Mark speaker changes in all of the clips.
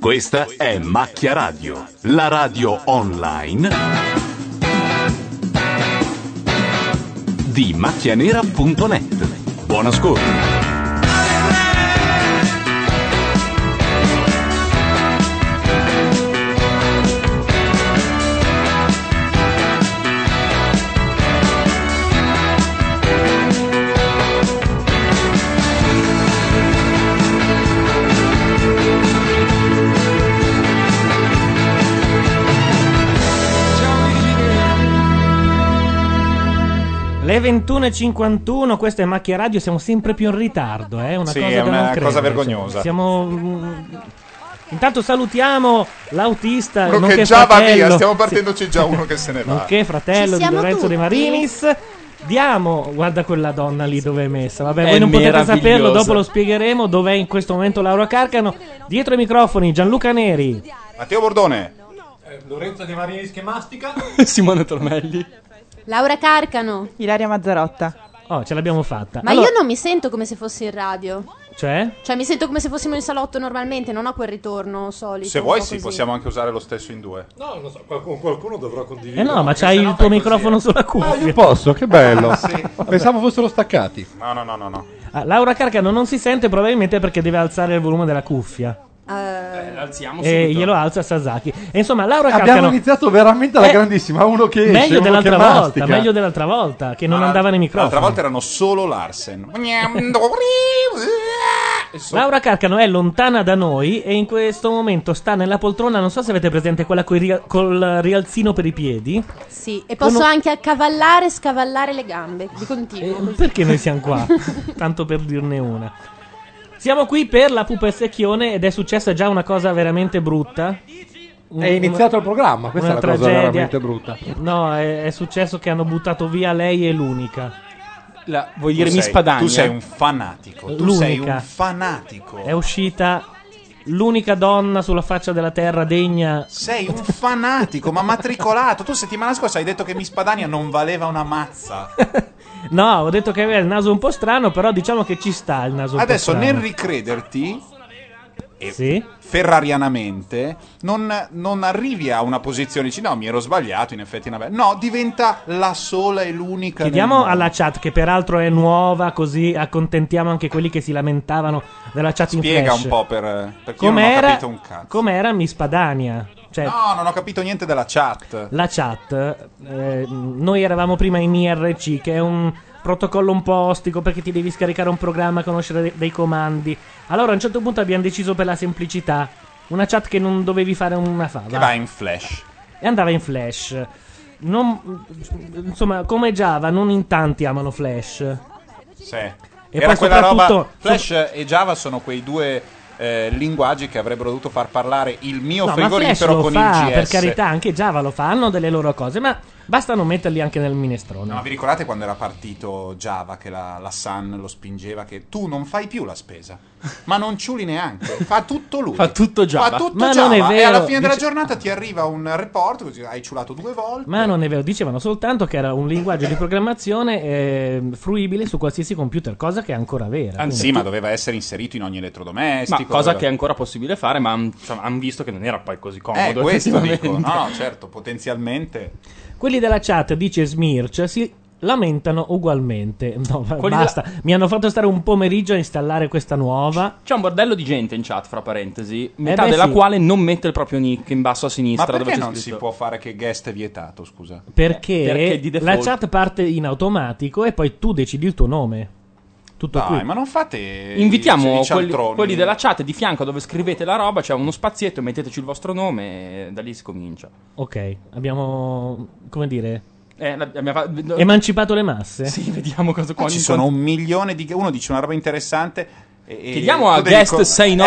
Speaker 1: Questa è Macchia Radio, la radio online di macchianera.net. Buon ascolto.
Speaker 2: Le 21.51, questa è Macchia Radio, siamo sempre più in ritardo, eh? una
Speaker 3: Sì,
Speaker 2: cosa
Speaker 3: è
Speaker 2: da non
Speaker 3: una
Speaker 2: credere.
Speaker 3: cosa vergognosa.
Speaker 2: Siamo... mm, Intanto salutiamo l'autista,
Speaker 3: Uno
Speaker 2: nonché
Speaker 3: che già va
Speaker 2: fratello-
Speaker 3: via, stiamo
Speaker 2: Sì.
Speaker 3: partendo, c'è già uno che se ne va.
Speaker 2: nonché fratello
Speaker 3: Ci
Speaker 2: di
Speaker 3: siamo
Speaker 2: Lorenzo De
Speaker 3: tutti?
Speaker 2: Marinis. Diamo, guarda quella donna lì dove è messa. Vabbè,
Speaker 4: È
Speaker 2: voi non potete
Speaker 4: meravigliosa.
Speaker 2: saperlo, dopo lo spiegheremo dov'è in questo momento Laura Carcano. Dietro ai microfoni Gianluca Neri.
Speaker 3: Matteo Bordone.
Speaker 5: Lorenzo De Marinis che mastica.
Speaker 2: Simone Tormelli.
Speaker 6: Laura Carcano.
Speaker 7: Ilaria Mazzarotta.
Speaker 2: Oh, ce l'abbiamo fatta.
Speaker 6: Ma
Speaker 2: Allora,
Speaker 6: io non mi sento come se fossi in radio.
Speaker 2: Cioè?
Speaker 6: Cioè, mi sento come se fossimo in salotto normalmente, non ho quel ritorno solito.
Speaker 3: Se
Speaker 6: un
Speaker 3: vuoi,
Speaker 6: po'
Speaker 3: sì,
Speaker 6: così.
Speaker 3: possiamo anche usare lo stesso in due.
Speaker 5: No, non lo so, qualcuno, qualcuno dovrà
Speaker 2: Eh
Speaker 5: condividere.
Speaker 2: no, ma c'hai il tuo microfono sulla cuffia.
Speaker 8: Ah, posso, che bello.
Speaker 2: Pensavo
Speaker 8: fossero staccati.
Speaker 3: No, no, no, no. no.
Speaker 2: Ah, Laura Carcano non si sente probabilmente perché deve alzare il volume della cuffia.
Speaker 3: Eh,
Speaker 4: alziamo
Speaker 2: E glielo alza Sasaki. E insomma, Laura
Speaker 8: Abbiamo
Speaker 2: Carcano.
Speaker 8: iniziato veramente alla
Speaker 2: Eh,
Speaker 8: grandissima. Uno che esce,
Speaker 2: meglio
Speaker 8: uno che
Speaker 2: dell'altra volta,
Speaker 8: mastica.
Speaker 2: meglio dell'altra volta, che non
Speaker 3: Ma
Speaker 2: andava nei microfoni.
Speaker 3: Ah, L'altra volta erano solo Larsen.
Speaker 2: Laura Carcano è lontana da noi e in questo momento sta nella poltrona, non so se avete presente quella coi ria- col rialzino per i piedi.
Speaker 6: Sì, e posso
Speaker 2: Uno-
Speaker 6: anche accavallare e scavallare le gambe di continuo. così.
Speaker 2: Perché noi siamo qua? Tanto per dirne una. Siamo qui per la pupa e secchione ed è successa già una cosa veramente brutta. Un-
Speaker 8: È iniziato il programma, questa è
Speaker 2: una
Speaker 8: la cosa veramente brutta.
Speaker 2: No, è, è successo che hanno buttato via lei e l'unica.
Speaker 4: vuoi
Speaker 3: Tu sei- Tu sei un fanatico. Tu sei
Speaker 2: L'unica.
Speaker 3: un fanatico.
Speaker 2: È uscita l'unica donna sulla faccia della terra degna.
Speaker 3: Sei un fanatico, ma matricolato. Tu settimana scorsa hai detto che Miss Padania non valeva una mazza.
Speaker 2: No, ho detto che aveva il naso un po' strano, però diciamo che ci sta il naso un
Speaker 3: Adesso,
Speaker 2: po'
Speaker 3: nel
Speaker 2: strano.
Speaker 3: ricrederti, e ferrarianamente, non, non arrivi a una posizione dici no, mi ero sbagliato, in effetti è una bella. No, diventa la sola e l'unica. nel
Speaker 2: Chiediamo
Speaker 3: mondo.
Speaker 2: alla chat, che peraltro è nuova, così accontentiamo anche quelli che si lamentavano della chat in
Speaker 3: Spiega
Speaker 2: flash.
Speaker 3: un po' per, perché io non ho
Speaker 2: Com'era,
Speaker 3: capito un cazzo.
Speaker 2: com'era Miss Padania? Cioè,
Speaker 3: No, non ho capito niente della chat.
Speaker 2: la chat, eh, noi eravamo prima in IRC, che è un protocollo un po' ostico perché ti devi scaricare un programma, conoscere de- dei comandi. Allora a un certo punto abbiamo deciso per la semplicità, una chat che non dovevi fare una fava.
Speaker 3: Che va in flash.
Speaker 2: e andava in flash. Non- insomma, come Java, non in tanti amano flash.
Speaker 3: Sì.
Speaker 2: E
Speaker 3: Era
Speaker 2: poi
Speaker 3: quella roba.
Speaker 2: soprattutto-
Speaker 3: Flash e Java sono quei due eh, linguaggi che avrebbero dovuto far parlare il mio
Speaker 2: No, ma Flash
Speaker 3: frigorifero
Speaker 2: lo
Speaker 3: con
Speaker 2: fa,
Speaker 3: il GS.
Speaker 2: per carità, anche Java lo fa, hanno delle loro cose, ma basta non metterli anche nel minestrone.
Speaker 3: No, ma vi ricordate quando era partito Java che la, la Sun lo spingeva che tu non fai più la spesa, ma non ciuli neanche, fa tutto lui.
Speaker 4: Fa tutto Java.
Speaker 3: Fa tutto
Speaker 2: Ma
Speaker 3: Java
Speaker 2: non è
Speaker 3: e
Speaker 2: vero,
Speaker 3: alla fine della
Speaker 2: dice-
Speaker 3: giornata ti arriva un report così hai ciulato due volte.
Speaker 2: Ma non è vero, dicevano soltanto che era un linguaggio di programmazione eh, fruibile su qualsiasi computer, cosa che è ancora vera.
Speaker 3: Anzi,
Speaker 2: Quindi-
Speaker 3: ma doveva essere inserito in ogni elettrodomestico.
Speaker 4: Ma cosa
Speaker 3: doveva-
Speaker 4: che è ancora possibile fare, ma hanno visto che non era poi così
Speaker 3: Eh,
Speaker 4: comodo.
Speaker 3: questo dico.
Speaker 4: effettivamente.
Speaker 3: No, no, certo, potenzialmente.
Speaker 2: Quelli della chat, dice Smirch, si lamentano ugualmente. No, ma
Speaker 4: Quelli
Speaker 2: basta. Mi hanno fatto stare un pomeriggio a installare questa nuova.
Speaker 4: C'è un bordello di gente in chat, fra parentesi, metà
Speaker 2: Eh beh,
Speaker 4: della
Speaker 2: sì.
Speaker 4: quale non mette il proprio nick in basso a
Speaker 3: Ma
Speaker 4: sinistra dove
Speaker 3: perché
Speaker 4: c'è
Speaker 3: non si
Speaker 4: scritto. Eh,
Speaker 3: può fare che guest è vietato, scusa?
Speaker 2: Perché,
Speaker 4: Perché di
Speaker 2: la
Speaker 4: default-
Speaker 2: chat parte in automatico e poi tu decidi il tuo nome. Tutto
Speaker 3: Dai,
Speaker 2: qui.
Speaker 3: ma non fate
Speaker 4: Invitiamo
Speaker 3: i
Speaker 4: quelli,
Speaker 3: cialtroni.
Speaker 4: quelli della chat di fianco dove scrivete la roba, c'è uno spazietto, metteteci il vostro nome e da lì si comincia.
Speaker 2: Ok, abbiamo. come dire.
Speaker 4: Eh, la- abbiamo fa-
Speaker 2: emancipato le masse?
Speaker 4: Sì, vediamo cosa
Speaker 3: Ah,
Speaker 4: qua.
Speaker 3: ci sono un milione di uno dice una roba interessante e- e-
Speaker 4: Chiediamo a
Speaker 3: tu devi
Speaker 4: guest
Speaker 3: co- Eh.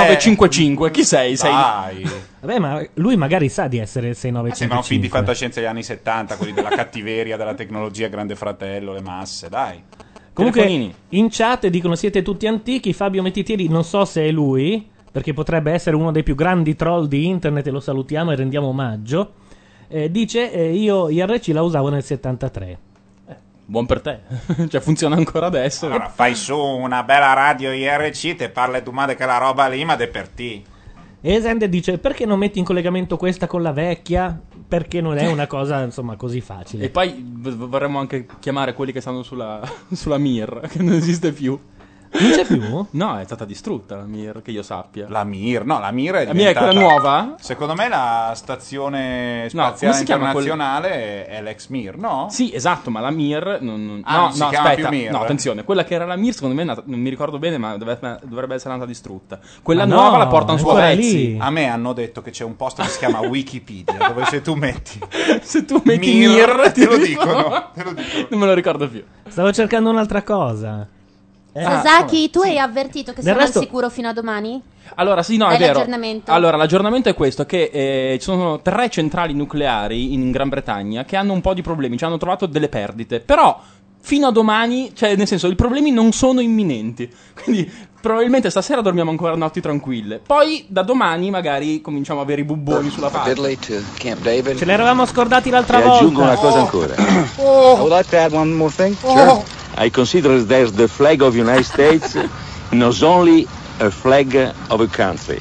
Speaker 4: 6955, chi sei? sei...
Speaker 3: Dai.
Speaker 2: Vabbè, ma lui magari sa di essere il
Speaker 3: Eh, sembrano film di
Speaker 2: 6955.
Speaker 3: fantascienza degli anni 70 quelli della cattiveria della tecnologia grande fratello le masse dai
Speaker 2: Comunque,
Speaker 4: Telefonini.
Speaker 2: in chat dicono siete tutti antichi. Fabio Mettitieri, non so se è lui, perché potrebbe essere uno dei più grandi troll di internet e lo salutiamo e rendiamo omaggio. Eh, dice eh, io IRC la usavo nel 73.
Speaker 4: Buon per te. cioè, funziona ancora adesso.
Speaker 3: Allora, fai su una bella radio IRC, te parli tu male che la roba lì, ma de per te.
Speaker 2: E Zende dice: Perché non metti in collegamento questa con la vecchia? Perché non è una cosa, insomma, così facile.
Speaker 4: E poi v- v- vorremmo anche chiamare quelli che stanno sulla, sulla Mir, che non esiste più.
Speaker 2: Non c'è più?
Speaker 4: No, è stata distrutta la Mir, che io sappia.
Speaker 3: La Mir, no, la Mir è
Speaker 4: La Mir è quella
Speaker 3: diventata-
Speaker 4: nuova?
Speaker 3: Secondo me la stazione
Speaker 4: No, come
Speaker 3: spaziale
Speaker 4: si chiama quel-
Speaker 3: internazionale è l'ex Mir, no?
Speaker 4: Sì, esatto, ma la Mir non, non-
Speaker 3: Ah,
Speaker 4: no,
Speaker 3: non si
Speaker 4: no,
Speaker 3: chiama
Speaker 4: aspetta.
Speaker 3: più Mir.
Speaker 4: No, attenzione, quella che era la Mir, secondo me è nata- non mi ricordo bene, ma dovrebbe, dovrebbe essere andata distrutta. Quella
Speaker 3: Ma
Speaker 4: nuova
Speaker 3: Ah, no,
Speaker 4: la portano
Speaker 3: è
Speaker 4: su a
Speaker 3: quella
Speaker 4: pezzi.
Speaker 3: lì. A me hanno detto che c'è un posto che si chiama Wikipedia, dove se tu metti
Speaker 4: se tu metti
Speaker 3: Mir,
Speaker 4: Mir,
Speaker 3: te lo
Speaker 4: ti-
Speaker 3: dicono,
Speaker 4: Non me lo ricordo più.
Speaker 2: Stavo cercando un'altra cosa. Eh.
Speaker 6: Sasaki, tu hai avvertito che
Speaker 4: Del
Speaker 6: sarà
Speaker 4: resto-
Speaker 6: al sicuro fino a domani?
Speaker 4: Allora, sì, no,
Speaker 6: Dai
Speaker 4: è vero.
Speaker 6: l'aggiornamento.
Speaker 4: Allora, l'aggiornamento è questo: che eh, ci sono tre centrali nucleari in Gran Bretagna che hanno un po' di problemi, ci hanno trovato delle perdite. Però, fino a domani, cioè, nel senso, i problemi non sono imminenti. Quindi, probabilmente stasera dormiamo ancora notti tranquille. Poi, da domani, magari cominciamo a avere i bubboni sulla pagina.
Speaker 2: Ce l'eravamo scordati l'altra
Speaker 7: E
Speaker 2: volta.
Speaker 7: aggiungo una
Speaker 4: Oh!
Speaker 7: cosa ancora. I would like to add one more thing.
Speaker 2: Oh.
Speaker 7: I consider it as the flag of United States not only a flag of a country,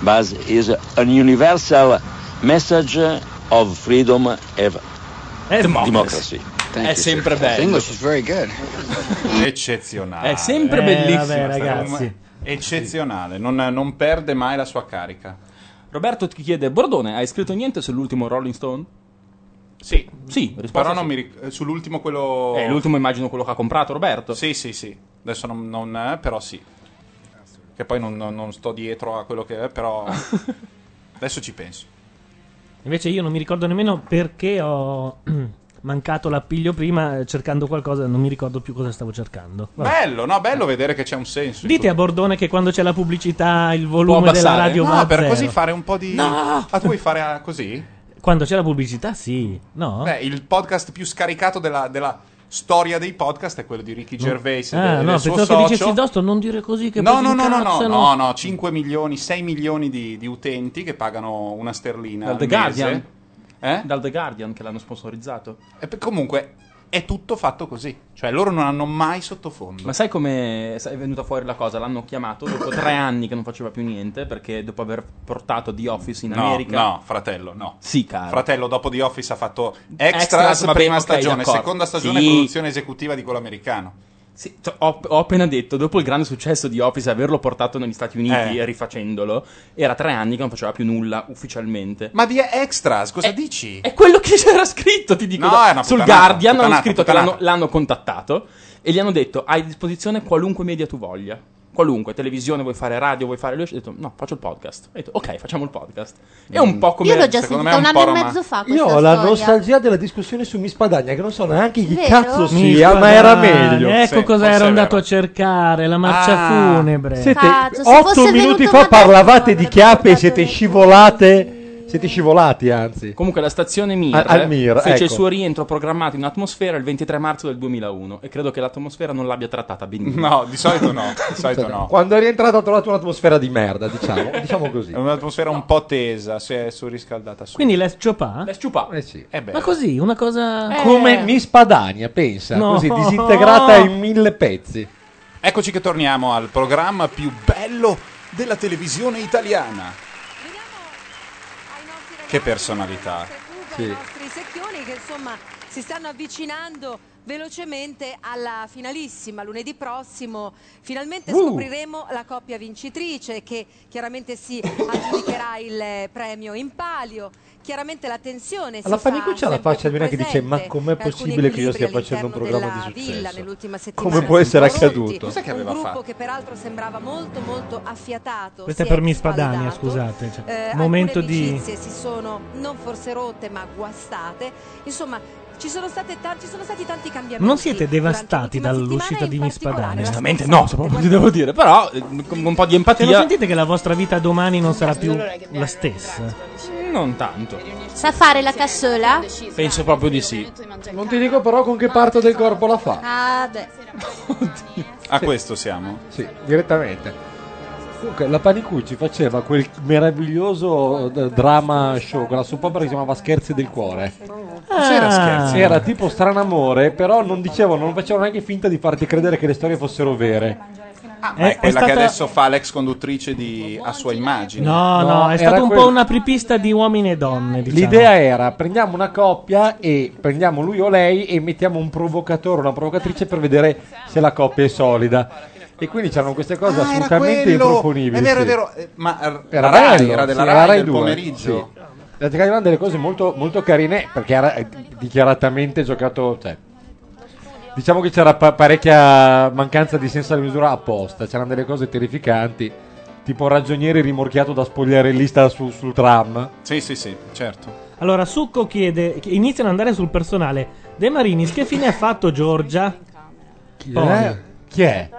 Speaker 7: but is an universal message of freedom and democracy.
Speaker 4: È sempre bello.
Speaker 7: English is very good.
Speaker 3: Eccezionale.
Speaker 4: È sempre Eh, bellissimo, vabbè,
Speaker 3: sta roba.
Speaker 4: ragazzi.
Speaker 3: Eccezionale, non, non perde mai la sua carica.
Speaker 4: Roberto ti chiede: Bordone, hai scritto niente sull'ultimo Rolling Stone?
Speaker 3: Sì,
Speaker 4: sì,
Speaker 3: Però
Speaker 4: risposta
Speaker 3: non
Speaker 4: sì.
Speaker 3: mi ric- eh, sull'ultimo quello...
Speaker 4: Eh, l'ultimo immagino quello che ha comprato Roberto.
Speaker 3: Sì, sì, sì. Adesso non... non, eh, però sì. Che poi non, non- non sto dietro a quello che è, però... Adesso ci penso.
Speaker 2: Invece io non mi ricordo nemmeno perché ho mancato l'appiglio prima eh, cercando qualcosa, non mi ricordo più cosa stavo cercando. Vabbè.
Speaker 3: Bello, no? Bello vedere che c'è un senso. in
Speaker 2: Dite a Bordone che quando c'è la pubblicità il
Speaker 3: tutto.
Speaker 2: volume della radio
Speaker 3: no,
Speaker 2: va a
Speaker 3: per
Speaker 2: zero.
Speaker 3: così fare un po' di...
Speaker 2: No!
Speaker 3: Ah, tu vuoi fare ah, così?
Speaker 2: Quando c'è la pubblicità sì, no?
Speaker 3: Beh, il podcast più scaricato della, della storia dei podcast è quello di Ricky Gervais e
Speaker 2: ah,
Speaker 3: del
Speaker 2: no,
Speaker 3: suo
Speaker 2: pensavo che
Speaker 3: socio.
Speaker 2: dicessi Dosto non dire così che
Speaker 3: No,
Speaker 2: poi
Speaker 3: no,
Speaker 2: si
Speaker 3: no, no, no,
Speaker 2: incazzano.
Speaker 3: no, no, 5 milioni, 6 milioni di, di utenti che pagano una sterlina
Speaker 4: Dal
Speaker 3: al
Speaker 4: The
Speaker 3: mese.
Speaker 4: Guardian.
Speaker 3: Eh?
Speaker 4: Dal The Guardian che l'hanno sponsorizzato.
Speaker 3: E pe- comunque è tutto fatto così, cioè loro non hanno mai sottofondo.
Speaker 4: Ma sai come è venuta fuori la cosa? L'hanno chiamato dopo tre anni che non faceva più niente perché dopo aver portato The Office in
Speaker 3: No,
Speaker 4: America.
Speaker 3: no, fratello, no.
Speaker 4: Sì, caro.
Speaker 3: Fratello, dopo The Office ha fatto extras,
Speaker 4: Extras, vabbè,
Speaker 3: prima
Speaker 4: ok,
Speaker 3: stagione,
Speaker 4: d'accordo.
Speaker 3: seconda stagione
Speaker 4: Sì.
Speaker 3: produzione esecutiva di quello americano.
Speaker 4: Sì, t- ho, ho appena detto, dopo il grande successo di Office e averlo portato negli Stati
Speaker 3: Eh.
Speaker 4: Uniti e rifacendolo, era tre anni che non faceva più nulla ufficialmente.
Speaker 3: Ma di extras, cosa dici?
Speaker 4: È quello che c'era scritto, ti dico.
Speaker 3: No,
Speaker 4: Da-
Speaker 3: è una
Speaker 4: Sul
Speaker 3: puttanata,
Speaker 4: Guardian hanno
Speaker 3: puttanata,
Speaker 4: scritto che
Speaker 3: puttanata.
Speaker 4: l'hanno, l'hanno contattato e gli hanno detto: Hai a disposizione qualunque media tu voglia. Qualunque, televisione, vuoi fare radio, vuoi fare. Lui ha detto: No, faccio il podcast. Ho detto: Ok, facciamo il podcast. È
Speaker 3: Mm.
Speaker 4: un po' come.
Speaker 6: Io l'ho già Secondo sentita me è un un po' anno e romanzo. mezzo fa questa
Speaker 8: Io ho la
Speaker 6: storia.
Speaker 8: nostalgia della discussione su Miss Padagna, che non so neanche chi
Speaker 6: Vero?
Speaker 8: cazzo
Speaker 2: Mi
Speaker 8: sia, ma era
Speaker 2: guadagni.
Speaker 8: meglio.
Speaker 2: Ecco cosa ero andato a cercare, la marcia
Speaker 8: Ah.
Speaker 2: funebre.
Speaker 8: Siete
Speaker 6: Cazzo, se
Speaker 8: otto
Speaker 6: fosse
Speaker 8: minuti
Speaker 6: venuto
Speaker 8: fa
Speaker 6: Madonna,
Speaker 8: parlavate di chiappe e siete scivolate. Siete scivolati, anzi.
Speaker 4: Comunque la stazione Mir, eh,
Speaker 8: A- al Mir,
Speaker 4: fece il
Speaker 8: ecco.
Speaker 4: suo rientro programmato in atmosfera il 23 marzo del 2001 e credo che l'atmosfera non l'abbia trattata benissimo.
Speaker 3: No, di solito no, di solito no.
Speaker 8: Quando è rientrato ha trovato un'atmosfera di merda, Cioè, diciamo, diciamo così.
Speaker 3: È un'atmosfera un po' tesa, se è surriscaldata su.
Speaker 2: Quindi l'es ciopà?
Speaker 3: Eh
Speaker 8: sì.
Speaker 2: Ma così, una cosa...
Speaker 9: Eh.
Speaker 8: Come Miss Padania, pensa,
Speaker 2: No.
Speaker 8: così disintegrata in mille pezzi.
Speaker 3: Eccoci che torniamo al programma più bello della televisione italiana. Che personalità.
Speaker 9: I nostri secchioni che insomma si stanno avvicinando velocemente alla finalissima lunedì prossimo finalmente
Speaker 10: Uh.
Speaker 9: scopriremo la coppia vincitrice che chiaramente si aggiudicherà il premio in palio chiaramente la tensione si
Speaker 8: Alla
Speaker 9: fa
Speaker 8: Panicuccia ha la faccia di una che dice: Ma com'è possibile che io stia facendo un programma di
Speaker 9: villa
Speaker 8: successo?
Speaker 9: nell'ultima settimana
Speaker 8: Come può essere
Speaker 9: Conti,
Speaker 8: accaduto?
Speaker 9: un gruppo che peraltro sembrava molto molto affiatato
Speaker 2: Questa è
Speaker 9: si
Speaker 2: per Miss Padania,
Speaker 9: sfaldato.
Speaker 2: scusate. cioè,
Speaker 9: Eh, alcune
Speaker 2: momento di...
Speaker 9: amicizie si sono non forse rotte ma guastate. Insomma, ci sono, state tan- ci sono stati tanti cambiamenti.
Speaker 2: Non siete devastati dall'uscita di Miss Padania?
Speaker 4: Onestamente no, se proprio ti devo dire, però eh, con un po' di
Speaker 2: Cioè, non
Speaker 4: empatia
Speaker 2: sentite che la vostra vita domani non sarà più la stessa?
Speaker 4: non tanto.
Speaker 6: Sa fare la cassola?
Speaker 4: Penso proprio di sì.
Speaker 8: Non ti dico però con che parte del corpo la fa.
Speaker 6: Ah, beh.
Speaker 3: A questo siamo?
Speaker 8: Sì, direttamente.
Speaker 11: Comunque, la Panicucci faceva quel meraviglioso eh, drama show con la sua opera che si chiamava Scherzi del cuore.
Speaker 3: Cos'era Scherzi?
Speaker 11: Era tipo strano amore, però non dicevano, non facevano neanche finta di farti credere che le storie fossero vere.
Speaker 3: Ah,
Speaker 11: ecco.
Speaker 3: ma è, quella che adesso fa l'ex conduttrice di A sua immagine.
Speaker 2: No, no, è
Speaker 11: era
Speaker 2: stata un
Speaker 11: quello-
Speaker 2: po' una pripista di uomini e donne. Diciamo.
Speaker 11: L'idea era prendiamo una coppia e prendiamo lui o lei e mettiamo un provocatore, una provocatrice per vedere se la coppia è solida. E quindi c'erano queste cose
Speaker 3: Ah, era
Speaker 11: assolutamente
Speaker 3: quello-
Speaker 11: improponibili.
Speaker 3: è vero,
Speaker 11: sì.
Speaker 3: è vero, eh, ma r-
Speaker 11: era
Speaker 3: Rai,
Speaker 11: bello,
Speaker 3: era della
Speaker 11: sì,
Speaker 3: Rai
Speaker 11: Rai
Speaker 3: del
Speaker 11: 2,
Speaker 3: pomeriggio.
Speaker 11: sì. La Telecamera erano delle cose molto, molto carine perché era eh, dichiaratamente giocato. cioè, diciamo che c'era pa- parecchia mancanza di senso di misura apposta. C'erano delle cose terrificanti, tipo un ragioniere rimorchiato da spogliarellista su- sul tram.
Speaker 3: Sì, sì, sì, certo.
Speaker 2: Allora, Succo chiede, che iniziano ad andare sul personale. De Marinis, che fine ha fatto Giorgia? Chi
Speaker 11: è? Chi è?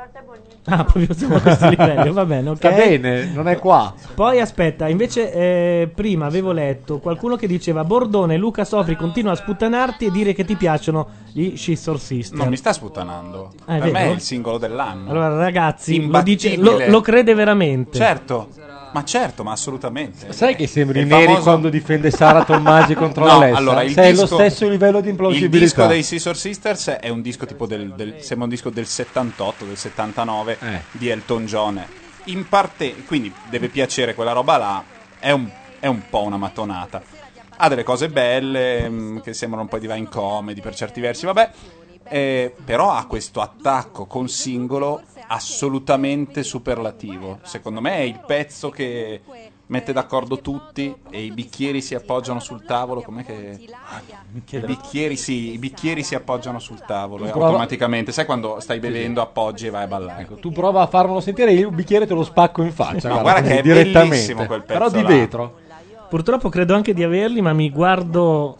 Speaker 2: Ah, proprio siamo a questo livello, va bene, ok.
Speaker 11: Sta bene, non è qua.
Speaker 2: Poi aspetta, invece eh, prima avevo letto qualcuno che diceva Bordone, Luca Sofri continua a sputtanarti e dire che ti piacciono gli Scissor Sister.
Speaker 3: Non mi sta sputtanando.
Speaker 2: Ah, è
Speaker 3: per me
Speaker 2: vero?
Speaker 3: è il singolo dell'anno.
Speaker 2: Allora ragazzi, lo, dice- lo-
Speaker 3: Imbattibile.
Speaker 2: lo crede veramente.
Speaker 3: Certo, ma certo, ma assolutamente.
Speaker 11: Sai che sembri
Speaker 3: Il
Speaker 11: neri
Speaker 3: famoso-
Speaker 11: quando difende Sara Tommasi contro
Speaker 3: No,
Speaker 11: Alessa?
Speaker 3: allora, il
Speaker 11: Sei allo
Speaker 3: disco-
Speaker 11: stesso livello di
Speaker 3: Il
Speaker 11: implausibilità.
Speaker 3: disco dei Scissor Sisters è un disco tipo del, del- sembra un disco del 78, del 79
Speaker 11: Eh.
Speaker 3: di Elton John. In parte, quindi deve piacere quella roba là, è un, è un po' una mattonata. Ha delle cose belle mh, che sembrano un po' di Vine Comedy per certi versi, vabbè. Eh, però ha questo attacco con singolo assolutamente superlativo. Secondo me è il pezzo che mette d'accordo tutti e i bicchieri si appoggiano sul tavolo. Com'è che
Speaker 11: Ah,
Speaker 3: i bicchieri si, i bicchieri si appoggiano sul tavolo e
Speaker 11: Prova-
Speaker 3: automaticamente. Sai quando stai bevendo, appoggi e vai a ballare. Ecco,
Speaker 11: Tu prova a farmelo sentire e io il bicchiere te lo spacco in faccia.
Speaker 3: No, guarda
Speaker 11: così,
Speaker 3: che è
Speaker 11: direttamente.
Speaker 3: bellissimo quel pezzo
Speaker 11: Però di
Speaker 3: là.
Speaker 11: vetro.
Speaker 2: Purtroppo credo anche di averli, ma mi guardo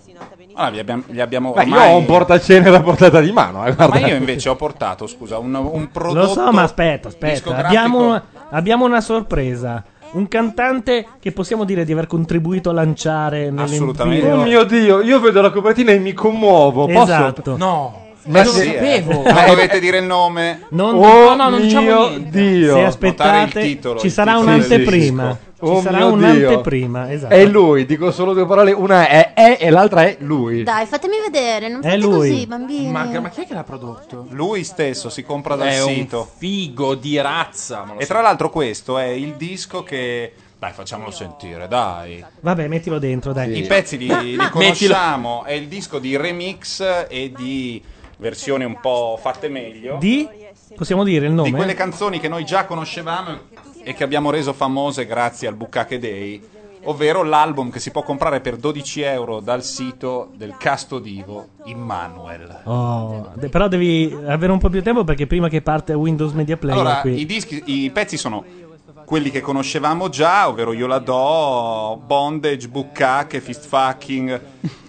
Speaker 3: Allora, Ah, li abbiamo, li abbiamo
Speaker 11: Beh,
Speaker 3: Oh, ormai-
Speaker 11: io ho un portacenere a portata di mano. eh, guarda.
Speaker 3: Ma io invece ho portato, scusa, un, un prodotto.
Speaker 2: Lo so, ma aspetta, aspetta.
Speaker 3: discografico.
Speaker 2: Abbiamo una, abbiamo una sorpresa. Un cantante che possiamo dire di aver contribuito a lanciare nell'empireo.
Speaker 11: Oh mio Dio, io vedo la copertina e mi commuovo. Posso?
Speaker 2: Esatto. No.
Speaker 3: Ma sì, eh. Ma dovete dire il nome.
Speaker 2: Non-
Speaker 11: Oh
Speaker 2: no, no, non diciamo
Speaker 11: mio
Speaker 2: niente.
Speaker 11: Dio.
Speaker 2: Se aspettate, Notare il titolo, ci il sarà titolo del un'anteprima. disco. Ci
Speaker 11: Oh
Speaker 2: sarà
Speaker 11: mio Dio.
Speaker 2: un'anteprima, esatto.
Speaker 11: È lui, dico solo due parole. Una è è e l'altra è lui.
Speaker 6: Dai, fatemi vedere, non
Speaker 11: È
Speaker 6: fate
Speaker 11: lui.
Speaker 6: così, bambini.
Speaker 3: chi è che l'ha prodotto? Lui stesso si compra dal
Speaker 12: È un
Speaker 3: sito.
Speaker 12: figo di razza. ma lo
Speaker 3: E tra l'altro, questo è il disco che. Dai, facciamolo sentire, dai.
Speaker 2: Vabbè, mettilo dentro, dai.
Speaker 3: I pezzi li, li
Speaker 2: Mettilo.
Speaker 3: conosciamo. È il disco di remix e di versioni un po' fatte meglio.
Speaker 2: Di possiamo dire il
Speaker 3: di
Speaker 2: nome?
Speaker 3: quelle canzoni che noi già conoscevamo e che abbiamo reso famose grazie al Bucacche Day, ovvero l'album che si può comprare per 12 euro dal sito del casto divo Immanuel.
Speaker 2: Oh, de- però devi avere un po' più di tempo perché prima che parte Windows Media Player
Speaker 3: Allora,
Speaker 2: qui.
Speaker 3: i, dischi, i pezzi sono quelli che conoscevamo già, ovvero Io la do, Bondage, Bucacche, Fist Fucking,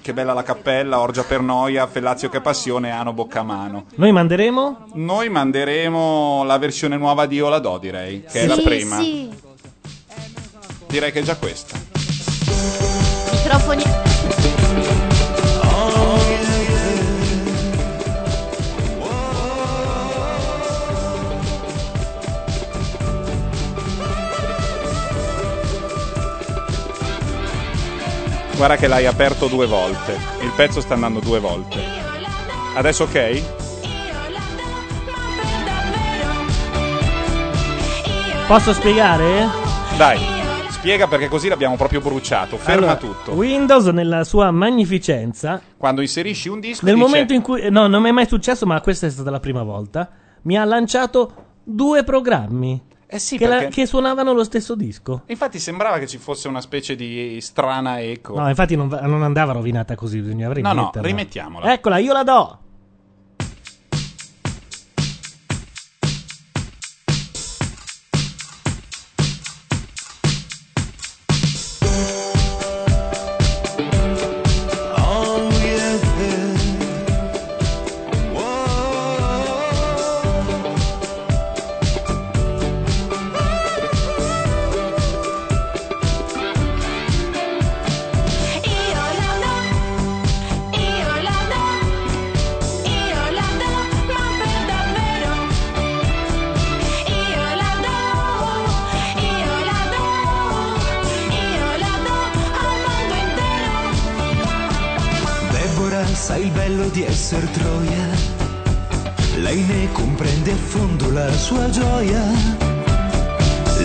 Speaker 3: Che bella la cappella, Orgia per noia, Fellazio che passione, Ano Boccamano.
Speaker 2: Noi manderemo?
Speaker 3: Noi manderemo la versione nuova di Io la do, direi, che è
Speaker 6: Sì,
Speaker 3: la prima.
Speaker 6: Sì,
Speaker 3: Direi che è già questa.
Speaker 6: microfoni.
Speaker 3: Guarda che l'hai aperto due volte. Il pezzo sta andando due volte. Adesso ok?
Speaker 2: Posso spiegare?
Speaker 3: Dai, spiega perché così l'abbiamo proprio bruciato. Ferma
Speaker 2: Allora,
Speaker 3: tutto.
Speaker 2: Windows nella sua magnificenza
Speaker 3: Quando inserisci un disco
Speaker 2: Nel
Speaker 3: dice-
Speaker 2: momento in cui. No, non mi è mai successo, ma questa è stata la prima volta. Mi ha lanciato due programmi. che,
Speaker 3: Eh, perché-
Speaker 2: che suonavano lo stesso disco.
Speaker 3: Infatti sembrava che ci fosse una specie di strana eco.
Speaker 2: No, infatti non, va- non andava rovinata così, bisognava
Speaker 3: Ecco. no,
Speaker 2: rimetterla.
Speaker 3: no, rimettiamola.
Speaker 2: Eccola, io la do.
Speaker 13: Io la do, io la do,
Speaker 10: bello di essere Troia, lei ne comprende a fondo la sua gioia,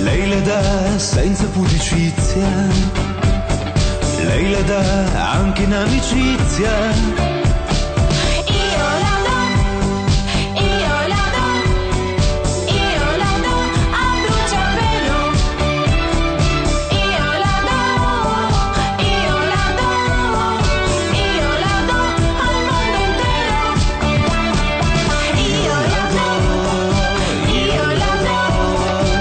Speaker 10: lei la dà senza pudicizia, lei la dà anche in amicizia,
Speaker 13: Io la do, io la do, io la do a bruciapelo. Io la do, io la do, io la do al mondo intero. Io la do, io la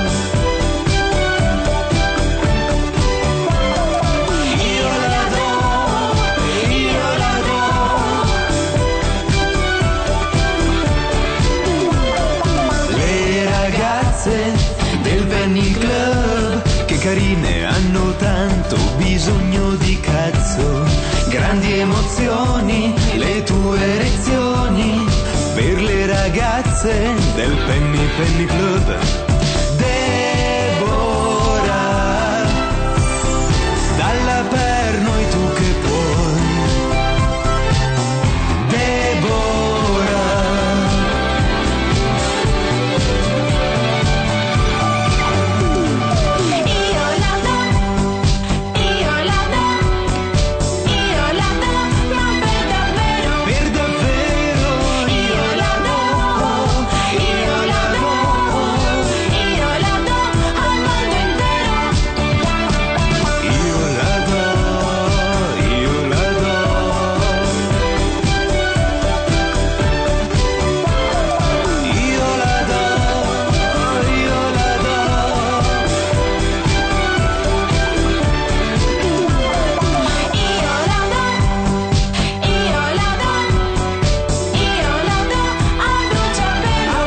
Speaker 13: do. Io la do, io la
Speaker 10: le ragazze del Penny Club, che carine hanno tanto bisogno di cazzo, grandi emozioni, le tue erezioni, per le ragazze del Penny Penny Club. Deborah, dalla per noi tu che puoi. Deborah,
Speaker 13: Io la do, io la do, io la do, ma per davvero,
Speaker 10: per davvero,
Speaker 13: io la do, io la do, io la do al mondo intero,
Speaker 10: io la do, io la do. Io la do, io la do.
Speaker 13: io la do, io la do, io la do a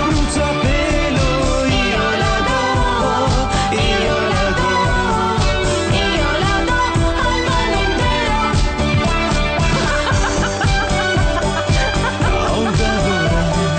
Speaker 13: bruciapelo,
Speaker 10: A bruciapelo, io la do, io la do.
Speaker 13: io la do al mondo intero.
Speaker 10: Oh,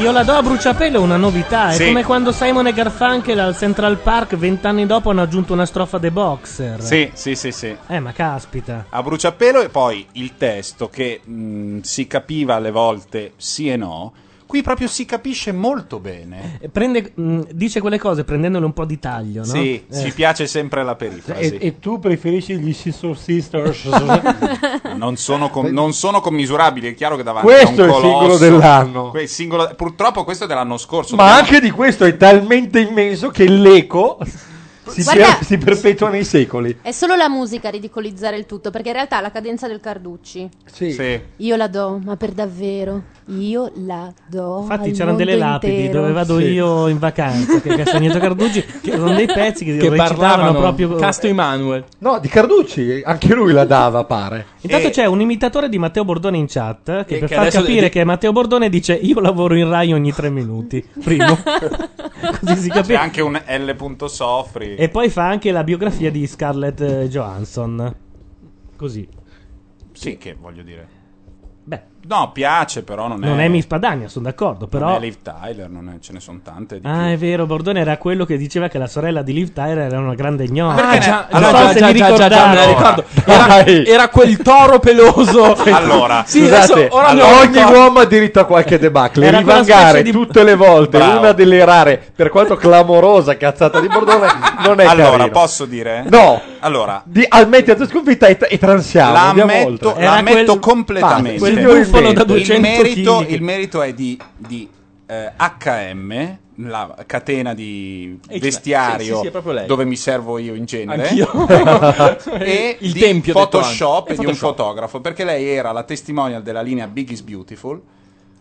Speaker 2: Io la do a bruciapelo, è una novità. È
Speaker 3: Sì.
Speaker 2: come quando Simon e Garfunkel al Central Park vent'anni dopo hanno aggiunto una strofa The Boxer.
Speaker 3: Sì, sì, sì, sì.
Speaker 2: Eh, ma caspita.
Speaker 3: a bruciapelo e poi il testo che mh, si capiva alle volte sì e no, qui proprio si capisce molto bene.
Speaker 2: E prende- mh, dice quelle cose prendendole un po' di taglio, no?
Speaker 3: Sì,
Speaker 2: Eh.
Speaker 3: ci piace sempre la perifrasi.
Speaker 11: Cioè, E, e tu preferisci gli Sister Sisters?
Speaker 3: Non, sono com- non sono commisurabili, è chiaro che davanti
Speaker 11: Questo
Speaker 3: a un
Speaker 11: è il
Speaker 3: colosso,
Speaker 11: singolo dell'anno.
Speaker 3: que- singolo- purtroppo questo è dell'anno scorso.
Speaker 11: Ma
Speaker 3: dobbiamo-
Speaker 11: anche di questo è talmente immenso che l'eco si,
Speaker 6: Guarda-
Speaker 11: per- si perpetua nei secoli.
Speaker 6: È solo la musica a ridicolizzare il tutto, perché in realtà la cadenza del Carducci.
Speaker 11: Sì.
Speaker 6: Io la do, ma per davvero. Io la do.
Speaker 2: Infatti
Speaker 6: al
Speaker 2: c'erano delle
Speaker 6: mondo
Speaker 2: lapidi
Speaker 6: intero.
Speaker 2: dove vado
Speaker 4: Sì.
Speaker 2: io in vacanza, che Castagneto Carducci, che erano dei pezzi che,
Speaker 4: Che
Speaker 2: recitavano
Speaker 4: parlavano
Speaker 2: proprio... eh,
Speaker 4: Casto Emanuel.
Speaker 11: No, di Carducci, anche lui la dava, pare.
Speaker 2: Intanto
Speaker 4: E-
Speaker 2: c'è un imitatore di Matteo Bordone in chat che per
Speaker 4: che
Speaker 2: far
Speaker 4: adesso-
Speaker 2: capire
Speaker 4: di-
Speaker 2: che è Matteo Bordone dice io lavoro in Rai ogni tre minuti. Primo. Così si
Speaker 3: C'è
Speaker 2: capisce.
Speaker 3: anche un L. Soffri.
Speaker 2: E poi fa anche la biografia di Scarlett eh, Johansson. Così.
Speaker 3: Sì, che voglio dire.
Speaker 2: Beh.
Speaker 3: No, piace, però non è.
Speaker 2: Non è Miss Padania, sono d'accordo, però...
Speaker 3: Non è Liv Tyler, non è- ce ne sono tante. Di
Speaker 2: Ah, è vero, Bordone era quello che diceva che la sorella di Liv Tyler era una grande ignota.
Speaker 4: Ah, già,
Speaker 2: Non
Speaker 4: allora,
Speaker 2: so
Speaker 4: già,
Speaker 2: se
Speaker 4: già,
Speaker 2: vi
Speaker 4: già, già, già, me la ricordo. Era, era quel toro peloso.
Speaker 3: Allora,
Speaker 4: sì,
Speaker 11: Scusate,
Speaker 4: adesso, ora
Speaker 11: allora,
Speaker 4: mi
Speaker 11: ogni
Speaker 4: ricordo.
Speaker 11: uomo ha diritto a qualche debacle.
Speaker 2: Era quella
Speaker 11: Rivangare
Speaker 2: specie di-
Speaker 11: tutte le volte
Speaker 3: Bravo.
Speaker 11: una delle rare, per quanto clamorosa cazzata di Bordone, non è
Speaker 3: allora,
Speaker 11: carino.
Speaker 3: posso dire?
Speaker 11: No.
Speaker 3: Allora,
Speaker 11: Di, ammetti la tua sconfitta e, tra- e transiamo.
Speaker 3: la
Speaker 11: andiamo
Speaker 3: ammetto,
Speaker 11: oltre.
Speaker 3: la
Speaker 2: Era
Speaker 3: ammetto
Speaker 2: quel-
Speaker 3: completamente.
Speaker 11: Basta,
Speaker 2: Quel
Speaker 11: Signori
Speaker 2: bufalo
Speaker 11: miei,
Speaker 2: da
Speaker 11: il
Speaker 2: 200
Speaker 3: il, merito,
Speaker 2: chili.
Speaker 3: il merito è di, di, eh, HM, la catena di
Speaker 4: H&M,
Speaker 3: vestiario
Speaker 4: sì, sì, è proprio lei.
Speaker 3: dove mi servo io in genere.
Speaker 4: Anch'io.
Speaker 3: E
Speaker 4: il
Speaker 3: di
Speaker 4: tempio ha detto
Speaker 3: Photoshop e
Speaker 4: anche.
Speaker 3: di un
Speaker 4: Photoshop.
Speaker 3: fotografo perché lei era la testimonial della linea Big is Beautiful.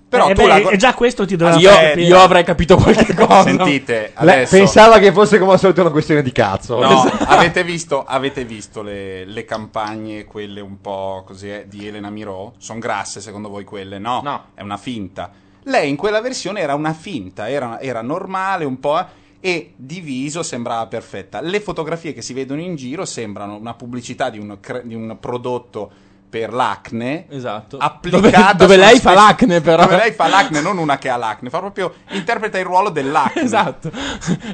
Speaker 3: Però
Speaker 2: Eh
Speaker 3: tu
Speaker 2: beh,
Speaker 3: la
Speaker 2: e già questo ti doveva
Speaker 3: Io-
Speaker 2: far
Speaker 4: Io,
Speaker 2: capire.
Speaker 4: io avrei capito qualche cosa.
Speaker 3: sentite
Speaker 11: Lei
Speaker 3: adesso
Speaker 11: pensava che fosse come al solito una questione di cazzo. Esatto.
Speaker 3: No, avete visto, avete visto le, le campagne, quelle un po' così, eh, di Elena Miro? Sono grasse secondo voi quelle? No,
Speaker 4: No.
Speaker 3: è una finta. Lei in quella versione era una finta, era, era normale un po'. eh, E diviso sembrava perfetta. Le fotografie che si vedono in giro sembrano una pubblicità di un, cre- di un prodotto per l'acne
Speaker 4: esatto.
Speaker 3: applicata
Speaker 4: Dove- dove
Speaker 3: sulla
Speaker 4: lei fa
Speaker 3: specie-
Speaker 4: l'acne, però.
Speaker 3: dove lei fa l'acne non una che ha l'acne fa proprio interpreta il ruolo dell'acne
Speaker 4: esatto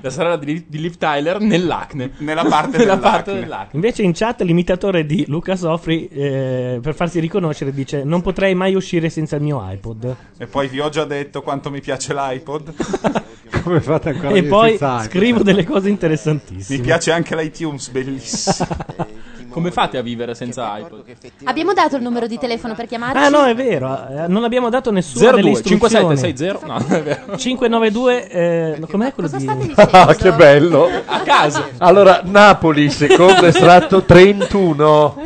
Speaker 4: la sorella di, di Liv Tyler nell'acne
Speaker 3: nella parte
Speaker 4: Nella
Speaker 3: dell'acne.
Speaker 4: parte dell'acne.
Speaker 2: Invece in chat l'imitatore di Luca Sofri, eh, per farsi riconoscere, dice: Non potrei mai uscire senza il mio iPod.
Speaker 3: e poi vi ho già detto quanto mi piace l'iPod
Speaker 11: come fate ancora
Speaker 2: E poi scrivo delle cose interessantissime.
Speaker 3: mi piace anche l'iTunes bellissimo
Speaker 4: come fate a vivere senza iPod
Speaker 6: Abbiamo dato il numero di telefono per chiamarci?
Speaker 2: Ah, no, è vero, eh, non abbiamo dato nessuno
Speaker 4: 02
Speaker 2: delle
Speaker 4: 5760 no non è vero
Speaker 2: 592, eh, com'è quello di...
Speaker 14: Ah, che bello!
Speaker 4: A caso.
Speaker 14: Allora, Napoli, secondo estratto 31.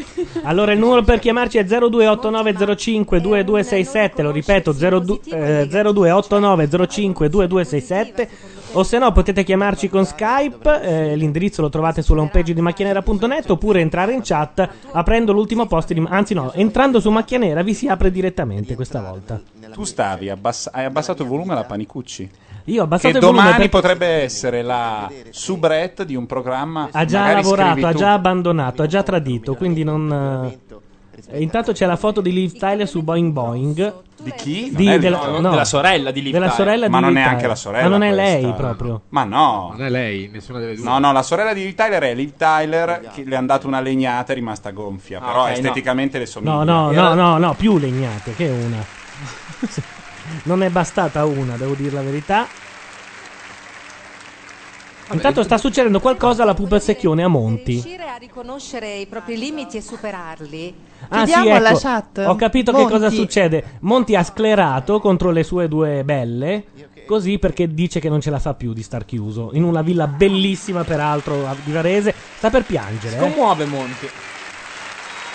Speaker 2: Allora il numero per chiamarci è 0289052267, lo ripeto 02, eh, 0289052267 o se no potete chiamarci con Skype, eh, l'indirizzo lo trovate sulla homepage di macchianera.net oppure entrare in chat aprendo l'ultimo post, di, anzi no, entrando su Macchianera vi si apre direttamente questa volta.
Speaker 3: tu stavi abbassa- hai abbassato il volume alla Panicucci
Speaker 2: Io ho abbassato
Speaker 3: che
Speaker 2: il volume
Speaker 3: domani
Speaker 2: per-
Speaker 3: potrebbe essere la soubrette di un programma
Speaker 2: Ha già
Speaker 3: magari
Speaker 2: lavorato,
Speaker 3: scrivi
Speaker 2: ha
Speaker 3: tu.
Speaker 2: già abbandonato, ha già tradito, quindi non... eh, Intanto c'è la foto di Liv Tyler su Boing Boing.
Speaker 3: Di chi?
Speaker 2: Di-
Speaker 3: Non è
Speaker 2: della-
Speaker 3: lui.
Speaker 2: no. Della sorella di Liv
Speaker 3: Della
Speaker 2: Tyler.
Speaker 3: sorella
Speaker 2: Ma
Speaker 3: di
Speaker 2: non
Speaker 3: Liv
Speaker 2: è
Speaker 3: Tyler.
Speaker 2: anche la sorella,
Speaker 3: Ma non è
Speaker 2: questa.
Speaker 3: lei proprio. Ma no.
Speaker 11: Non è lei, nessuna delle due.
Speaker 3: No, no, la sorella di Liv Tyler è Liv Tyler che le hanno dato una legnata e è rimasta gonfia.
Speaker 2: Ah,
Speaker 3: però
Speaker 2: ok, no.
Speaker 3: esteticamente le somiglia.
Speaker 2: No, no,
Speaker 3: eh.
Speaker 2: no, no, no, più legnate che una. Non è bastata una, devo dire la verità. Intanto sta succedendo qualcosa alla pupa secchione a Monti.
Speaker 9: riuscire a riconoscere i propri limiti e superarli.
Speaker 2: Ah, sì,
Speaker 9: Chiediamo
Speaker 2: ecco.
Speaker 9: alla chat.
Speaker 2: Ho capito che
Speaker 9: Monti.
Speaker 2: cosa succede. Monti ha sclerato contro le sue due belle. Così perché dice che non ce la fa più di star chiuso. In una villa bellissima, peraltro, a- di Varese. Sta per piangere. eh.
Speaker 4: commuove Monti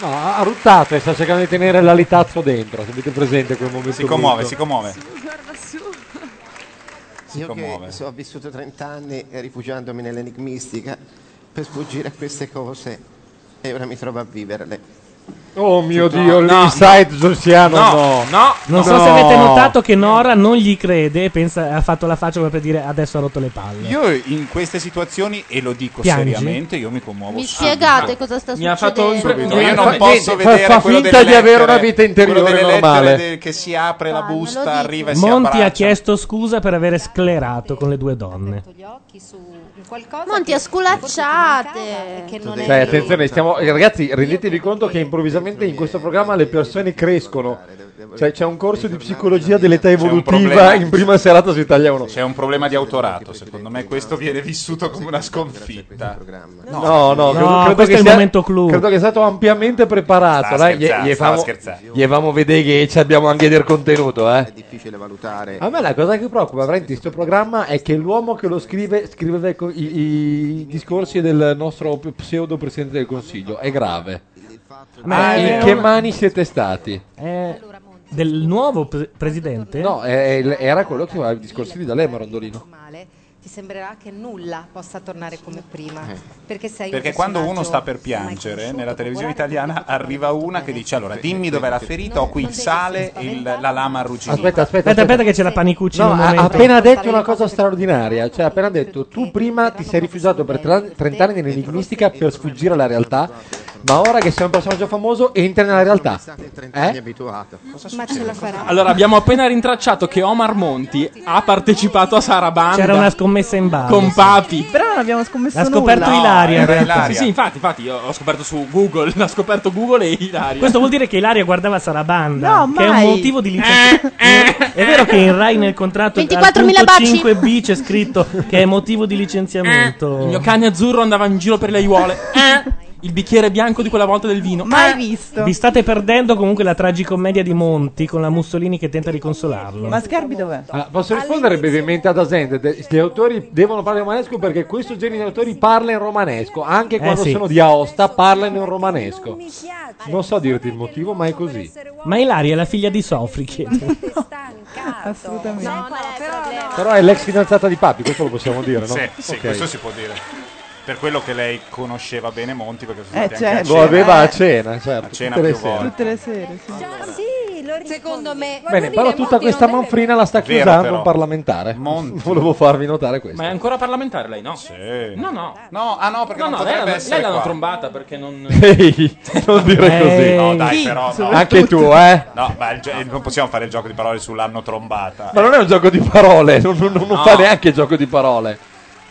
Speaker 11: No, ha ha ruttato e sta cercando di tenere l'alitazzo dentro. Se avete presente quel momento.
Speaker 3: Si commuove,
Speaker 11: brutto.
Speaker 3: si commuove.
Speaker 15: Guarda su.
Speaker 3: Si
Speaker 15: Io
Speaker 3: commuove.
Speaker 15: che so- ho vissuto 30 anni eh, rifugiandomi nell'enigmistica per sfuggire a queste cose e ora mi trovo a viverle.
Speaker 11: Oh mio
Speaker 15: No,
Speaker 11: dio,
Speaker 15: no,
Speaker 11: l'inside giorgiano.
Speaker 15: No,
Speaker 11: No,
Speaker 15: no,
Speaker 2: Non so se avete notato che Nora non gli crede e pensa- ha fatto la faccia come per dire adesso ha rotto le palle.
Speaker 3: Io in queste situazioni, e lo dico
Speaker 2: Piangi?
Speaker 3: seriamente, io mi commuovo
Speaker 6: Mi
Speaker 3: subito.
Speaker 6: spiegate cosa sta
Speaker 4: Mi ha fatto
Speaker 6: succedendo?
Speaker 3: Subito.
Speaker 11: Niente,
Speaker 3: Io non
Speaker 11: fa-
Speaker 3: posso
Speaker 11: niente, fa-
Speaker 3: vedere
Speaker 11: fa
Speaker 3: quello
Speaker 11: finta
Speaker 3: delle
Speaker 11: di avere
Speaker 3: lettere,
Speaker 11: una vita interiore
Speaker 3: quello delle
Speaker 11: normale.
Speaker 3: lettere de- che si apre la busta, arriva e si
Speaker 2: Monti ha
Speaker 3: abbraccia.
Speaker 2: chiesto scusa per aver sclerato con le due donne.
Speaker 6: Monti, a sculacciate. Che non
Speaker 11: Cioè, attenzione, stiamo, eh, ragazzi, rendetevi conto che improvvisamente in questo programma le persone crescono. Cioè, c'è un corso di psicologia dell'età evolutiva
Speaker 3: problema.
Speaker 11: in prima serata su Italia 1.
Speaker 3: C'è un problema di autorato, secondo me questo viene vissuto come una sconfitta.
Speaker 11: No, no, credo, credo
Speaker 2: questo
Speaker 11: che
Speaker 2: è il
Speaker 11: sia,
Speaker 2: momento clou.
Speaker 11: Credo che sia stato ampiamente preparato. dai, Ah,
Speaker 15: Stava
Speaker 11: gli-
Speaker 15: scherzando,
Speaker 11: gli
Speaker 15: stava
Speaker 11: famo-
Speaker 15: scherzando.
Speaker 11: gli famo vedere che ci abbiamo anche del contenuto, eh.
Speaker 15: È difficile valutare.
Speaker 11: A me la cosa che preoccupa veramente di questo programma è che l'uomo che lo scrive scriveva co- i, i discorsi del nostro pseudo presidente del consiglio. È grave. Ma
Speaker 2: Eh,
Speaker 11: in
Speaker 2: eh,
Speaker 11: che
Speaker 2: no.
Speaker 11: mani siete stati?
Speaker 2: Eh, del nuovo pre- presidente?
Speaker 11: No, è- è- era quello che aveva i discorsi di D'Alema, Rondolino.
Speaker 9: Male, ti sembrerà che nulla possa tornare come prima. Perché sei un
Speaker 3: Eh. Perché quando uno
Speaker 9: personaggio
Speaker 3: sta per
Speaker 9: mai
Speaker 3: piangere,
Speaker 9: conosciuto,
Speaker 3: nella televisione
Speaker 9: popolare,
Speaker 3: italiana arriva una che dice allora dimmi dov'è la ferita, ho qui il sale e il- la lama arrugginita.
Speaker 11: Aspetta, aspetta,
Speaker 2: Aspetta, aspetta che c'è la panicucci
Speaker 11: No,
Speaker 2: in un
Speaker 11: ha ha
Speaker 2: momento.
Speaker 11: appena detto una cosa straordinaria. Cioè, ha appena detto: tu prima ti sei rifiutato per tra- 30 anni nell'enigmistica per sfuggire alla realtà, ma ora che sei un personaggio famoso, entri nella realtà. Eh?
Speaker 15: abituato.
Speaker 9: Ma ce la farà.
Speaker 4: allora abbiamo appena rintracciato che Omar Monti ha partecipato a Sarabanda
Speaker 2: C'era una scommessa in ballo.
Speaker 4: con Papi
Speaker 13: Però non abbiamo scommesso
Speaker 2: L'ha
Speaker 13: nulla.
Speaker 2: scoperto Ilaria in realtà.
Speaker 4: sì sì infatti infatti io ho scoperto su Google l'ha scoperto Google e Ilaria
Speaker 2: Questo vuol dire che Ilaria guardava Sarabanda,
Speaker 4: No,
Speaker 2: che è un
Speaker 4: mai.
Speaker 2: motivo di licenza.
Speaker 4: Eh,
Speaker 2: è vero che in Rai nel contratto al
Speaker 4: 24.000
Speaker 2: punto
Speaker 4: baci.
Speaker 2: 5B c'è scritto che è motivo di licenziamento.
Speaker 4: Eh, il mio cane azzurro andava in giro per le aiuole Eh. il bicchiere bianco di quella volta del vino Eh.
Speaker 2: Ah, Vi state perdendo comunque la tragicommedia di Monti con la Mussolini che tenta di consolarlo.
Speaker 13: Ma Sgarbi dov'è?
Speaker 11: Ah, posso rispondere brevemente ad Asende? De- Gli autori devono parlare romanesco perché questo genere di autori parla in romanesco, anche
Speaker 2: Eh,
Speaker 11: quando
Speaker 2: sì.
Speaker 11: sono di Aosta parlano in romanesco. Non so dirti il motivo, ma è così.
Speaker 2: Ma Ilaria è la figlia di Sofri, chiede.
Speaker 13: Assolutamente.
Speaker 11: Però è l'ex fidanzata di Papi, questo lo possiamo dire, no?
Speaker 3: Sì, sì,
Speaker 11: Ok.
Speaker 3: questo si può dire. Per quello che lei conosceva bene Monti, perché sono
Speaker 13: Eh,
Speaker 3: stati anche
Speaker 13: certo.
Speaker 3: a
Speaker 11: Lo
Speaker 3: cena.
Speaker 11: aveva a cena, certo,
Speaker 3: A cena
Speaker 11: tutte le
Speaker 3: più
Speaker 11: sere.
Speaker 3: volte.
Speaker 13: Tutte le sere, sì.
Speaker 16: Sì, lo
Speaker 9: Secondo me.
Speaker 11: Bene, però tutta questa manfrina la sta
Speaker 4: Vero,
Speaker 11: chiusando
Speaker 4: però.
Speaker 11: un parlamentare. Volevo farvi notare questo.
Speaker 4: Ma è ancora parlamentare lei, no? Sì. No, no.
Speaker 3: No, ah no, perché
Speaker 4: No,
Speaker 3: non
Speaker 4: no, lei,
Speaker 3: potrebbe
Speaker 4: l'hanno-
Speaker 3: essere
Speaker 4: lei l'hanno
Speaker 3: qua.
Speaker 4: trombata perché non...
Speaker 11: Ehi, non dire così.
Speaker 3: Eh, No, dai, però. no.
Speaker 11: Anche tu, eh.
Speaker 3: No, ma il gio- non possiamo fare il gioco di parole sull'hanno trombata.
Speaker 11: Ma non è un gioco di parole, non, non- non
Speaker 4: No.
Speaker 11: fa neanche gioco di parole.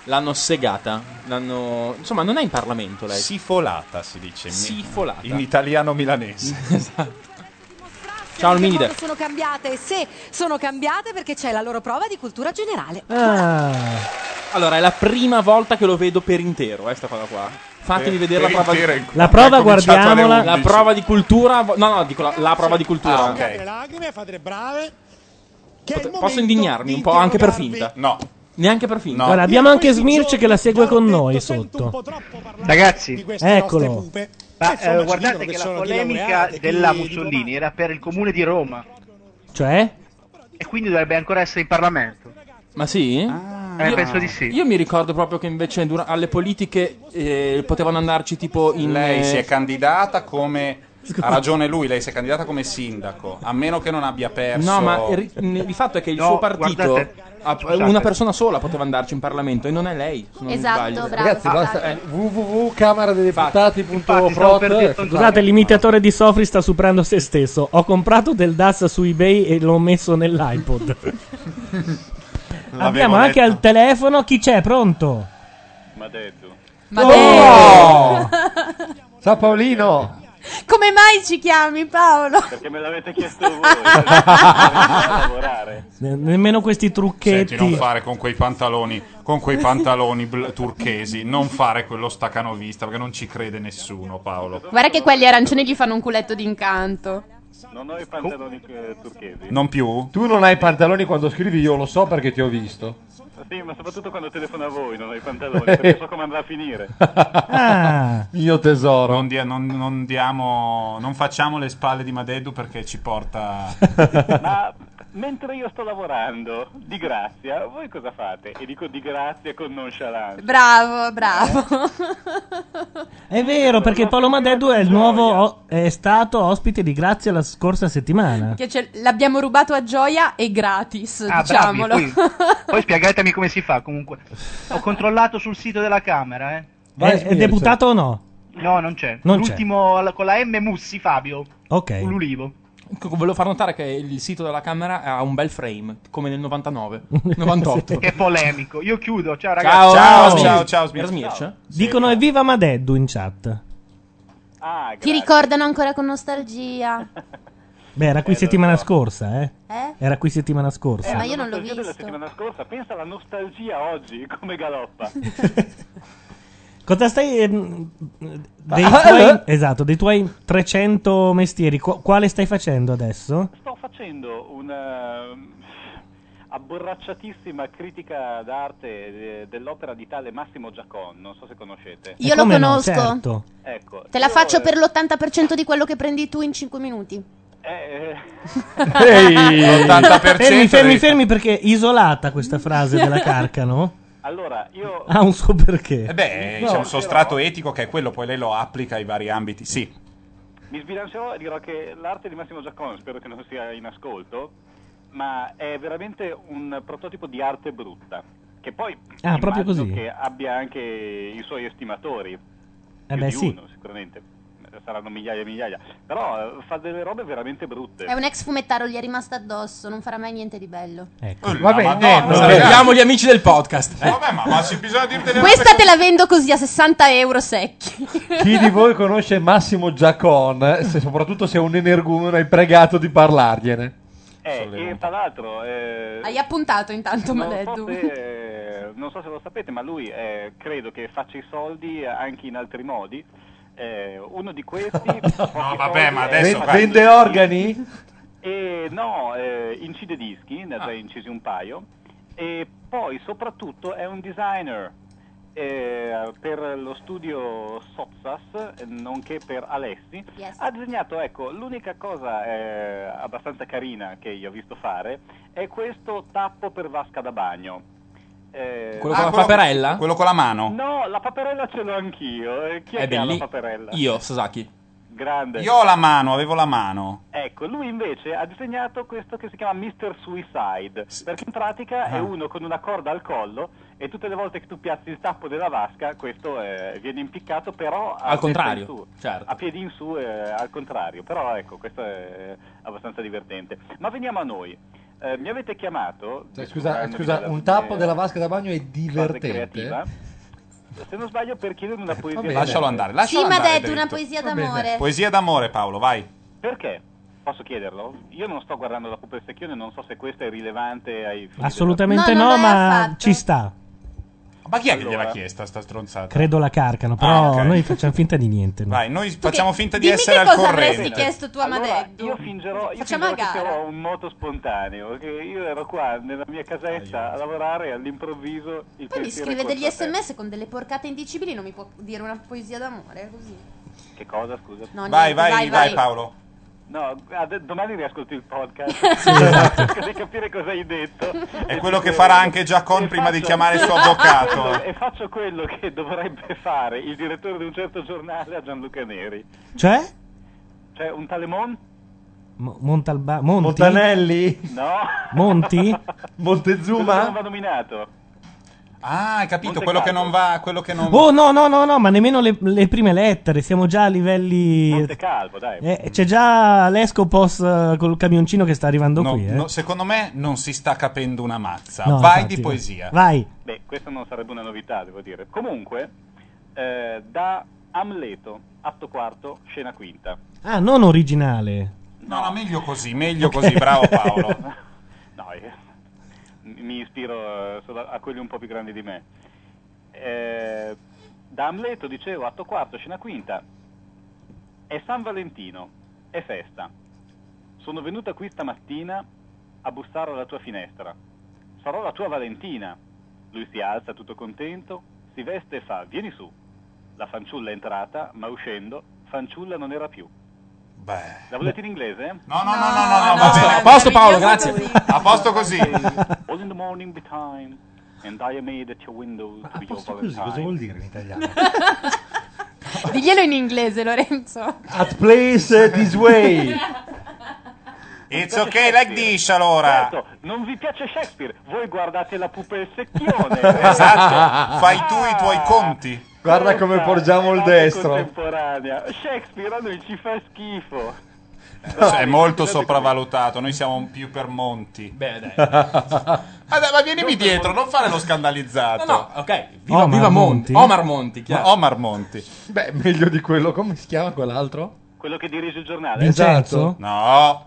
Speaker 4: L'hanno segata. L'hanno... Insomma, non è in Parlamento lei.
Speaker 3: Sifolata si dice.
Speaker 4: Sifolata.
Speaker 3: In italiano milanese.
Speaker 4: Ciao al
Speaker 9: Come sono cambiate e se sono cambiate perché c'è la loro prova di cultura generale.
Speaker 2: Ah.
Speaker 4: Allora, è la prima volta che lo vedo per intero, eh, sta cosa qua. Fatemi
Speaker 2: Per-
Speaker 4: vedere
Speaker 2: per
Speaker 4: la prova
Speaker 2: intero
Speaker 4: di
Speaker 2: è qua. La prova, È cominciato alle guardiamola.
Speaker 4: La
Speaker 2: 11.
Speaker 4: prova di cultura. vo- No, no, dico la, la prova di cultura.
Speaker 3: Ah, ok. Fate le
Speaker 17: lacrime, fate le brave.
Speaker 4: Posso indignarmi un po' anche per finta?
Speaker 3: No.
Speaker 4: Neanche per finta.
Speaker 2: Guarda, abbiamo anche Smirce che la segue con noi sotto.
Speaker 18: Ragazzi,
Speaker 2: Eccolo.
Speaker 18: ma,
Speaker 17: Cioè, insomma,
Speaker 18: eh,
Speaker 17: ci dicono
Speaker 18: guardate
Speaker 17: che
Speaker 18: che la
Speaker 17: sono di
Speaker 18: polemica
Speaker 17: laureate,
Speaker 18: della
Speaker 17: quindi di
Speaker 18: Mussolini era per il comune di Roma
Speaker 2: Cioè?
Speaker 18: e quindi dovrebbe ancora essere in Parlamento.
Speaker 4: Ma sì?
Speaker 3: Ah.
Speaker 18: Eh,
Speaker 4: Io-
Speaker 18: penso di sì.
Speaker 4: Io mi ricordo proprio che invece dura- alle politiche eh, potevano andarci tipo in.
Speaker 3: Lei
Speaker 4: eh,
Speaker 3: si è candidata come. Ha ragione lui, lei si è candidata come sindaco. A meno che non abbia perso.
Speaker 4: No, ma ri- n- il fatto è che il
Speaker 3: No,
Speaker 4: suo partito.
Speaker 3: guardate,
Speaker 4: ha-
Speaker 3: scusate.
Speaker 4: una persona sola poteva andarci in Parlamento e non è lei. Se non mi
Speaker 6: Esatto,
Speaker 4: sbaglio.
Speaker 6: bravo, Ragazzi,
Speaker 11: basta- www.camaradedeputati.frot
Speaker 2: Scusate, l'imitatore di Sofri sta superando se stesso. Ho comprato del DAS su eBay e l'ho messo nell'iPod. Abbiamo anche al telefono chi c'è, pronto? Eh!
Speaker 8: Ma detto.
Speaker 11: Oh! Ciao Paolino.
Speaker 19: Come mai ci chiami Paolo?
Speaker 8: Perché me l'avete chiesto voi. a lavorare.
Speaker 2: Ne- nemmeno questi
Speaker 3: Senti, non
Speaker 2: trucchetti.
Speaker 3: fare con quei pantaloni, con quei pantaloni bl- turchesi, non fare quello staccanovista perché non ci crede nessuno, Paolo.
Speaker 6: Guarda che quelli arancioni gli fanno un culetto d'incanto.
Speaker 8: Non ho i pantaloni eh, turchesi.
Speaker 3: Non più?
Speaker 11: Tu non hai i pantaloni quando scrivi, io lo so perché ti ho visto.
Speaker 8: Sì, ma soprattutto quando telefono a voi non ho i pantaloni, perché so come andrà a finire.
Speaker 4: Ah.
Speaker 11: Mio tesoro.
Speaker 3: Non, dia- non- non diamo, non facciamo le spalle di Madeddu perché ci porta.
Speaker 8: Ma mentre io sto lavorando, di grazia, voi cosa fate? E dico di grazia con nonchalance.
Speaker 19: Bravo, bravo.
Speaker 2: È vero, perché Paolo Madeddu è il nuovo. o- è stato ospite di Grazia la scorsa settimana.
Speaker 6: Che ce- l'abbiamo rubato a gioia e gratis,
Speaker 18: Ah, bravi,
Speaker 6: diciamolo.
Speaker 18: poi, poi spiegatemi come si fa. Comunque, ho controllato sul sito della Camera. Eh.
Speaker 2: È- è, deputato o no?
Speaker 18: No, non c'è.
Speaker 2: Non c'è.
Speaker 18: L'ultimo alla- con la M Mussi, Fabio.
Speaker 2: Ok.
Speaker 18: L'ulivo.
Speaker 4: Ecco, Volevo far notare che il sito della Camera ha un bel frame, come nel 99, 98.
Speaker 18: Che polemico. Io chiudo. Ciao, ragazzi.
Speaker 4: Ciao,
Speaker 2: Ciao,
Speaker 4: ciao,
Speaker 2: ciao,
Speaker 4: Smir- Era Smirce?
Speaker 2: Dicono evviva Madeddu in chat.
Speaker 8: Ah,
Speaker 6: Ti ricordano ancora con nostalgia.
Speaker 2: Beh, era qui settimana scorsa, eh?
Speaker 6: Eh?
Speaker 2: Era qui settimana
Speaker 8: Eh,
Speaker 2: scorsa.
Speaker 6: ma io non l'ho
Speaker 8: nostalgia della
Speaker 6: visto.
Speaker 8: settimana scorsa, pensa alla nostalgia oggi, come galoppa.
Speaker 2: Cosa stai. ehm, dei
Speaker 8: Ah,
Speaker 2: tuoi, esatto, dei tuoi 300 mestieri, qu- quale stai facendo adesso?
Speaker 8: Sto facendo una um, abborracciatissima critica d'arte eh, dell'opera di tale Massimo Giacon, non so se conoscete.
Speaker 6: Io lo
Speaker 2: come no,
Speaker 6: conosco.
Speaker 2: certo.
Speaker 8: Ecco,
Speaker 6: Te la
Speaker 8: io,
Speaker 6: faccio
Speaker 8: eh,
Speaker 6: per l'80% di quello che prendi tu in 5 minuti.
Speaker 8: eh,
Speaker 2: Fermi, fermi, fermi, perché isolata questa frase della Carcano.
Speaker 8: Allora, io...
Speaker 2: Ha un suo perché.
Speaker 3: Eh beh, c'è un sostrato etico che è quello, poi lei lo applica ai vari ambiti. Sì,
Speaker 8: Mi sbilancerò e dirò che l'arte di Massimo Giacon, spero che non sia in ascolto, ma è veramente un prototipo di arte brutta, che poi
Speaker 2: Ah, proprio
Speaker 8: immagino
Speaker 2: così.
Speaker 8: che abbia anche i suoi estimatori,
Speaker 2: Eh
Speaker 8: più
Speaker 2: beh,
Speaker 8: di
Speaker 2: sì.
Speaker 8: uno sicuramente, saranno migliaia e migliaia, però eh, fa delle robe veramente brutte.
Speaker 6: È un ex fumettaro, gli è rimasta addosso, non farà mai niente di bello.
Speaker 4: Ecco. Vabbè,
Speaker 3: Madonna,
Speaker 4: Eh, no,
Speaker 3: ragazzi.
Speaker 4: salutiamo gli amici del podcast.
Speaker 3: Vabbè, ma, ma se bisogna dire delle
Speaker 6: Questa te la vendo così a 60 euro secchi.
Speaker 11: Chi di voi conosce Massimo Giacon, se- soprattutto se è un energumeno, hai pregato di parlargliene.
Speaker 8: Eh, e tra l'altro... eh,
Speaker 6: Hai appuntato intanto,
Speaker 8: non
Speaker 6: Madeddu.
Speaker 8: so, se, eh, non so se lo sapete, ma lui eh, credo che faccia i soldi anche in altri modi. Eh, uno di questi... no,
Speaker 3: vabbè, ma
Speaker 11: Ven- Vende organi?
Speaker 8: E no, eh, incide dischi, ne ha
Speaker 3: Ah.
Speaker 8: già incisi un paio. E poi soprattutto è un designer eh, per lo studio Sotsas, eh, nonché per Alessi. Ha disegnato, ecco, l'unica cosa eh, abbastanza carina che io ho visto fare è questo tappo per vasca da bagno. Eh,
Speaker 4: Quello con la paperella?
Speaker 3: Ah, Quello con la mano?
Speaker 8: No, la paperella ce l'ho anch'io. Eh, Chi è,
Speaker 4: È
Speaker 8: che ha la
Speaker 4: belli-
Speaker 8: paperella?
Speaker 4: Io, Sasaki.
Speaker 8: grande.
Speaker 3: Io ho la mano, avevo la mano.
Speaker 8: Ecco, lui invece ha disegnato questo che si chiama Mr. Suicide, perché in pratica è
Speaker 3: Ah.
Speaker 8: uno con una corda al collo e tutte le volte che tu piazzi il tappo della vasca questo eh, viene impiccato però a
Speaker 4: Al
Speaker 8: testa
Speaker 4: contrario,
Speaker 8: in su.
Speaker 4: certo.
Speaker 8: a piedi in su eh, al contrario, però ecco, questo è abbastanza divertente. Ma veniamo a noi. Eh, mi avete chiamato?
Speaker 11: Cioè, scusa,
Speaker 8: discutendomi
Speaker 11: scusa,
Speaker 8: della-
Speaker 11: un tappo
Speaker 8: eh,
Speaker 11: della vasca da bagno è
Speaker 8: fase
Speaker 11: divertente.
Speaker 8: creativa. Se non sbaglio, per chiedere una poesia.
Speaker 3: bene. Lascialo andare, lascialo
Speaker 6: Sì, ma ha
Speaker 3: andare,
Speaker 6: detto una
Speaker 3: dritto.
Speaker 6: poesia
Speaker 3: Va bene.
Speaker 6: d'amore.
Speaker 3: Poesia d'amore, Paolo, vai.
Speaker 8: Perché? Posso chiederlo? Io non sto guardando la Pupa e Secchione, non so se questa è rilevante ai fini
Speaker 2: Assolutamente
Speaker 8: della-
Speaker 2: no, ma ci sta.
Speaker 3: Ma chi è che gliel'ha chiesta sta stronzata?
Speaker 2: Credo la carcano, però
Speaker 3: Ah, ok.
Speaker 2: noi facciamo finta di niente. no?
Speaker 3: Vai, noi facciamo finta di
Speaker 6: dimmi
Speaker 3: essere
Speaker 6: che
Speaker 3: al
Speaker 6: cosa
Speaker 3: corrente.
Speaker 6: avresti chiesto tu a Madeddu?
Speaker 8: Io fingerò, io
Speaker 6: Facciamo
Speaker 8: fingerò che
Speaker 6: a gara.
Speaker 8: ero un moto spontaneo, che io ero qua nella mia casetta a lavorare e all'improvviso il
Speaker 6: Poi
Speaker 8: pensiero
Speaker 6: mi
Speaker 8: è
Speaker 6: scrive
Speaker 8: corso
Speaker 6: degli
Speaker 8: a eh. te.
Speaker 6: sms con delle porcate indicibili, non mi può dire una poesia d'amore così.
Speaker 8: Che cosa, scusa?
Speaker 6: No, Vai, niente, vai, vai, vai. Paolo.
Speaker 8: No, ad- domani riascolti il podcast.
Speaker 6: esatto.
Speaker 8: Cerco di capire cosa hai detto.
Speaker 3: È quello che farà anche Giacon prima di chiamare il suo avvocato.
Speaker 8: E faccio quello che dovrebbe fare il direttore di un certo giornale a Gianluca Neri.
Speaker 2: Cioè?
Speaker 8: Cioè, un tale Mon?
Speaker 2: Mo- Montalba- Monti?
Speaker 8: No.
Speaker 2: Monti?
Speaker 8: Quello che non va nominato.
Speaker 3: Ah, hai capito, quello che non va, quello che non
Speaker 2: Oh no, no, no, no, ma nemmeno le, le prime lettere, siamo già a livelli...
Speaker 8: Calvo, dai.
Speaker 2: Eh, c'è già l'Escopos eh, col camioncino che sta arrivando
Speaker 3: No,
Speaker 2: qui. Eh.
Speaker 3: no, secondo me non si sta capendo una mazza.
Speaker 2: No,
Speaker 3: vai
Speaker 2: infatti,
Speaker 3: di poesia.
Speaker 2: Vai.
Speaker 8: Beh, questa non sarebbe una novità, devo dire. Comunque, eh, da Amleto, atto quarto, scena quinta.
Speaker 2: Ah, non originale.
Speaker 3: No, no, meglio così, meglio così, bravo Paolo.
Speaker 8: No, io mi ispiro eh, solo a quelli un po' più grandi di me. Eh, da Amleto, dicevo, atto quarto, scena quinta. È San Valentino, è festa. Sono venuta qui stamattina a bussare alla tua finestra. Sarò la tua Valentina. Lui si alza tutto contento, si veste e fa, vieni su. La fanciulla è entrata, ma uscendo, fanciulla non era più.
Speaker 3: Beh.
Speaker 8: La volete in inglese?
Speaker 3: No, no, no, no, no, no, va bene. A posto, Paolo, grazie. A posto così.
Speaker 8: All in the morning be time, and I am made at your window to be your
Speaker 11: Così, cosa
Speaker 8: valentine.
Speaker 11: vuol dire in italiano?
Speaker 6: Diglielo in inglese, Lorenzo.
Speaker 11: At place eh, this way.
Speaker 3: It's okay like this allora.
Speaker 8: Certo, non vi piace Shakespeare, voi guardate la pupa e il secchione.
Speaker 3: Esatto. Fai tu i tuoi conti.
Speaker 11: Guarda come porgiamo il destro.
Speaker 8: Contemporanea. Shakespeare a noi ci fa schifo.
Speaker 3: Cioè, È molto sopravvalutato, noi siamo più per Monti. Beh, dai. Ma, dai, ma vienimi dietro, non fare lo scandalizzato.
Speaker 4: No, no, ok. Viva, viva Monti. Omar Monti, chiaro.
Speaker 3: Ma Omar Monti.
Speaker 11: Beh, meglio di quello. Come si chiama quell'altro? Esatto.
Speaker 8: Quello che dirige il giornale.
Speaker 2: Vincenzo?
Speaker 3: No.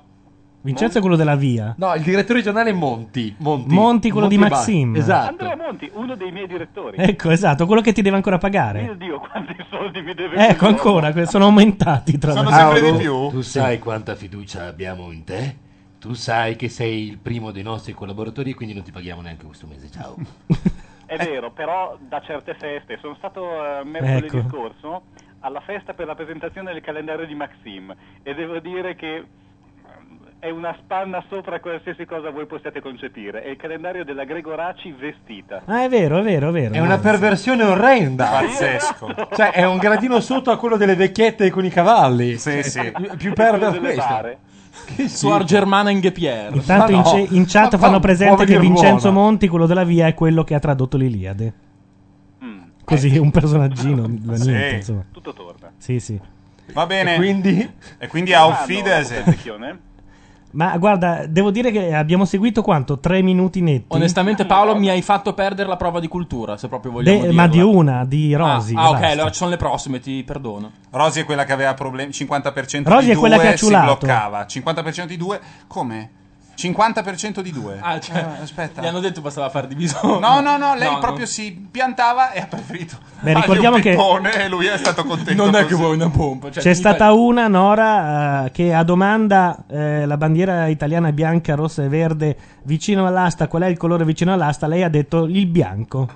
Speaker 2: Vincenzo è quello della via.
Speaker 11: No, il direttore di giornale è Monti. Monti,
Speaker 2: Monti, quello di
Speaker 11: Monti Ba-
Speaker 2: Maxim.
Speaker 11: Esatto.
Speaker 8: Andrea Monti, uno dei miei direttori.
Speaker 2: Ecco, esatto, quello che ti deve ancora pagare.
Speaker 8: Mio Dio, quanti soldi mi deve
Speaker 2: Ecco, ancora, que- sono aumentati tra l'altro.
Speaker 13: Tu sai quanta fiducia abbiamo in te? Tu sai che sei il primo dei nostri collaboratori e quindi non ti paghiamo neanche questo mese. Ciao.
Speaker 8: È vero, però da certe feste. Sono stato eh, mercoledì
Speaker 13: Ecco.
Speaker 8: scorso alla festa per la presentazione del calendario di Maxim e devo dire che ehm, è una spanna sopra qualsiasi cosa voi possiate concepire. È il calendario della Gregoraci vestita.
Speaker 11: Eh.
Speaker 2: Ah, è vero, è vero, è vero.
Speaker 11: È una perversione orrenda.
Speaker 3: Pazzesco.
Speaker 11: Cioè, è un gradino sotto a quello delle vecchiette con i cavalli. Cioè,
Speaker 3: Sì, sì.
Speaker 11: Più- Più perverso
Speaker 3: Quello delle
Speaker 11: questo.
Speaker 3: bare.
Speaker 4: Suor Germana Inghepier.
Speaker 2: Intanto in, ce- in chat fanno presente che Vincenzo Monti, quello della via, è quello che ha tradotto l'Iliade. Così, un personaggino.
Speaker 3: Sì.
Speaker 2: niente, insomma.
Speaker 8: Eh. Tutto torna.
Speaker 2: Sì, sì.
Speaker 3: Va bene.
Speaker 2: E quindi?
Speaker 3: E quindi auf
Speaker 8: Ah,
Speaker 3: Wiedersehen.
Speaker 8: no, attenzione.
Speaker 2: Ma guarda, devo dire che abbiamo seguito quanto? Tre minuti netti?
Speaker 3: Eh,
Speaker 4: Onestamente, Paolo, mi hai fatto perdere la prova di cultura, se proprio
Speaker 2: De-
Speaker 4: vogliamo
Speaker 2: ma di
Speaker 4: dirla.
Speaker 2: una, di Rosy.
Speaker 4: Ah, ah, ok,
Speaker 2: basta.
Speaker 4: allora ci sono le prossime, ti perdono.
Speaker 3: Rosy è quella che aveva problemi 50%
Speaker 2: Rosy
Speaker 3: di
Speaker 2: è quella
Speaker 3: 2
Speaker 2: che ha
Speaker 3: si
Speaker 2: ciulato.
Speaker 3: bloccava. 50% di 2 come? 50% di 2.
Speaker 4: Ah, cioè,
Speaker 3: aspetta.
Speaker 4: Gli hanno detto bastava fare
Speaker 2: Oh,
Speaker 4: divisione.
Speaker 3: No, no, no, lei
Speaker 4: No,
Speaker 3: proprio
Speaker 4: no.
Speaker 3: si piantava e ha preferito.
Speaker 2: Beh,
Speaker 3: dargli
Speaker 2: ricordiamo
Speaker 3: un
Speaker 2: che-
Speaker 3: pippone E lui è stato contento.
Speaker 4: Non è
Speaker 3: così.
Speaker 4: che vuoi una pompa. Cioè,
Speaker 2: C'è
Speaker 4: ti
Speaker 2: stata una, Nora, eh, che a domanda eh, la bandiera italiana è bianca, rossa e verde vicino all'asta, qual è il colore vicino all'asta? Lei ha detto il bianco.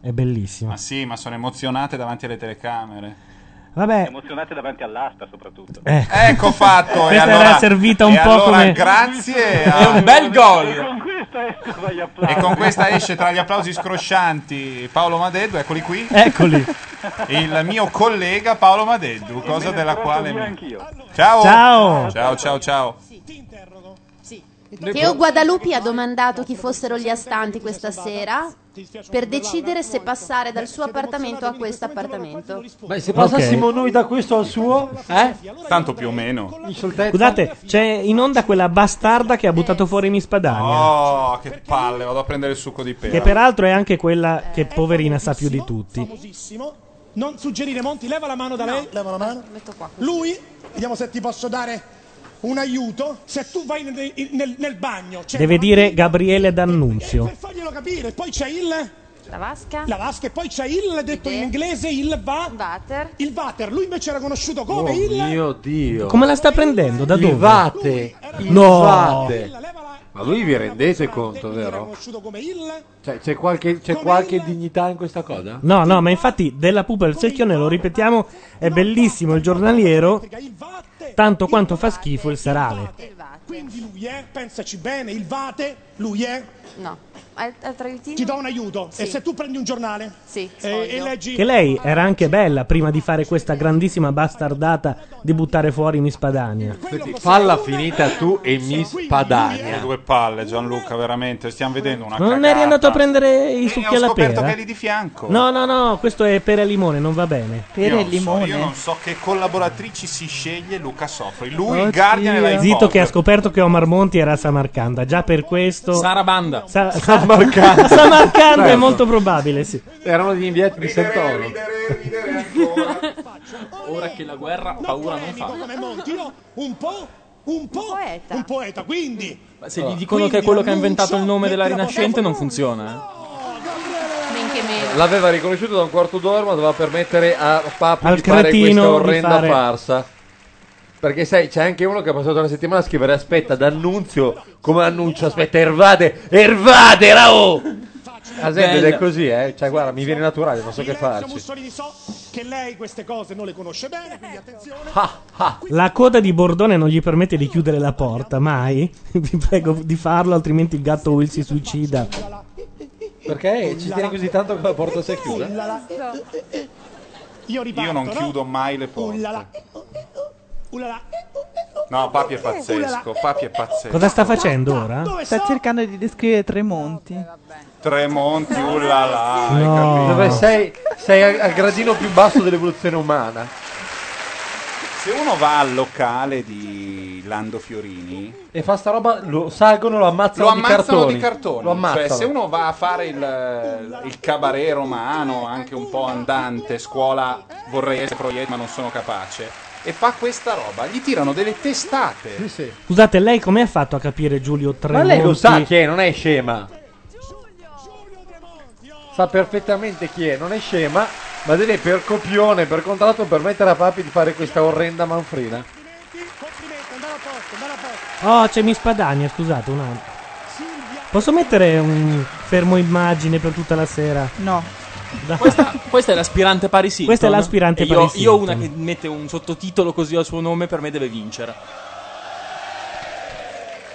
Speaker 2: È bellissimo.
Speaker 3: Ma sì, ma sono emozionate davanti alle telecamere.
Speaker 2: Vabbè,
Speaker 8: Emozionate davanti all'asta, soprattutto.
Speaker 2: Ecco.
Speaker 3: Ecco fatto. e
Speaker 2: Questa
Speaker 3: allora,
Speaker 2: era servita un
Speaker 3: e
Speaker 2: po'
Speaker 3: allora
Speaker 2: come-
Speaker 3: Grazie.
Speaker 2: È
Speaker 3: a-
Speaker 2: un bel gol.
Speaker 3: E con
Speaker 8: questa esce tra gli
Speaker 3: applausi. E con questa esce tra gli applausi scroscianti Paolo Madeddu. Eccoli qui.
Speaker 2: Eccoli.
Speaker 3: il mio collega Paolo Madeddu, cosa della quale... Ciao!
Speaker 2: Ciao!
Speaker 3: Ciao, ciao, ciao.
Speaker 6: Teo Guadalupi ha domandato chi fossero gli astanti questa sera per decidere se passare dal suo appartamento a questo appartamento.
Speaker 20: Beh, se passassimo noi da questo al suo, eh?
Speaker 3: Tanto più o meno.
Speaker 2: Scusate, c'è in onda quella bastarda che ha buttato fuori Miss Padania.
Speaker 3: Oh, che palle, vado a prendere il succo di pera.
Speaker 2: Che peraltro è anche quella che poverina sa più di tutti.
Speaker 17: Famosissimo. Non suggerire Monti, leva la mano da lei. Leva la mano. Lui, vediamo se ti posso dare un aiuto. Se tu vai nel, nel- nel bagno, c'è
Speaker 2: Deve dire Gabriele D'Annunzio.
Speaker 17: faglielo capire. Poi c'è il.
Speaker 21: La vasca.
Speaker 17: La vasca e poi c'è il detto in inglese il va.
Speaker 21: Water.
Speaker 17: Il water. Lui invece era conosciuto come il.
Speaker 3: Oh,
Speaker 2: Mio Dio. Come la sta prendendo? Da dove?
Speaker 20: Vate,
Speaker 2: No.
Speaker 20: vate. Ma lui vi rendete conto, vero? Cioè, c'è qualche, c'è qualche dignità in questa cosa?
Speaker 2: No, no, ma infatti della pupa il secchione, lo ripetiamo, è bellissimo il giornaliero, tanto quanto fa schifo il serale.
Speaker 17: Quindi lui è, pensaci bene, il vate, lui è.
Speaker 21: No. Altra aiutino?
Speaker 17: Ti do un aiuto. E se tu prendi un giornale eh, e, e leggi.
Speaker 2: Che lei era anche bella prima di fare questa grandissima bastardata di buttare fuori Miss Padania.
Speaker 3: Falla finita tu e Miss Padania. Due palle, Gianluca, veramente. Stiamo vedendo una
Speaker 2: Ma non
Speaker 3: cagata.
Speaker 2: eri andato a prendere i succhi alla
Speaker 3: scoperto
Speaker 2: pera?
Speaker 3: che eri di fianco.
Speaker 2: No, no, no, questo è pera e limone, non va bene.
Speaker 3: Io non so- io non so che collaboratrici si sceglie Luca Sofri. Lui,
Speaker 2: Oddio.
Speaker 3: il Guardian e l'iPhone.
Speaker 2: Zitto che ha scoperto che Omar Monti era a Samarcanda, già per questo...
Speaker 4: Sarabanda.
Speaker 2: Sa- sa-
Speaker 20: Samarcanda.
Speaker 2: Samarcanda è
Speaker 20: Certo.
Speaker 2: molto probabile, sì.
Speaker 20: Erano gli inviati di Santoro.
Speaker 4: Ora che la guerra paura
Speaker 17: Eh,
Speaker 4: non fa.
Speaker 17: Come Monti, io un po', un po', un poeta. quindi. Ah.
Speaker 4: Ma se gli dicono che è Oh, quello che ha inventato il nome della Rinascente, non funziona. eh.
Speaker 21: Men che meno.
Speaker 11: L'aveva riconosciuto da un quarto d'ora, ma doveva permettere a Papo
Speaker 8: Al
Speaker 11: di fare
Speaker 8: cretino
Speaker 11: questa
Speaker 8: di
Speaker 11: orrenda
Speaker 8: fare-
Speaker 11: farsa. Perché sai, c'è anche uno che ha passato una settimana a scrivere aspetta d'annunzio, come annuncio, aspetta, ervade, ervade, rao! Ah, senti, ed
Speaker 17: Bello.
Speaker 11: è così, eh. Cioè, guarda, mi viene naturale, non so che farci.
Speaker 17: Mussolini so che lei queste cose non le conosce bene, quindi attenzione.
Speaker 4: Ah.
Speaker 2: La coda di Bordone non gli permette di chiudere la porta, mai. Vi prego di farlo, altrimenti il gatto Will si suicida.
Speaker 11: Perché ci tiene così tanto che la porta si è chiusa?
Speaker 17: Ullala. eh, Io riparto.
Speaker 3: Io non
Speaker 17: no?
Speaker 3: chiudo mai le porte.
Speaker 17: Ullala. Ullala.
Speaker 3: No, Papi
Speaker 17: eh,
Speaker 3: è pazzesco. Papi è pazzesco.
Speaker 2: Cosa sta facendo ora?
Speaker 15: Sta cercando di descrivere Tremonti.
Speaker 3: Tremonti, ullala. hai capito?
Speaker 11: Dove sei, sei al- al gradino più basso dell'evoluzione umana.
Speaker 3: Se uno va al locale di Lando Fiorini,
Speaker 11: E fa sta roba, lo salgono, lo ammazzano,
Speaker 3: lo ammazzano
Speaker 11: di cartoni.
Speaker 3: di cartone.
Speaker 11: Lo ammazzano.
Speaker 3: Cioè, se uno va a fare il, il cabaret romano, anche un po' andante, scuola vorrei essere proiettile, ma non sono capace, e fa questa roba, gli tirano delle testate. Sì,
Speaker 11: sì.
Speaker 2: Scusate, lei come ha fatto a capire Giulio
Speaker 11: Ma
Speaker 2: Tremonti?
Speaker 11: lei lo sa chi è, Eh, non è scema. Sa perfettamente chi è, non è scema, ma deve per copione, per contratto, permettere a Papi di fare questa orrenda manfrina.
Speaker 2: Oh, c'è Miss Padania, scusate un attimo. Posso mettere un fermo immagine per tutta la sera?
Speaker 15: No.
Speaker 4: Questa, questa è l'aspirante Paris Hilton.
Speaker 2: Questa è l'aspirante
Speaker 4: E io,
Speaker 2: Paris
Speaker 4: Io ho
Speaker 2: Hilton.
Speaker 4: una che mette un sottotitolo così al suo nome, per me deve vincere.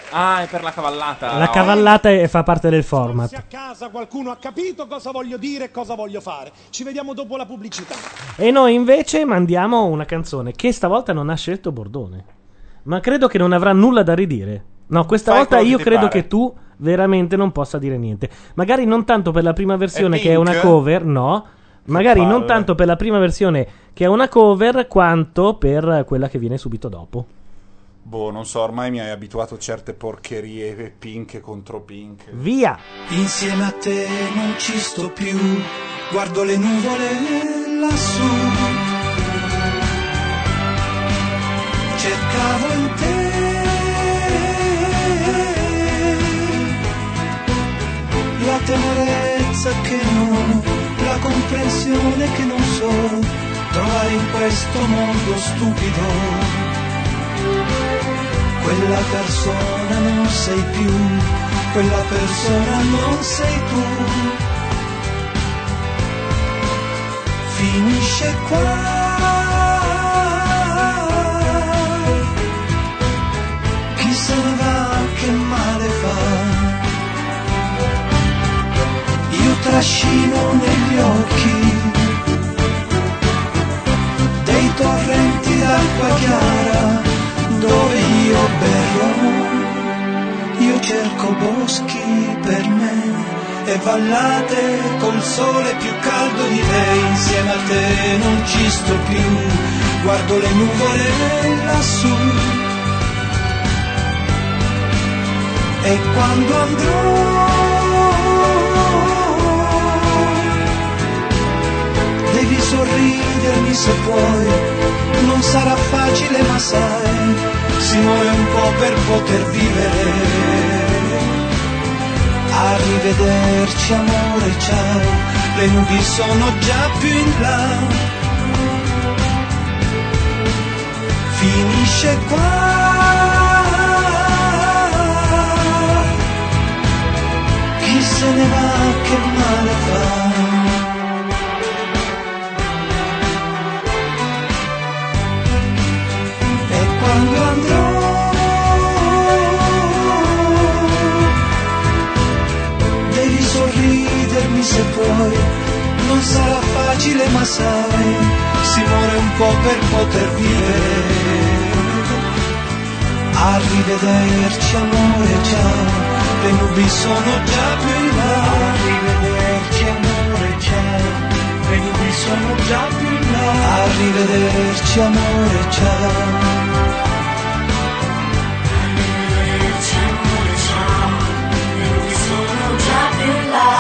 Speaker 4: Ah, è per la cavallata.
Speaker 2: La cavallata è- fa parte del format.
Speaker 17: A casa qualcuno ha capito cosa voglio dire e cosa voglio fare. Ci vediamo dopo la pubblicità.
Speaker 2: E noi invece mandiamo una canzone che stavolta non ha scelto Bordone. Ma credo che non avrà nulla da ridire. No, questa
Speaker 4: Fai
Speaker 2: volta
Speaker 4: quello che
Speaker 2: io
Speaker 4: ti
Speaker 2: credo
Speaker 4: pare.
Speaker 2: che tu veramente non possa dire niente. Magari non tanto per la prima versione
Speaker 4: È
Speaker 2: che è una
Speaker 4: Pink?
Speaker 2: cover, no. Magari non
Speaker 4: palle.
Speaker 2: tanto per la prima versione che è una cover, quanto per quella che viene subito dopo.
Speaker 3: Boh, non so, ormai mi hai abituato a certe porcherie pink contro pink.
Speaker 2: Via!
Speaker 10: Insieme a te non ci sto più, guardo le nuvole lassù. Cercavo in te la tenerezza che non ho, la comprensione che non so trovare in questo mondo stupido. Quella persona non sei più quella persona non sei tu. Finisce qua. Chi se ne va che male fa? Io trascino negli occhi l'acqua chiara dove io berrò. Io cerco boschi per me e vallate col sole più caldo di te. Insieme a te non ci sto più, guardo le nuvole lassù. E quando andrò devi sorridermi se puoi, non sarà facile ma sai, si muove un po' per poter vivere. Arrivederci amore, ciao, le nubi sono già più in là. Finisce qua. Chi se ne va che male fa? e quando andrò devi sorridermi se puoi non sarà facile ma sai si muore un po' per poter vivere arrivederci amore ciao le nubi sono già più in là arrivederci amore ciao le nubi sono già più in là arrivederci amore ciao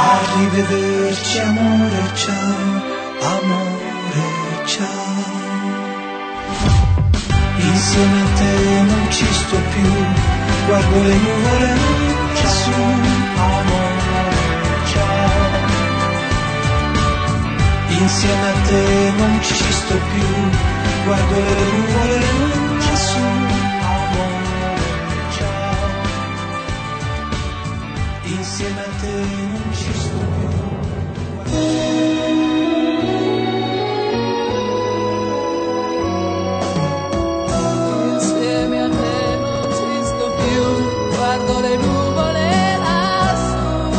Speaker 10: Arrivederci amore ciao, amore ciao. Insieme a te non ci sto più, guardo le nuvole lassù. Amore ciao. Insieme a te non ci sto più, guardo le nuvole lassù. Amore ciao. Insieme a te non ci sto
Speaker 13: Insieme a te non ci sto più, guardo le nuvole lassù.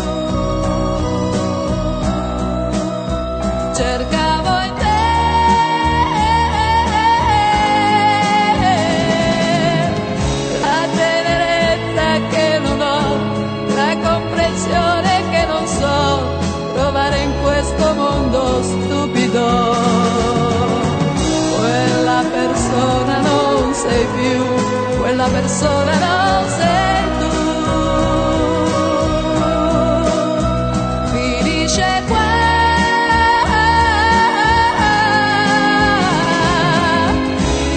Speaker 13: Cercavo in te la tenerezza che non ho, la comprensione che non so trovare in questo mondo stupido quella persona non sei più, quella persona non sei tu. Finisce qua,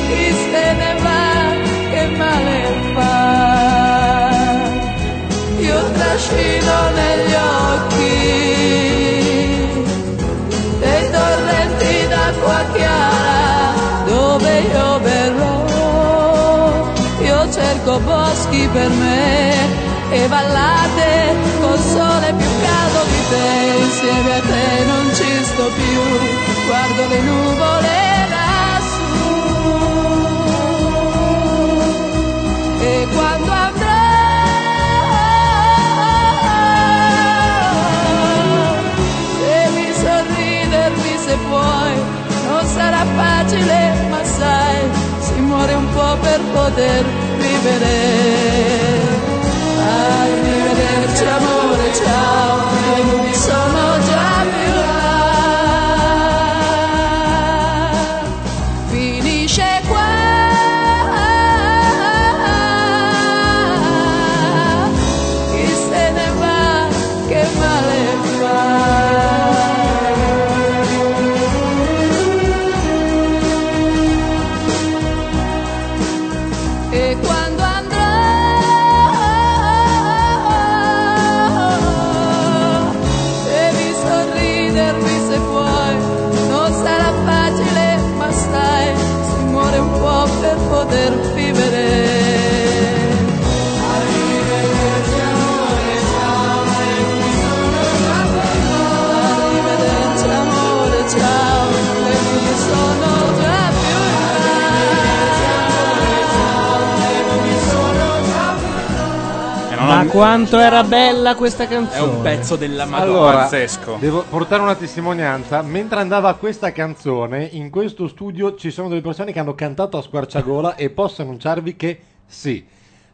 Speaker 13: chi se ne va che male fa, io trascino negli occhi dei torrenti d'acqua chiara dove io verrò. Io cerco boschi per me e ballate col sole più caldo di te. Insieme a te non ci sto più, guardo le nuvole lassù. E quando andrò Devi sorridermi se puoi, non sarà facile, ma sai, si muore un po' per poter vivere. Arrivederci amore, ciao, le nubi sono già più là. Finisce qua. Chi se ne va, che male fa. E quando andrò
Speaker 4: Eh,
Speaker 22: Ma quanto era bella questa canzone.
Speaker 4: È un pezzo della Madonna.
Speaker 8: Allora,
Speaker 4: Pazzesco.
Speaker 8: devo portare una testimonianza. Mentre andava questa canzone, in questo studio ci sono delle persone che hanno cantato a squarciagola e posso annunciarvi che sì.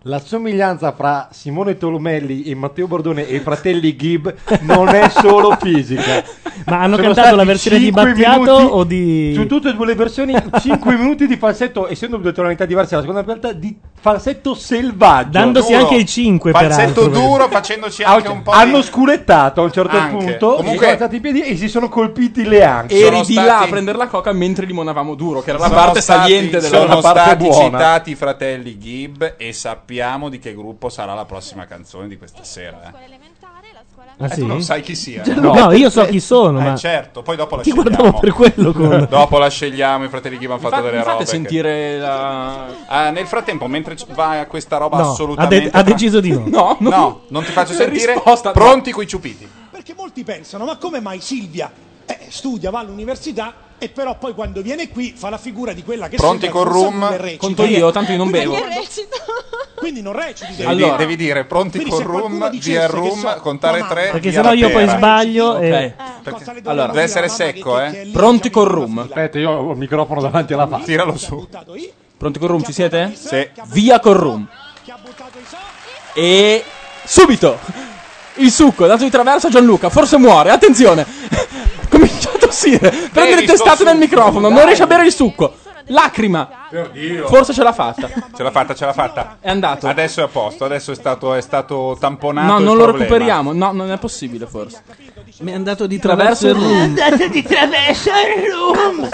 Speaker 8: La somiglianza fra Simone Tolomelli e Matteo Bordone e i fratelli Gibb non è solo fisica.
Speaker 2: Ma hanno
Speaker 8: Sono
Speaker 2: cantato la
Speaker 8: stati
Speaker 2: versione di
Speaker 8: cinque
Speaker 2: Battiato
Speaker 8: minuti-
Speaker 2: o di.
Speaker 8: Su tutte e due le versioni, 5 minuti di falsetto, essendo due tonalità diverse, la seconda parte di falsetto selvaggio.
Speaker 2: Dandosi anche il 5
Speaker 3: Falsetto
Speaker 8: peraltro,
Speaker 3: duro, facendoci anche un po'
Speaker 8: hanno
Speaker 3: di...
Speaker 8: sculettato a un certo
Speaker 3: Anche.
Speaker 8: punto,
Speaker 3: Comunque-
Speaker 8: si sono alzati i piedi e si sono colpiti le anche.
Speaker 4: Eri di là a prendere la coca mentre limonavamo duro, che era la
Speaker 3: Sono
Speaker 4: parte
Speaker 3: stati-
Speaker 4: saliente della
Speaker 3: sono
Speaker 4: la parte
Speaker 3: stati
Speaker 4: buona.
Speaker 3: citati i fratelli Gibb e sappiamo di che gruppo sarà la prossima canzone di questa sera. eh.
Speaker 2: Ah,
Speaker 3: Eh,
Speaker 2: sì?
Speaker 3: tu non sai chi sia.
Speaker 2: No, io so chi sono,
Speaker 3: Eh,
Speaker 2: ma-
Speaker 3: certo, poi dopo la
Speaker 2: Ti
Speaker 3: scegliamo.
Speaker 2: guardavo per quello, Con-
Speaker 3: Dopo la scegliamo, i fratelli Gibb hanno fatto
Speaker 4: Infatti-
Speaker 3: delle
Speaker 4: mi fate
Speaker 3: robe. che-
Speaker 4: sentire la...
Speaker 3: Ah, nel frattempo, mentre c- va questa roba
Speaker 2: No,
Speaker 3: assolutamente...
Speaker 2: ha de- ha deciso di no.
Speaker 4: no,
Speaker 3: no,
Speaker 2: no.
Speaker 3: non ti faccio sentire.
Speaker 17: Risposta, no.
Speaker 3: Pronti coi ciupiti.
Speaker 17: Perché molti pensano, ma come mai Silvia eh, studia, va all'università e però poi quando viene qui fa la figura di quella che
Speaker 3: Pronti
Speaker 17: studia,
Speaker 3: col
Speaker 17: non sa
Speaker 3: rum?
Speaker 17: come recita.
Speaker 4: Conto io, tanto io non
Speaker 17: Quindi
Speaker 4: bevo.
Speaker 17: recito. Quindi non reciti.
Speaker 3: Devi,
Speaker 4: Allora.
Speaker 3: devi dire pronti
Speaker 4: Quindi
Speaker 3: col
Speaker 4: se qualcuno
Speaker 3: room,
Speaker 4: dicesse
Speaker 3: via
Speaker 4: che
Speaker 3: room,
Speaker 4: so- Eh,
Speaker 3: contare tre.
Speaker 2: Perché
Speaker 3: via
Speaker 2: sennò
Speaker 3: la
Speaker 2: io poi
Speaker 3: pera.
Speaker 2: sbaglio e.
Speaker 3: Perché- allora, deve essere secco, eh.
Speaker 4: Pronti col room.
Speaker 8: Aspetta, io ho il microfono davanti alla faccia.
Speaker 3: Tiralo su.
Speaker 4: Pronti col room, ci siete?
Speaker 3: Sì.
Speaker 4: Via col room. E subito! Il succo, dato di traverso a Gianluca, forse muore, attenzione! Comincia a tossire, prende le
Speaker 3: sto
Speaker 4: testate nel
Speaker 3: succo,
Speaker 4: microfono,
Speaker 3: dai.
Speaker 4: non riesce a bere il succo. Lacrima! Forse ce l'ha fatta.
Speaker 3: Ce l'ha fatta, ce l'ha fatta.
Speaker 4: È andato.
Speaker 3: Adesso è a posto, adesso è stato, è stato tamponato.
Speaker 4: No,
Speaker 3: il
Speaker 4: non lo
Speaker 3: problema.
Speaker 4: recuperiamo. No, non è possibile, forse.
Speaker 22: Mi è andato di traverso il room.
Speaker 18: Andate di traverso il room.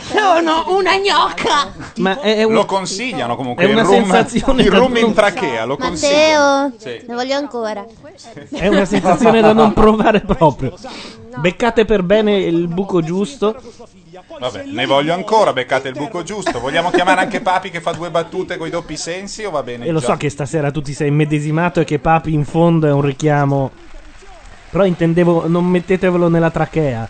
Speaker 18: Sono una gnocca.
Speaker 22: Ma è, è un-
Speaker 3: Lo consigliano comunque.
Speaker 22: È una
Speaker 3: il room,
Speaker 22: sensazione
Speaker 3: il
Speaker 22: da
Speaker 3: room in
Speaker 22: non-
Speaker 3: trachea, lo consigliano.
Speaker 6: Matteo,
Speaker 3: Sì.
Speaker 6: ne voglio ancora.
Speaker 2: È una sensazione da non provare proprio. Beccate per bene il buco giusto.
Speaker 3: Vabbè, ne voglio ancora, beccate il buco giusto. Vogliamo chiamare anche Papi che fa due battute con i doppi sensi o va bene?
Speaker 2: E lo
Speaker 3: già?
Speaker 2: so che stasera tu ti sei immedesimato e che Papi in fondo è un richiamo. Però intendevo, non mettetevelo nella trachea. Ha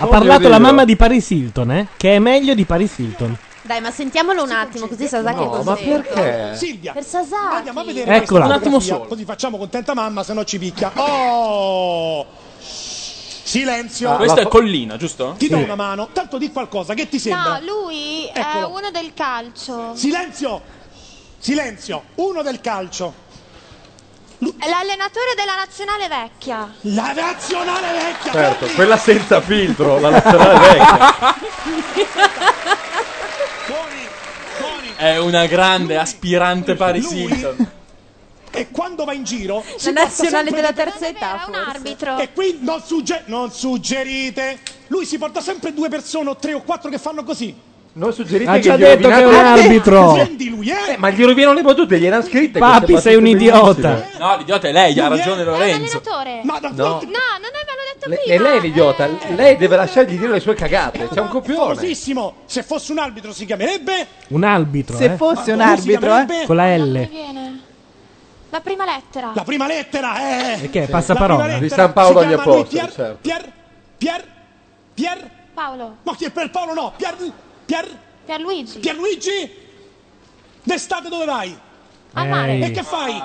Speaker 6: Voglio
Speaker 2: parlato la
Speaker 6: dirlo.
Speaker 2: mamma di Paris Hilton, eh? Che è meglio di Paris Hilton.
Speaker 6: Dai, ma sentiamolo un attimo, così Sasaki
Speaker 2: No,
Speaker 6: è contento.
Speaker 2: ma perché?
Speaker 17: Silvia,
Speaker 6: Per Sasaki.
Speaker 17: Andiamo a vedere questa
Speaker 2: Eccola. Un attimo
Speaker 17: fotografia,
Speaker 2: solo.
Speaker 17: Così facciamo contenta mamma, se no ci picchia. Oh! Silenzio.
Speaker 4: Ah, Questo è Collina, giusto?
Speaker 17: Ti do
Speaker 4: Sì.
Speaker 17: una mano, tanto di qualcosa che ti sembra.
Speaker 23: No, lui è
Speaker 17: Eccolo.
Speaker 23: uno del calcio.
Speaker 17: Silenzio. Silenzio. Uno del calcio.
Speaker 23: È l'allenatore della nazionale vecchia.
Speaker 17: La nazionale vecchia.
Speaker 11: Certo, quella senza filtro, la nazionale vecchia.
Speaker 4: È una grande aspirante Paris Hilton.
Speaker 17: E quando va in giro.
Speaker 6: La nazionale della terza età.
Speaker 17: un
Speaker 6: arbitro.
Speaker 17: E qui non, sugge- non suggerite. Lui si porta sempre due persone o tre o quattro che fanno così.
Speaker 11: Non suggerite
Speaker 17: Ha
Speaker 11: che
Speaker 17: già
Speaker 11: gli
Speaker 17: detto che
Speaker 11: rovinate-
Speaker 17: è un arbitro.
Speaker 11: Eh, ma gli rovinano le battute, gliele hanno scritte.
Speaker 2: Papi,
Speaker 11: queste
Speaker 2: sei un
Speaker 11: battute
Speaker 2: idiota.
Speaker 11: bellissime.
Speaker 4: No, l'idiota è lei, ha ragione Lorenzo.
Speaker 17: Ma da
Speaker 11: No.
Speaker 17: no.
Speaker 11: Le- è lei l'idiota,
Speaker 3: eh.
Speaker 11: lei deve lasciargli dire le sue cagate. C'è un copione.
Speaker 17: Famosissimo. Se fosse un arbitro si chiamerebbe.
Speaker 2: Un arbitro.
Speaker 17: Se
Speaker 2: eh.
Speaker 17: fosse un Ma come si arbitro, eh. chiamerebbe?
Speaker 2: Con la L.
Speaker 23: Viene. La prima lettera.
Speaker 17: La prima lettera è.
Speaker 2: E che è? Passaparola?
Speaker 17: La prima
Speaker 2: Di
Speaker 17: lettera
Speaker 11: San Paolo
Speaker 17: si
Speaker 11: agli
Speaker 17: chiama lui
Speaker 11: Apostoli,
Speaker 17: Pier,
Speaker 11: certo.
Speaker 17: Pier, Pier, Pier. Paolo. Ma chi è per Paolo? No, Pier, Pier. Pierluigi. Pierluigi. D'estate dove vai?
Speaker 11: Al mare.
Speaker 17: E che fai?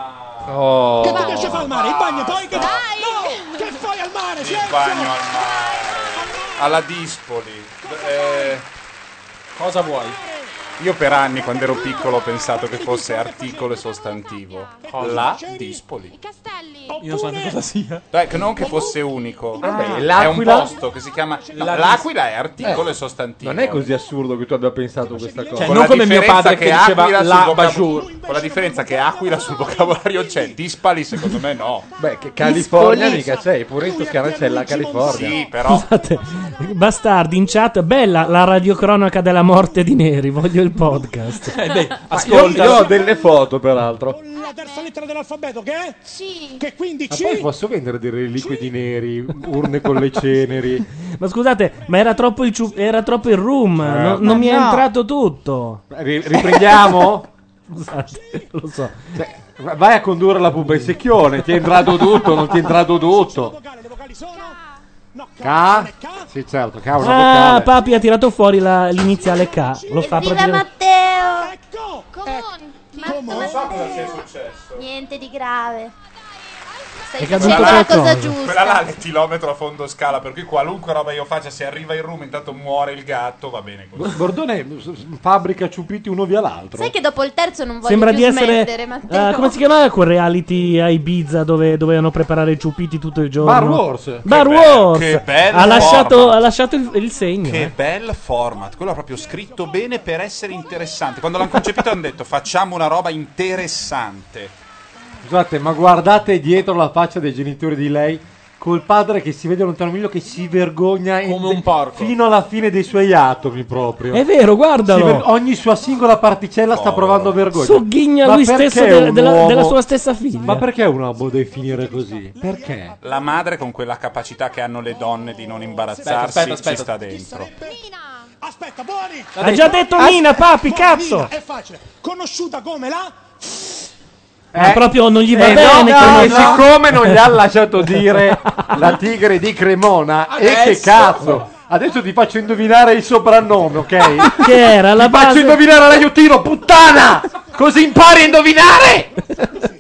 Speaker 11: Oh.
Speaker 17: Che ti piace fare al mare? Il bagno poi che Dai! No! Che fai al mare?
Speaker 3: Il bagno al mare. Alla Dispoli. Eh,
Speaker 4: Cosa vuoi?
Speaker 3: Io per anni, quando ero piccolo, ho pensato che fosse articolo e sostantivo. La Dispoli.
Speaker 4: Io non so neanche cosa sia.
Speaker 3: Dai, che non che fosse unico.
Speaker 11: Ah, beh,
Speaker 3: è un
Speaker 11: l'Aquila-
Speaker 3: posto che si chiama. L'Aquila è articolo
Speaker 11: Eh,
Speaker 3: e sostantivo. Cioè,
Speaker 11: Non è così assurdo che tu abbia pensato questa cosa.
Speaker 4: Cioè,
Speaker 3: Con la differenza Aquila sul vocab- Con la differenza che Aquila sul vocabolario c'è, Dispali secondo me no.
Speaker 11: Beh, che California mica c'è, pure in Toscana c'è la California.
Speaker 3: Sì, però.
Speaker 2: Scusate, bastardi in chat, bella la radiocronaca della morte di Neri. Voglio il podcast.
Speaker 11: Eh, Ma io, io ho delle foto, peraltro.
Speaker 17: La terza lettera dell'alfabeto che è? Sì. Che quindi
Speaker 8: Ma
Speaker 17: C.
Speaker 8: poi posso vendere dei reliquidi neri, urne con le ceneri.
Speaker 2: Ma scusate, ma era troppo il, ciu- era troppo il room.
Speaker 11: Eh.
Speaker 2: no- non
Speaker 8: ma
Speaker 2: mi è
Speaker 8: no.
Speaker 2: entrato tutto.
Speaker 8: Eh. Ri- riprendiamo? Cioè,
Speaker 2: Scusate, lo so.
Speaker 8: Vai a condurre la pupa in secchione, ti è entrato tutto, non ti è entrato tutto. Ca? Sì, certo, ca è una
Speaker 2: ah,
Speaker 8: vocale.
Speaker 2: Papi ha tirato fuori la- l'iniziale K. Lo fa
Speaker 6: Viva
Speaker 2: praticamente.
Speaker 6: Matteo!
Speaker 17: Ecco!
Speaker 6: Comunti!
Speaker 13: Non so cosa sia
Speaker 3: successo.
Speaker 13: Niente di grave. Stai
Speaker 2: È caduto
Speaker 13: facendo la
Speaker 2: qualcosa.
Speaker 13: cosa giusta.
Speaker 3: Quella là è il chilometro a fondo scala, per cui qualunque roba io faccia, se arriva il room, intanto muore il gatto, va bene così.
Speaker 11: Bordone s- s- fabbrica ciupiti uno via l'altro.
Speaker 6: Sai che dopo il terzo non voglio
Speaker 2: Sembra
Speaker 6: più
Speaker 2: di essere.
Speaker 6: smettere, Matteo.
Speaker 2: eh, come si chiamava quel reality a Ibiza dove dovevano preparare i ciupiti tutto il giorno?
Speaker 3: Bar Wars.
Speaker 2: Bar
Speaker 3: Che be-
Speaker 2: Wars.
Speaker 3: che bello
Speaker 2: ha, lasciato,
Speaker 3: format.
Speaker 2: ha lasciato il, il segno.
Speaker 3: Che
Speaker 2: eh.
Speaker 3: bel format, quello è proprio scritto bene per essere interessante. Quando l'hanno concepito hanno detto facciamo una roba interessante.
Speaker 11: Scusate, ma guardate dietro la faccia dei genitori di lei col padre che si vede lontano miglio che si vergogna in- fino alla fine dei suoi atomi proprio.
Speaker 2: È vero, guardalo.
Speaker 11: Si ver- ogni sua singola particella sta provando vergogna.
Speaker 2: Sogghigna
Speaker 11: Ma
Speaker 2: lui
Speaker 11: perché
Speaker 2: stesso del-
Speaker 11: un
Speaker 2: della,
Speaker 11: uomo-
Speaker 2: della sua stessa figlia.
Speaker 11: Ma perché un uomo deve finire così? Perché?
Speaker 3: La madre con quella capacità che hanno le donne di non imbarazzarsi
Speaker 4: Aspetta, aspetta,
Speaker 3: ci sta
Speaker 4: aspetta.
Speaker 3: dentro.
Speaker 17: Aspetta, buoni!
Speaker 3: Ha detto- già detto Ah, Mina, papi,
Speaker 17: Buoni,
Speaker 3: cazzo!
Speaker 17: Mina, è facile. Conosciuta come la...
Speaker 2: Ma proprio non gli va
Speaker 11: Eh,
Speaker 2: bene.
Speaker 11: no,
Speaker 2: che
Speaker 11: no,
Speaker 2: non-
Speaker 11: e siccome non gli ha lasciato dire la tigre di Cremona, e che
Speaker 2: Adesso-
Speaker 11: cazzo! Adesso ti faccio indovinare il soprannome, ok?
Speaker 2: Che era la
Speaker 11: ti faccio
Speaker 2: base-
Speaker 11: indovinare l'aiutino, puttana! Così impari a indovinare!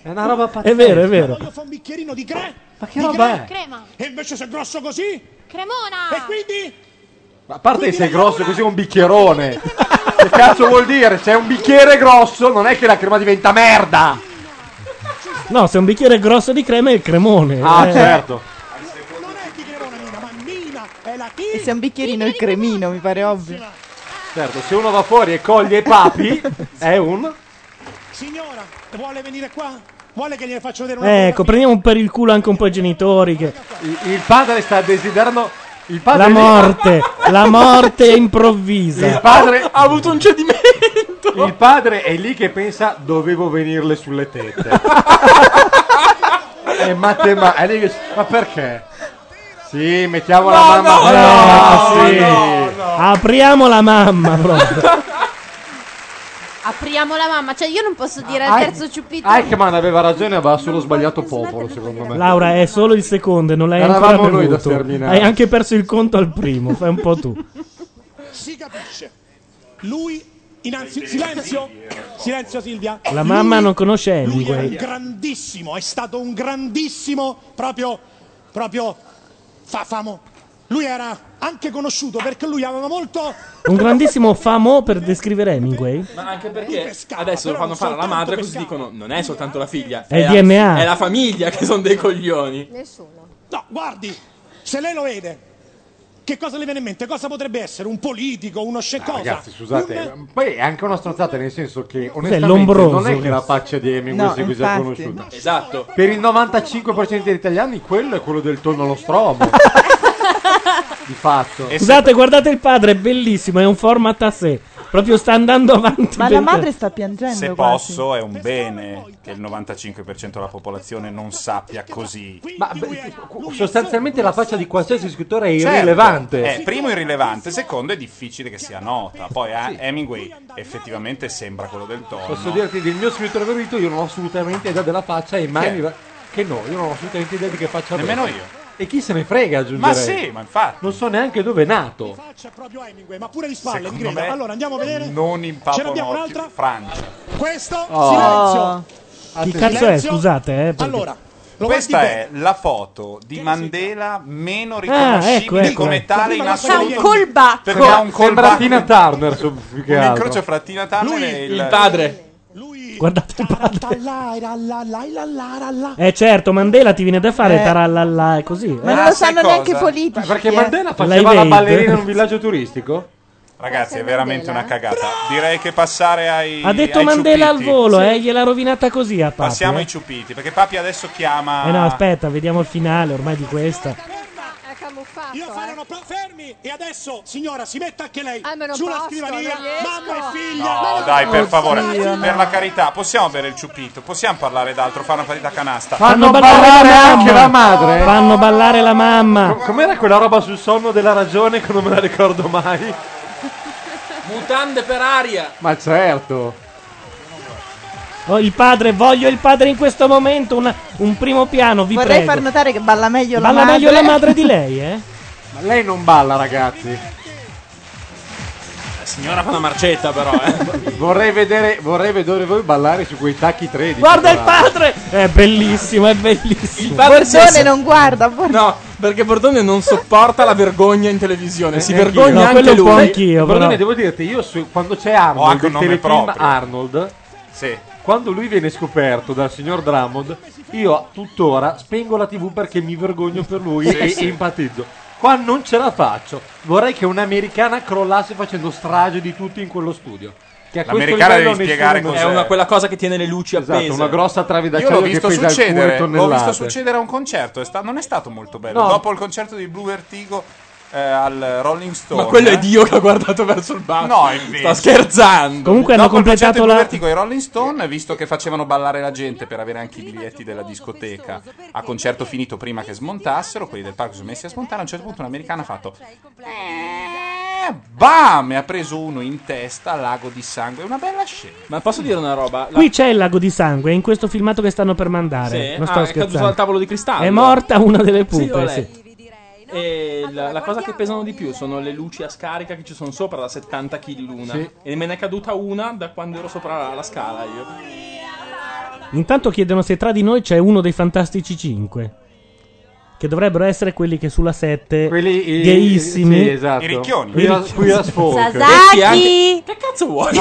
Speaker 11: È una roba
Speaker 2: È vero, è vero.
Speaker 17: Voglio fare un bicchierino di cre... Ma
Speaker 11: che roba è?
Speaker 24: Crema.
Speaker 17: E invece se è grosso così...
Speaker 24: Cremona!
Speaker 17: E quindi...
Speaker 11: Ma a parte che sei grosso così è un bicchierone. Che cazzo vuol dire? Se è un bicchiere grosso, non è che la crema diventa merda!
Speaker 2: No, se un bicchiere grosso di crema è il cremone.
Speaker 11: Ah,
Speaker 2: eh.
Speaker 11: certo.
Speaker 15: E se è un bicchierino il cremino, mi pare ovvio.
Speaker 11: Certo, se uno va fuori e coglie i papi, è un...
Speaker 17: Signora, vuole venire qua? Vuole che gliene faccio vedere una
Speaker 2: Eh, Ecco, prendiamo per il culo anche un po' i genitori. Che...
Speaker 11: Il, il padre sta desiderando... Il padre
Speaker 2: La
Speaker 11: lì-
Speaker 2: morte, la morte improvvisa.
Speaker 11: Il padre ha avuto un cedimento. Il padre è lì che pensa dovevo venirle sulle tette. è matema- è lì che- ma perché? Sì, mettiamo la mamma.
Speaker 2: no,
Speaker 11: Eh,
Speaker 2: no,
Speaker 11: sì.
Speaker 2: Apriamo la mamma proprio.
Speaker 6: Apriamo la mamma, cioè io non posso dire al
Speaker 11: Ah,
Speaker 6: terzo ciupito.
Speaker 11: Eichmann aveva ragione, aveva solo sbagliato popolo, secondo me.
Speaker 2: Laura è solo il secondo, e non l'hai
Speaker 11: Eravamo
Speaker 2: ancora
Speaker 11: noi da
Speaker 2: bevuto.
Speaker 11: sterminare.
Speaker 2: Hai anche perso il conto al primo, fai un po' tu.
Speaker 17: Si capisce. Lui... Innanzi, silenzio, silenzio Silvia.
Speaker 2: La mamma
Speaker 17: Lui-
Speaker 2: non conosce
Speaker 17: Lui era un
Speaker 2: Hemingway.
Speaker 17: grandissimo, è stato un grandissimo proprio, proprio fa- famo. Lui era anche conosciuto perché lui aveva molto
Speaker 2: Un grandissimo famo per descrivere Hemingway.
Speaker 4: Ma anche perché adesso lo fanno fare alla madre, così dicono: non è soltanto la figlia,
Speaker 2: È
Speaker 4: la-
Speaker 2: DNA.
Speaker 4: è la famiglia che sono dei coglioni.
Speaker 17: Nessuno. No, guardi, se lei lo vede, che cosa le viene in mente? Cosa potrebbe essere? Un politico, uno
Speaker 3: Ah,
Speaker 17: scecosa?
Speaker 11: Ragazzi, scusate, ehm,
Speaker 17: Un-
Speaker 11: poi è anche una stronzata nel senso che onestamente
Speaker 2: l'ombroso.
Speaker 11: non è che la faccia di Hemingway
Speaker 2: No,
Speaker 11: sia così già
Speaker 2: infatti.
Speaker 11: conosciuta.
Speaker 4: Esatto.
Speaker 11: Per il 95% degli italiani quello è quello del tonno allo stromo. Di fatto.
Speaker 2: Scusate, guardate il padre, è bellissimo, è un format a sé. Proprio sta andando avanti.
Speaker 15: Ma la
Speaker 2: per-
Speaker 15: madre sta piangendo.
Speaker 3: Se
Speaker 15: quasi.
Speaker 3: posso, è un bene che il 95% della popolazione non sappia così.
Speaker 11: Ma beh, sostanzialmente la faccia di qualsiasi scrittore è
Speaker 3: Certo.
Speaker 11: irrilevante.
Speaker 3: Eh, primo irrilevante, secondo è difficile che sia nota. Poi eh, Hemingway effettivamente sembra quello del tono.
Speaker 11: Posso dirti del mio scrittore favorito, io non ho assolutamente idea della faccia e mai
Speaker 3: Chi è?
Speaker 11: mi va- Che no, io non ho assolutamente idea di che faccia aveva.
Speaker 3: Nemmeno io.
Speaker 11: E chi se ne frega, aggiungerei.
Speaker 3: Ma sì, ma infatti.
Speaker 11: Non so neanche dove è nato.
Speaker 17: C'è proprio Hemingway, ma pure di spalle, mi
Speaker 3: Secondo
Speaker 17: creda.
Speaker 3: me-
Speaker 17: Allora andiamo a vedere.
Speaker 3: Non in
Speaker 17: Ce n'abbiamo un'altra?
Speaker 3: Papua Francia.
Speaker 17: Questo,
Speaker 3: Oh.
Speaker 17: silenzio.
Speaker 2: Ah. Chi
Speaker 3: Attenzione.
Speaker 2: cazzo è? Scusate, eh. perché-
Speaker 17: Allora,
Speaker 3: Questa
Speaker 17: guardi
Speaker 3: è la foto di Mandela meno
Speaker 2: Ah, ecco,
Speaker 3: riconoscibile
Speaker 2: ecco.
Speaker 3: come tale in
Speaker 2: Prima la
Speaker 3: assoluto.
Speaker 2: toglie. Ha un colbacco.
Speaker 3: Perché
Speaker 11: Sembra-
Speaker 3: ha un
Speaker 11: sembra
Speaker 3: colbacco.
Speaker 11: Tina Turner, su- più che
Speaker 3: un
Speaker 11: altro. Eh,
Speaker 3: incrocio fra Tina Turner e il,
Speaker 2: Guardate il padre.
Speaker 17: Tallai, rallà, lai, lallà, rallà.
Speaker 2: Eh certo, Mandela ti viene da fare
Speaker 17: Eh.
Speaker 2: tarallalla, è così.
Speaker 15: Ma
Speaker 3: Ah,
Speaker 15: non lo sanno neanche i politici.
Speaker 11: Perché
Speaker 15: eh.
Speaker 11: Mandela
Speaker 2: Lei
Speaker 11: faceva
Speaker 2: vede.
Speaker 11: la ballerina in un villaggio turistico?
Speaker 3: Ragazzi, è veramente una cagata. Direi che passare ai
Speaker 2: Ha detto
Speaker 3: ai
Speaker 2: Mandela al
Speaker 3: ciupiti.
Speaker 2: volo, eh, gliel'ha rovinata così a Papi.
Speaker 3: Passiamo
Speaker 2: eh.
Speaker 3: ai ciupiti, perché Papi adesso chiama
Speaker 2: Eh no, aspetta, vediamo il finale ormai di questa.
Speaker 17: Io
Speaker 25: eh.
Speaker 17: farò un applauso. Fermi! E adesso, signora, si metta anche lei
Speaker 25: non
Speaker 17: sulla
Speaker 25: posso,
Speaker 17: scrivania,
Speaker 25: non riesco.
Speaker 17: mamma e figlia.
Speaker 3: No, dai,
Speaker 17: Oh,
Speaker 3: per
Speaker 2: Oddio,
Speaker 3: favore,
Speaker 2: no.
Speaker 3: per la carità, possiamo bere il ciupito, possiamo parlare d'altro, fare una partita a canasta.
Speaker 2: Fanno ballare anche la madre. Fanno ballare la mamma.
Speaker 11: Com'era quella roba sul sonno della ragione che non me la ricordo mai?
Speaker 4: Mutande per aria.
Speaker 11: Ma certo.
Speaker 2: Oh, il padre, voglio il padre in questo momento, una- un primo piano, vi
Speaker 15: Vorrei
Speaker 2: prego.
Speaker 15: far notare che balla meglio la
Speaker 2: Balla
Speaker 15: madre.
Speaker 2: meglio la madre di lei, eh?
Speaker 11: Ma lei non balla, ragazzi.
Speaker 4: Signora fa una marcetta però, eh.
Speaker 11: Vorrei vedere, vorrei vedere voi ballare su quei tacchi 13.
Speaker 4: Guarda il
Speaker 2: padre! È bellissimo, è bellissimo.
Speaker 4: Bordone
Speaker 15: non guarda,
Speaker 4: No, perché Bordone non sopporta la vergogna in televisione, si
Speaker 11: Neanch'io.
Speaker 4: vergogna
Speaker 11: Eh, No,
Speaker 4: anche
Speaker 11: quello un po'
Speaker 4: lui.
Speaker 11: anch'io,
Speaker 4: Bordone
Speaker 11: Bordone, devo dirti, io su- quando c'è Arnold,
Speaker 4: Ho anche un
Speaker 11: il
Speaker 4: nome
Speaker 11: telefilm
Speaker 4: proprio.
Speaker 11: Arnold, quando lui viene scoperto dal signor Drummond, io tuttora spengo la tv perché mi vergogno per lui
Speaker 23: Sì,
Speaker 11: e,
Speaker 23: sì.
Speaker 11: e empatizzo. Qua non ce la faccio. Vorrei che un'americana crollasse facendo strage di tutti in quello studio. Che a questo livello nessuno non
Speaker 4: È
Speaker 11: c'è.
Speaker 4: una, quella cosa che tiene le luci
Speaker 11: Esatto,
Speaker 4: appese.
Speaker 11: una grossa trave
Speaker 3: Io l'ho
Speaker 11: d'acciaio che
Speaker 3: visto,
Speaker 11: pesa alcune
Speaker 3: succedere, l'ho
Speaker 11: tonnellate.
Speaker 3: visto
Speaker 4: Certo.
Speaker 3: succedere a un concerto, è sta- non è stato molto bello.
Speaker 11: No.
Speaker 3: Dopo il concerto di Blue Vertigo eh, al Rolling Stone.
Speaker 4: Ma quello è
Speaker 3: eh. Ah,
Speaker 4: Dio che ha guardato verso il basso.
Speaker 3: No, invece.
Speaker 4: Sta scherzando.
Speaker 2: Comunque hanno
Speaker 3: Dopo il
Speaker 2: completato
Speaker 3: concerto di
Speaker 2: la-
Speaker 3: Blue Vertigo e Rolling Stone, visto che facevano ballare la gente per avere anche i biglietti della discoteca a concerto finito prima che smontassero, quelli del parco si sono messi a smontare. A un certo punto un'americana ha fatto "Eh, Bam! E ha preso uno in testa, lago di sangue. Una bella scena.
Speaker 4: Ma posso dire una roba?
Speaker 2: Qui c'è il lago di sangue in questo filmato che stanno per mandare.
Speaker 4: Sì?
Speaker 2: Non
Speaker 4: Ah,
Speaker 2: sto
Speaker 4: è caduto
Speaker 2: scherzando.
Speaker 4: dal tavolo di cristallo.
Speaker 2: È morta una delle
Speaker 4: Sì, ho
Speaker 2: pupe. sì.
Speaker 4: letto. E la, la cosa che pesano di più sono le luci a scarica che ci sono sopra da 70 kg l'una.
Speaker 2: Sì.
Speaker 4: E me ne è caduta una da quando ero sopra la, la scala io.
Speaker 2: Intanto chiedono se tra di noi c'è uno dei Fantastici 5. Che dovrebbero essere quelli che sulla 7
Speaker 11: i-
Speaker 2: gayissimi.
Speaker 11: sì, esatto. I ricchioni. Qui la- qui la sfolk.
Speaker 2: Sasaki!
Speaker 4: Che cazzo
Speaker 15: Ah,
Speaker 4: vuoi?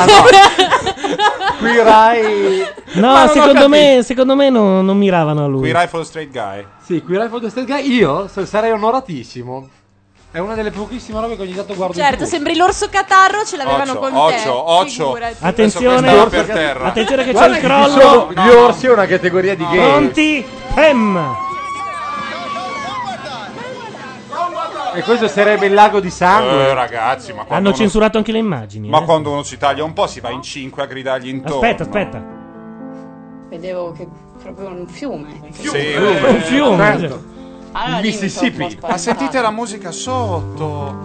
Speaker 11: Qui Rai.
Speaker 2: No,
Speaker 11: Ma non ho
Speaker 2: secondo, me,
Speaker 11: capito.
Speaker 2: secondo me non, non miravano a lui.
Speaker 3: Qui Rifle Straight Guy.
Speaker 11: Sì, qui Rai Foto State Guy, io s- sarei onoratissimo. È una delle pochissime robe che ogni tanto guardo.
Speaker 6: Certo, sembri l'orso catarro, ce l'avevano
Speaker 11: Occio,
Speaker 6: con te.
Speaker 11: occio, occio.
Speaker 6: figurati.
Speaker 2: Attenzione,
Speaker 11: Adesso questo è per terra.
Speaker 2: attenzione che
Speaker 11: Guarda
Speaker 2: c'è il
Speaker 11: che
Speaker 2: crollo.
Speaker 11: ci sono- gli orsi è una categoria di gay.
Speaker 2: Pronti? Hem.
Speaker 11: E questo sarebbe il lago di sangue.
Speaker 3: Eh, ragazzi, ma quando
Speaker 2: Hanno
Speaker 3: uno-
Speaker 2: censurato anche le immagini.
Speaker 3: Ma
Speaker 2: eh.
Speaker 3: quando uno si taglia un po' si va in cinque a gridargli intorno.
Speaker 2: Aspetta, aspetta.
Speaker 7: Vedevo che proprio un fiume.
Speaker 3: Sì,
Speaker 2: eh, Un fiume. certo.
Speaker 7: Allora, lì mi sono un po' spaventata.
Speaker 3: Ma sentite la musica sotto.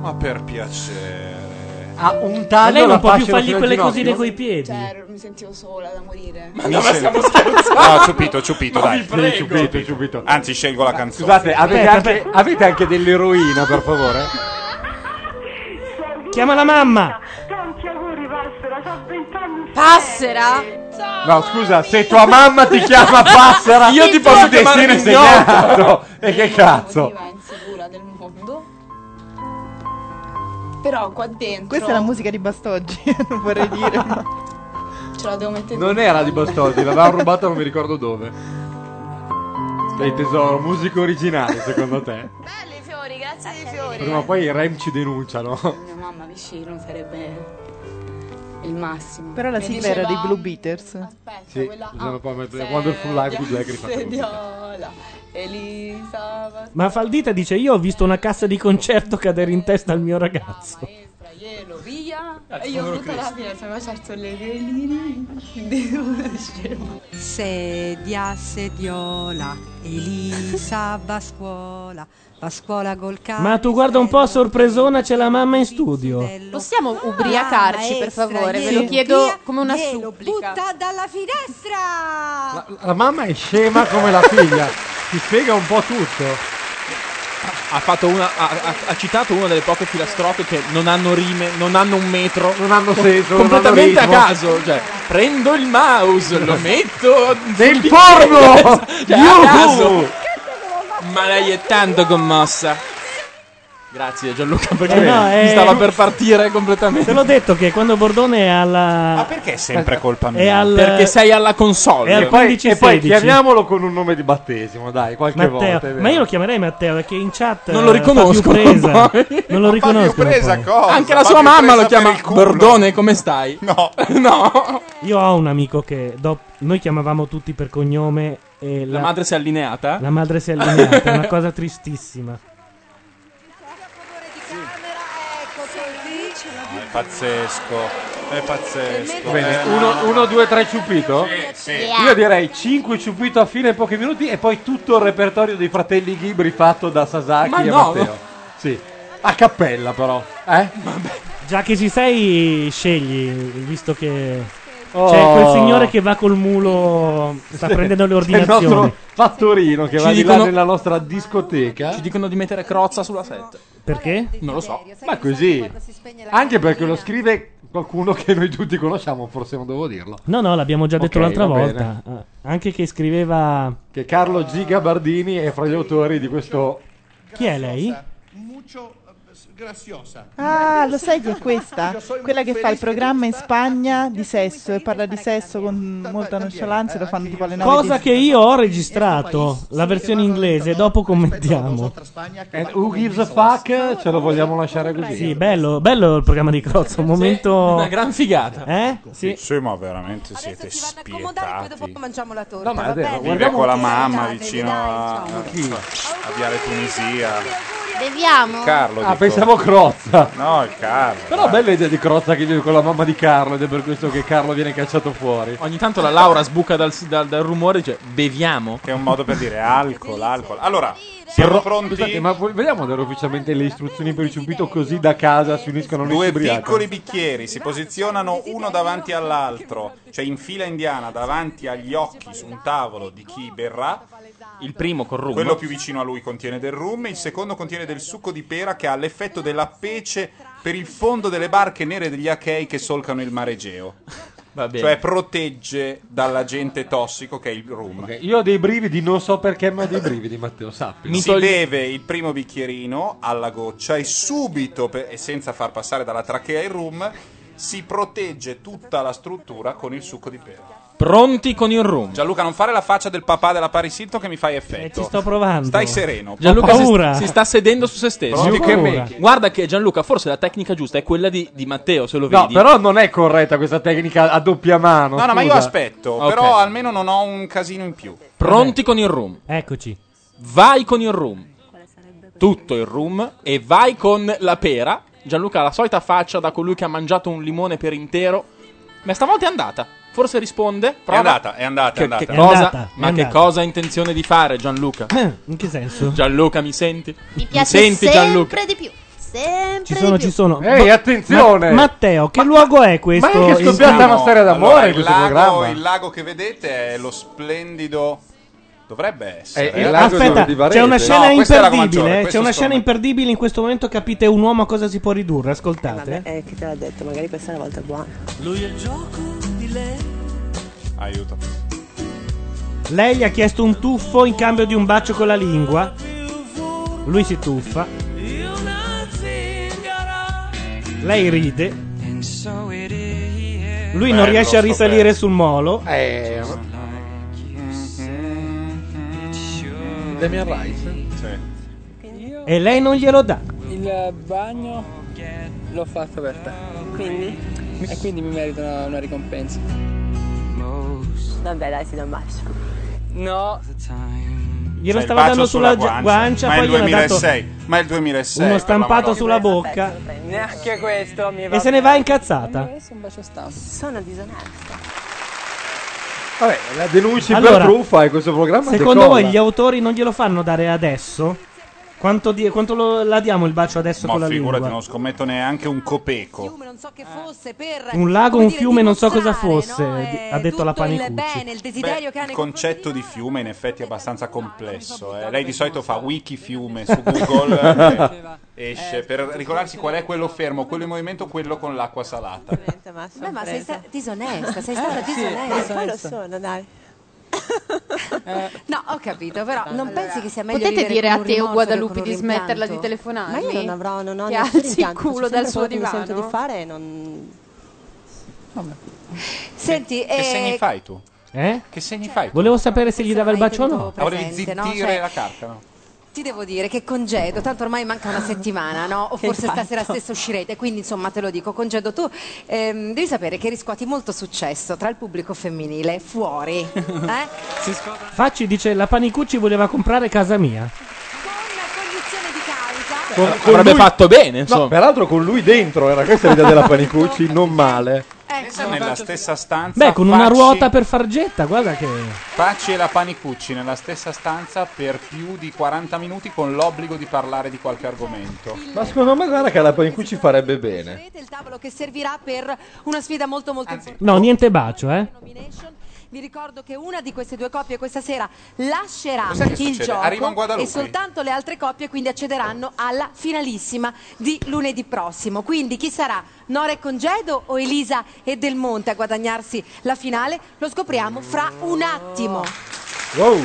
Speaker 3: Ma per piacere.
Speaker 11: Ha un
Speaker 2: Ma
Speaker 11: taglio
Speaker 2: lei
Speaker 11: la
Speaker 2: non può
Speaker 11: fascia
Speaker 2: più
Speaker 11: fino
Speaker 2: fargli
Speaker 11: al
Speaker 2: quelle
Speaker 11: ginocchio?
Speaker 2: cosine coi piedi.
Speaker 7: Cioè, mi sentivo sola da morire. Ah.
Speaker 3: Mi sento- No, ciupito, ciupito, dai. Sì, ciupito,
Speaker 11: ciupito.
Speaker 3: Anzi, scelgo la canzone.
Speaker 11: Scusate, avete,
Speaker 3: Aspetta,
Speaker 11: anche, avete anche dell'eroina, per favore?
Speaker 2: Chiama la mamma.
Speaker 26: Tanti auguri, passera, c'ha vent'anni.
Speaker 6: Passera?
Speaker 11: No, scusa, se tua mamma ti chiama Passera,
Speaker 26: Io ti posso
Speaker 11: il
Speaker 26: chiamare
Speaker 11: destino è segnato. E che cazzo?
Speaker 7: Insicura del mondo. Però qua dentro.
Speaker 15: Questa è la musica di Bastoggi, non vorrei dire. ma-
Speaker 7: Ce la devo mettere
Speaker 11: Non
Speaker 7: tutta.
Speaker 11: era di Bastoggi, l'avevamo rubata non mi ricordo dove. Dai tesoro, musica originale secondo te?
Speaker 7: Belli i fiori, grazie dei fiori.
Speaker 11: Prima o poi i Rem ci
Speaker 27: Eh,
Speaker 11: denunciano.
Speaker 7: Mia mamma vicino sarebbe il massimo.
Speaker 15: Però la
Speaker 7: Mi
Speaker 15: sigla era dei
Speaker 7: diceva-
Speaker 15: Blue Beaters.
Speaker 11: Sì,
Speaker 7: Ah,
Speaker 11: bisogna poi mettere Wonderful Life di Black rifatta così.
Speaker 7: Sediola, Elisa, Bastoggi,
Speaker 2: Ma Faldita dice: Io ho visto una cassa di concerto cadere in testa al mio ragazzo.
Speaker 7: Ah, Ielo, via.
Speaker 3: Ah,
Speaker 6: Cazzo,
Speaker 7: E io
Speaker 6: povero
Speaker 7: tutta la
Speaker 6: Cristo.
Speaker 7: via, stavo certo le velini. Scemo.
Speaker 9: Sedia, sediola, Elisa va a scuola, va a scuola col cane.
Speaker 2: Ma tu guarda un po' a sorpresona, c'è la mamma in studio.
Speaker 6: Possiamo
Speaker 9: Ah,
Speaker 6: ubriacarci, per favore? Ve lo chiedo come una supplica. Butta
Speaker 9: dalla finestra!
Speaker 11: La, la mamma è scema come la figlia, ti spiega un po' tutto.
Speaker 4: Ha, fatto una, ha, ha- ha citato una delle poche filastrofe che non hanno rime, non hanno un metro,
Speaker 11: non hanno senso, non hanno
Speaker 4: completamente
Speaker 11: ritmo.
Speaker 4: a caso. Cioè, prendo il mouse, lo metto
Speaker 11: Nel
Speaker 4: sul-
Speaker 11: porno!
Speaker 4: cioè, a
Speaker 11: Yuhu!
Speaker 4: caso. Ma lei è tanto commossa. Grazie Gianluca perché
Speaker 2: Eh no, eh,
Speaker 4: mi stava per partire completamente.
Speaker 2: Te l'ho detto che quando Bordone è alla. Ma
Speaker 3: perché è sempre colpa
Speaker 2: È al-
Speaker 4: Perché sei alla console.
Speaker 2: è al
Speaker 11: E poi,
Speaker 2: 15-16.
Speaker 11: e poi chiamiamolo con un nome di battesimo, dai, qualche
Speaker 2: Matteo,
Speaker 11: volta. è vero.
Speaker 2: ma io lo chiamerei Matteo perché in chat
Speaker 11: Non lo
Speaker 2: eh, fa più
Speaker 11: riconosco,
Speaker 2: presa.
Speaker 11: poi.
Speaker 2: Non lo riconosco.
Speaker 4: Anche la sua mamma lo chiama Bordone, come stai?
Speaker 3: No.
Speaker 2: Io ho un amico che do- noi chiamavamo tutti per cognome e
Speaker 4: La madre si è allineata?
Speaker 2: la madre si è allineata, è una cosa tristissima.
Speaker 3: È pazzesco. È pazzesco.
Speaker 11: Bene,
Speaker 3: Eh,
Speaker 11: uno,
Speaker 3: no.
Speaker 11: uno, due, tre ciupito?
Speaker 3: sì.
Speaker 11: Io direi 5 ciupito a fine in pochi minuti e poi tutto il repertorio dei fratelli Ghibri fatto da Sasaki
Speaker 2: Ma
Speaker 11: e
Speaker 2: no, no.
Speaker 11: Matteo. Sì. A cappella però, eh?
Speaker 2: Già che ci sei, scegli, visto che
Speaker 11: Oh.
Speaker 2: C'è Cioè,
Speaker 4: Oh.
Speaker 2: quel signore che va col mulo, sta prendendo le ordinazioni.
Speaker 11: Il nostro fattorino che
Speaker 4: Ci
Speaker 11: va di
Speaker 4: dicono-
Speaker 11: là nella nostra discoteca.
Speaker 4: Ci dicono di mettere crozza sulla 7.
Speaker 2: Perché?
Speaker 4: Non lo so.
Speaker 11: Ma così. Anche perché lo scrive qualcuno che noi tutti conosciamo, forse non devo dirlo.
Speaker 2: No, no, l'abbiamo già detto
Speaker 11: Ok,
Speaker 2: l'altra
Speaker 11: va
Speaker 2: volta. Ah, Anche che scriveva.
Speaker 11: Che Carlo Giga Bardini è fra gli autori di questo.
Speaker 2: Chi è lei?
Speaker 28: Mucho graciosa.
Speaker 15: Ah, lo sai che è questa? Quella che fa il programma in Spagna di sesso e parla di sesso con molta nonchalanza e lo fanno tipo alle 9
Speaker 2: Cosa che io ho registrato, la versione inglese, dopo commentiamo.
Speaker 11: And who gives a fuck? Ce lo vogliamo lasciare così.
Speaker 2: Sì, bello, bello il programma di Crozza, un momento...
Speaker 4: Una gran figata.
Speaker 2: Oh. Eh? Sì.
Speaker 3: ma veramente siete spietati.
Speaker 9: Mangiamo la torta.
Speaker 3: No,
Speaker 9: va bene?
Speaker 3: Vive con la mamma
Speaker 9: Dai,
Speaker 3: vicino
Speaker 9: dai,
Speaker 3: a,
Speaker 9: ciao.
Speaker 3: a Viale Tunisia.
Speaker 6: Beviamo.
Speaker 3: Carlo.
Speaker 11: Ah,
Speaker 3: dico.
Speaker 11: pensavo Crozza.
Speaker 3: No, il Carlo. eh.
Speaker 11: Però bella idea di Crozza che vive con la mamma di Carlo ed è per questo che Carlo viene cacciato fuori.
Speaker 4: Ogni tanto la Laura sbuca dal, dal- dal rumore e dice beviamo.
Speaker 3: Che è un modo per dire alcol, alcol. Allora,
Speaker 11: Siamo
Speaker 3: pronti?
Speaker 11: Scusate, ma vo- vogliamo dare ufficialmente le istruzioni per il ciupito così da casa si uniscono
Speaker 3: Due
Speaker 11: noi
Speaker 3: piccoli bicchieri si posizionano uno davanti all'altro, cioè in fila indiana davanti agli occhi su un tavolo di chi berrà.
Speaker 4: Il primo col rum.
Speaker 3: Quello più vicino a lui contiene del rum, il secondo contiene del succo di pera che ha l'effetto della pece per il fondo delle barche nere degli achei che solcano il mare Egeo.
Speaker 4: Va bene.
Speaker 3: Cioè protegge dall'agente tossico che è il rum.
Speaker 11: Io ho dei brividi, non so perché, ma ho dei brividi, Matteo, sappi.
Speaker 3: si beve il primo bicchierino alla goccia e subito, per- e senza far passare dalla trachea il rum, si protegge tutta la struttura con il succo di pera.
Speaker 4: Pronti con il rum.
Speaker 3: Gianluca, non fare la faccia del papà della Paris Hilton che mi fai effetto.
Speaker 2: ci sto provando.
Speaker 3: Stai sereno.
Speaker 4: Gianluca
Speaker 3: Ho
Speaker 4: si-
Speaker 3: paura.
Speaker 4: Si, sta sedendo su se stesso.
Speaker 3: Pronti Ho con il paura. rum.
Speaker 4: Guarda che Gianluca, forse la tecnica giusta è quella di, di Matteo, se lo
Speaker 11: No,
Speaker 4: vedi.
Speaker 11: però non è corretta questa tecnica a doppia mano.
Speaker 3: No, no, ma io
Speaker 11: scusa.
Speaker 3: aspetto,
Speaker 4: Ah,
Speaker 3: però almeno non ho un casino in più.
Speaker 4: Pronti con il rum.
Speaker 2: Eccoci.
Speaker 4: Vai con il rum. Tutto il rum e vai con la pera. Gianluca ha la solita faccia da colui che ha mangiato un limone per intero. Ma stavolta è andata. Forse risponde. Prova.
Speaker 3: andata, è andata, è
Speaker 4: Che-
Speaker 3: andata.
Speaker 4: che
Speaker 3: È
Speaker 4: cosa-
Speaker 3: andata, è
Speaker 4: ma che
Speaker 3: andata.
Speaker 4: cosa ha intenzione di fare Gianluca?
Speaker 2: In che senso?
Speaker 4: Gianluca, mi senti?
Speaker 6: Mi piace
Speaker 4: senti
Speaker 6: sempre
Speaker 4: Gianluca?
Speaker 6: di più. Sempre
Speaker 2: Ci sono,
Speaker 6: di più.
Speaker 2: ci sono.
Speaker 11: Ehi,
Speaker 2: Ma-
Speaker 11: attenzione!
Speaker 2: Ma- Matteo, che luogo è questo?
Speaker 11: Ma è che
Speaker 2: in
Speaker 11: scoppiata
Speaker 2: cui-
Speaker 11: una storia d'amore
Speaker 3: Allora,
Speaker 11: in
Speaker 3: il,
Speaker 11: questo
Speaker 3: lago,
Speaker 11: programma.
Speaker 3: il lago che vedete è lo splendido. Dovrebbe essere. eh?
Speaker 11: È Eh, il lago
Speaker 2: Aspetta, c'è una scena
Speaker 3: No, questa è la Maggiore,
Speaker 2: imperdibile. eh, C'è
Speaker 3: questo secondo
Speaker 2: una scena imperdibile in questo momento. Capite un uomo a cosa si può ridurre. Ascoltate.
Speaker 29: Eh, chi te l'ha detto? Magari questa è una volta buona.
Speaker 28: Lui è il gioco di lei.
Speaker 3: me. Aiuto.
Speaker 2: Lei gli ha chiesto un tuffo in cambio di un bacio con la lingua. Lui si tuffa. Lei ride. Lui non
Speaker 13: Bello,
Speaker 2: riesce a
Speaker 13: sto
Speaker 2: risalire
Speaker 13: pezzo.
Speaker 2: sul molo.
Speaker 3: Eh,
Speaker 13: Damien Rice?
Speaker 2: E lei non glielo dà.
Speaker 13: Il bagno l'ho fatto per te. Quindi? E quindi mi merito una, una ricompensa.
Speaker 29: Vabbè, dai, si dà un bacio.
Speaker 13: No.
Speaker 3: Cioè,
Speaker 2: Glielo
Speaker 3: il
Speaker 2: stava
Speaker 3: bacio
Speaker 2: dando sulla
Speaker 3: guancia,
Speaker 2: gia- guancia,
Speaker 3: ma è
Speaker 2: poi
Speaker 3: il
Speaker 2: gliel'ha
Speaker 3: 2006,
Speaker 2: dato
Speaker 3: ma è il 2006.
Speaker 2: uno
Speaker 3: per l'amor
Speaker 2: stampato
Speaker 3: di-
Speaker 2: sulla bocca.
Speaker 13: Neanche questo mi va
Speaker 2: E se ne va incazzata.
Speaker 13: un bacio stampo. Sono disonesta.
Speaker 11: Vabbè, la denunci
Speaker 2: Allora,
Speaker 11: per truffa e questo programma
Speaker 2: Secondo
Speaker 11: decolla.
Speaker 2: voi gli autori non glielo fanno dare adesso? Quanto, di- quanto lo- la diamo il bacio adesso con
Speaker 3: Ma
Speaker 2: la
Speaker 3: figurati,
Speaker 2: lingua?
Speaker 3: non scommetto neanche un copeco.
Speaker 9: Non so che fosse per
Speaker 2: Un lago, un
Speaker 9: come dire,
Speaker 2: fiume, non so cosa
Speaker 9: dimostrare,
Speaker 2: fosse,
Speaker 9: no?
Speaker 2: di-
Speaker 9: Eh,
Speaker 2: ha detto la
Speaker 9: tutto il
Speaker 2: Panicucci.
Speaker 9: bene, il desiderio che ha
Speaker 3: Il
Speaker 9: nei
Speaker 3: concetto di fiume in effetti è abbastanza complesso. eh. Lei di solito fa wiki fiume su Google eh, esce per ricordarsi qual è quello fermo, quello in movimento, quello con l'acqua salata.
Speaker 9: Ecco. Beh, ma sei
Speaker 29: presa.
Speaker 9: stata disonesta, sei stata
Speaker 29: Eh, sì,
Speaker 9: disonesta.
Speaker 29: poi lo sono, dai.
Speaker 9: No, ho capito, però non pensi che sia meglio
Speaker 6: Potete
Speaker 9: vivere
Speaker 6: dire
Speaker 9: con
Speaker 6: a
Speaker 9: un
Speaker 6: Teo
Speaker 9: rimorso
Speaker 6: Guadalupi
Speaker 9: che con
Speaker 6: di
Speaker 9: un rimpianto?
Speaker 6: smetterla di telefonarmi?
Speaker 29: Ma io non avrò, non ho
Speaker 6: Che
Speaker 29: nessun
Speaker 6: alzi il
Speaker 29: rimpianto, faccio
Speaker 6: culo dal
Speaker 29: sempre
Speaker 6: suo
Speaker 29: quello che Mi
Speaker 6: divano.
Speaker 29: sento di fare e non...
Speaker 9: Senti,
Speaker 3: Che
Speaker 9: eh,
Speaker 3: segni fai tu?
Speaker 2: Eh?
Speaker 3: Che segni fai tu?
Speaker 2: Volevo sapere se gli dava il bacio o no.
Speaker 3: Ah, Volevi zittire
Speaker 9: Cioè-
Speaker 3: la carta, no?
Speaker 9: Ti devo dire che congedo, tanto ormai manca una settimana, no? O
Speaker 29: Che
Speaker 9: forse
Speaker 29: fatto.
Speaker 9: stasera stessa uscirete, quindi insomma te lo dico, congedo tu. ehm, devi sapere che riscuoti molto successo tra il pubblico femminile, fuori. Eh?
Speaker 13: Si scopre.
Speaker 2: Facci dice la Panicucci voleva comprare casa mia.
Speaker 11: Con- con
Speaker 4: Avrebbe
Speaker 11: lui-
Speaker 4: fatto bene,
Speaker 11: No,
Speaker 4: insomma.
Speaker 11: peraltro con lui dentro era questa l'idea della Panicucci, non male.
Speaker 3: Pensa nella stessa stanza.
Speaker 2: Beh, con una
Speaker 3: Facci-
Speaker 2: ruota per fargetta, guarda che.
Speaker 3: Facci e la Panicucci nella stessa stanza per più di 40 minuti con l'obbligo di parlare di qualche argomento.
Speaker 11: Ma secondo me guarda che alla Panincucci farebbe bene.
Speaker 9: Il tavolo che servirà per una sfida molto molto importante.
Speaker 2: No, niente bacio, eh.
Speaker 9: Vi ricordo che una di queste due coppie questa sera lascerà
Speaker 2: Cos'è che
Speaker 9: il
Speaker 2: succede? Arriva un
Speaker 9: gioco
Speaker 2: Guadalupe.
Speaker 9: e soltanto le altre coppie quindi accederanno alla finalissima di lunedì prossimo. Quindi chi sarà Nore Congedo o Elisa e Del Monte a guadagnarsi la finale? Lo scopriamo fra un attimo.
Speaker 3: Wow!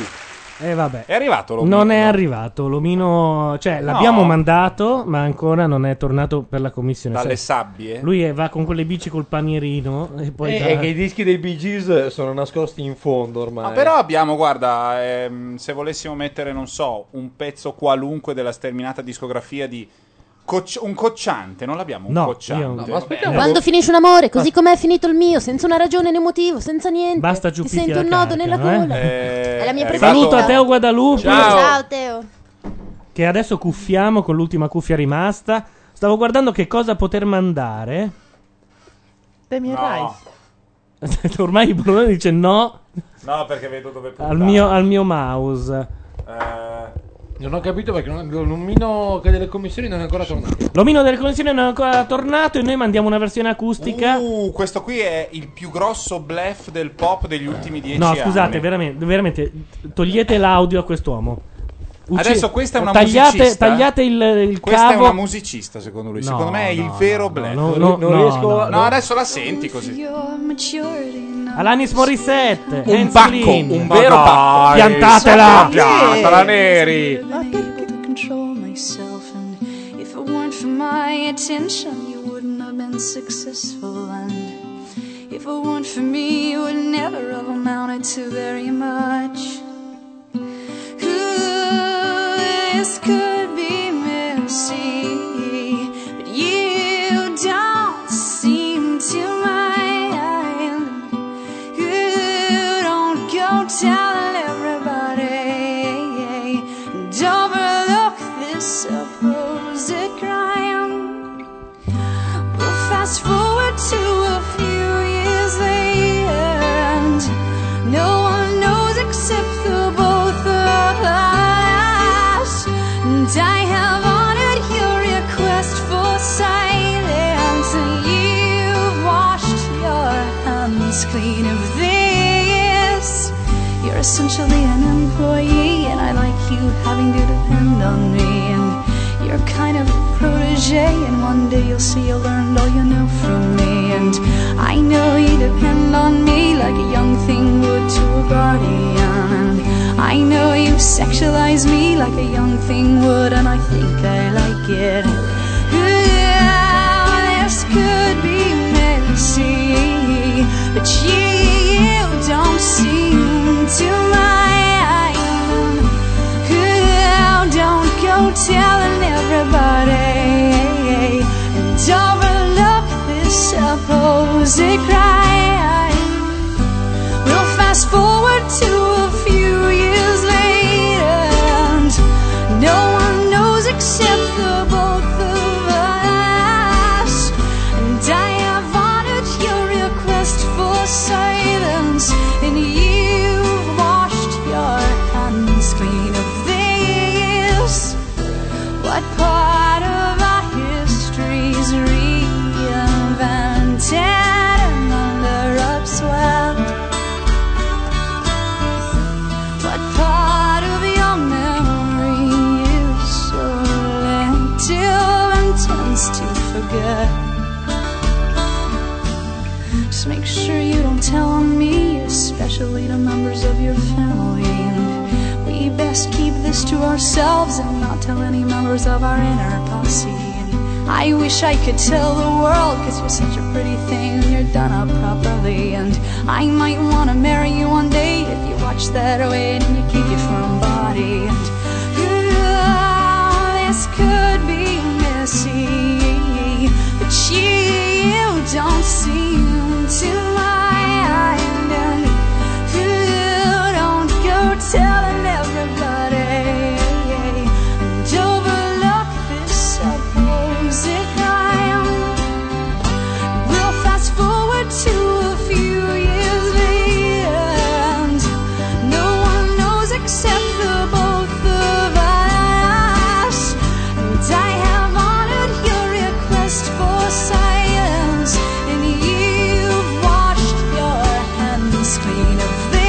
Speaker 2: E Eh, vabbè.
Speaker 3: È arrivato l'omino.
Speaker 2: Non è arrivato l'omino, cioè l'abbiamo mandato, ma ancora non è tornato per la commissione.
Speaker 3: Dalle
Speaker 2: Sai,
Speaker 3: sabbie?
Speaker 2: Lui è- va con quelle bici col panierino e poi.
Speaker 8: Eh,
Speaker 6: Eh,
Speaker 11: E e
Speaker 2: va-
Speaker 11: che i dischi dei Bee Gees sono nascosti in fondo ormai.
Speaker 3: Ah, però abbiamo, guarda, ehm, se volessimo mettere, non so, un pezzo qualunque della sterminata discografia di Cocci- un cocciante, non l'abbiamo un cocciante.
Speaker 2: io- No,
Speaker 3: ma aspetta,
Speaker 2: oh.
Speaker 6: Quando finisce un amore, così com'è finito il mio, senza una ragione né un motivo, senza niente.
Speaker 2: Basta
Speaker 6: Ti
Speaker 2: giupiti
Speaker 6: sento
Speaker 2: la
Speaker 6: un
Speaker 2: cacca,
Speaker 6: nodo nella
Speaker 2: eh?
Speaker 6: gola. È la mia
Speaker 3: Eh,
Speaker 6: presenza.
Speaker 2: Saluto a Teo Guadalupe.
Speaker 6: Ciao Teo.
Speaker 2: Che adesso cuffiamo con l'ultima cuffia rimasta. Stavo guardando che cosa poter mandare.
Speaker 15: Damien
Speaker 3: No.
Speaker 15: Rice.
Speaker 2: Ormai Bruno dice no
Speaker 3: No, perché vedo dove puntare.
Speaker 2: al mio, al mio mouse.
Speaker 8: Eh, Non ho capito perché non- l'omino che delle commissioni non è ancora tornato.
Speaker 2: L'omino delle connessioni non è ancora tornato e noi mandiamo una versione acustica.
Speaker 3: Uh, questo qui è il più grosso bluff del pop degli ultimi dieci
Speaker 2: No,
Speaker 3: anni.
Speaker 2: scusate, veramente, veramente, togliete l'audio a quest'uomo. Ucci-
Speaker 3: Adesso questa è una
Speaker 2: tagliate,
Speaker 3: musicista?
Speaker 2: Tagliate il, il
Speaker 3: Questa
Speaker 2: cavo.
Speaker 3: è una musicista, secondo lui.
Speaker 2: No,
Speaker 3: secondo me è il
Speaker 2: no,
Speaker 3: vero
Speaker 2: no,
Speaker 3: bluff.
Speaker 2: no, no, no, no,
Speaker 3: no,
Speaker 2: no.
Speaker 3: adesso la senti così.
Speaker 2: Alanis Morissette.
Speaker 3: Un
Speaker 2: Hens
Speaker 3: pacco,
Speaker 2: Lin.
Speaker 3: un vero Ma pacco. dai,
Speaker 2: Piantatela.
Speaker 3: piantatela, Neri.
Speaker 29: I've been able to control myself, and if it weren't for my attention, you wouldn't have been successful. And if it weren't for me, you would never have amounted to very much. Ooh, this could be messy, but you don't seem to mind. You don't go telling everybody. And overlook this supposed crime. Well, fast forward to a few years later, and no one knows except the both of us. And I have honored your request for silence, and you've washed your hands clean of this. You're essentially an employee, and I like you having to depend on me. And you're kind of a protege, and one day you'll see you learned all you know from me. And I know you depend on me like a young thing would to a guardian. And I know you sexualize me like a young thing would, and I think I like it. Ooh, this could be messy, but you don't seem to mind. Girl, don't go telling everybody and overlook this supposed crime. We'll fast forward to a few years later, and no one knows except the both of us. And I have honored your request for silence, and you've washed your hands clean of this. What part of our history's reinvented and under upswell? What part of your memory is so too intense to forget? Just make sure you don't tell on me, especially to members of your family. And we best keep this to ourselves and not tell any members of our inner posse. And I wish I could tell the world, cause you're such a pretty thing and you're done up properly. And I might wanna marry you one day if you watch that away and you keep your firm body. And ooh, this could be messy, but you don't seem to mind. And you don't go telling everybody. And overlook this supposed crime. We'll fast forward to
Speaker 7: screen of this.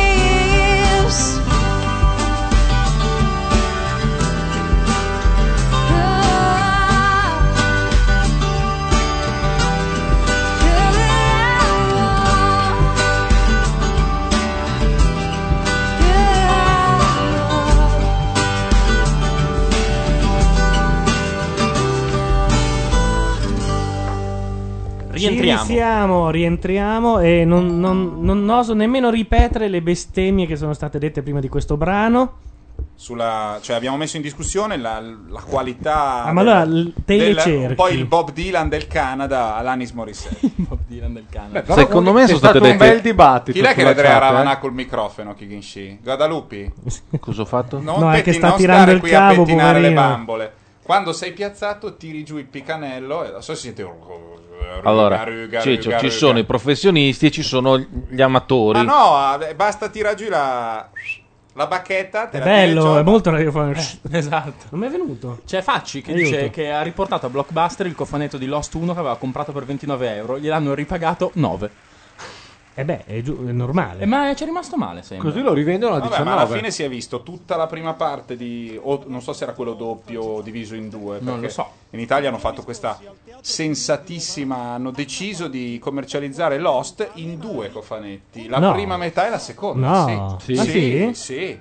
Speaker 2: Ci risiamo, rientriamo e non, non- non oso nemmeno ripetere le bestemmie che sono state dette prima di questo brano.
Speaker 3: Sulla, cioè abbiamo messo in discussione la, la qualità
Speaker 2: Ah, ma allora l- te le
Speaker 3: del-
Speaker 2: cerchi.
Speaker 3: poi il Bob Dylan del Canada Alanis Morissette Bob Dylan del Canada
Speaker 8: però Secondo me c'è sono state stato un dette- bel dibattito
Speaker 3: chi è che
Speaker 8: sulla
Speaker 3: l'Andrea
Speaker 8: chat, eh?
Speaker 3: Ravanà col microfono Kikinshi Guadalupi
Speaker 11: Cosa ho fatto?
Speaker 8: Esatto.
Speaker 3: non,
Speaker 2: No, è
Speaker 3: petti-
Speaker 2: che sta
Speaker 3: non
Speaker 2: tirando
Speaker 3: stare
Speaker 2: il
Speaker 3: qui
Speaker 2: cavo,
Speaker 3: a pettinare le
Speaker 2: poverino.
Speaker 3: bambole quando sei piazzato tiri giù il picanello e adesso si sente ruga,
Speaker 11: Allora,
Speaker 3: ruga,
Speaker 11: Ciccio,
Speaker 3: ruga,
Speaker 11: ci
Speaker 3: ruga.
Speaker 11: sono i professionisti e ci sono gli
Speaker 3: ma
Speaker 11: amatori.
Speaker 3: no ah, basta tirare giù la la bacchetta te
Speaker 2: È
Speaker 3: la tiri giù.
Speaker 2: bello, è molto radiofonico.
Speaker 3: Eh,
Speaker 4: Esatto.
Speaker 2: Non mi è venuto.
Speaker 4: C'è Facci che
Speaker 2: Aiuto.
Speaker 4: dice che ha riportato a Blockbuster il cofanetto di Lost 1 che aveva comprato per 29 euro, gliel'hanno ripagato 9.
Speaker 2: E Eh beh, è, normale.
Speaker 4: ma ci è rimasto male, sembra.
Speaker 8: Così lo rivendono a
Speaker 3: Vabbè, ma alla
Speaker 8: 19.
Speaker 3: fine si è visto tutta la prima parte di. o- non so se era quello doppio o diviso in due.
Speaker 4: Non
Speaker 3: perché
Speaker 4: lo so.
Speaker 3: In Italia hanno fatto questa sensatissima. Hanno deciso di commercializzare Lost in due cofanetti. La
Speaker 2: No.
Speaker 3: prima metà e la seconda.
Speaker 2: No.
Speaker 3: Sì. Sì.
Speaker 2: Sì? Ah, sì?
Speaker 3: sì.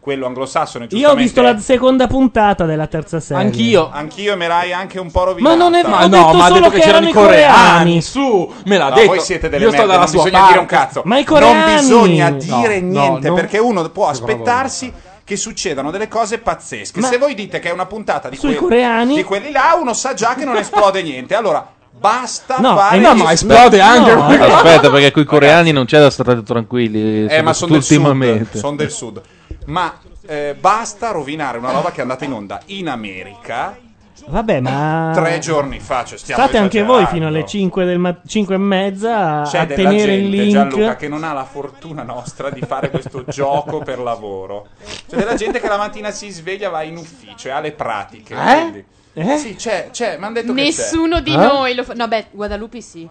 Speaker 3: Quello anglosassone.
Speaker 2: Io ho
Speaker 3: giustamente,
Speaker 2: visto la seconda puntata della terza serie.
Speaker 3: Anch'io e me l'hai anche un po' Ah, rovinata.
Speaker 2: Ah, Ma non è vero, ho detto solo che erano i coreani.
Speaker 4: Su, Uh, me l'ha
Speaker 3: No,
Speaker 4: detto.
Speaker 3: voi siete delle
Speaker 4: Io
Speaker 3: merde,
Speaker 4: sto dalla
Speaker 3: non
Speaker 4: sua
Speaker 3: bisogna
Speaker 4: parte.
Speaker 3: dire un cazzo.
Speaker 4: Ma i
Speaker 3: Non
Speaker 4: coreani!
Speaker 3: bisogna
Speaker 4: No,
Speaker 3: dire
Speaker 4: no,
Speaker 3: niente,
Speaker 4: non-
Speaker 3: perché uno può
Speaker 4: Secondo me.
Speaker 3: aspettarsi che succedano delle cose pazzesche. Se voi dite che è una puntata di,
Speaker 2: Sui
Speaker 3: que-
Speaker 2: coreani-
Speaker 3: di quelli là, uno sa già che non esplode niente. Allora, basta
Speaker 2: No,
Speaker 3: fare...
Speaker 2: eh no,
Speaker 3: gli
Speaker 2: ma
Speaker 3: sp-
Speaker 2: esplode anche- No.
Speaker 11: Eh, Aspetta, perché coi coreani non c'è da stare tranquilli.
Speaker 3: Eh, ma sono
Speaker 11: soprattutto
Speaker 3: del sud.
Speaker 11: ultimamente.
Speaker 3: Sono del sud. Ma eh, basta rovinare una roba che è andata in onda in America
Speaker 2: Vabbè, ma.
Speaker 3: tre giorni fa. Cioè, stiamo
Speaker 2: Ah. State anche voi
Speaker 3: esagerando.
Speaker 2: fino alle 5, del ma- 5 e mezza a,
Speaker 3: C'è
Speaker 2: a
Speaker 3: della
Speaker 2: tenere
Speaker 3: gente,
Speaker 2: il link.
Speaker 3: Gianluca, che non ha la fortuna nostra di fare questo gioco per lavoro. C'è della gente che la mattina si sveglia, va in ufficio e ha le pratiche.
Speaker 2: Eh?
Speaker 3: quindi-
Speaker 2: Eh?
Speaker 3: Sì, cioè, c'è, c'è, mi hanno detto
Speaker 21: Nessuno
Speaker 3: che c'è.
Speaker 21: di noi lo fa. No, beh, Guadalupi sì.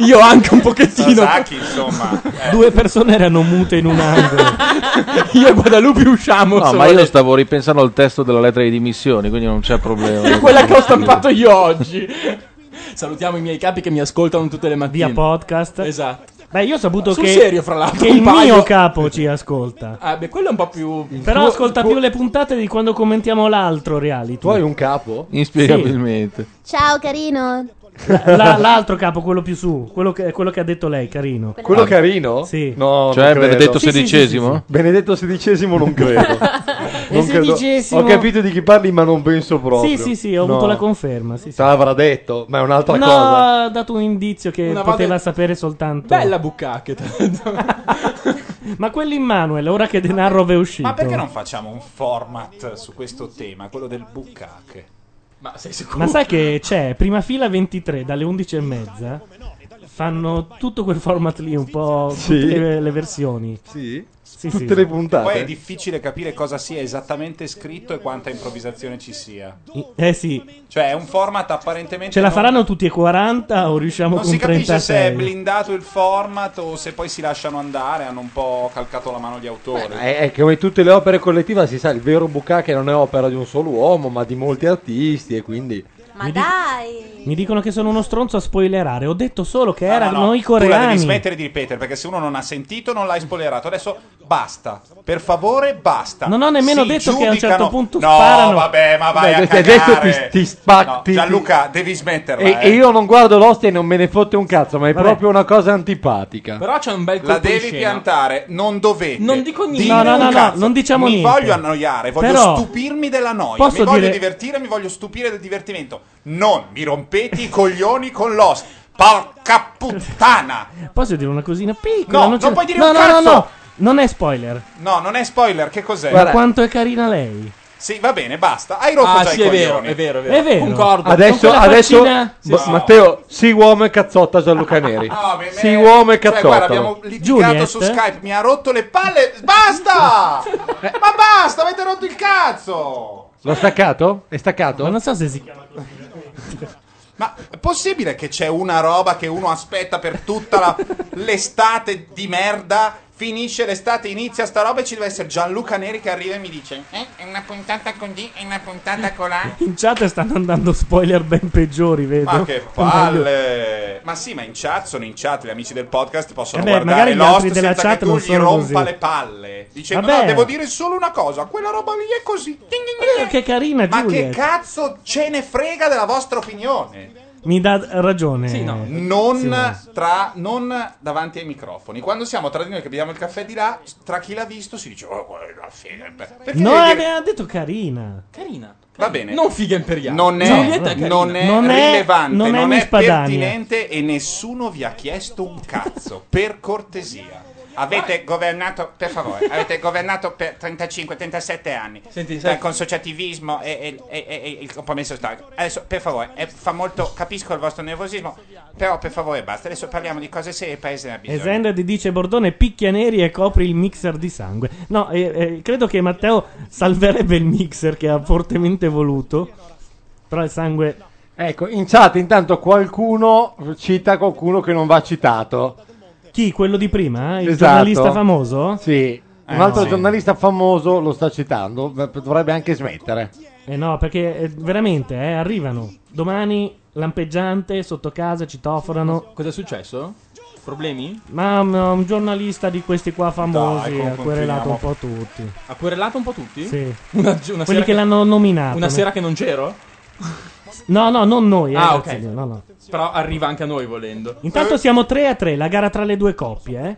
Speaker 4: Io anche un pochettino.
Speaker 3: Sasaki, insomma. eh.
Speaker 2: Due persone erano mute in un angolo.
Speaker 4: Io e Guadalupi usciamo.
Speaker 11: No, ma io stavo ripensando al testo della lettera di dimissioni, quindi non c'è problema.
Speaker 4: Quella che ho stampato io oggi. Salutiamo i miei capi che mi ascoltano tutte le mattine. Via
Speaker 2: podcast.
Speaker 4: Esatto.
Speaker 2: Beh, io ho saputo
Speaker 4: Sul
Speaker 2: che,
Speaker 4: serio, fra l'altro,
Speaker 2: che
Speaker 4: un
Speaker 2: il
Speaker 4: paio.
Speaker 2: mio capo ci ascolta.
Speaker 4: Ah, beh, quello è un po' più.
Speaker 2: Però
Speaker 4: tuo-
Speaker 2: ascolta più le puntate di quando commentiamo l'altro reality. Tu hai un capo?
Speaker 11: Inspiegabilmente.
Speaker 6: Ciao carino.
Speaker 2: l'altro capo, quello più su, quello che, quello che ha detto lei, carino.
Speaker 8: Quello carino?
Speaker 2: Sì.
Speaker 8: No, non
Speaker 11: Cioè,
Speaker 8: credo.
Speaker 11: Benedetto Sì, sì, XVI? sì, sì, sì.
Speaker 8: Benedetto XVI non credo. Non credo.
Speaker 2: XVI?
Speaker 8: Ho capito di chi parli, ma non penso proprio.
Speaker 2: Sì, sì, sì, ho avuto la conferma. Sì,
Speaker 8: Te l'avrà detto, ma è un'altra
Speaker 2: no,
Speaker 8: cosa.
Speaker 2: ha dato un indizio che
Speaker 4: Una
Speaker 2: poteva
Speaker 4: vada-
Speaker 2: sapere soltanto.
Speaker 4: Bella bucacca.
Speaker 2: Ma quell'Immanuel, ora che denaro è uscito.
Speaker 3: Ma perché non facciamo un format su questo tema, quello del bucacche?
Speaker 4: Ma sei sicuro?
Speaker 2: Ma sai che c'è prima fila 23 dalle 11 e mezza? Fanno tutto quel format lì, un po'
Speaker 8: Sì.
Speaker 2: tutte le, le versioni.
Speaker 8: Sì.
Speaker 2: Sì,
Speaker 8: Tutte
Speaker 2: sì.
Speaker 8: le puntate.
Speaker 3: Poi è difficile capire cosa sia esattamente scritto e quanta improvvisazione ci sia.
Speaker 2: Eh sì,
Speaker 3: Cioè, è un format apparentemente.
Speaker 2: ce la
Speaker 3: non-
Speaker 2: faranno tutti e 40 o riusciamo
Speaker 3: Non
Speaker 2: con
Speaker 3: si capisce
Speaker 2: 36?
Speaker 3: se è blindato il format o se poi si lasciano andare, hanno un po' calcato la mano gli autori.
Speaker 8: È, è che come tutte le opere collettive, si sa, il vero Bucacche non è opera di un solo uomo, ma di molti artisti e quindi...
Speaker 2: Ma dai! Mi dicono che sono uno stronzo a spoilerare. Ho detto solo che erano i
Speaker 3: Tu la devi
Speaker 2: coreani.
Speaker 3: smettere di ripetere perché se uno non ha sentito non l'hai spoilerato. Adesso basta, per favore basta.
Speaker 2: Non ho nemmeno
Speaker 3: Si
Speaker 2: detto che a un
Speaker 3: giudicano-
Speaker 2: certo punto
Speaker 3: no,
Speaker 2: sparano.
Speaker 3: vabbè, ma vai
Speaker 8: Beh,
Speaker 3: a
Speaker 8: adesso- adesso
Speaker 3: cagare.
Speaker 8: ti- ti spac-
Speaker 3: No,
Speaker 8: ti-
Speaker 3: Gianluca, devi smetterla.
Speaker 8: E,
Speaker 3: eh.
Speaker 8: e io non guardo Lost e non me ne fotte un cazzo, ma è
Speaker 3: Vabbè.
Speaker 8: proprio una cosa antipatica.
Speaker 4: Però c'è un bel colpo
Speaker 3: La
Speaker 4: di
Speaker 3: devi
Speaker 4: scena.
Speaker 3: piantare, non dovete.
Speaker 4: Non dico niente.
Speaker 3: Dimmi
Speaker 2: No, no,
Speaker 3: un
Speaker 2: no, no,
Speaker 3: cazzo.
Speaker 2: non diciamo
Speaker 3: mi
Speaker 2: niente.
Speaker 3: Mi voglio annoiare, voglio
Speaker 2: Però-
Speaker 3: stupirmi della noia.
Speaker 2: Posso
Speaker 3: mi voglio
Speaker 2: dire-
Speaker 3: divertire, mi voglio stupire del divertimento. Non mi rompete i coglioni con Lost. Porca puttana!
Speaker 2: Posso dire una cosina piccola?
Speaker 3: No, non
Speaker 2: ce la-
Speaker 3: puoi dire
Speaker 2: no,
Speaker 3: un
Speaker 2: no, No,
Speaker 3: cazzo!
Speaker 2: no, non è spoiler.
Speaker 3: No, non è spoiler, che cos'è?
Speaker 2: Ma quanto è carina lei.
Speaker 3: Sì, va bene, basta. Hai rotto
Speaker 4: Ah,
Speaker 3: già
Speaker 4: sì,
Speaker 3: i
Speaker 4: è
Speaker 3: coglioni.
Speaker 4: vero, è vero, è vero.
Speaker 2: È vero.
Speaker 4: Concordo.
Speaker 8: Adesso,
Speaker 2: quella
Speaker 8: adesso
Speaker 2: faccina-
Speaker 8: Ma-
Speaker 2: Sì, sì.
Speaker 8: Matteo, si uomo e cazzotta Gianluca Neri. si uomo e
Speaker 3: Cioè,
Speaker 8: cazzotta.
Speaker 3: guarda, abbiamo litigato su Skype, mi ha rotto le palle. Basta! Ma basta, avete rotto il cazzo!
Speaker 8: L'ho staccato? È staccato?
Speaker 2: non so se si chiama
Speaker 3: Ma è possibile che c'è una roba che uno aspetta per tutta la- l'estate di merda? Finisce l'estate, inizia sta roba e ci deve essere Gianluca Neri che arriva e mi dice: Eh, è una puntata con D, è una puntata con A.
Speaker 2: In chat stanno andando spoiler ben peggiori, vedo.
Speaker 3: Ma che palle! Ma sì, ma in chat sono in chat, gli amici del podcast possono
Speaker 2: Eh beh,
Speaker 3: guardare
Speaker 2: magari gli
Speaker 3: Lost
Speaker 2: altri della
Speaker 3: senza
Speaker 2: chat
Speaker 3: che tu
Speaker 2: non
Speaker 3: gli
Speaker 2: sono
Speaker 3: rompa
Speaker 2: così.
Speaker 3: le palle. Dicendo,
Speaker 2: Vabbè.
Speaker 3: no, devo dire solo una cosa, quella roba lì è così.
Speaker 2: Che carina,
Speaker 3: Ma che
Speaker 2: Juliet.
Speaker 3: cazzo ce ne frega della vostra opinione?
Speaker 2: Mi dà ragione.
Speaker 3: Sì, no. Non,
Speaker 2: Simone.
Speaker 3: tra, non davanti ai microfoni. Quando siamo tra di noi che beviamo il caffè di là, tra chi l'ha visto si dice, oh, guarda, figa. beh." Perché
Speaker 2: No,
Speaker 3: devi dire-
Speaker 2: aveva detto carina.
Speaker 4: Carina.
Speaker 3: Va bene.
Speaker 4: Non figa imperiale.
Speaker 3: Non è,
Speaker 4: Giulietta è carina.
Speaker 3: non è
Speaker 2: Non è-
Speaker 3: rilevante,
Speaker 2: non
Speaker 3: non
Speaker 2: è
Speaker 3: è,
Speaker 2: Miss Padania.
Speaker 3: pertinente e nessuno vi ha chiesto un cazzo. per cortesia. Avete governato, per favore, avete governato per 35-37 anni
Speaker 4: Senti,
Speaker 3: Per-
Speaker 4: sai-
Speaker 3: con sociativismo e, e- e- e- e il compromesso storico. Adesso, per favore, eh, fa molto, capisco il vostro nervosismo, però per favore basta. Adesso parliamo di cose serie, il paese ne ha
Speaker 2: E
Speaker 3: bisogno.
Speaker 2: Zender ti dice Bordone picchia neri e copri il mixer di sangue. No, eh, eh, credo che Matteo salverebbe il mixer che ha fortemente voluto. Però il sangue...
Speaker 11: Ecco, in chat intanto qualcuno cita qualcuno che non va citato.
Speaker 2: Chi? Quello di prima? Eh? Il
Speaker 11: Esatto.
Speaker 2: giornalista famoso?
Speaker 11: Sì. Un
Speaker 2: Eh,
Speaker 11: altro
Speaker 2: sì.
Speaker 11: giornalista famoso lo sta citando, ma dovrebbe anche smettere.
Speaker 2: Eh no, perché eh, veramente eh, arrivano domani lampeggiante sotto casa, citofonano.
Speaker 4: Cosa è successo? Problemi?
Speaker 2: Ma mm, un giornalista di questi qua famosi
Speaker 4: Dai, con-
Speaker 2: ha querelato un po'
Speaker 4: continuiamo.
Speaker 2: tutti.
Speaker 4: Ha querellato un po' tutti?
Speaker 2: Sì.
Speaker 4: Una, gi- una
Speaker 2: Quelli
Speaker 4: sera
Speaker 2: che l'hanno nominato.
Speaker 4: Una sera che non c'ero?
Speaker 2: No, no, non noi. eh,
Speaker 4: ah, ok.
Speaker 2: grazie a Dio, no, no.
Speaker 4: Però arriva anche a noi volendo.
Speaker 2: Intanto siamo 3 a 3, la gara tra le due coppie. Eh?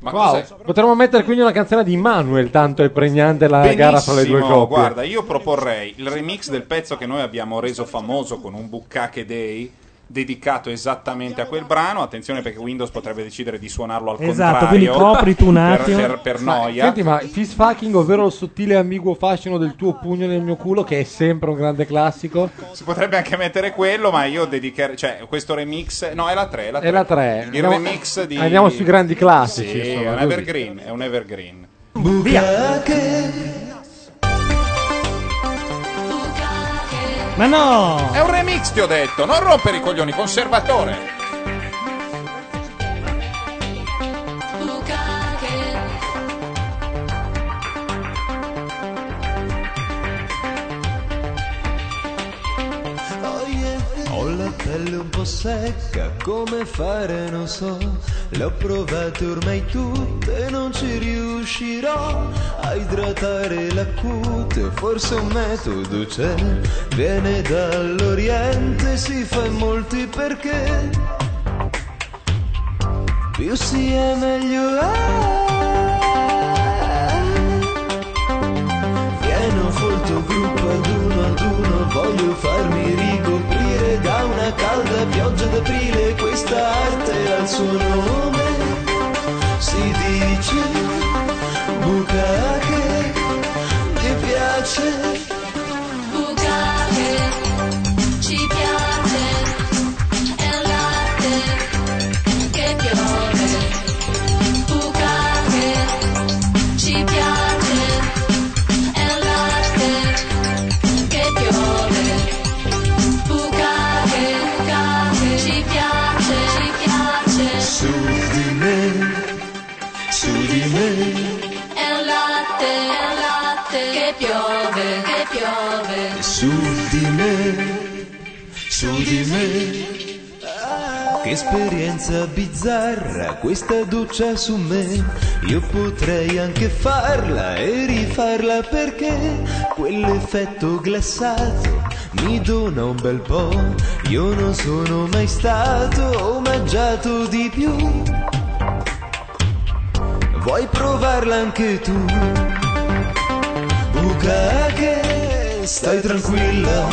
Speaker 4: Ma
Speaker 11: Wow. Potremmo mettere quindi una canzone di Manuel, tanto è pregnante la gara fra le due
Speaker 3: Benissimo,
Speaker 11: coppie.
Speaker 3: Guarda, io proporrei il remix del pezzo che noi abbiamo reso famoso con un Bukkake Day dedicato esattamente a quel brano. Attenzione perché Windows potrebbe decidere di suonarlo al
Speaker 2: Esatto, quindi
Speaker 3: contrario.
Speaker 2: copri tu un
Speaker 3: per-
Speaker 2: attimo.
Speaker 3: Per, per
Speaker 11: Ma,
Speaker 3: noia.
Speaker 11: Senti, ma il fist fucking, ovvero il sottile ambiguo fascino del tuo pugno nel mio culo, che è sempre un grande classico.
Speaker 3: Si potrebbe anche mettere quello, ma io dedicherei. Cioè, questo remix. No, è la 3.
Speaker 11: È la 3.
Speaker 3: Il
Speaker 11: Andiamo-
Speaker 3: remix di.
Speaker 11: andiamo sui grandi classici,
Speaker 3: Sì,
Speaker 11: insomma,
Speaker 3: è un
Speaker 11: così.
Speaker 3: evergreen. È un evergreen.
Speaker 2: Ma no!
Speaker 3: È un remix, ti ho detto. Non rompere i coglioni, conservatore.
Speaker 10: Ho la pelle un po' secca, come fare non so, le ho provate ormai tutte, non ci riuscirò a idratare la cute, forse un metodo c'è, viene dall'Oriente, si fa in molti perché più si è meglio è. Pieno folto gruppo ad uno ad uno Voglio farmi ricoprire da una calda pioggia d'aprile Questa arte al suo nome si dice Bucake Ti piace
Speaker 22: Bucate, ci piace, è un latte che piove. Bucate, ci piace, è un latte che piove. Bucate, bucate, ci piace, ci piace,
Speaker 10: Su di me, su di me,
Speaker 22: è un latte, è un latte che piove, che piove.
Speaker 10: su di me, su di me Che esperienza bizzarra questa doccia su me. Io potrei anche farla e rifarla perché quell'effetto glassato mi dona un bel po'. Io non sono mai stato omaggiato di più. Vuoi provarla anche tu? Buca che stai tranquilla,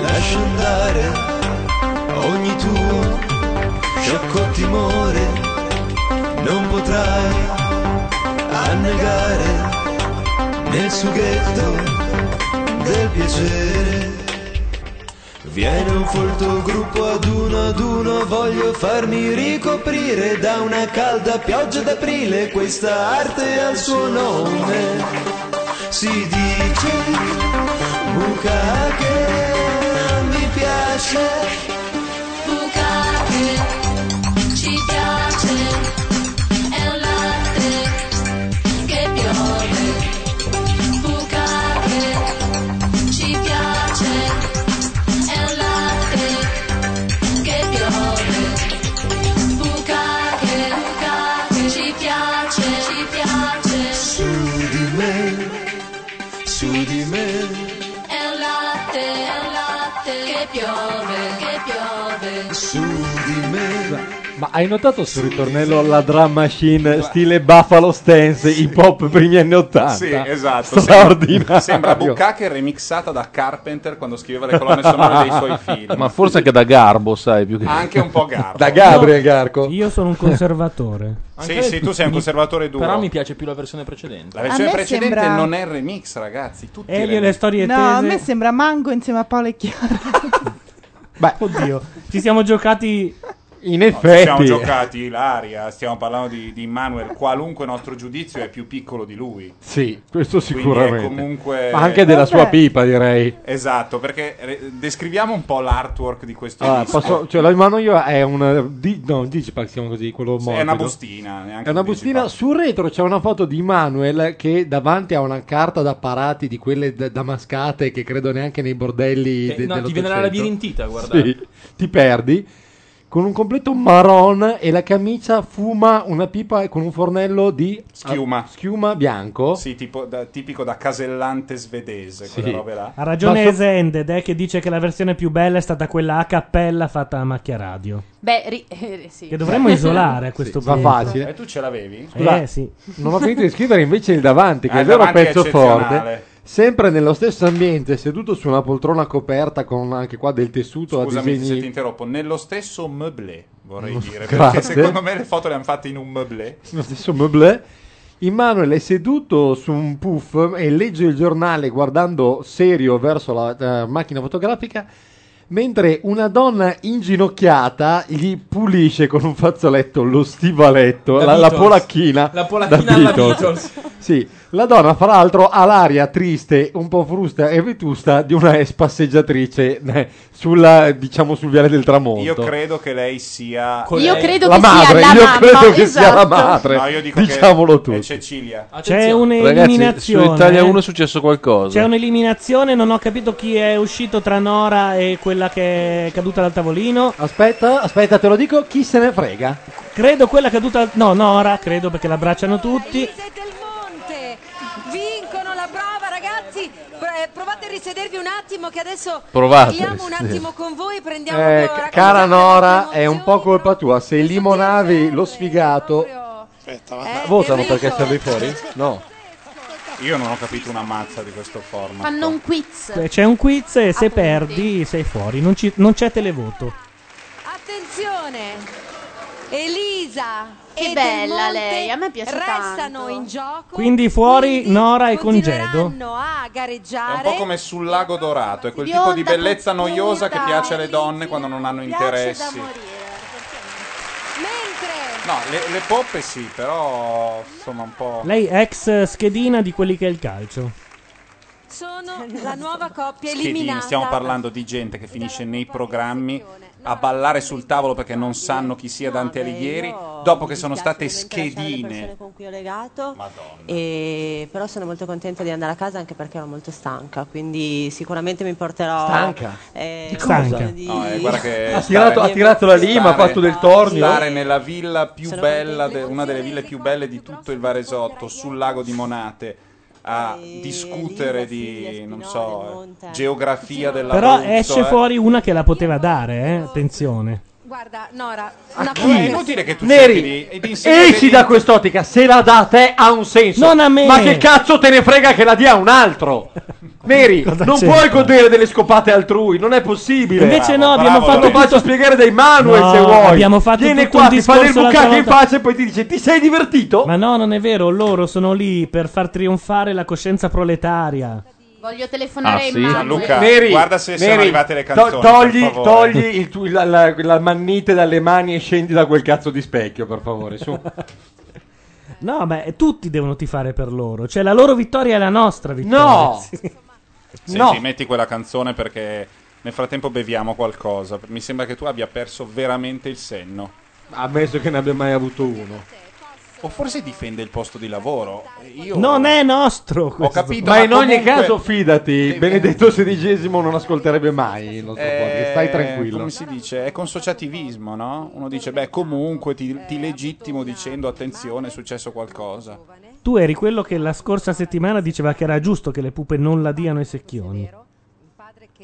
Speaker 10: lascia andare ogni tuo sciocco timore non potrai annegare nel sughetto del piacere Viene un folto gruppo ad uno ad uno, voglio farmi ricoprire da una calda pioggia d'aprile, questa arte ha il suo nome. Si dice buca che mi piace.
Speaker 13: piace bucate, ci piace, è un latte che piove, bucate, ci piace, è un latte che piove, bucate, bucate, ci piace, ci piace,
Speaker 30: Su di me, su di me,
Speaker 13: è un latte, è un latte che piove, che piove,
Speaker 30: su di me.
Speaker 11: Ma hai notato sul ritornello la drum machine stile Buffalo Stance, hip hop primi anni 80?
Speaker 3: Sì, esatto.
Speaker 11: Straordinario.
Speaker 3: Sembra, sembra Bukake remixata da Carpenter quando scriveva le colonne sonore dei suoi film.
Speaker 31: Ma forse anche da Garbo, sai, più che...
Speaker 3: Anche un po' Garbo.
Speaker 31: Da Gabriel Garco.
Speaker 2: Io sono un conservatore.
Speaker 3: Sì, sì, tu sei un conservatore duro.
Speaker 4: Però mi piace più la versione precedente.
Speaker 3: La versione
Speaker 15: A me
Speaker 3: precedente
Speaker 15: sembra-
Speaker 3: non è il remix, ragazzi. Tutti i
Speaker 2: Elio e
Speaker 3: remix.
Speaker 2: le storie
Speaker 15: No, a me
Speaker 2: tese.
Speaker 15: sembra Mango insieme a Paolo e Chiara.
Speaker 2: Oddio, ci siamo giocati.
Speaker 11: In
Speaker 3: No, ci siamo giocati Ilaria, stiamo parlando di, di Manuel. Qualunque nostro giudizio è più piccolo di lui.
Speaker 11: Sì, questo
Speaker 3: Quindi è
Speaker 11: sicuramente.
Speaker 3: comunque-
Speaker 11: Ma anche della sua pipa, direi.
Speaker 3: Esatto, perché re- descriviamo un po' l'artwork di questo
Speaker 11: Allora,
Speaker 3: disco.
Speaker 11: posso, cioè, l'ho in mano io è un di, no, un digipack, siamo così, quello
Speaker 3: Sì,
Speaker 11: morbido.
Speaker 3: è una bustina, neanche
Speaker 11: È una
Speaker 3: un
Speaker 11: bustina. Sul retro c'è una foto di Manuel che davanti ha una carta da parati di quelle da- damascate che credo neanche nei bordelli
Speaker 4: Eh,
Speaker 11: de-
Speaker 4: no, ti viene la
Speaker 11: dell'Ottocento.
Speaker 4: labirintita, guardate.
Speaker 11: Sì, ti perdi. Con un completo marron e la camicia fuma una pipa con un fornello di
Speaker 3: Schiuma.
Speaker 11: ah, schiuma bianco.
Speaker 3: Sì, tipo da- tipico da casellante svedese,
Speaker 11: Sì.
Speaker 3: quelle robe là.
Speaker 2: Ha ragione
Speaker 11: Ma so-
Speaker 2: Esended eh, che dice che la versione più bella è stata quella a cappella fatta a macchia radio.
Speaker 32: Beh, ri- eh, sì.
Speaker 2: Che dovremmo isolare a questo
Speaker 11: va
Speaker 2: punto.
Speaker 11: facile.
Speaker 3: E tu ce l'avevi?
Speaker 11: Scusa,
Speaker 2: Eh, sì.
Speaker 11: Non ho finito di scrivere invece il davanti, che
Speaker 3: Ah,
Speaker 11: è
Speaker 3: il
Speaker 11: il loro
Speaker 3: davanti è
Speaker 11: pezzo
Speaker 3: eccezionale.
Speaker 11: forte. Sempre nello stesso ambiente, seduto su una poltrona coperta con anche qua del tessuto
Speaker 3: Scusami
Speaker 11: a
Speaker 3: se
Speaker 11: disegni.
Speaker 3: ti interrompo, nello stesso meublé, vorrei
Speaker 11: Mm,
Speaker 3: dire, perché
Speaker 11: grazie.
Speaker 3: secondo me le foto le hanno fatte in un meublé.
Speaker 11: Nello stesso meublé. Immanuel è seduto su un puff e legge il giornale guardando serio verso la eh, macchina fotografica, mentre una donna inginocchiata gli pulisce con un fazzoletto lo stivaletto,
Speaker 4: Da
Speaker 11: la, la
Speaker 4: Beatles.
Speaker 11: polacchina.
Speaker 4: La polacchina alla Beatles.
Speaker 11: Sì, la donna, fra l'altro, ha l'aria triste, un po' frusta e vetusta di una ex passeggiatrice eh, sulla, diciamo, sul viale del tramonto.
Speaker 3: Io credo che lei sia...
Speaker 11: Io lei. credo La che sia madre, la io mamma, credo che sia la esatto. madre.
Speaker 3: No, io dico
Speaker 11: Diciamolo
Speaker 3: che
Speaker 11: tutti.
Speaker 3: è Cecilia.
Speaker 2: C'è
Speaker 31: Ragazzi, su
Speaker 2: un'eliminazione.
Speaker 31: Italia 1
Speaker 2: eh.
Speaker 31: è successo qualcosa.
Speaker 2: C'è un'eliminazione, non ho capito chi è uscito tra Nora e quella che è caduta dal tavolino.
Speaker 11: Aspetta, aspetta, te lo dico, chi se ne frega?
Speaker 2: Credo quella caduta. dal- No, Nora, credo perché l'abbracciano tutti.
Speaker 9: Monte, vincono la prova ragazzi Pr- eh, provate a risedervi un attimo che adesso
Speaker 11: Provate a
Speaker 9: parliamo un
Speaker 11: risedervi.
Speaker 9: attimo con voi prendiamo Nora,
Speaker 11: Eh, ca- cara Nora, è un po' colpa tua. Se limonavi lo sfigato. Votano perché stavi fuori? No.
Speaker 3: Io non ho capito una mazza di questo format.
Speaker 6: Fanno un quiz.
Speaker 2: Cioè, C'è un quiz e se perdi sei fuori. Non, ci- non c'è televoto.
Speaker 9: attenzione Elisa
Speaker 6: Che
Speaker 9: e
Speaker 6: bella
Speaker 9: Del Monte
Speaker 6: lei, a me piace
Speaker 9: restano
Speaker 6: tanto.
Speaker 9: in gioco
Speaker 2: Quindi fuori Nora e congedo.
Speaker 9: a
Speaker 3: È un
Speaker 9: gareggiare
Speaker 3: po' come sul lago dorato, è quel
Speaker 9: Bionda,
Speaker 3: tipo di bellezza noiosa che piace alle donne quando non hanno interessi. No, le, le poppe sì, però insomma un po'...
Speaker 2: Lei ex schedina di quelli che è il calcio.
Speaker 9: sono la nuova coppia
Speaker 3: Schedini,
Speaker 9: eliminata
Speaker 3: stiamo parlando di gente che finisce nei programmi a ballare sul tavolo perché non sanno chi sia Dante Alighieri, dopo che sono state schedine.
Speaker 27: con cui ho legato. E- però sono molto contenta di andare a casa anche perché ero molto stanca, quindi sicuramente mi porterò
Speaker 11: Stanca?
Speaker 27: Eh,
Speaker 11: Di cosa?
Speaker 27: qualcosa di-
Speaker 3: No, eh, guarda che
Speaker 11: Ha tirato- ha tirato la lima, ha fatto del tornio.
Speaker 3: Stare nella villa più bella, de- una delle ville più belle di tutto il Varesotto, sul lago di Monate, a discutere di, non so, eh, geografia della eh.
Speaker 2: Però
Speaker 11: eh.
Speaker 2: esce fuori una che la poteva dare, eh. Attenzione.
Speaker 9: guarda Nora una
Speaker 3: È inutile che tu cerchi di-
Speaker 11: Neri,
Speaker 3: e di insegnare
Speaker 11: esci
Speaker 3: di-
Speaker 11: da quest'ottica. Se la dà a te ha un senso.
Speaker 2: Non a me.
Speaker 11: Ma che cazzo te ne frega che la dia a un altro? Neri,
Speaker 2: Cosa
Speaker 11: non
Speaker 2: c'entra?
Speaker 11: puoi godere delle scopate altrui. Non è possibile.
Speaker 2: Invece no, abbiamo
Speaker 11: Te
Speaker 2: fatto
Speaker 11: lo faccio spiegare dei Manuel
Speaker 2: No,
Speaker 11: se vuoi.
Speaker 2: abbiamo fatto
Speaker 11: Viene
Speaker 2: tutto
Speaker 11: qua,
Speaker 2: un
Speaker 11: ti fa del
Speaker 2: discorso l'altra
Speaker 11: bucacche in
Speaker 2: volta.
Speaker 11: faccia e poi ti dice: Ti sei divertito?
Speaker 2: Ma no, non è vero, loro sono lì per far trionfare la coscienza proletaria.
Speaker 6: Voglio telefonare a Emanuele.
Speaker 3: Ah, Gianluca,
Speaker 11: Neri,
Speaker 3: guarda se sono
Speaker 11: Neri,
Speaker 3: arrivate le
Speaker 11: to-
Speaker 3: canzoni,
Speaker 11: togli
Speaker 3: per favore.
Speaker 11: togli il tu- la, la- la mannite dalle mani e scendi da quel cazzo di specchio, per favore. Su.
Speaker 2: No, beh, tutti devono tifare per loro. Cioè, la loro vittoria è la nostra vittoria.
Speaker 11: No!
Speaker 2: Sì.
Speaker 3: Senti, metti quella canzone perché Nel frattempo beviamo qualcosa. Mi sembra che tu abbia perso veramente il senno.
Speaker 11: Ammesso che ne abbia mai avuto uno.
Speaker 3: O forse difende il posto di lavoro. Io
Speaker 2: Non è nostro.
Speaker 3: ho capito.
Speaker 11: ma in ogni
Speaker 3: comunque-
Speaker 11: caso, fidati, Benedetto XVI non ascolterebbe mai il nostro
Speaker 3: Eh,
Speaker 11: podcast. Stai tranquillo.
Speaker 3: Come si dice? È consociativismo, no? Uno dice, beh, comunque ti, ti legittimo dicendo attenzione, è successo qualcosa.
Speaker 2: Tu eri quello che la scorsa settimana diceva che era giusto che le pupe non la diano ai secchioni.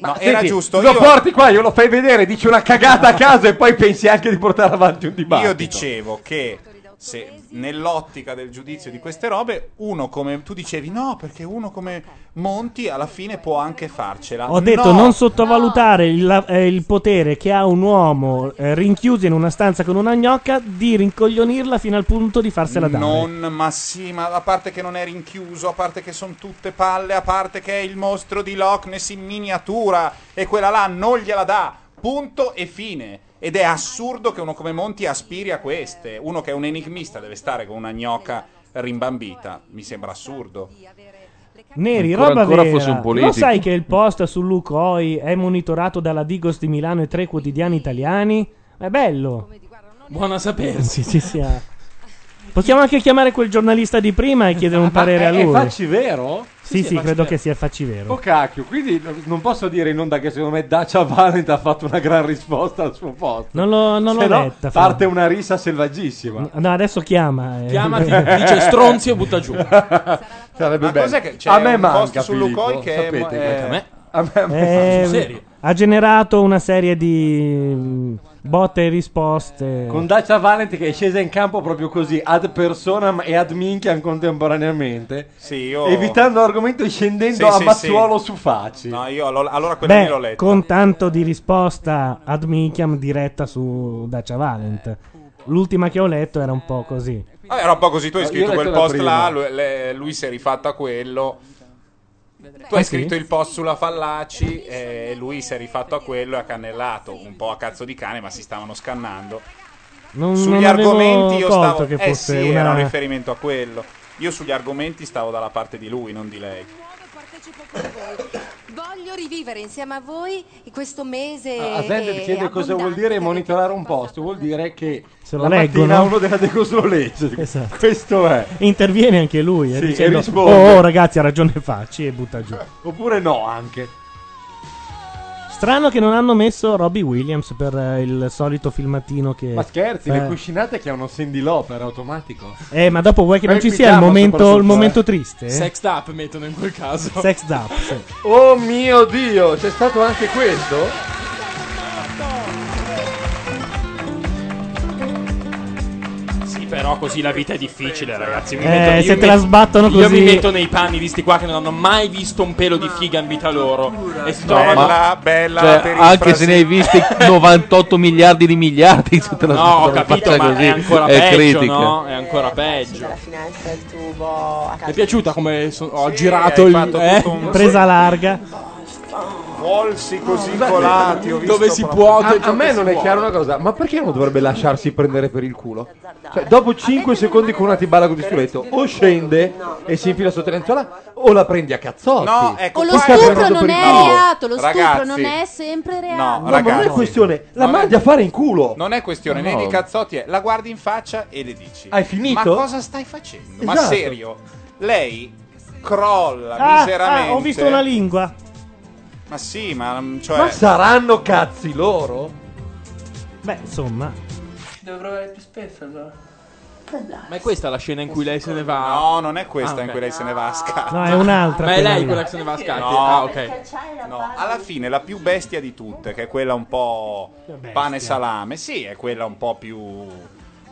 Speaker 3: No, era
Speaker 11: Senti,
Speaker 3: giusto.
Speaker 11: eh, Lo
Speaker 3: io-
Speaker 11: porti qua, glielo fai vedere, dici una cagata a caso e poi pensi anche di portare avanti un dibattito.
Speaker 3: Io dicevo che se nell'ottica del giudizio di queste robe, uno come tu dicevi no, perché uno come Monti alla fine può anche farcela.
Speaker 2: Ho detto
Speaker 3: No,
Speaker 2: non sottovalutare il, la- eh, il potere che ha un uomo eh, rinchiuso in una stanza con una gnocca di rincoglionirla fino al punto di farsela dare.
Speaker 3: Non, ma sì, ma a parte che non è rinchiuso, a parte che sono tutte palle, a parte che è il mostro di Loch Ness in miniatura e quella là non gliela dà. Punto e fine. Ed è assurdo che uno come Monti aspiri a queste. Uno che è un enigmista deve stare con una gnocca rimbambita. Mi sembra assurdo.
Speaker 2: Neri,
Speaker 3: Ancora-
Speaker 2: roba
Speaker 3: ancora
Speaker 2: vera.
Speaker 3: fosse un politico.
Speaker 2: Lo sai che il post su Lucoi è monitorato dalla Digos di Milano e tre quotidiani italiani? È bello.
Speaker 4: Buona sapersi.
Speaker 2: Sì, sì, sì, ah. Possiamo anche chiamare quel giornalista di prima e chiedere un parere
Speaker 11: è-
Speaker 2: a
Speaker 11: è
Speaker 2: lui.
Speaker 11: Eh, Facci Vero?
Speaker 2: eh, Sì, sì,
Speaker 11: Facci
Speaker 2: credo
Speaker 11: Vero.
Speaker 2: che sia facci vero.
Speaker 11: Oh cacchio, quindi non posso dire in onda che secondo me Dacia Valent ha fatto una gran risposta al suo posto.
Speaker 2: Non l'ho, non l'ho
Speaker 11: Se no,
Speaker 2: letta. Fra.
Speaker 11: parte una rissa selvaggissima.
Speaker 2: No, adesso chiama. eh.
Speaker 4: butta giù.
Speaker 11: Sarebbe
Speaker 3: Ma
Speaker 11: bello.
Speaker 3: cos'è che c'è
Speaker 11: a me
Speaker 3: un
Speaker 11: manca
Speaker 3: post su Lucoil
Speaker 11: Filippo,
Speaker 3: che è-
Speaker 11: sapete,
Speaker 3: eh,
Speaker 11: a me a me, a me
Speaker 2: Eh,
Speaker 11: manca.
Speaker 2: ha generato una serie di mm, botte e risposte.
Speaker 11: Con Dacia Valent che è scesa in campo proprio così, ad personam e ad minchiam contemporaneamente,
Speaker 3: Sì, io...
Speaker 11: evitando l'argomento e scendendo
Speaker 3: Sì,
Speaker 11: a
Speaker 3: sì,
Speaker 11: Mazzuolo
Speaker 3: sì.
Speaker 11: su Facci.
Speaker 3: No, io allo- allora quella lì l'ho
Speaker 2: Beh,
Speaker 3: letta.
Speaker 2: con tanto di risposta ad Minchiam diretta su Dacia Valent. L'ultima che ho letto era un po' così.
Speaker 3: Vabbè, era un po' Ah, così. Tu hai
Speaker 11: No, io
Speaker 3: scritto
Speaker 11: ho
Speaker 3: quel
Speaker 11: letto la
Speaker 3: post
Speaker 11: prima.
Speaker 3: là, lui, le- lui si è rifatta quello. Tu
Speaker 2: Ah,
Speaker 3: hai
Speaker 2: sì?
Speaker 3: scritto il post sulla Fallaci eh, e lui si è rifatto a quello e ha cannellato un po' a cazzo di cane, ma si stavano scannando.
Speaker 2: Non,
Speaker 3: Sugli
Speaker 2: non avevo
Speaker 3: argomenti io
Speaker 2: colto
Speaker 3: stavo.
Speaker 2: che
Speaker 3: eh
Speaker 2: fosse
Speaker 3: sì,
Speaker 2: una...
Speaker 3: era un riferimento a quello. Io sugli argomenti stavo dalla parte di lui, non di lei.
Speaker 9: Voglio rivivere insieme a voi questo mese.
Speaker 11: Asente
Speaker 9: e-
Speaker 11: chiede
Speaker 9: e
Speaker 11: cosa vuol dire monitorare un posto, vuol dire che
Speaker 2: Se lo
Speaker 11: la
Speaker 2: leggono.
Speaker 11: mattina uno della Decos lo legge.
Speaker 2: Esatto.
Speaker 11: Questo è.
Speaker 2: Interviene anche lui eh,
Speaker 11: Sì, e
Speaker 2: dicendo,
Speaker 11: risponde.
Speaker 2: oh, oh, ragazzi ha ragione Facci e butta giù.
Speaker 11: Oppure no anche.
Speaker 2: Strano che non hanno messo Robbie Williams per eh, il solito filmatino che...
Speaker 11: Ma scherzi,
Speaker 2: Eh.
Speaker 11: le cuscinate chiamano Cindy Lauper automatico.
Speaker 2: Eh, ma dopo vuoi che
Speaker 11: Beh,
Speaker 2: non ci
Speaker 11: qui
Speaker 2: sia il
Speaker 11: diamo
Speaker 2: momento,
Speaker 11: soprattutto,
Speaker 2: il momento
Speaker 11: eh.
Speaker 2: triste?
Speaker 4: Sexed up mettono in quel caso.
Speaker 2: Sex up, sì.
Speaker 11: Oh mio dio, c'è stato anche questo?
Speaker 4: Sì, però così la vita è difficile, ragazzi. Mi
Speaker 2: Eh,
Speaker 4: metto- io
Speaker 2: se
Speaker 4: mi
Speaker 2: te la
Speaker 4: metto-
Speaker 2: sbattono
Speaker 4: Io
Speaker 2: così-
Speaker 4: mi metto nei panni di sti qua che non hanno mai visto un pelo di figa in vita loro. E si
Speaker 3: Bella,
Speaker 4: trovano.
Speaker 3: bella
Speaker 4: Cioè,
Speaker 3: per il
Speaker 31: Anche
Speaker 3: frasi-
Speaker 31: se ne hai visti 98 miliardi di miliardi, se te la
Speaker 4: No, ho
Speaker 31: te la
Speaker 4: capito,
Speaker 31: faccia
Speaker 4: ma
Speaker 31: così,
Speaker 4: è ancora
Speaker 31: è
Speaker 4: peggio,
Speaker 31: critica.
Speaker 4: no? È ancora peggio.
Speaker 20: finestra, il tubo a
Speaker 4: Ti è
Speaker 20: casa.
Speaker 4: piaciuto come so- ho girato
Speaker 2: hai
Speaker 4: il
Speaker 2: fatto
Speaker 4: eh?
Speaker 2: tutto un- Presa larga.
Speaker 3: Volsi
Speaker 2: Oh,
Speaker 3: così colati, ho visto
Speaker 4: Dove si
Speaker 3: proprio-
Speaker 4: può,
Speaker 11: A,
Speaker 2: cioè,
Speaker 11: a me non è chiaro una cosa, ma perché uno dovrebbe lasciarsi prendere per il culo? Cioè, dopo 5 secondi con una tibala con di stuletto, o scende e si infila sotto la lenzuola, o la prendi a cazzotti.
Speaker 6: No,
Speaker 3: ecco,
Speaker 6: o lo
Speaker 11: Chi sta
Speaker 6: stupro
Speaker 11: prendendo
Speaker 6: non
Speaker 11: per il
Speaker 6: è
Speaker 11: culo?
Speaker 6: reato, lo stupro
Speaker 3: Ragazzi.
Speaker 6: non è sempre reato.
Speaker 3: No,
Speaker 11: No, ma non è
Speaker 3: ragazzi.
Speaker 11: questione, la mandi a fare in culo.
Speaker 3: Non è questione
Speaker 11: No.
Speaker 3: né di cazzotti, è- la guardi in faccia e le dici:
Speaker 11: Hai finito?
Speaker 3: Ma cosa stai facendo? Ma
Speaker 11: Esatto.
Speaker 3: serio, lei crolla
Speaker 2: Ah,
Speaker 3: miseramente.
Speaker 2: ah, ho visto una lingua.
Speaker 3: Ma sì, ma mm, cioè.
Speaker 11: Ma saranno cazzi loro?
Speaker 2: Beh, insomma.
Speaker 30: Devo provare più spesso allora.
Speaker 4: Ma è questa la scena in cui lei se ne va?
Speaker 3: No, non è questa
Speaker 4: Ah, ok.
Speaker 3: in cui lei se ne va a scatti.
Speaker 2: No, è un'altra
Speaker 4: Ma è
Speaker 2: quella
Speaker 4: lei
Speaker 2: lì.
Speaker 4: quella che se ne va a scatti?
Speaker 3: No.
Speaker 4: Ah, ok.
Speaker 3: No, alla fine la più bestia di tutte, che è quella un po' pane e salame, sì, è quella un po' più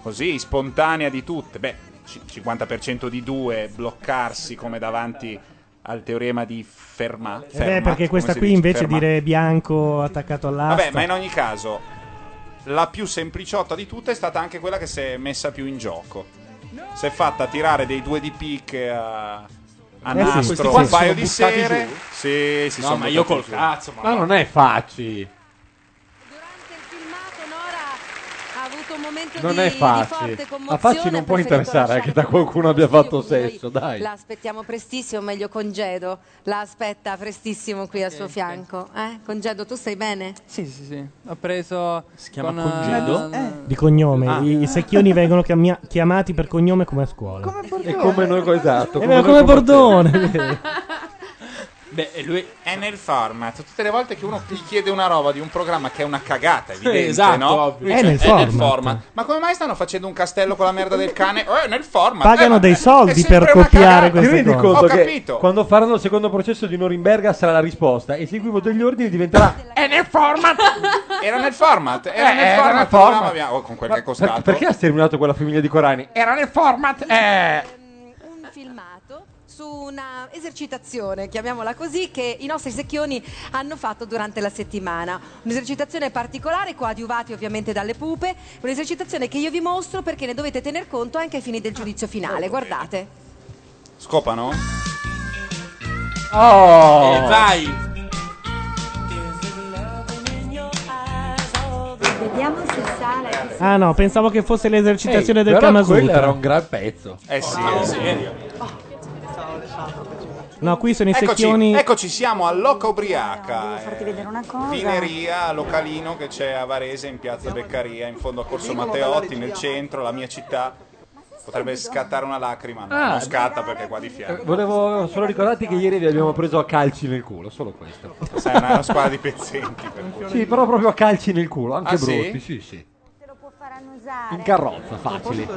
Speaker 3: così spontanea di tutte. Beh, c- 50% di due bloccarsi come davanti al teorema di Fermat.
Speaker 2: Eh beh,
Speaker 3: Fermat,
Speaker 2: perché
Speaker 3: come
Speaker 2: questa
Speaker 3: si
Speaker 2: qui
Speaker 3: dice?
Speaker 2: invece
Speaker 3: Fermat.
Speaker 2: dire bianco attaccato all'asta.
Speaker 3: Vabbè, ma in ogni caso, la più sempliciotta di tutte è stata anche quella che si è messa più in gioco. Si è fatta tirare dei due di picche a, a
Speaker 11: Eh sì, questi
Speaker 3: nastro
Speaker 11: qua
Speaker 3: un
Speaker 11: si
Speaker 3: paio
Speaker 11: sono
Speaker 3: di
Speaker 11: buttati
Speaker 3: sere.
Speaker 11: giù.
Speaker 3: Sì, si
Speaker 4: No,
Speaker 3: sono
Speaker 4: ma io
Speaker 3: buttati
Speaker 4: col
Speaker 3: giù.
Speaker 4: cazzo,
Speaker 11: Ma non è facci.
Speaker 9: ha avuto vissuto un momento
Speaker 8: Non
Speaker 9: di,
Speaker 8: è
Speaker 9: di
Speaker 8: facile.
Speaker 9: forte commozione.
Speaker 8: A Facci non può
Speaker 9: ha preferito
Speaker 11: eh,
Speaker 8: interessare eh,
Speaker 9: lasciare
Speaker 8: che da qualcuno abbia fatto sesso, dai.
Speaker 9: La aspettiamo prestissimo, meglio congedo. La aspetta prestissimo qui al suo fianco. Eh? Congedo, tu stai bene?
Speaker 30: Sì, sì, sì. Ho preso. Si
Speaker 2: chiama congedo?
Speaker 11: Eh,
Speaker 2: Di cognome. I, i secchioni vengono chiamia- chiamati per cognome come a scuola.
Speaker 11: E come noi esatto.
Speaker 2: Eh, ma come Bordone.
Speaker 4: Beh, e lui
Speaker 3: è nel format. Tutte le volte che uno ti chiede una roba di un programma che è una cagata,
Speaker 4: Sì,
Speaker 3: evidente,
Speaker 4: esatto,
Speaker 3: no?
Speaker 4: ovvio.
Speaker 3: Lui
Speaker 2: eh, È
Speaker 3: dice,
Speaker 2: nel format."
Speaker 3: Ma come mai stanno facendo un castello con la merda del cane? Oh, è nel format.
Speaker 2: Pagano
Speaker 3: Eh,
Speaker 2: dei
Speaker 3: vabbè,
Speaker 2: soldi
Speaker 3: è
Speaker 2: per
Speaker 3: sempre una
Speaker 2: copiare
Speaker 3: cagata.
Speaker 11: Ti
Speaker 2: queste
Speaker 11: rendi
Speaker 2: cose.
Speaker 11: conto
Speaker 3: Ho
Speaker 11: che
Speaker 3: capito.
Speaker 11: quando faranno il secondo processo di Norimberga sarà la risposta? Eseguivo degli ordini diventerà.
Speaker 3: È nel format. Era nel format. Era
Speaker 11: Eh,
Speaker 3: nel
Speaker 11: era
Speaker 3: format.
Speaker 11: nel format.
Speaker 3: Mamma mia, oh, con quel che è
Speaker 11: Per-
Speaker 3: costato.
Speaker 11: perché ha sterminato quella famiglia di Corani?
Speaker 3: Era nel format. Eh.
Speaker 9: Un filmato su una esercitazione, chiamiamola così, che i nostri secchioni hanno fatto durante la settimana. Un'esercitazione particolare, coadiuvati ovviamente dalle pupe, un'esercitazione che io vi mostro perché ne dovete tener conto anche ai fini del giudizio finale. Guardate.
Speaker 3: Scopano? Eh,
Speaker 11: Oh!
Speaker 4: E vai!
Speaker 9: Vediamo se sale.
Speaker 2: Ah no, pensavo che fosse l'esercitazione
Speaker 11: Ehi,
Speaker 2: del
Speaker 11: però
Speaker 2: Kamasutra.
Speaker 11: quello era un gran pezzo.
Speaker 3: Eh sì,
Speaker 11: Oh.
Speaker 13: Ah,
Speaker 30: Ah,
Speaker 3: eh, serio.
Speaker 2: No, qui sono i
Speaker 3: Eccoci, Ecco,
Speaker 2: secchioni.
Speaker 3: eccoci, siamo a Loca Ubriaca. eh,
Speaker 20: vedere una cosa.
Speaker 3: Vineria, localino che c'è a Varese in piazza Beccaria, in fondo a Corso Matteotti, nel centro, la mia città. Potrebbe scattare una lacrima, no,
Speaker 11: Ah.
Speaker 3: non scatta perché è qua di fianco.
Speaker 11: Volevo solo ricordarti che ieri vi abbiamo preso a calci nel culo, solo questo.
Speaker 3: Sai, è una squadra di pezzenti. Per cui.
Speaker 11: Sì, però proprio a calci nel culo, anche
Speaker 3: Ah, sì?
Speaker 11: brutti, sì, sì. In carrozza, facile.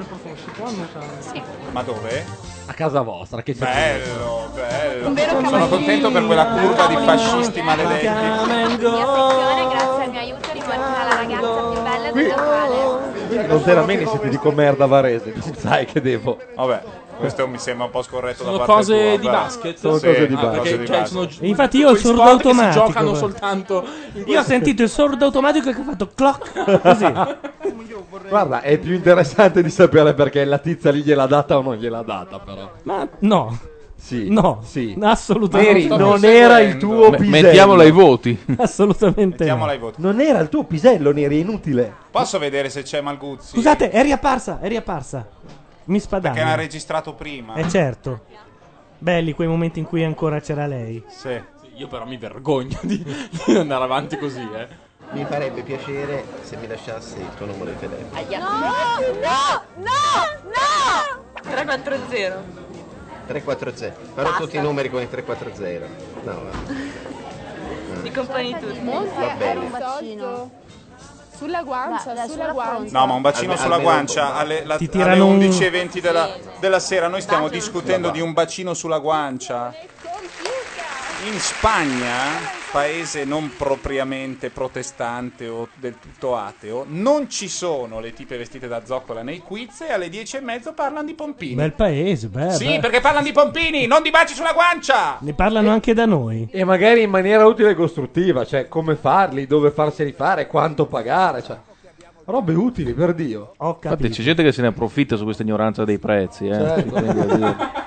Speaker 3: Ma dove?
Speaker 11: A casa vostra, che c'è?
Speaker 3: Bello, bello.
Speaker 11: Un vero
Speaker 3: Sono
Speaker 11: cavallino.
Speaker 3: contento per quella curva di fascisti
Speaker 13: Come
Speaker 3: maledetti.
Speaker 13: affezione, grazie al mio aiuto, rimarrà la ragazza più bella della quale.
Speaker 11: Non te la meni se ti dico merda varese, tu sai che devo.
Speaker 3: Vabbè, questo mi sembra un po' scorretto
Speaker 4: Sono
Speaker 3: da parte
Speaker 4: cose
Speaker 3: tua,
Speaker 4: di
Speaker 3: però.
Speaker 4: basket? Sono cose di
Speaker 3: ah,
Speaker 4: basket.
Speaker 3: cose
Speaker 4: Perché,
Speaker 3: di
Speaker 4: cioè,
Speaker 3: basket.
Speaker 4: sono gi-
Speaker 2: Infatti io ho il
Speaker 4: Quei
Speaker 2: sordo
Speaker 4: sport che si
Speaker 2: automatico.
Speaker 4: giocano
Speaker 2: guarda.
Speaker 4: soltanto in
Speaker 2: Io ho
Speaker 4: questo-
Speaker 2: sentito il sordo automatico che ha fatto clock così.
Speaker 11: Guarda, è più interessante di sapere perché la tizia lì gliel'ha data o non gliel'ha data, però.
Speaker 2: Ma no.
Speaker 11: Sì.
Speaker 2: No,
Speaker 11: Sì.
Speaker 2: assolutamente
Speaker 11: Neri,
Speaker 2: Sto
Speaker 11: non
Speaker 2: seguendo.
Speaker 11: era il tuo
Speaker 31: Me-
Speaker 11: pisello.
Speaker 31: mettiamola ai voti.
Speaker 2: Assolutamente.
Speaker 3: Mettiamola ai voti.
Speaker 11: Non era il tuo pisello, Neri, è inutile.
Speaker 3: Posso vedere se c'è Malguzzi?
Speaker 2: Scusate, è riapparsa, è riapparsa. Mi spadava.
Speaker 3: Che era registrato prima.
Speaker 2: Eh certo. Belli quei momenti in cui ancora c'era lei.
Speaker 3: Sì.
Speaker 4: Io però mi vergogno di, di andare avanti così, eh.
Speaker 22: Mi farebbe piacere se mi lasciassi il tuo numero di telefono.
Speaker 20: no, no, no! 340.
Speaker 22: 340. Farò
Speaker 20: Basta.
Speaker 22: tutti i numeri con il 340. No, va.
Speaker 20: Di compagni tutti.
Speaker 22: Va bene.
Speaker 20: Sulla guancia, sulla guancia.
Speaker 3: No, ma un bacino
Speaker 22: Alme-
Speaker 3: sulla
Speaker 22: almeno un
Speaker 3: guancia
Speaker 22: po'.
Speaker 3: alle, la-
Speaker 2: Ti
Speaker 3: alle
Speaker 2: tirano un-
Speaker 3: 11.20 della, della sera. Noi stiamo discutendo di un bacino sulla guancia. In Spagna, paese non propriamente protestante o del tutto ateo, non ci sono le tipe vestite da zoccola nei quiz e alle 10.30 parlano di pompini.
Speaker 2: Bel paese,
Speaker 11: eh,
Speaker 2: beh.
Speaker 3: sì,
Speaker 2: Eh, beh.
Speaker 3: perché parlano di pompini, non di baci sulla guancia!
Speaker 2: Ne parlano anche da noi.
Speaker 11: E magari in maniera utile e costruttiva, cioè come farli, dove farseli fare, quanto pagare, cioè. Robe utili, per Dio.
Speaker 2: Ho
Speaker 31: Infatti c'è gente che se ne approfitta su questa ignoranza dei prezzi. Eh.
Speaker 11: Certo.
Speaker 31: Quindi, voglio dire.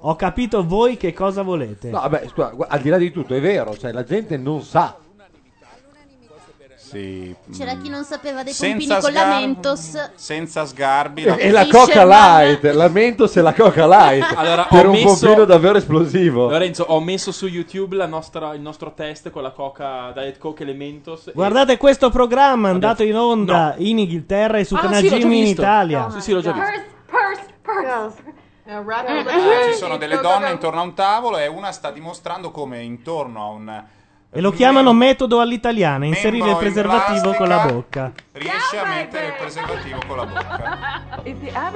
Speaker 2: Ho capito voi che cosa volete.
Speaker 11: No, vabbè, scusa, gu- al di là di tutto, è vero, cioè la gente non sa.
Speaker 3: Sì.
Speaker 6: C'era chi non sapeva dei pompini
Speaker 3: Senza
Speaker 6: con la
Speaker 3: sgar-
Speaker 6: Mentos.
Speaker 3: Senza sgarbi.
Speaker 11: E, e la coca light, lamento se la coca light.
Speaker 4: Allora,
Speaker 11: per
Speaker 4: ho
Speaker 11: un
Speaker 4: messo-
Speaker 11: pompino davvero esplosivo.
Speaker 4: Lorenzo, ho messo su YouTube la nostra- il nostro test con la coca Diet Coke e le Mentos. e-
Speaker 2: Guardate questo programma andato in onda in Inghilterra e su
Speaker 4: Ah,
Speaker 2: Canal
Speaker 4: sì, l'ho già
Speaker 2: Jimmy in
Speaker 4: visto.
Speaker 2: Italia.
Speaker 4: Sì, sì, l'ho già visto.
Speaker 7: Purse, purse.
Speaker 6: Eh,
Speaker 3: Ci sono delle donne intorno a un tavolo e una sta dimostrando come intorno a un
Speaker 2: E lo chiamano metodo all'italiana, inserire il
Speaker 3: Membro in
Speaker 2: preservativo con la
Speaker 3: plastica.
Speaker 2: bocca.
Speaker 3: riesce a mettere il preservativo con la bocca.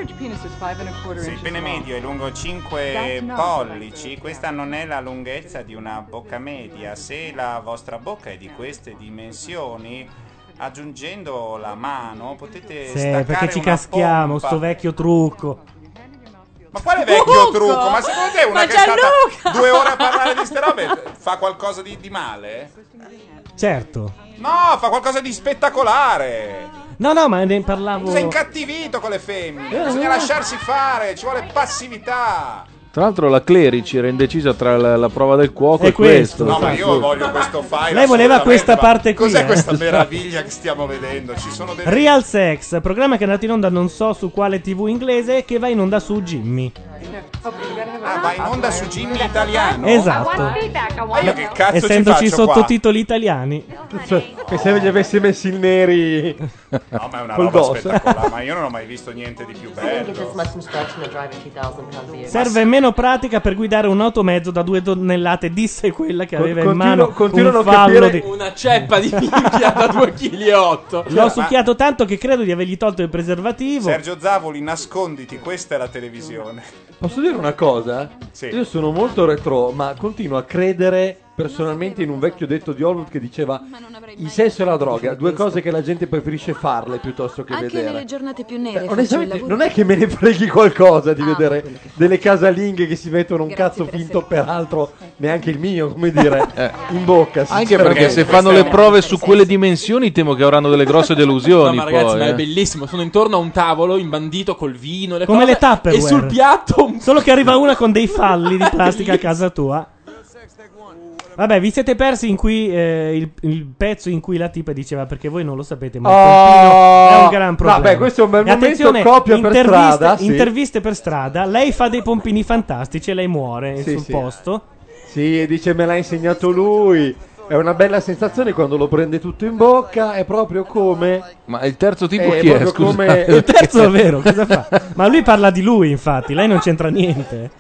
Speaker 3: Se il pene medio è lungo 5 pollici, questa non è la lunghezza di una bocca media. Se la vostra bocca è di queste dimensioni, aggiungendo la mano potete
Speaker 2: Sì,
Speaker 3: staccare
Speaker 2: perché ci
Speaker 3: una
Speaker 2: caschiamo,
Speaker 3: pompa.
Speaker 2: sto vecchio trucco.
Speaker 3: Ma quale vecchio
Speaker 2: Trucco!
Speaker 3: trucco? Ma secondo te una
Speaker 2: Ma
Speaker 3: che è stata
Speaker 2: Gianluca!
Speaker 3: due ore a parlare di ste robe fa qualcosa di, di male?
Speaker 2: Certo.
Speaker 3: No, fa qualcosa di spettacolare.
Speaker 2: No, no, ma ne
Speaker 3: Tu sei
Speaker 2: parlavo...
Speaker 3: incattivito con le femmine.
Speaker 2: Oh. Eh,
Speaker 3: Bisogna
Speaker 2: eh.
Speaker 3: lasciarsi fare, ci vuole passività.
Speaker 31: Tra l'altro la Clerici era indecisa tra la, la prova del cuoco
Speaker 2: E
Speaker 31: e, questo.
Speaker 2: questo. No, ma
Speaker 3: Io voglio questo file.
Speaker 2: Lei voleva
Speaker 3: assolutamente,
Speaker 2: questa
Speaker 3: ma
Speaker 2: parte qui,
Speaker 3: Cos'è
Speaker 2: eh?
Speaker 3: questa meraviglia che stiamo vedendo? Ci sono delle.
Speaker 2: Real Sex, programma che è andato in onda non so su quale TV inglese che va in onda su Jimmy.
Speaker 3: Ah, va in onda su Jimmy italiano.
Speaker 2: Esatto.
Speaker 3: Ma io che cazzo
Speaker 2: Essendoci
Speaker 3: ci faccio qua?
Speaker 2: sottotitoli italiani.
Speaker 11: Che se gli avessi messi il neri
Speaker 3: No, Ah, ma è una
Speaker 11: col
Speaker 3: roba
Speaker 11: DOS.
Speaker 3: spettacolare, ma io non ho mai visto niente di più bello.
Speaker 2: Serve meno pratica per guidare un automezzo da due tonnellate, disse quella che
Speaker 4: Con-
Speaker 2: aveva in
Speaker 4: continuo-
Speaker 2: mano
Speaker 4: continuo a
Speaker 2: un
Speaker 4: non
Speaker 2: fallo
Speaker 4: capire-
Speaker 2: di...
Speaker 4: Una ceppa di minchia da 2,8 kg.
Speaker 3: Cioè,
Speaker 2: L'ho succhiato tanto che credo di avergli tolto il preservativo.
Speaker 3: Sergio Zavoli, nasconditi, questa è la televisione.
Speaker 11: Posso dire una cosa?
Speaker 3: Sì.
Speaker 11: Io sono molto retro, ma continuo a credere personalmente in un vecchio detto di Hollywood che diceva il sesso e la droga, due cose che la gente preferisce farle piuttosto che
Speaker 17: Anche
Speaker 11: vedere.
Speaker 17: nelle giornate più nere. faccio il
Speaker 11: Onestamente,
Speaker 17: lavoro
Speaker 11: non è che me ne freghi qualcosa
Speaker 17: Ah,
Speaker 11: di vedere delle casalinghe che si mettono un cazzo finto, peraltro neanche il mio, come
Speaker 17: Eh.
Speaker 11: dire, in bocca.
Speaker 31: Anche perché se fanno le prove su quelle dimensioni temo che avranno delle grosse
Speaker 4: No,
Speaker 31: delusioni.
Speaker 4: ma ragazzi,
Speaker 31: poi,
Speaker 4: ma
Speaker 31: eh.
Speaker 4: è bellissimo. Sono intorno a un tavolo imbandito col vino, le
Speaker 2: Come
Speaker 4: cose,
Speaker 2: le tappe.
Speaker 4: E sul piatto.
Speaker 2: Solo che arriva una con dei falli di plastica a casa tua. Vabbè, vi siete persi in cui eh, il, il pezzo in cui la tipa diceva perché voi non lo sapete, ma il
Speaker 11: Oh!
Speaker 2: pompino è un gran problema.
Speaker 11: Vabbè, questo è un bel
Speaker 2: E
Speaker 11: momento,
Speaker 2: attenzione,
Speaker 11: coppia per
Speaker 2: interviste-
Speaker 11: strada, sì.
Speaker 2: Interviste per strada, lei fa dei pompini fantastici e lei muore
Speaker 11: Sì,
Speaker 2: sul
Speaker 11: sì.
Speaker 2: posto.
Speaker 11: Sì, e dice me l'ha insegnato lui. È una bella sensazione quando lo prende tutto in bocca, è proprio come...
Speaker 31: Ma il terzo tipo
Speaker 11: Eh,
Speaker 31: chi è?
Speaker 11: proprio
Speaker 31: Scusa.
Speaker 11: come-
Speaker 2: Il terzo è vero, cosa fa? Ma lui parla di lui, infatti, lei non c'entra niente.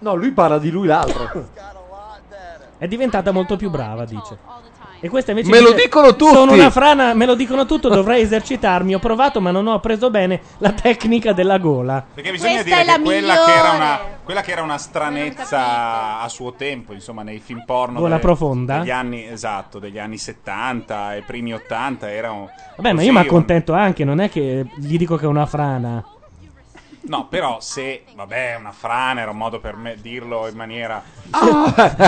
Speaker 11: No, lui parla di lui l'altro.
Speaker 2: È diventata molto più brava, dice. E questa invece
Speaker 31: Me lo
Speaker 2: dice,
Speaker 31: dicono tutti!"
Speaker 2: Sono una frana, me lo dicono tutto, dovrei esercitarmi. Ho provato, ma non ho preso bene la tecnica della gola.
Speaker 3: Perché bisogna
Speaker 6: Questa
Speaker 3: dire
Speaker 6: è la
Speaker 3: che quella che, era
Speaker 6: migliore.
Speaker 3: una, quella che era una stranezza a suo tempo, insomma, nei film porno
Speaker 2: Gola
Speaker 3: delle-
Speaker 2: profonda?
Speaker 3: degli anni esatto, degli anni 70 e primi 80 era un-
Speaker 2: Vabbè, ma
Speaker 3: così,
Speaker 2: io mi
Speaker 3: un-
Speaker 2: accontento anche, non è che gli dico che è una frana.
Speaker 3: No, però se vabbè, una frana era un modo per me dirlo in maniera
Speaker 11: Ah,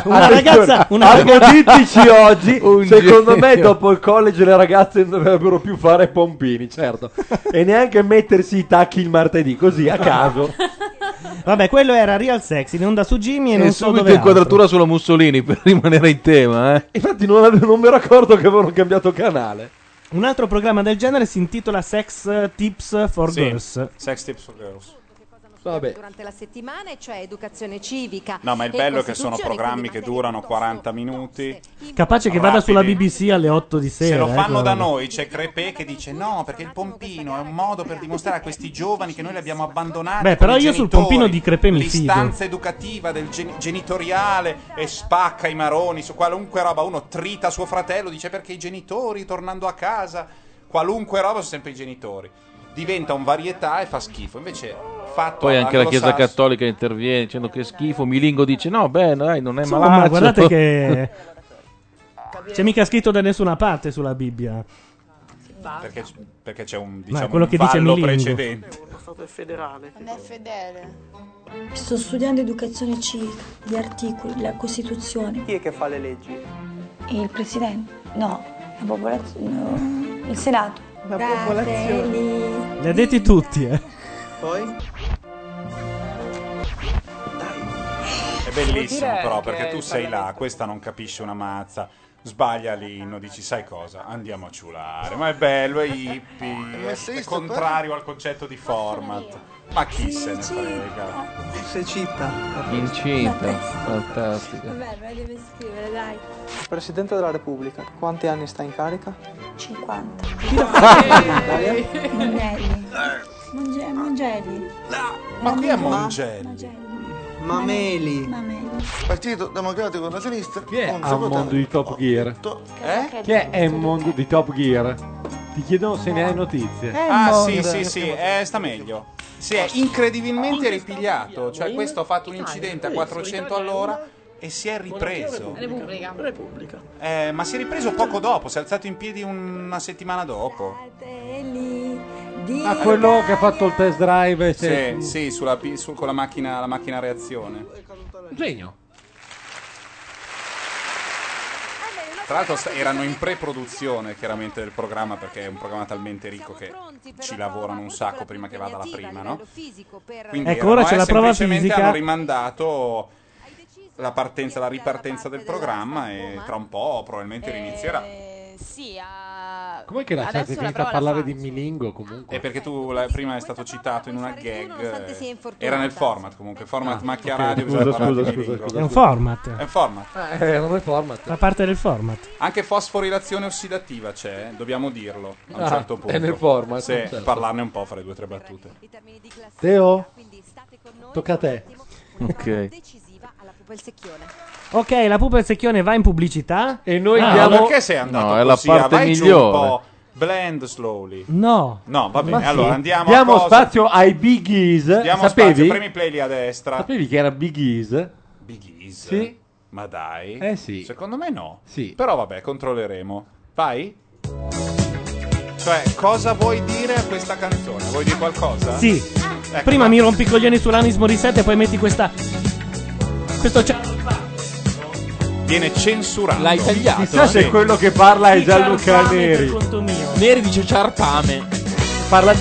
Speaker 2: una ragazza, una
Speaker 11: Apodittici oggi,
Speaker 2: Un
Speaker 11: secondo me
Speaker 2: genio.
Speaker 11: dopo il college le ragazze non dovrebbero più fare pompini, certo. E neanche mettersi i tacchi il martedì, così a caso.
Speaker 2: Vabbè, quello era Real Sex in onda su Jimmy e,
Speaker 31: E
Speaker 2: non so
Speaker 31: subito
Speaker 2: dove altro.
Speaker 31: inquadratura sulla Mussolini per rimanere in tema. Eh.
Speaker 11: Infatti non, avevo- non mi ero accorto che avevano cambiato canale.
Speaker 2: Un altro programma del genere si intitola Sex Tips for
Speaker 3: Sì,
Speaker 2: Girls.
Speaker 3: Sex tips for girls.
Speaker 9: Durante la settimana, e cioè educazione civica.
Speaker 3: No, ma il
Speaker 9: e
Speaker 3: bello è che sono
Speaker 9: costituzione,
Speaker 3: programmi
Speaker 9: quindi
Speaker 3: che durano 40 minuti.
Speaker 2: Capace che vada sulla BBC alle 8 di sera.
Speaker 3: Se lo
Speaker 2: eh,
Speaker 3: fanno da
Speaker 2: quello.
Speaker 3: noi c'è Crepè che dice no, perché il pompino è un modo per dimostrare a questi giovani che noi li abbiamo abbandonati.
Speaker 2: Beh,
Speaker 3: con
Speaker 2: però
Speaker 3: i
Speaker 2: io sul
Speaker 3: genitori,
Speaker 2: pompino di Crepè mi fido.
Speaker 3: L'istanza educativa del gen- genitoriale e spacca i maroni su qualunque roba. Uno trita suo fratello, dice perché i genitori tornando a casa, qualunque roba sono sempre i genitori. Diventa un varietà e fa schifo. Invece fatto
Speaker 31: Poi anche la Chiesa
Speaker 3: all'anglosassone-
Speaker 31: Cattolica interviene dicendo che schifo. Milingo dice no, beh, dai, non è
Speaker 2: Insomma,
Speaker 31: malaccio.
Speaker 2: ma guardate che. C'è mica scritto da nessuna parte sulla Bibbia.
Speaker 3: Perché, perché c'è un, diciamo,
Speaker 2: quello
Speaker 3: un
Speaker 2: che dice
Speaker 3: fallo
Speaker 2: Milingo.
Speaker 3: precedente.
Speaker 18: federale. Non è fedele.
Speaker 23: Sto studiando educazione civica, gli articoli, la Costituzione.
Speaker 18: Chi è che fa le leggi?
Speaker 23: Il presidente? No, la popolazione. no, Il Senato. La popolazione.
Speaker 2: Li ha detti tutti, eh.
Speaker 18: Poi?
Speaker 3: È
Speaker 18: Devo
Speaker 3: bellissimo
Speaker 18: dire
Speaker 3: però
Speaker 18: che
Speaker 3: perché tu
Speaker 18: il
Speaker 3: sei là, questa non capisce una mazza, sbaglia l'inno, dici sai cosa, andiamo a ciulare, ma è bello, è hippie, è, è contrario al concetto di format. Ma chi se ne frega?
Speaker 18: Sei città.
Speaker 31: Incinta, fantastica.
Speaker 23: Vabbè, deve scrivere, dai.
Speaker 30: Presidente della Repubblica, quanti anni sta in carica?
Speaker 23: 50.
Speaker 30: Daria?
Speaker 23: Mongeli. Monge- Mongeli.
Speaker 18: Ma chi è
Speaker 23: Mameli. Mameli.
Speaker 22: Partito Democratico Nazionista. Chi
Speaker 11: Al mondo di Top Gear.
Speaker 22: Eh?
Speaker 11: Che è il mondo di Top Gear? Ti chiedo se ne hai notizie.
Speaker 3: Ah sì sì sì, eh, sta meglio. Si è incredibilmente ripigliato, cioè questo ha fatto un incidente a 400 all'ora e si è ripreso.
Speaker 21: Repubblica. Repubblica.
Speaker 3: Eh, ma si è ripreso poco dopo, si è alzato in piedi una settimana dopo.
Speaker 11: Ah, quello che ha fatto il test drive.
Speaker 3: Sì, sì, sulla pi- su- con la macchina, la macchina a reazione.
Speaker 11: Genio.
Speaker 3: Tra l'altro sta- erano in pre-produzione chiaramente del programma perché è un programma talmente ricco che ci lavorano un sacco prima che vada la prima, no? Quindi
Speaker 2: Ecco, ora
Speaker 3: erano,
Speaker 2: c'è
Speaker 3: eh,
Speaker 2: la prova
Speaker 3: semplicemente
Speaker 2: fisica.
Speaker 3: hanno rimandato la partenza, la ripartenza del programma e tra un po' probabilmente rinizierà.
Speaker 1: Sì,
Speaker 11: Ah,
Speaker 1: a...
Speaker 8: Com'è che la chat è
Speaker 1: adesso la
Speaker 8: finita a
Speaker 1: prova
Speaker 8: parlare di Milingo comunque?
Speaker 3: E perché tu la- prima è stato citato in una gag.
Speaker 1: sia
Speaker 3: eh,
Speaker 1: infortunata.
Speaker 3: Era nel format comunque, format macchia
Speaker 8: ok,
Speaker 3: radio.
Speaker 8: scusa,
Speaker 3: bisogna parlare
Speaker 8: scusa,
Speaker 3: di
Speaker 8: scusa,
Speaker 3: Milingo.
Speaker 8: scusa,
Speaker 2: È un format.
Speaker 3: È un format.
Speaker 11: Eh, non è format.
Speaker 2: Fa parte del format.
Speaker 3: Anche fosforilazione ossidativa c'è, eh, dobbiamo dirlo a un
Speaker 11: Ah,
Speaker 3: certo punto.
Speaker 11: è nel format,
Speaker 3: Sì,
Speaker 11: certo.
Speaker 3: parlarne un po', fare due o tre battute.
Speaker 8: Teo, tocca a te.
Speaker 2: Ok.
Speaker 9: Pupa il secchione.
Speaker 2: Ok, la pupa del secchione va in pubblicità. Ah,
Speaker 11: E
Speaker 3: Noi diamo... perché sei andato
Speaker 31: No, è la
Speaker 3: così? Ah,
Speaker 31: parte
Speaker 3: vai giù
Speaker 31: migliore.
Speaker 3: un po'. Blend slowly.
Speaker 2: No.
Speaker 3: No, va bene.
Speaker 11: Ma sì.
Speaker 3: Allora andiamo
Speaker 11: Diamo
Speaker 3: a cosa?
Speaker 11: spazio ai biggies.
Speaker 3: Diamo
Speaker 11: Sapevi?
Speaker 3: spazio, premi play lì a destra.
Speaker 11: Sapevi che era biggies?
Speaker 3: Biggies?
Speaker 11: Sì.
Speaker 3: Ma dai.
Speaker 11: Eh sì.
Speaker 3: Secondo me no.
Speaker 11: Sì.
Speaker 3: Però vabbè, controlleremo. Vai. Cioè, cosa vuoi dire a questa canzone? Vuoi dire qualcosa?
Speaker 2: Sì.
Speaker 3: Ecco,
Speaker 2: Prima
Speaker 3: va.
Speaker 2: mi rompi i coglioni sull'Anis Morissette e poi metti questa. Questo c'è.
Speaker 3: Viene censurato.
Speaker 4: L'hai tagliato?
Speaker 11: Chissà se quello che parla è Gianluca Neri.
Speaker 4: Neri dice ciarpame.
Speaker 11: Parla
Speaker 3: Ah,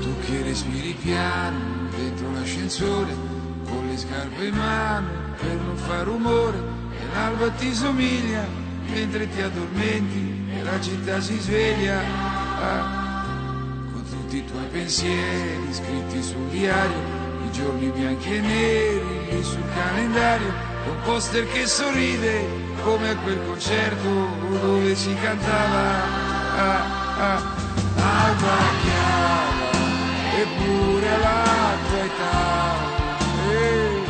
Speaker 5: Tu che respiri piano dentro l'ascensore, con le scarpe in mano per non far rumore, e l'alba ti somiglia mentre ti addormenti e la città si sveglia. ah, con tutti i tuoi pensieri scritti sul diario, i giorni bianchi e neri lì sul calendario, è un poster che sorride come a quel concerto dove si cantava ah, ah, acqua chiara, eppure l'acqua è tava, eh.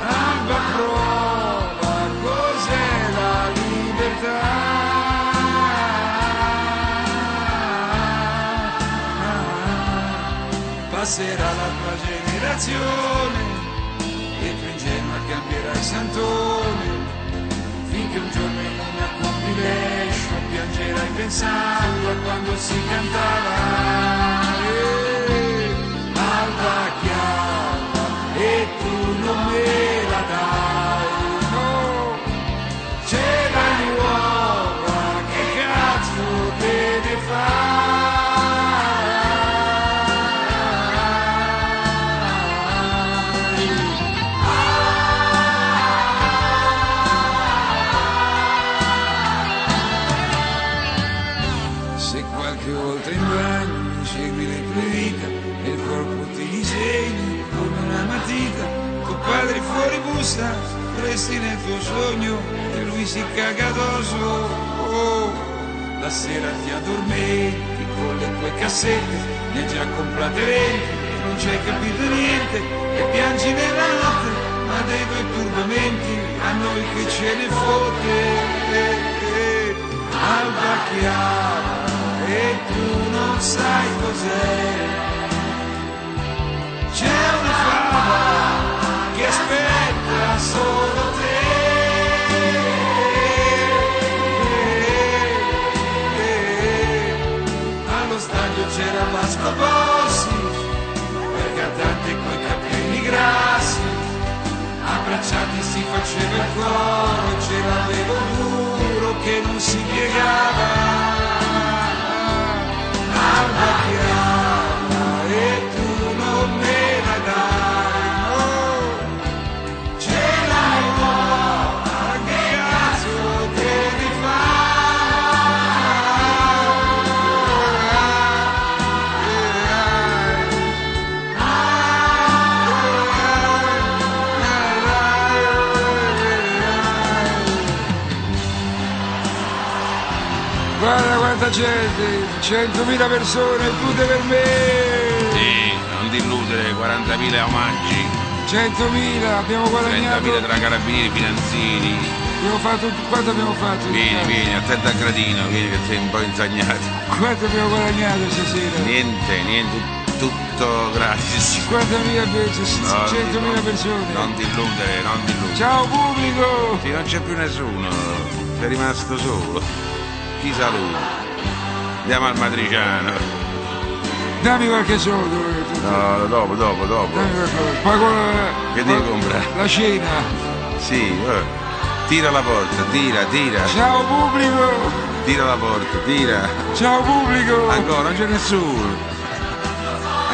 Speaker 5: Alba prova cos'è la eh, libertà passerà la tua generazione e tu ingenua cambierai santone finché un giorno in una compilation piangerai pensando a quando si cantava Eh, alba chiara e tu non me la oh, dai no c'è la uova che cazzo te ne fa Se qualche volta in bagno segui le tue dita e il corpo ti disegni come una matita, tuo padre fuori busta, resti nel tuo sogno e lui si caga addosso. Oh, la sera ti addormenti con le tue cassette, ne hai già comprate venti, non c'hai capito niente e piangi nella notte, ma dei tuoi turbamenti a noi che ce ne fotte. eh, eh. Alba chiara e tu non sai cos'è. C'è una fava che aspetta solo te. Allo stadio c'era Vasco Bossi, quel cantante coi capelli grassi. Abbracciati si faceva il coro, e ce l'avevo duro che non si piegava. Alba chiara e tu non me la dai, no. Ce l'hai nuova, che cazzo te ne Guarda quanta gente, 100.000 persone, tutte per me.
Speaker 23: Sì, non illudere, 40.000 omaggi,
Speaker 5: 100.000, abbiamo guadagnato,
Speaker 23: 30.000 tra carabinieri, finanzieri.
Speaker 5: abbiamo fatto quanto abbiamo fatto?
Speaker 23: Vieni, vieni, attenta al gradino, vieni che sei un po' insagnato.
Speaker 5: Quanto abbiamo guadagnato stasera?
Speaker 23: Niente, niente, tutto gratis.
Speaker 5: 50.000 pezzi,
Speaker 23: No,
Speaker 5: 100.000 persone.
Speaker 23: Non illudere, non illudere.
Speaker 5: Ciao pubblico!
Speaker 23: Sì, non c'è più nessuno, sei rimasto solo. Chi saluta? Andiamo al matriciano.
Speaker 5: Dammi qualche soldo, eh,
Speaker 23: No, dopo, dopo, dopo.
Speaker 5: dammi qualcosa. Pago la,
Speaker 23: Che devi comprare?
Speaker 5: la cena.
Speaker 23: Sì, eh. tira la porta, tira, tira.
Speaker 5: Ciao pubblico!
Speaker 23: Tira la porta, tira.
Speaker 5: Ciao pubblico!
Speaker 23: Ancora, non c'è nessuno.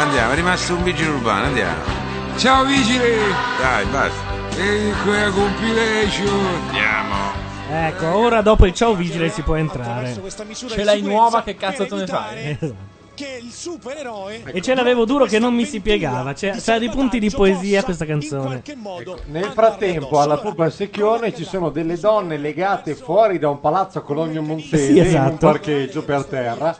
Speaker 23: Andiamo, è rimasto un vigile urbano, andiamo.
Speaker 5: Ciao vigile!
Speaker 23: Dai, basta.
Speaker 5: E quella compilation!
Speaker 23: Andiamo.
Speaker 2: Ecco, ora dopo il ciao vigile si può entrare. Eh,
Speaker 4: Ce l'hai nuova, che cazzo te ne fai?
Speaker 2: E ce l'avevo duro che non mi si piegava. C'è, c'ha dei punti di poesia questa canzone.
Speaker 11: Nel frattempo, alla pupa Secchione ci sono delle donne legate fuori da un palazzo a Cologno Monzese
Speaker 2: Sì, esatto.
Speaker 11: in un parcheggio per terra,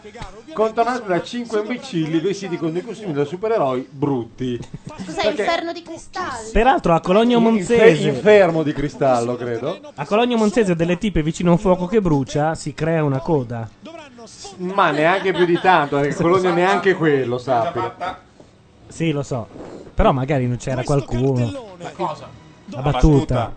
Speaker 11: contornate da cinque imbecilli vestiti con dei costumi da supereroi brutti.
Speaker 6: Cos'è inferno di cristallo?
Speaker 2: Peraltro a Cologno
Speaker 11: Monzese
Speaker 2: Monzese,
Speaker 11: Infermo di cristallo, credo.
Speaker 2: a Cologno Monzese delle tipe vicino a un fuoco che brucia si crea una coda.
Speaker 11: Ma neanche più di tanto, perché Cologno neanche quello, sappi.
Speaker 2: Sì, lo so. Però magari non c'era qualcuno.
Speaker 11: Ma cosa?
Speaker 2: La battuta.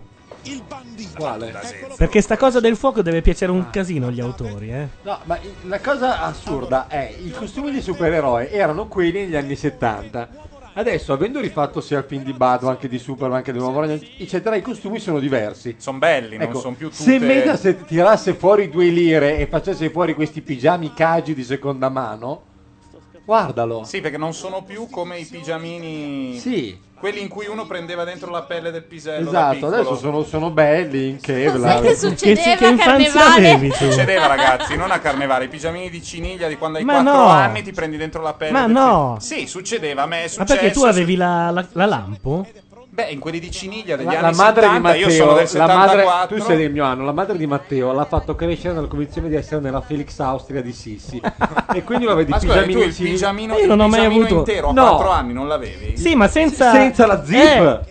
Speaker 11: Quale?
Speaker 2: Perché sta cosa del fuoco deve piacere un casino agli autori, eh.
Speaker 11: No, ma i- la cosa assurda è i costumi di supereroi erano quelli negli anni 70. Adesso, avendo rifatto sia il film di Batman anche di Superman, anche di Nuovo Ragno, eccetera, i costumi sono diversi.
Speaker 3: Sono belli, non
Speaker 11: Ecco,
Speaker 3: sono più tutte...
Speaker 11: Se Mediaset tirasse fuori due lire e facesse fuori questi pigiami cagi di seconda mano, guardalo.
Speaker 3: Sì, perché non sono più come i pigiamini...
Speaker 11: Sì.
Speaker 3: Quelli in cui uno prendeva dentro la pelle del pisello. da
Speaker 11: Esatto,
Speaker 3: piccolo.
Speaker 11: adesso sono, sono belli in che
Speaker 3: che succedeva
Speaker 11: che a infanzia Carnevale? avevi tu?
Speaker 3: Succedeva, ragazzi, non a carnevale. I pigiamini di ciniglia di quando hai
Speaker 2: Ma
Speaker 3: 4
Speaker 2: no.
Speaker 3: anni ti prendi dentro la pelle.
Speaker 2: Ma
Speaker 3: del-
Speaker 2: no.
Speaker 3: Sì, succedeva, a me è
Speaker 2: Ma
Speaker 3: successo.
Speaker 2: perché tu avevi la, la, la lampo?
Speaker 3: Beh, in quelli di ciniglia degli
Speaker 11: La,
Speaker 3: anni
Speaker 11: la madre
Speaker 3: 70,
Speaker 11: di Matteo,
Speaker 3: io sono del
Speaker 11: la
Speaker 3: 74.
Speaker 11: madre, tu sei del mio anno, la madre di Matteo l'ha fatto crescere nella convinzione di essere nella Felix Austria di Sissi. e quindi lo avevi
Speaker 3: Ma scusa, tu il pigiamino,
Speaker 11: Io
Speaker 3: il
Speaker 11: non ho mai
Speaker 3: pigiamino
Speaker 11: avuto-
Speaker 3: intero a
Speaker 11: No.
Speaker 3: 4 anni non l'avevi?
Speaker 2: Sì, ma senza.
Speaker 11: Senza la zip.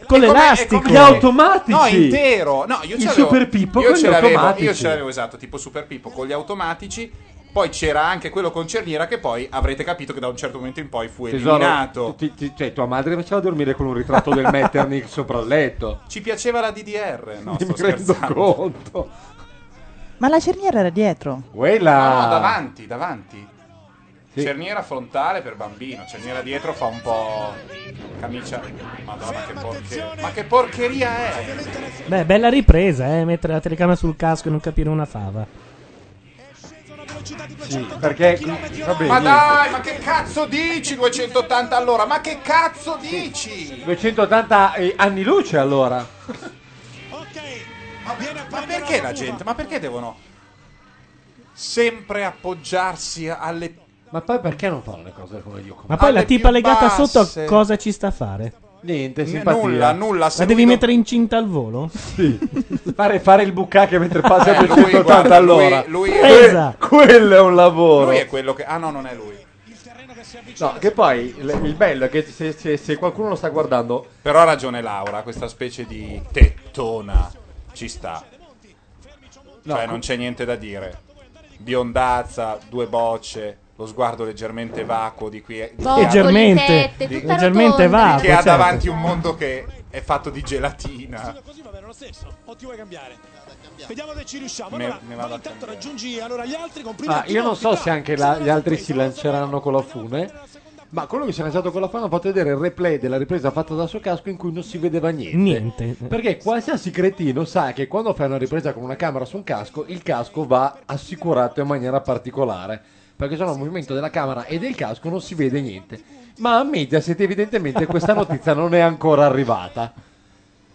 Speaker 2: Eh, con l'elastico.
Speaker 11: Gli automatici.
Speaker 3: No, intero. No, io
Speaker 11: Il
Speaker 3: ce l'avevo-
Speaker 11: Super Pippo
Speaker 3: io
Speaker 11: con
Speaker 3: ce
Speaker 11: gli
Speaker 3: l'avevo-
Speaker 11: automatici.
Speaker 3: Io ce l'avevo esatto, tipo Super Pippo con gli automatici. Poi c'era anche quello con cerniera che poi avrete capito che da un certo momento in poi fu
Speaker 11: Tesoro,
Speaker 3: eliminato.
Speaker 11: ti- ti- cioè, tua madre faceva dormire con un ritratto del Metternich sopra il letto.
Speaker 3: Ci piaceva la DDR, no? Sto
Speaker 11: Mi rendo
Speaker 3: scherzando.
Speaker 11: conto.
Speaker 15: Ma la cerniera era dietro.
Speaker 3: No,
Speaker 11: Quella.
Speaker 3: no, davanti, davanti. Cerniera frontale per bambino, cerniera dietro fa un po' camicia. Madonna, che porcheria. Ma che porcheria è?
Speaker 2: Beh, bella ripresa, eh. Mettere la telecamera sul casco e non capire una fava.
Speaker 11: Sì, perché.
Speaker 3: ma dai, ma che cazzo dici 280 all'ora? Ma che cazzo dici?
Speaker 11: 280 e- eh, anni luce allora.
Speaker 3: Ma, ma perché la gente? Ma perché devono sempre appoggiarsi alle
Speaker 11: Ma poi perché non fanno le cose come io?
Speaker 2: Ma poi la
Speaker 3: Alle
Speaker 2: tipa
Speaker 3: più
Speaker 2: legata sotto
Speaker 3: basse.
Speaker 2: a cosa ci sta a fare?
Speaker 11: Niente,
Speaker 3: N-
Speaker 11: simpatia.
Speaker 3: nulla, nulla, se
Speaker 2: La devi
Speaker 3: lui do-
Speaker 2: mettere incinta al volo?
Speaker 11: Sì. fare, fare il bucacche mentre passa a
Speaker 3: Eh, lui,
Speaker 11: 280
Speaker 3: guarda,
Speaker 11: all'ora.
Speaker 3: lui- lui è-
Speaker 11: Que-
Speaker 3: Esatto.
Speaker 11: quello è un lavoro.
Speaker 3: Lui è quello che ah no, non è lui.
Speaker 11: No, che poi il, il bello è che se, se- se qualcuno lo sta guardando,
Speaker 3: Però ha ragione Laura, questa specie di tettona ci sta. Cioè non c'è niente da dire. Biondazza, due bocce, lo sguardo leggermente vacuo di qui di chi ha-
Speaker 2: Leggermente, Tette, tutta leggermente rotonda. vacuo,
Speaker 3: Che ha
Speaker 2: certo.
Speaker 3: davanti un mondo che è fatto di gelatina.
Speaker 17: O ti vuoi cambiare? Vediamo se ci riusciamo.
Speaker 3: Me-
Speaker 17: Allora,
Speaker 3: me vado a cambiare.
Speaker 17: raggiungi allora gli altri, comprimi
Speaker 11: ma ah, io non so se anche la- gli altri si lanceranno con la fune. Ma quello che si è lanciato con la fune ha fatto vedere il replay della ripresa fatta dal suo casco in cui non si vedeva niente.
Speaker 2: Niente.
Speaker 11: Perché qualsiasi cretino sa che quando fai una ripresa con una camera su un casco, il casco va assicurato in maniera particolare. Perché sennò il movimento della camera e del casco non si vede niente. Ma a Mediaset evidentemente questa notizia non è ancora arrivata.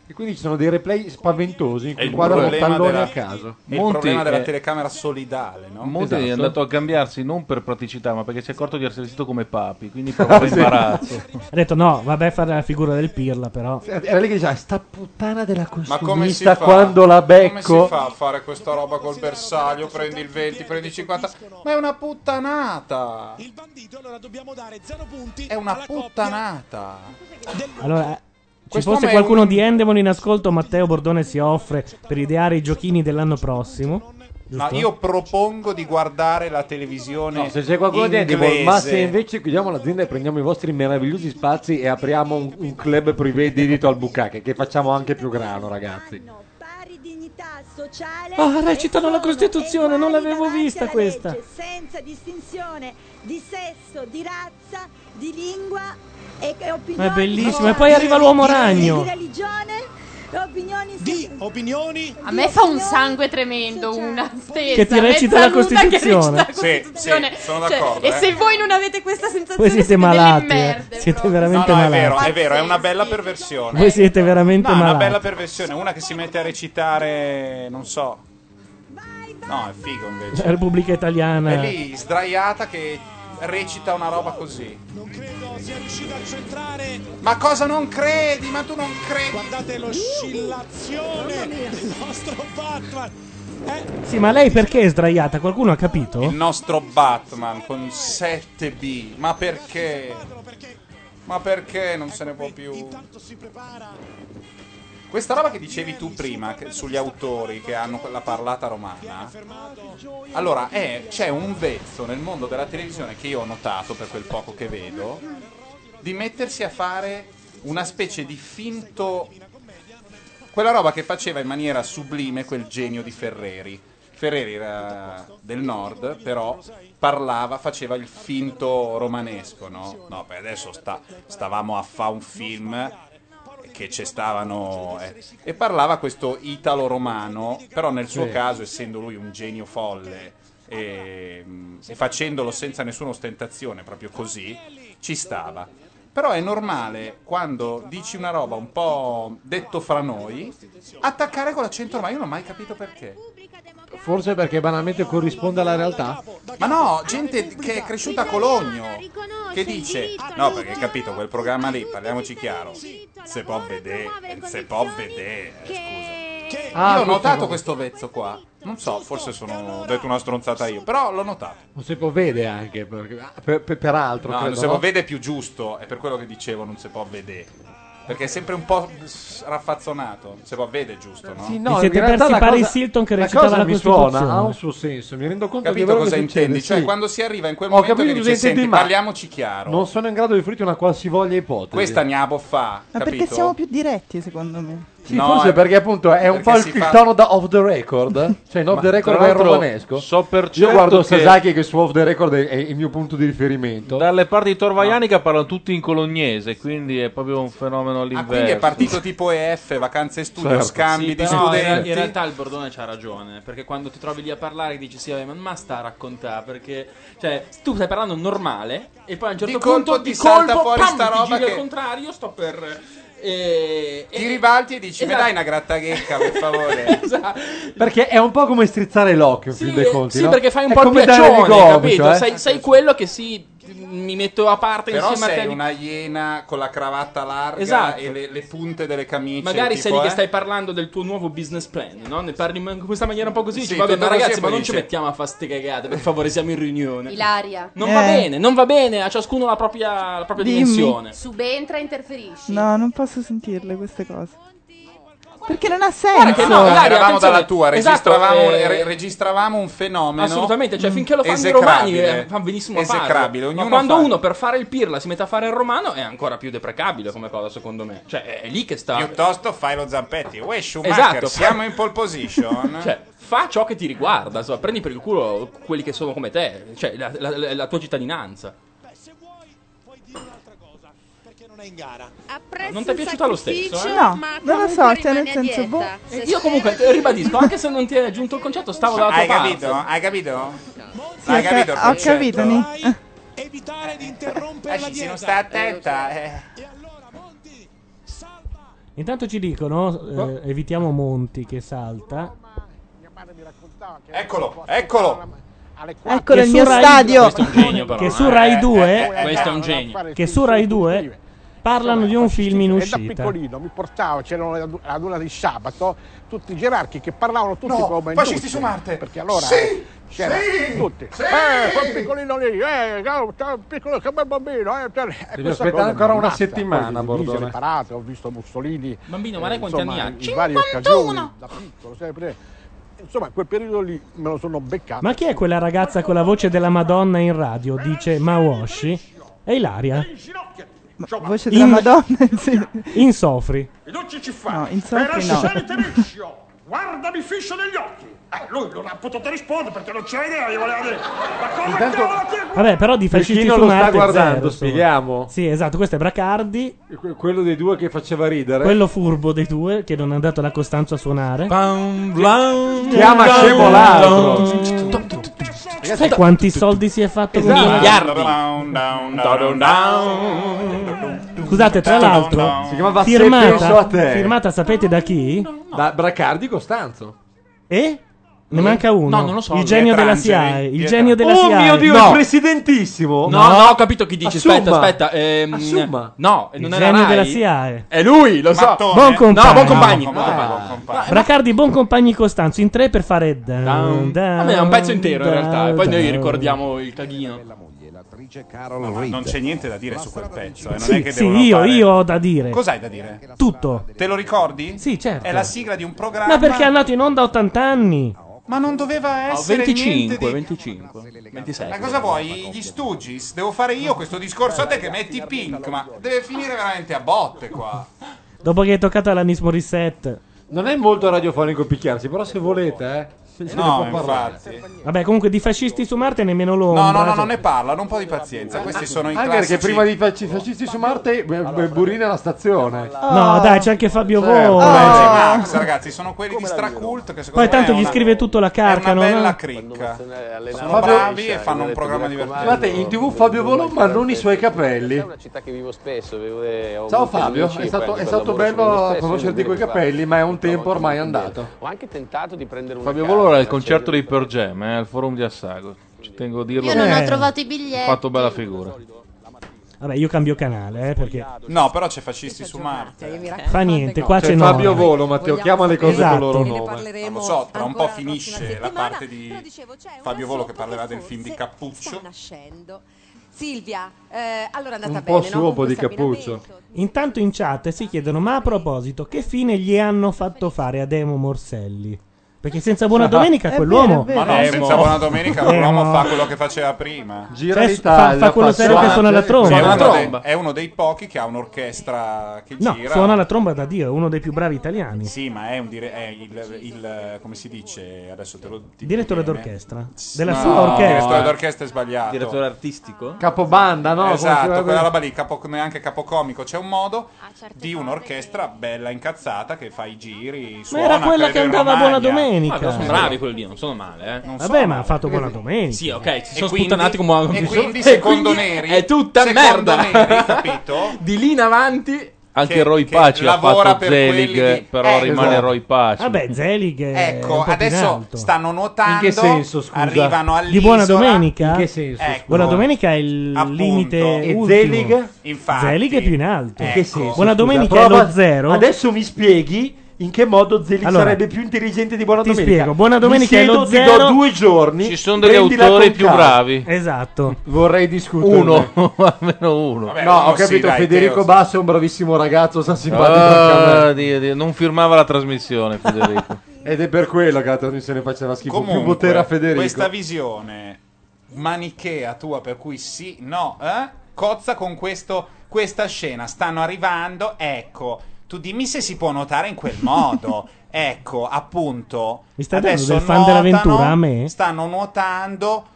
Speaker 11: E quindi ci sono dei replay spaventosi in
Speaker 3: È
Speaker 11: cui
Speaker 3: il
Speaker 11: guardano
Speaker 3: problema
Speaker 11: talloni
Speaker 3: della-
Speaker 11: a caso.
Speaker 3: è il
Speaker 31: Monti
Speaker 3: problema della
Speaker 31: è-
Speaker 3: telecamera solidale, no? Esatto.
Speaker 31: Monti è andato a cambiarsi non per praticità, ma perché si è accorto di essere vestito come papi, quindi
Speaker 2: Ah,
Speaker 31: proprio
Speaker 2: sì.
Speaker 31: imbarazzo.
Speaker 2: Ha detto no, vabbè, fare la figura del pirla, però.
Speaker 11: Era lì che diceva, sta puttana della
Speaker 3: Ma come si
Speaker 11: costumista
Speaker 3: fa?
Speaker 11: quando la
Speaker 3: Come si
Speaker 11: becco...
Speaker 3: fa a fare questa roba col bersaglio? Prendi il 20, prendi il 50. Ma è una puttanata! Il bandito allora dobbiamo dare 0 punti. È una puttanata.
Speaker 2: Allora, eh, ci
Speaker 3: Quest'uomo
Speaker 2: fosse
Speaker 3: è
Speaker 2: qualcuno
Speaker 3: un-
Speaker 2: di Endemon in ascolto, Matteo Bordone si offre per ideare i giochini dell'anno prossimo.
Speaker 3: Ma
Speaker 2: Giusto?
Speaker 3: io propongo di guardare la televisione.
Speaker 11: No, se c'è qualcuno di
Speaker 3: inglese.
Speaker 11: Edible, ma se invece chiudiamo l'azienda e prendiamo i vostri meravigliosi spazi e apriamo un, un club privé dedito al bucache, che facciamo anche più grano, ragazzi.
Speaker 2: Ah, recitano la Costituzione, non l'avevo vista questa.
Speaker 27: senza distinzione di sesso, di razza, di lingua e, e opinioni.
Speaker 2: Ma è bellissimo, e poi arriva l'uomo ragno.
Speaker 27: Di religione e opinioni. Di opinioni.
Speaker 6: A me fa un sangue tremendo una stessa.
Speaker 2: Che ti recita la
Speaker 6: mezza nuda che recita
Speaker 2: Costituzione.
Speaker 6: la
Speaker 2: Sì,
Speaker 6: Costituzione.
Speaker 3: sì, sono
Speaker 6: Cioè,
Speaker 3: d'accordo, eh.
Speaker 6: E se voi non avete questa sensazione,
Speaker 2: Voi siete
Speaker 6: delle
Speaker 2: malati, eh.
Speaker 6: merde,
Speaker 2: Siete
Speaker 6: proprio.
Speaker 2: veramente
Speaker 3: No, no, è
Speaker 2: malati.
Speaker 3: vero, è vero, è una bella perversione.
Speaker 2: Voi siete veramente
Speaker 3: No, è una
Speaker 2: malati.
Speaker 3: bella perversione. Una che si mette a recitare, non so. No, è figo invece.
Speaker 2: La Repubblica Italiana.
Speaker 3: È lì, sdraiata, che recita una roba così. Non credo sia riuscita a centrare. Ma cosa non credi? Ma tu non credi? Guardate l'oscillazione del nostro Batman.
Speaker 2: Sì, ma lei perché è sdraiata? Qualcuno ha capito?
Speaker 3: Il nostro Batman con 7B. Ma perché? Ma perché non se ne può più? Questa roba che dicevi tu prima che- sugli autori che hanno quella parlata romana. Allora,
Speaker 4: eh.
Speaker 3: è- c'è un vezzo nel mondo della televisione che io ho notato per quel poco che vedo di mettersi a fare una specie di finto quella roba che faceva in maniera sublime quel genio di Ferreri. Ferreri era del nord, però parlava, faceva il finto romanesco, no? No, beh, adesso sta- stavamo a fa un film che ci stavano eh, e parlava questo italo romano, però nel suo
Speaker 33: Sì.
Speaker 3: caso essendo lui un genio folle e, mm, e facendolo senza nessuna ostentazione, proprio così, ci stava. Però è normale quando dici una roba un po' detto fra noi, attaccare con l'accento ormai. Io non ho mai capito perché.
Speaker 11: Forse perché banalmente corrisponde alla realtà.
Speaker 3: Ma no, gente che è cresciuta a Cologno che dice: No, perché capito quel programma lì, parliamoci chiaro. Se può vedere, se può vedere. eh, Scusa.
Speaker 11: Ah,
Speaker 3: io ho
Speaker 11: questo
Speaker 3: notato
Speaker 11: qua.
Speaker 3: questo vezzo qua. Non so, forse sono ho detto una stronzata io, però l'ho notato.
Speaker 11: Non si può vedere anche, perché- ah, per- per- peraltro.
Speaker 3: No, non
Speaker 11: credo,
Speaker 3: si può
Speaker 11: no?
Speaker 3: vedere è più giusto, è per quello che dicevo, non si può vedere. Perché è sempre un po' s- raffazzonato. Non si può vedere, giusto, no?
Speaker 11: Sì,
Speaker 2: Vi siete
Speaker 11: in realtà
Speaker 2: persi
Speaker 11: la
Speaker 2: Paris
Speaker 11: cosa-
Speaker 2: Hilton che
Speaker 11: la
Speaker 2: recitava
Speaker 11: cosa
Speaker 2: la
Speaker 11: mi suona,
Speaker 2: Costituzione.
Speaker 11: ha un suo senso, mi rendo conto di
Speaker 3: Capito
Speaker 11: quello
Speaker 3: cosa
Speaker 11: che succede,
Speaker 3: intendi? Cioè,
Speaker 11: sì.
Speaker 3: quando si arriva in quel
Speaker 11: Ho
Speaker 3: momento
Speaker 11: capito
Speaker 3: che
Speaker 11: cosa
Speaker 3: dice: Senti,
Speaker 11: intendi, ma-
Speaker 3: parliamoci chiaro.
Speaker 11: Non sono in grado di offrirti una qualsivoglia ipotesi.
Speaker 3: Questa gnabo fa.
Speaker 29: Ma
Speaker 3: capito?
Speaker 29: perché siamo più diretti, secondo me.
Speaker 11: Sì, forse
Speaker 15: eh,
Speaker 11: perché appunto è un
Speaker 3: perché
Speaker 11: po' il,
Speaker 3: si
Speaker 11: il
Speaker 3: fa-
Speaker 11: tono da off the record. Cioè, in off
Speaker 31: Ma
Speaker 11: the record
Speaker 31: tra
Speaker 11: è
Speaker 31: l'altro
Speaker 11: romanesco.
Speaker 31: so per
Speaker 11: Io
Speaker 31: certo
Speaker 11: guardo
Speaker 31: che-
Speaker 11: Sasaki che su off the record è, è il mio punto di riferimento.
Speaker 31: Dalle parti di Torvaianica parlano tutti in colognese, quindi è proprio un fenomeno
Speaker 3: Ah,
Speaker 31: all'inverso.
Speaker 3: quindi è partito tipo EF, vacanze e studio,
Speaker 31: Certo.
Speaker 3: scambi
Speaker 31: Sì,
Speaker 3: di
Speaker 31: però
Speaker 3: studenti.
Speaker 31: era-
Speaker 4: In realtà il Bordone c'ha ragione, perché quando ti trovi lì a parlare dici sì, vabbè, ma, ma sta a raccontare, perché cioè, tu stai parlando normale e poi a un certo
Speaker 3: Di colpo
Speaker 4: punto
Speaker 3: ti
Speaker 4: di
Speaker 3: salta
Speaker 4: colpo,
Speaker 3: fuori
Speaker 4: pam,
Speaker 3: sta
Speaker 4: ti
Speaker 3: roba
Speaker 4: giri al
Speaker 3: che-
Speaker 4: contrario, sto per... eh,
Speaker 3: Ti
Speaker 4: eh,
Speaker 3: ribalti e dici: Mi
Speaker 4: Esatto.
Speaker 3: dai una grattaghecca, per favore.
Speaker 11: Perché è un po' come strizzare l'occhio, in fin dei conti.
Speaker 4: Sì,
Speaker 11: no?
Speaker 4: perché fai un
Speaker 11: È
Speaker 4: po' il
Speaker 11: come dare
Speaker 4: piaccione,
Speaker 11: gomito,
Speaker 4: capito?
Speaker 11: eh.
Speaker 4: Sei, sei quello che si... mi metto a parte
Speaker 3: Però
Speaker 4: insieme a te.
Speaker 3: sei
Speaker 4: lì.
Speaker 3: una iena con la cravatta larga
Speaker 4: Esatto.
Speaker 3: e le, le punte delle camicie.
Speaker 4: Magari
Speaker 3: tipo,
Speaker 4: sei lì
Speaker 3: eh?
Speaker 4: che stai parlando del tuo nuovo business plan, no? Ne parli in in questa maniera un po' così.
Speaker 3: Sì,
Speaker 4: dici, vabbè,
Speaker 3: tutto
Speaker 4: ma
Speaker 3: così e
Speaker 4: ragazzi, ma
Speaker 3: poi
Speaker 4: non
Speaker 3: dici-
Speaker 4: ci mettiamo a fa ste cagate, per favore, siamo in riunione.
Speaker 6: Ilaria.
Speaker 4: Non
Speaker 2: Eh.
Speaker 4: va bene, non va bene, a ciascuno la propria, la propria
Speaker 29: Eh. Dimmi.
Speaker 4: dimensione.
Speaker 6: Subentra e interferisci.
Speaker 29: No, non posso sentirle queste cose. Perché non ha
Speaker 15: Eh,
Speaker 29: senso.
Speaker 3: Guarda che no, Ilaria, eravamo dalla tua,
Speaker 4: Esatto,
Speaker 3: registravamo,
Speaker 4: eh,
Speaker 3: re- registravamo un fenomeno.
Speaker 4: Assolutamente, cioè finché lo fanno i romani
Speaker 3: esecrabile.
Speaker 4: eh, fa benissimo a farlo.
Speaker 3: Esecrabile,
Speaker 4: Ma
Speaker 3: ognuno
Speaker 4: quando
Speaker 3: fa-
Speaker 4: uno per fare il pirla si mette a fare il romano è ancora più deprecabile come cosa, secondo me. Cioè, è lì che sta.
Speaker 3: Piuttosto fai lo zampetti. Uè, Eh, Schumacher,
Speaker 4: Esatto.
Speaker 3: siamo in pole position.
Speaker 4: Cioè, fa ciò che ti riguarda, insomma, prendi per il culo quelli che sono come te, cioè la, la- la- la tua cittadinanza. Non ti è piaciuta lo stesso? eh?
Speaker 29: No, non lo so, cioè nel senso, boh.
Speaker 4: Eh, Io comunque eh, ribadisco, anche se non ti è giunto il concetto, stavo dalla tua
Speaker 3: Hai
Speaker 4: parte.
Speaker 3: capito? Hai capito?
Speaker 29: Sì,
Speaker 3: Hai
Speaker 29: ho ca-
Speaker 3: capito il
Speaker 29: ho
Speaker 3: concetto?
Speaker 29: capito, Ni.
Speaker 3: Eh, ci sono sta attenta. eh.
Speaker 2: Intanto ci dicono, eh, evitiamo Monti che salta.
Speaker 3: Eccolo, eccolo.
Speaker 4: Ah,
Speaker 29: Ecco
Speaker 2: Che su Rai-
Speaker 4: Questo è un genio, però.
Speaker 2: Che su
Speaker 4: eh.
Speaker 2: Rai 2
Speaker 4: Questo
Speaker 3: eh,
Speaker 4: è un genio.
Speaker 2: Che su Rai 2 parlano di un film in
Speaker 13: E da
Speaker 2: uscita.
Speaker 13: piccolino mi portavo, c'erano la raduna di sabato, tutti i gerarchi che parlavano tutti
Speaker 3: No,
Speaker 13: come
Speaker 3: fascisti
Speaker 13: Menducci.
Speaker 3: su Marte.
Speaker 13: Perché allora
Speaker 3: Sì,
Speaker 13: eh, c'era
Speaker 3: sì,
Speaker 13: tutti.
Speaker 3: sì.
Speaker 13: Eh, quel piccolino lì, eh, ciao, ciao, piccolo, che bel bambino. Eh, te- e
Speaker 11: Devi
Speaker 13: questa
Speaker 11: aspettare ancora
Speaker 13: cosa mi è
Speaker 11: una
Speaker 13: rimasta.
Speaker 11: settimana,
Speaker 13: Poi divise
Speaker 11: Bordone.
Speaker 13: le parate, ho visto Mussolini.
Speaker 4: Bambino,
Speaker 13: eh,
Speaker 4: ma lei quanti
Speaker 13: insomma,
Speaker 4: anni ha?
Speaker 13: In varie
Speaker 4: 51.
Speaker 13: occasioni, da piccolo, sempre. Insomma, quel periodo lì me lo sono beccato.
Speaker 2: Ma chi è quella ragazza con la voce della Madonna in radio? Dice Mawashi. È Ilaria.
Speaker 29: Voce della
Speaker 2: In-
Speaker 29: Madonna, sì.
Speaker 2: Insofri.
Speaker 27: Rinucci ci fa.
Speaker 29: No, insomma,
Speaker 27: per
Speaker 29: no.
Speaker 27: essere Terencio, guardami fisso negli occhi. Eh, lui non ha potuto rispondere perché non c'era idea di voleva dire. Ma cosa
Speaker 11: Intanto-
Speaker 27: cavolo ti
Speaker 2: Vabbè, però di fascisti
Speaker 11: Cecchino
Speaker 2: su
Speaker 11: lo sta
Speaker 2: Marte
Speaker 11: guardando,
Speaker 2: zero, insomma.
Speaker 11: spieghiamo.
Speaker 2: Sì, esatto, questo è Bracardi,
Speaker 11: Que- Quello dei due che faceva ridere.
Speaker 2: quello furbo dei due che non è andato alla Costanzo a suonare.
Speaker 11: Chiama scemo l'altro.
Speaker 2: Sai quanti soldi si è fatto con
Speaker 11: Esatto.
Speaker 2: quella- Scusate, tra l'altro,
Speaker 11: Si chiamava Se penso a
Speaker 2: firmata,
Speaker 11: te.
Speaker 2: firmata sapete da chi?
Speaker 11: Da Bracardi Costanzo.
Speaker 2: E? Ne manca uno.
Speaker 11: No, non lo so.
Speaker 2: Il genio della
Speaker 11: Pietrangeli.
Speaker 2: SIAE. Il
Speaker 4: eh,
Speaker 11: Pietra-
Speaker 2: genio della
Speaker 11: Oh
Speaker 2: SIAE.
Speaker 11: mio Dio,
Speaker 2: No.
Speaker 11: il presidentissimo.
Speaker 4: No, no, ho capito chi dice.
Speaker 11: Assumma.
Speaker 4: Aspetta, aspetta. ehm,
Speaker 11: Assumma.
Speaker 4: No,
Speaker 2: Il
Speaker 4: non era
Speaker 2: genio
Speaker 4: Rai.
Speaker 2: della SIAE.
Speaker 4: È lui, lo so.
Speaker 2: Mattone. Buon compagno.
Speaker 4: No, buon compagno.
Speaker 2: Ah.
Speaker 4: buon compagno.
Speaker 2: Bracardi, buon compagni Costanzo. In tre per fare. Down, down,
Speaker 4: Vabbè, è un pezzo intero in
Speaker 2: down,
Speaker 4: realtà. E poi noi
Speaker 2: down.
Speaker 4: ricordiamo il caghino.
Speaker 3: No, ma non c'è niente da dire su quel pezzo. eh, non è
Speaker 2: Sì,
Speaker 3: che
Speaker 2: sì,
Speaker 3: devono
Speaker 2: io,
Speaker 3: fare-
Speaker 2: io ho da dire.
Speaker 3: Cos'hai da dire?
Speaker 2: Tutto.
Speaker 3: Te lo ricordi?
Speaker 2: Sì, certo.
Speaker 3: È la sigla di un programma.
Speaker 2: Ma perché è andato in onda a 80 anni?
Speaker 3: Ma non doveva
Speaker 4: Oh,
Speaker 3: essere niente
Speaker 4: 25,
Speaker 3: di...
Speaker 4: 25, 26.
Speaker 3: Ma cosa vuoi? Gli Stooges? Devo fare io questo discorso a te che metti Pink, ma deve finire veramente a botte qua.
Speaker 2: Dopo che hai toccato all'Anis Morissette.
Speaker 11: Non è molto radiofonico picchiarsi, però se volete, eh.
Speaker 2: se
Speaker 3: No,
Speaker 2: ne può parlare.
Speaker 3: infatti.
Speaker 2: Vabbè, comunque di fascisti su Marte nemmeno cioè. loro.
Speaker 3: No, no, no, non ne parlano, un po' di pazienza. Questi sono i
Speaker 11: Anche
Speaker 3: classici...
Speaker 11: perché prima di faci- fascisti su Marte, eh, b- b- Burina alla stazione.
Speaker 34: Ah.
Speaker 2: No, dai, c'è anche Fabio
Speaker 11: Certo.
Speaker 2: Volo.
Speaker 3: Mezzi Max, ragazzi, sono quelli di Stracult che secondo
Speaker 2: Poi tanto
Speaker 3: me
Speaker 2: gli
Speaker 3: è una-
Speaker 2: scrive tutto la carta,
Speaker 3: È una
Speaker 2: no?
Speaker 3: bella
Speaker 2: No?
Speaker 3: cricca. Sono
Speaker 11: Fabio-
Speaker 3: bravi
Speaker 34: cioè,
Speaker 3: e fanno un programma divertente.
Speaker 11: Guardate, in tv Fabio Volo, ma non i suoi capelli.
Speaker 34: città che vivo spesso. vivo- eh, ho
Speaker 11: Ciao
Speaker 34: molti
Speaker 11: Fabio,
Speaker 34: amici,
Speaker 11: è stato,
Speaker 34: poi
Speaker 11: è
Speaker 34: per
Speaker 11: stato
Speaker 34: lavoro ci
Speaker 11: bello
Speaker 34: vengo spesso,
Speaker 11: conoscerti
Speaker 34: quindi
Speaker 11: coi
Speaker 34: mi fa-
Speaker 11: capello, ma è un tempo ormai andato.
Speaker 34: Ho anche tentato di prendere un
Speaker 31: Fabio Volo era al concerto dei Per Jam, eh, al forum di Assago. Ci tengo a dirlo.
Speaker 35: Io non ho trovato i biglietti.
Speaker 31: Ho fatto bella figura.
Speaker 2: Vabbè, io cambio canale, eh, perché
Speaker 3: No, però c'è fascisti su Marte.
Speaker 2: fa niente, qua
Speaker 11: C'è
Speaker 2: c'è no.
Speaker 11: Fabio Volo, Matteo, chiama le cose
Speaker 2: Esatto.
Speaker 11: col loro
Speaker 3: Non
Speaker 11: nome.
Speaker 3: lo so, tra un po' finisce la parte di Fabio Volo che parlerà del film di Cappuccio.
Speaker 9: nascendo. Silvia, eh, allora è andata bene,
Speaker 2: Un po'
Speaker 9: no?
Speaker 2: suo, un po' di
Speaker 9: Questo
Speaker 2: cappuccio.
Speaker 9: abbinamento.
Speaker 2: Intanto in chat si chiedono: ma a proposito, che fine gli hanno fatto fare a Demo Morselli? Perché senza buona domenica
Speaker 3: È
Speaker 2: quell'uomo.
Speaker 3: Ma no, senza buona domenica
Speaker 2: Eh,
Speaker 3: l'uomo
Speaker 2: no.
Speaker 3: fa quello che faceva prima.
Speaker 2: Gira Cioè, l'Italia, fa- fa quello fa- serio che suona la tromba.
Speaker 3: È uno,
Speaker 2: Suona la
Speaker 3: dei-
Speaker 2: tromba.
Speaker 3: è uno dei pochi che ha un'orchestra che
Speaker 2: No,
Speaker 3: gira.
Speaker 2: suona la tromba da Dio, è uno dei più bravi italiani.
Speaker 3: Sì, ma è un dire- è il, il- come si dice adesso te lo ti-
Speaker 2: Direttore
Speaker 3: viene.
Speaker 2: d'orchestra. Della
Speaker 3: No,
Speaker 2: sua orchestra.
Speaker 3: Direttore d'orchestra è sbagliato.
Speaker 4: Direttore artistico?
Speaker 11: Capobanda, no? Come si chiama
Speaker 3: Esatto,
Speaker 11: quella-
Speaker 3: quella roba lì, capo- neanche capocomico. C'è un modo di un'orchestra bella incazzata che fa i giri. Suona,
Speaker 2: era quella
Speaker 3: credo,
Speaker 2: che
Speaker 3: in
Speaker 2: andava a Buona
Speaker 3: Romagna.
Speaker 2: Domenica.
Speaker 4: Ma però
Speaker 34: cioè,
Speaker 4: sono bravi quelli lì, non sono male, eh.
Speaker 2: Vabbè, ma ha fatto buona domenica.
Speaker 4: Sì, ok, ci
Speaker 2: E
Speaker 4: sono
Speaker 2: quindi-
Speaker 4: sputtanati come
Speaker 2: e
Speaker 4: come-
Speaker 2: quindi, secondo
Speaker 4: quindi
Speaker 2: Neri-
Speaker 4: è tutta
Speaker 2: secondo
Speaker 4: merda.
Speaker 2: Neri,
Speaker 3: capito?
Speaker 4: Di lì in avanti
Speaker 31: Anche
Speaker 4: Che-
Speaker 31: Roy
Speaker 4: che
Speaker 31: Paci ha
Speaker 4: lavora
Speaker 31: fatto
Speaker 4: per
Speaker 31: Zelig,
Speaker 4: quelli di-
Speaker 31: però
Speaker 4: Eh,
Speaker 31: rimane
Speaker 4: esatto.
Speaker 31: Roy Paci.
Speaker 2: Vabbè, Zelig. è un
Speaker 3: Ecco,
Speaker 2: po' più in
Speaker 3: adesso
Speaker 2: alto.
Speaker 3: stanno nuotando.
Speaker 2: In che senso,
Speaker 11: scusa?
Speaker 3: Arrivano all'isola.
Speaker 2: Di buona domenica?
Speaker 3: In che senso,
Speaker 2: Ecco.
Speaker 3: scusa?
Speaker 2: Buona domenica è il limite
Speaker 11: E
Speaker 2: ultimo.
Speaker 11: Zelig?
Speaker 3: Infatti.
Speaker 2: Zelig è più in alto.
Speaker 11: In che senso,
Speaker 2: Buona
Speaker 11: Ecco. scusa?
Speaker 2: domenica è
Speaker 11: Prova-
Speaker 2: lo zero.
Speaker 11: Adesso mi spieghi in che modo Zelig
Speaker 2: Allora,
Speaker 11: sarebbe più intelligente di Buona
Speaker 2: ti
Speaker 11: Domenica.
Speaker 2: spiego, Buona
Speaker 11: Mi
Speaker 2: Domenica è
Speaker 11: siedo,
Speaker 2: lo
Speaker 11: Ti
Speaker 2: zero.
Speaker 11: do due giorni.
Speaker 31: Ci sono degli
Speaker 11: prendila
Speaker 31: autori
Speaker 11: con
Speaker 31: più
Speaker 11: calma.
Speaker 31: bravi.
Speaker 2: Esatto.
Speaker 11: Vorrei discutere.
Speaker 31: Uno, almeno uno.
Speaker 11: no, ho capito, Federico Basso è un bravissimo ragazzo, sta simpatico anche a me.
Speaker 31: Ah, Dio, Dio, non firmava la trasmissione, Federico.
Speaker 11: Ed è per quello che la trasmissione faceva schifo. più
Speaker 3: Comunque,
Speaker 11: potere a Federico.
Speaker 3: questa visione manichea tua, per cui sì, no, eh? cozza con questo, questa scena. Stanno arrivando, ecco. Tu dimmi se si può notare in quel modo. ecco, appunto.
Speaker 2: Mi stai dando
Speaker 3: adesso
Speaker 2: del fan dell'avventura a me?
Speaker 3: Stanno nuotando.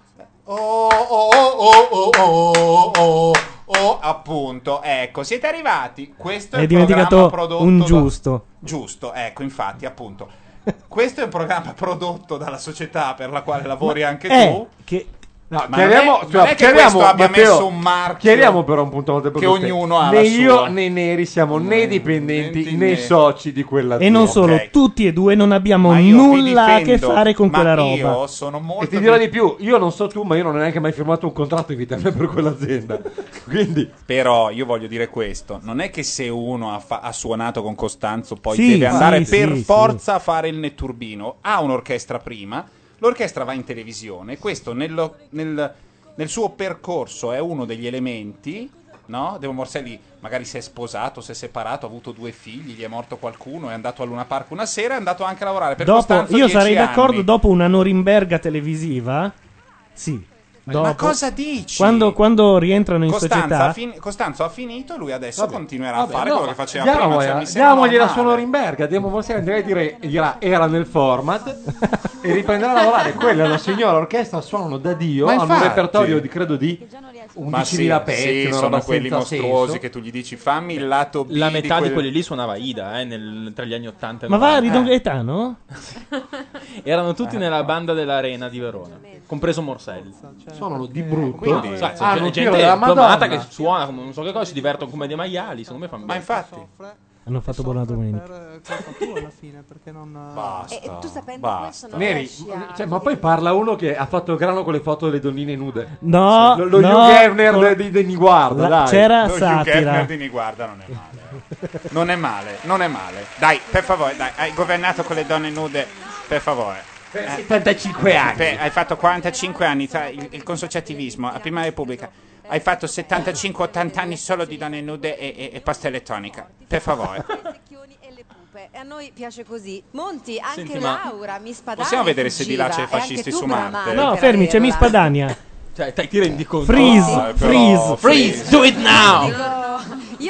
Speaker 3: Oh, oh, oh, oh, oh, oh, oh, oh, appunto. Ecco, siete arrivati. Questo è
Speaker 2: Hai
Speaker 3: il programma
Speaker 2: dimenticato
Speaker 3: prodotto
Speaker 2: un
Speaker 3: da-
Speaker 2: giusto.
Speaker 3: Giusto, ecco, infatti, appunto. Questo è un programma prodotto dalla società per la quale lavori anche
Speaker 2: Eh,
Speaker 3: tu.
Speaker 2: che...
Speaker 3: No, ma
Speaker 11: chiariamo,
Speaker 3: non è, non
Speaker 11: cioè,
Speaker 3: è che
Speaker 11: chiariamo,
Speaker 3: questo abbia
Speaker 11: Matteo,
Speaker 3: messo un marchio.
Speaker 11: Chiariamo però un punto molto
Speaker 3: che
Speaker 11: importante.
Speaker 3: ognuno ha
Speaker 11: Né
Speaker 3: la
Speaker 11: io
Speaker 3: sua.
Speaker 11: né Neri siamo né dipendenti né,
Speaker 3: né-
Speaker 11: soci di quella
Speaker 2: E non solo, tutti e due non abbiamo nulla a che fare con quella roba.
Speaker 3: sono
Speaker 11: E ti dirò di più, io non so tu, ma io non ho neanche mai firmato un contratto in vita mia per quell'azienda. Quindi,
Speaker 3: Però io voglio dire questo: non è che se uno ha, fa- ha suonato con Costanzo, poi
Speaker 2: Sì,
Speaker 3: deve
Speaker 2: sì,
Speaker 3: andare
Speaker 2: sì,
Speaker 3: per
Speaker 2: sì.
Speaker 3: forza a fare il netturbino. Ha un'orchestra prima, l'orchestra va in televisione. Questo nello- nel, nel suo percorso è uno degli elementi. No? Devo Morselli magari si è sposato, si è separato, ha avuto due figli, gli è morto qualcuno, è andato a Luna Park una sera, è andato anche a lavorare per
Speaker 2: Dopo-
Speaker 3: Costanzo.
Speaker 2: io
Speaker 3: 10
Speaker 2: sarei
Speaker 3: anni.
Speaker 2: d'accordo dopo una Norimberga televisiva. Sì.
Speaker 3: ma
Speaker 2: dopo.
Speaker 3: cosa dici?
Speaker 2: Quando, quando rientrano in
Speaker 3: Costanza
Speaker 2: società.
Speaker 3: ha, fin- Costanzo ha finito e lui adesso continuerà
Speaker 11: Vabbè,
Speaker 3: a fare
Speaker 11: no,
Speaker 3: quello che faceva
Speaker 11: diamogli-
Speaker 3: prima. Cioè, mi sembra
Speaker 11: diamogli la
Speaker 3: normale.
Speaker 11: sua Norimberga, diamo buonasera, andrei a dire dirà, era nel format e riprenderà a lavorare. Quella è la signora orchestra, suonano da Dio,
Speaker 3: Ma
Speaker 11: hanno un
Speaker 3: infatti.
Speaker 11: repertorio di credo di 11.000
Speaker 3: Ma sì,
Speaker 11: pezzi,
Speaker 3: sì,
Speaker 11: una roba
Speaker 3: sono quelli
Speaker 11: senza
Speaker 3: mostruosi
Speaker 11: senso.
Speaker 3: che tu gli dici fammi il lato B
Speaker 4: La metà di,
Speaker 3: quel-
Speaker 4: quelli lì suonava Ida, eh, nel- tra gli anni 80 e
Speaker 2: Ma va a
Speaker 3: Eh.
Speaker 4: 90.
Speaker 2: Rido Eh. Gaetano?
Speaker 4: Erano tutti nella banda dell'arena di Verona, compreso Morselli.
Speaker 11: Suonano
Speaker 3: Eh.
Speaker 11: di brutto.
Speaker 4: Quindi, sai, c'è
Speaker 2: Ah,
Speaker 11: hanno un tiro
Speaker 4: gente
Speaker 11: della
Speaker 4: diplomata
Speaker 11: Madonna.
Speaker 4: che suona come non so che cosa, si divertono come dei maiali, secondo me fanno Ma
Speaker 3: infatti.
Speaker 2: Hanno fatto buona domenica.
Speaker 13: alla fine perché non
Speaker 3: Basta.
Speaker 13: e, e tu sapendo questo non
Speaker 11: Ah, Neri,
Speaker 13: riesci
Speaker 11: ma-
Speaker 13: a-
Speaker 11: cioè, ma poi parla uno che ha fatto il grano con le foto delle donnine nude.
Speaker 2: No,
Speaker 11: Lo, lo
Speaker 2: no,
Speaker 11: Hugh Hefner
Speaker 2: con-
Speaker 11: di, di Niguarda,
Speaker 2: La-
Speaker 11: Ah, dai.
Speaker 2: c'era
Speaker 3: Lo Hugh Hefner di Niguarda non è male. Non è male, non è male. Dai, per favore, dai, hai governato con le donne nude, per favore.
Speaker 11: Per
Speaker 3: Eh,
Speaker 11: 75 anni.
Speaker 3: per- hai fatto 45 anni, sai, il, il consociativismo, la prima repubblica. Hai fatto 75-80 anni solo di donne nude e, e, e pasta elettronica. Per favore.
Speaker 9: Beh, A noi piace così. Monti, anche
Speaker 3: Senti, ma
Speaker 9: Laura, mi spadava.
Speaker 3: Possiamo vedere se di là c'è fascisti su Marte?
Speaker 2: No, fermi, c'è Miss Padania.
Speaker 4: Cioè, dai, ti rendi conto?
Speaker 3: eh,
Speaker 2: Freeze,
Speaker 4: Dai, però,
Speaker 2: freeze,
Speaker 4: freeze, do it now!
Speaker 9: Io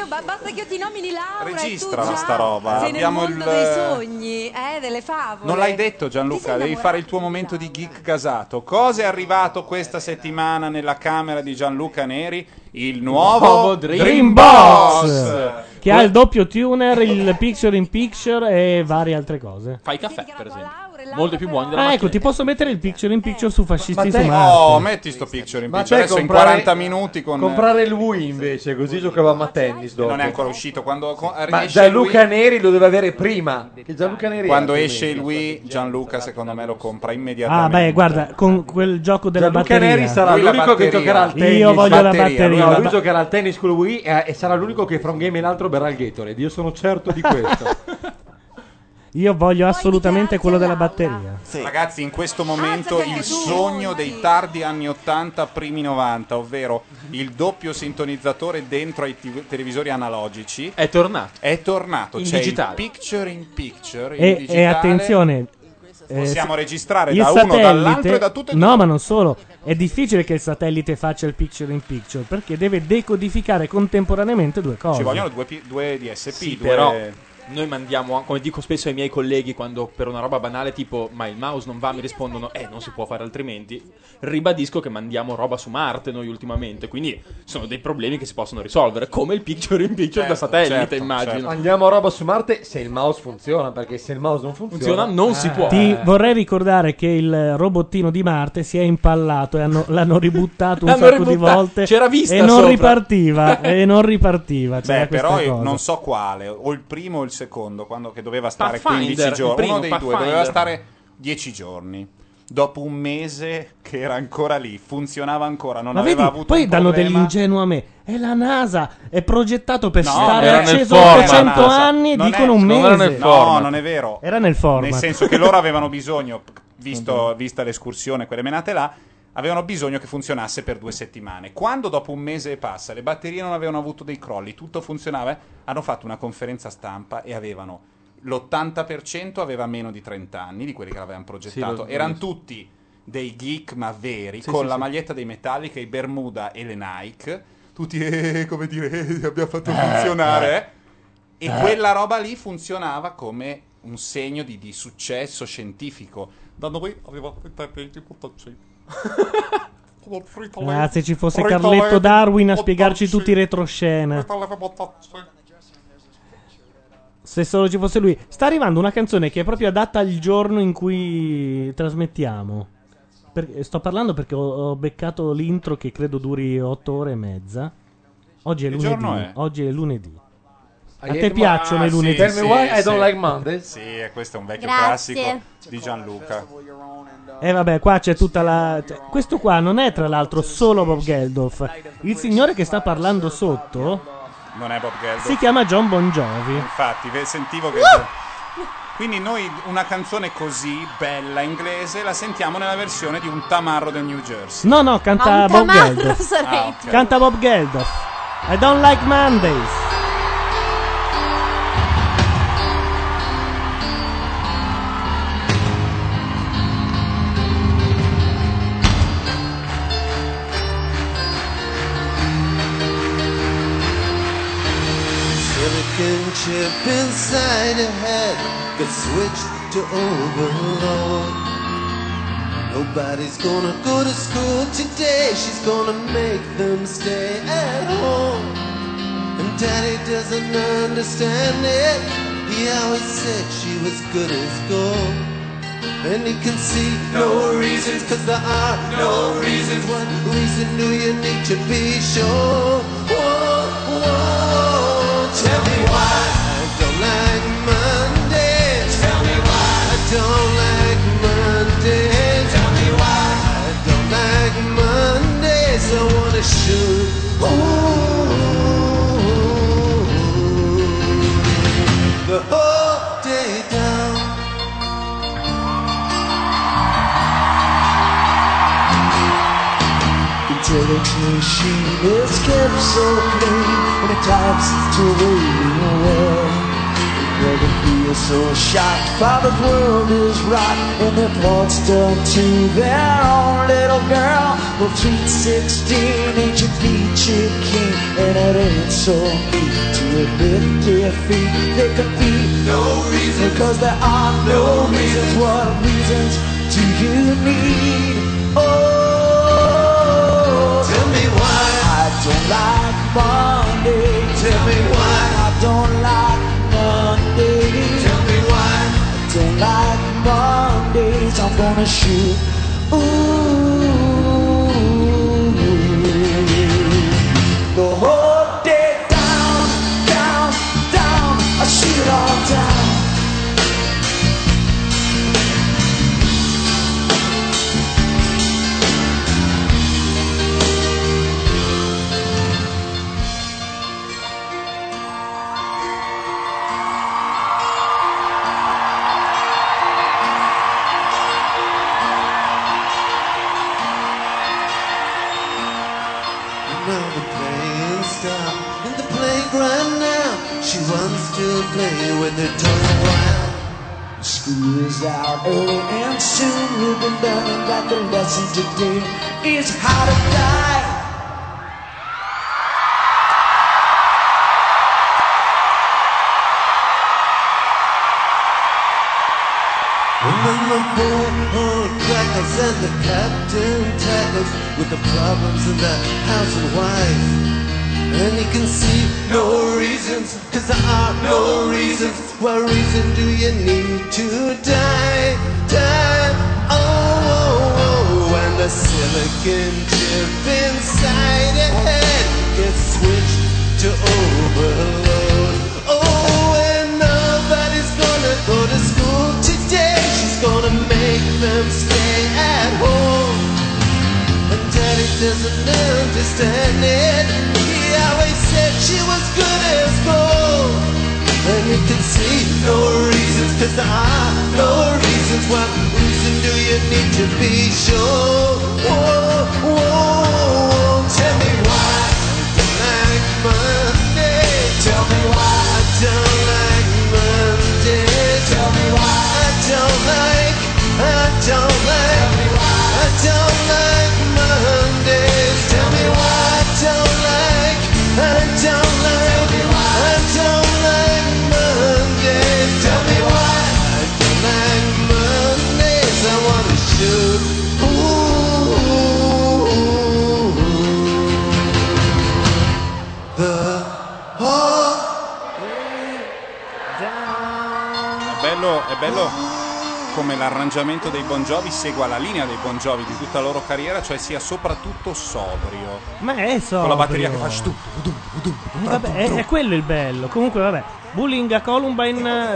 Speaker 9: Io ba- basta che io ti nomini Laura
Speaker 3: Registra
Speaker 9: e tu già
Speaker 3: sta roba.
Speaker 9: sei nel
Speaker 3: Abbiamo
Speaker 9: mondo
Speaker 3: il-
Speaker 9: dei sogni, eh, delle favole.
Speaker 3: Non l'hai detto Gianluca, devi fare il tuo momento di geek casato. Cosa è arrivato questa settimana nella camera di Gianluca Neri? Il nuovo, Dream Box.
Speaker 2: Che ha il doppio tuner, il picture in picture e varie altre cose.
Speaker 4: Fai caffè, per esempio. Molto più buoni della
Speaker 2: Ah, ecco,
Speaker 4: macchinetta.
Speaker 2: ti posso mettere il picture in picture su fascisti su Marte.
Speaker 3: Oh, metti sto picture in
Speaker 2: Ma
Speaker 3: picture
Speaker 2: te
Speaker 3: adesso in
Speaker 2: comprare-
Speaker 3: 40 minuti con
Speaker 11: Comprare lui invece, così giocavamo a tennis dopo.
Speaker 3: non è ancora uscito quando co-
Speaker 11: Ma
Speaker 3: esce
Speaker 11: Gianluca
Speaker 3: lui-
Speaker 11: Neri lo deve avere prima. Che Gianluca Neri
Speaker 3: quando
Speaker 11: era,
Speaker 3: esce lui Gianluca secondo me lo compra
Speaker 2: Ah,
Speaker 3: immediatamente.
Speaker 2: beh, guarda, con quel gioco della
Speaker 11: Gianluca
Speaker 2: batteria.
Speaker 11: Neri sarà
Speaker 3: Lui la
Speaker 11: l'unico che
Speaker 3: batteria.
Speaker 11: giocherà al
Speaker 2: Io
Speaker 11: tennis.
Speaker 2: voglio la batteria,
Speaker 11: lui,
Speaker 2: la
Speaker 11: lui
Speaker 2: ba-
Speaker 11: giocherà al tennis con lui eh, e, e sarà l'unico che fra un game e l'altro berrà il Gatorade. Io sono certo di questo.
Speaker 2: Io voglio assolutamente quello della batteria.
Speaker 3: Ragazzi, in questo momento il sogno dei tardi anni 80, primi 90, ovvero il doppio sintonizzatore dentro ai TV televisori analogici,
Speaker 4: è tornato.
Speaker 3: È tornato.
Speaker 4: In
Speaker 3: C'è
Speaker 4: digitale.
Speaker 3: il picture in picture. in
Speaker 2: E,
Speaker 3: digitale.
Speaker 2: e attenzione. eh,
Speaker 3: Possiamo
Speaker 2: se-
Speaker 3: registrare
Speaker 2: il
Speaker 3: da uno,
Speaker 2: satellite,
Speaker 3: dall'altro e da tutto il
Speaker 2: No, ma non solo. È difficile che il satellite faccia il picture in picture perché deve decodificare contemporaneamente due cose.
Speaker 3: Ci vogliono due, P- due DSP.
Speaker 4: Sì,
Speaker 3: due-
Speaker 4: però noi mandiamo, come dico spesso ai miei colleghi quando per una roba banale tipo ma il mouse non va mi rispondono eh non si può fare altrimenti, ribadisco che mandiamo roba su Marte noi ultimamente, quindi sono dei problemi che si possono risolvere, come il picture in picture da
Speaker 11: Certo,
Speaker 4: satellite
Speaker 11: certo,
Speaker 4: immagino.
Speaker 11: certo. Andiamo a roba su Marte se il mouse funziona, perché se il mouse non funziona,
Speaker 4: Funziona, non si può.
Speaker 2: Ti
Speaker 11: Eh.
Speaker 2: vorrei ricordare che il robottino di Marte si è impallato e hanno- l'hanno ributtato un
Speaker 4: L'hanno
Speaker 2: sacco di
Speaker 4: ributtato,
Speaker 2: volte.
Speaker 4: c'era vista
Speaker 2: e non
Speaker 4: sopra.
Speaker 2: ripartiva. e non ripartiva. c'era
Speaker 3: Beh, però
Speaker 2: questa
Speaker 3: io
Speaker 2: cosa.
Speaker 3: non so quale, o il primo o il secondo, quando che doveva stare
Speaker 2: Pathfinder,
Speaker 3: 15
Speaker 2: il
Speaker 3: giorni.
Speaker 2: primo,
Speaker 3: Uno dei due
Speaker 2: Pathfinder.
Speaker 3: doveva stare 10 giorni. Dopo un mese che era ancora lì, funzionava ancora, non
Speaker 2: Ma
Speaker 3: aveva
Speaker 2: vedi,
Speaker 3: avuto
Speaker 2: poi
Speaker 3: un
Speaker 2: danno
Speaker 3: problema.
Speaker 2: dell'ingenuo a me. È la NASA, è progettato per
Speaker 3: No,
Speaker 2: stare
Speaker 3: era nel
Speaker 2: acceso
Speaker 3: format.
Speaker 2: 800
Speaker 3: Era la NASA.
Speaker 2: anni,
Speaker 3: Non è-
Speaker 2: dicono un
Speaker 3: non
Speaker 2: mese.
Speaker 3: era nel No, format. non è vero.
Speaker 2: Era nel format.
Speaker 3: Nel senso che loro avevano bisogno, visto, vista l'escursione, quelle menate là, avevano bisogno che funzionasse per due settimane. Quando dopo un mese e passa le batterie non avevano avuto dei crolli, tutto funzionava, eh, hanno fatto una conferenza stampa e avevano l'80% aveva meno di 30 anni di quelli che l'avevano
Speaker 30: Sì,
Speaker 3: progettato.
Speaker 30: l'ho- l'ho
Speaker 3: Erano
Speaker 30: visto.
Speaker 3: tutti dei geek ma veri,
Speaker 30: Sì,
Speaker 3: con
Speaker 30: sì,
Speaker 3: la
Speaker 30: sì.
Speaker 3: maglietta dei Metallica, i Bermuda e le Nike. Tutti, eh, come dire, eh, abbiamo fatto funzionare. eh. E
Speaker 30: Eh.
Speaker 3: quella roba lì funzionava come un segno di, di successo scientifico. Da noi aveva i tappeti tutto così.
Speaker 2: Ah, se ci fosse Carletto Darwin a spiegarci tutti i retroscena. Se solo ci fosse lui. Sta arrivando una canzone che è proprio adatta al giorno in cui trasmettiamo. Per- sto parlando perché ho, ho beccato l'intro che credo duri 8 ore e mezza. Oggi è
Speaker 3: Che
Speaker 2: lunedì.
Speaker 3: giorno è?
Speaker 2: Oggi è lunedì. A
Speaker 11: Ieri
Speaker 2: te
Speaker 11: ma-
Speaker 2: piacciono
Speaker 11: Ah,
Speaker 2: i
Speaker 11: sì,
Speaker 2: lunedì?
Speaker 11: Tell me why I don't like Mondays.
Speaker 3: Sì, e questo è un vecchio
Speaker 11: Grazie.
Speaker 3: classico di Gianluca.
Speaker 2: E Eh, vabbè, qua c'è tutta la. cioè, questo qua non è tra l'altro solo Bob Geldof. Il signore che sta parlando sotto
Speaker 3: Non è Bob Geldof.
Speaker 2: si chiama John Bon Jovi.
Speaker 3: Infatti, ve- sentivo che... Quindi noi una canzone così bella inglese la sentiamo nella versione di un tamarro del New Jersey.
Speaker 2: No, no,
Speaker 3: Ma
Speaker 2: canta
Speaker 3: un
Speaker 2: Bob
Speaker 3: tamarro
Speaker 2: Geldof.
Speaker 3: sarei Ah, ok. io.
Speaker 2: Canta Bob Geldof. I don't like Mondays.
Speaker 30: Silicon chip inside your head gets switched to overload. Nobody's gonna go to school today, she's gonna make them stay at home. And daddy doesn't understand it, he always said she was good as gold. And he can see no reasons, cause there are no reasons. What reason do you need to be sure? Whoa, whoa. Tell me why I don't like Mondays. Tell me why I don't like Mondays. Tell me why I don't like Mondays. I wanna shoot. Ooh, the whole day down. Intelligent machine is kept so clean when it types to a waiting world. It will be
Speaker 13: feel so shocked. Father's world is right, and their thoughts done to their own little girl. Well, treat 16, ain't your feature king, and it ain't so mean to admit defeat. They could be no reason, because there are no reasons. What reasons do you need? Oh, tell me why I don't like Monday. Tell me why I don't like Monday. Tell me why I don't like Mondays. I'm gonna shoot. Ooh, the whole day down, down, down. I shoot it all down.
Speaker 30: Now the playing stopped in the playground now. She runs to play when they're done around. School is out early and soon we'll be learning that the lesson today is how to die. And then the bullhorn crackers and the captain tackles with the problems in the house and wife. And you can see no reasons, cause there are no reasons. What reason do you need to die? Die, oh, oh, oh. And the silicon chip inside your head gets switched to overload. Oh, and nobody's gonna go to school today. She's gonna make them stay at home. And daddy doesn't understand it. He always said she was good as gold. And you can see no reasons, cause there are no reasons. What reason do you need to be sure? Whoa, whoa, whoa. Tell me why you like Monday. Tell me why I don't like Monday. Tell me why I don't like, I don't like, I don't like Mondays. Tell me why I don't like, I don't like, I don't like Mondays. Tell me why I don't like Mondays. I wanna shoot. Ooh, the whole
Speaker 3: È bello, è bello come l'arrangiamento dei Bon Jovi segua la linea dei Bon Jovi di tutta la loro carriera, cioè sia soprattutto sobrio.
Speaker 2: Ma è so.
Speaker 3: Con la batteria che fa
Speaker 2: stu.
Speaker 3: shtup,
Speaker 2: Vabbè, è, è quello il bello. Comunque, vabbè. Bullying a Columbine.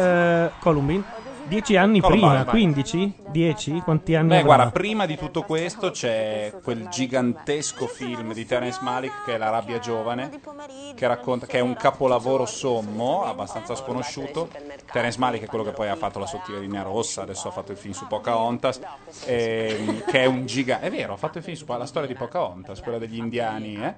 Speaker 2: eh, Columbine? 10 anni
Speaker 3: Columbine,
Speaker 2: prima,
Speaker 3: vai.
Speaker 2: 15? 10? Quanti anni?
Speaker 3: Beh,
Speaker 2: avrà?
Speaker 3: guarda, prima di tutto questo c'è quel gigantesco film di Terence Malick che è La rabbia giovane, che, racconta, che è un capolavoro sommo, abbastanza sconosciuto. Terence Malick è quello che poi ha fatto La sottile linea rossa, adesso ha fatto il film su Pocahontas, ehm, che è un gigante... È vero, ha fatto il film su la storia di Pocahontas, quella degli indiani, eh,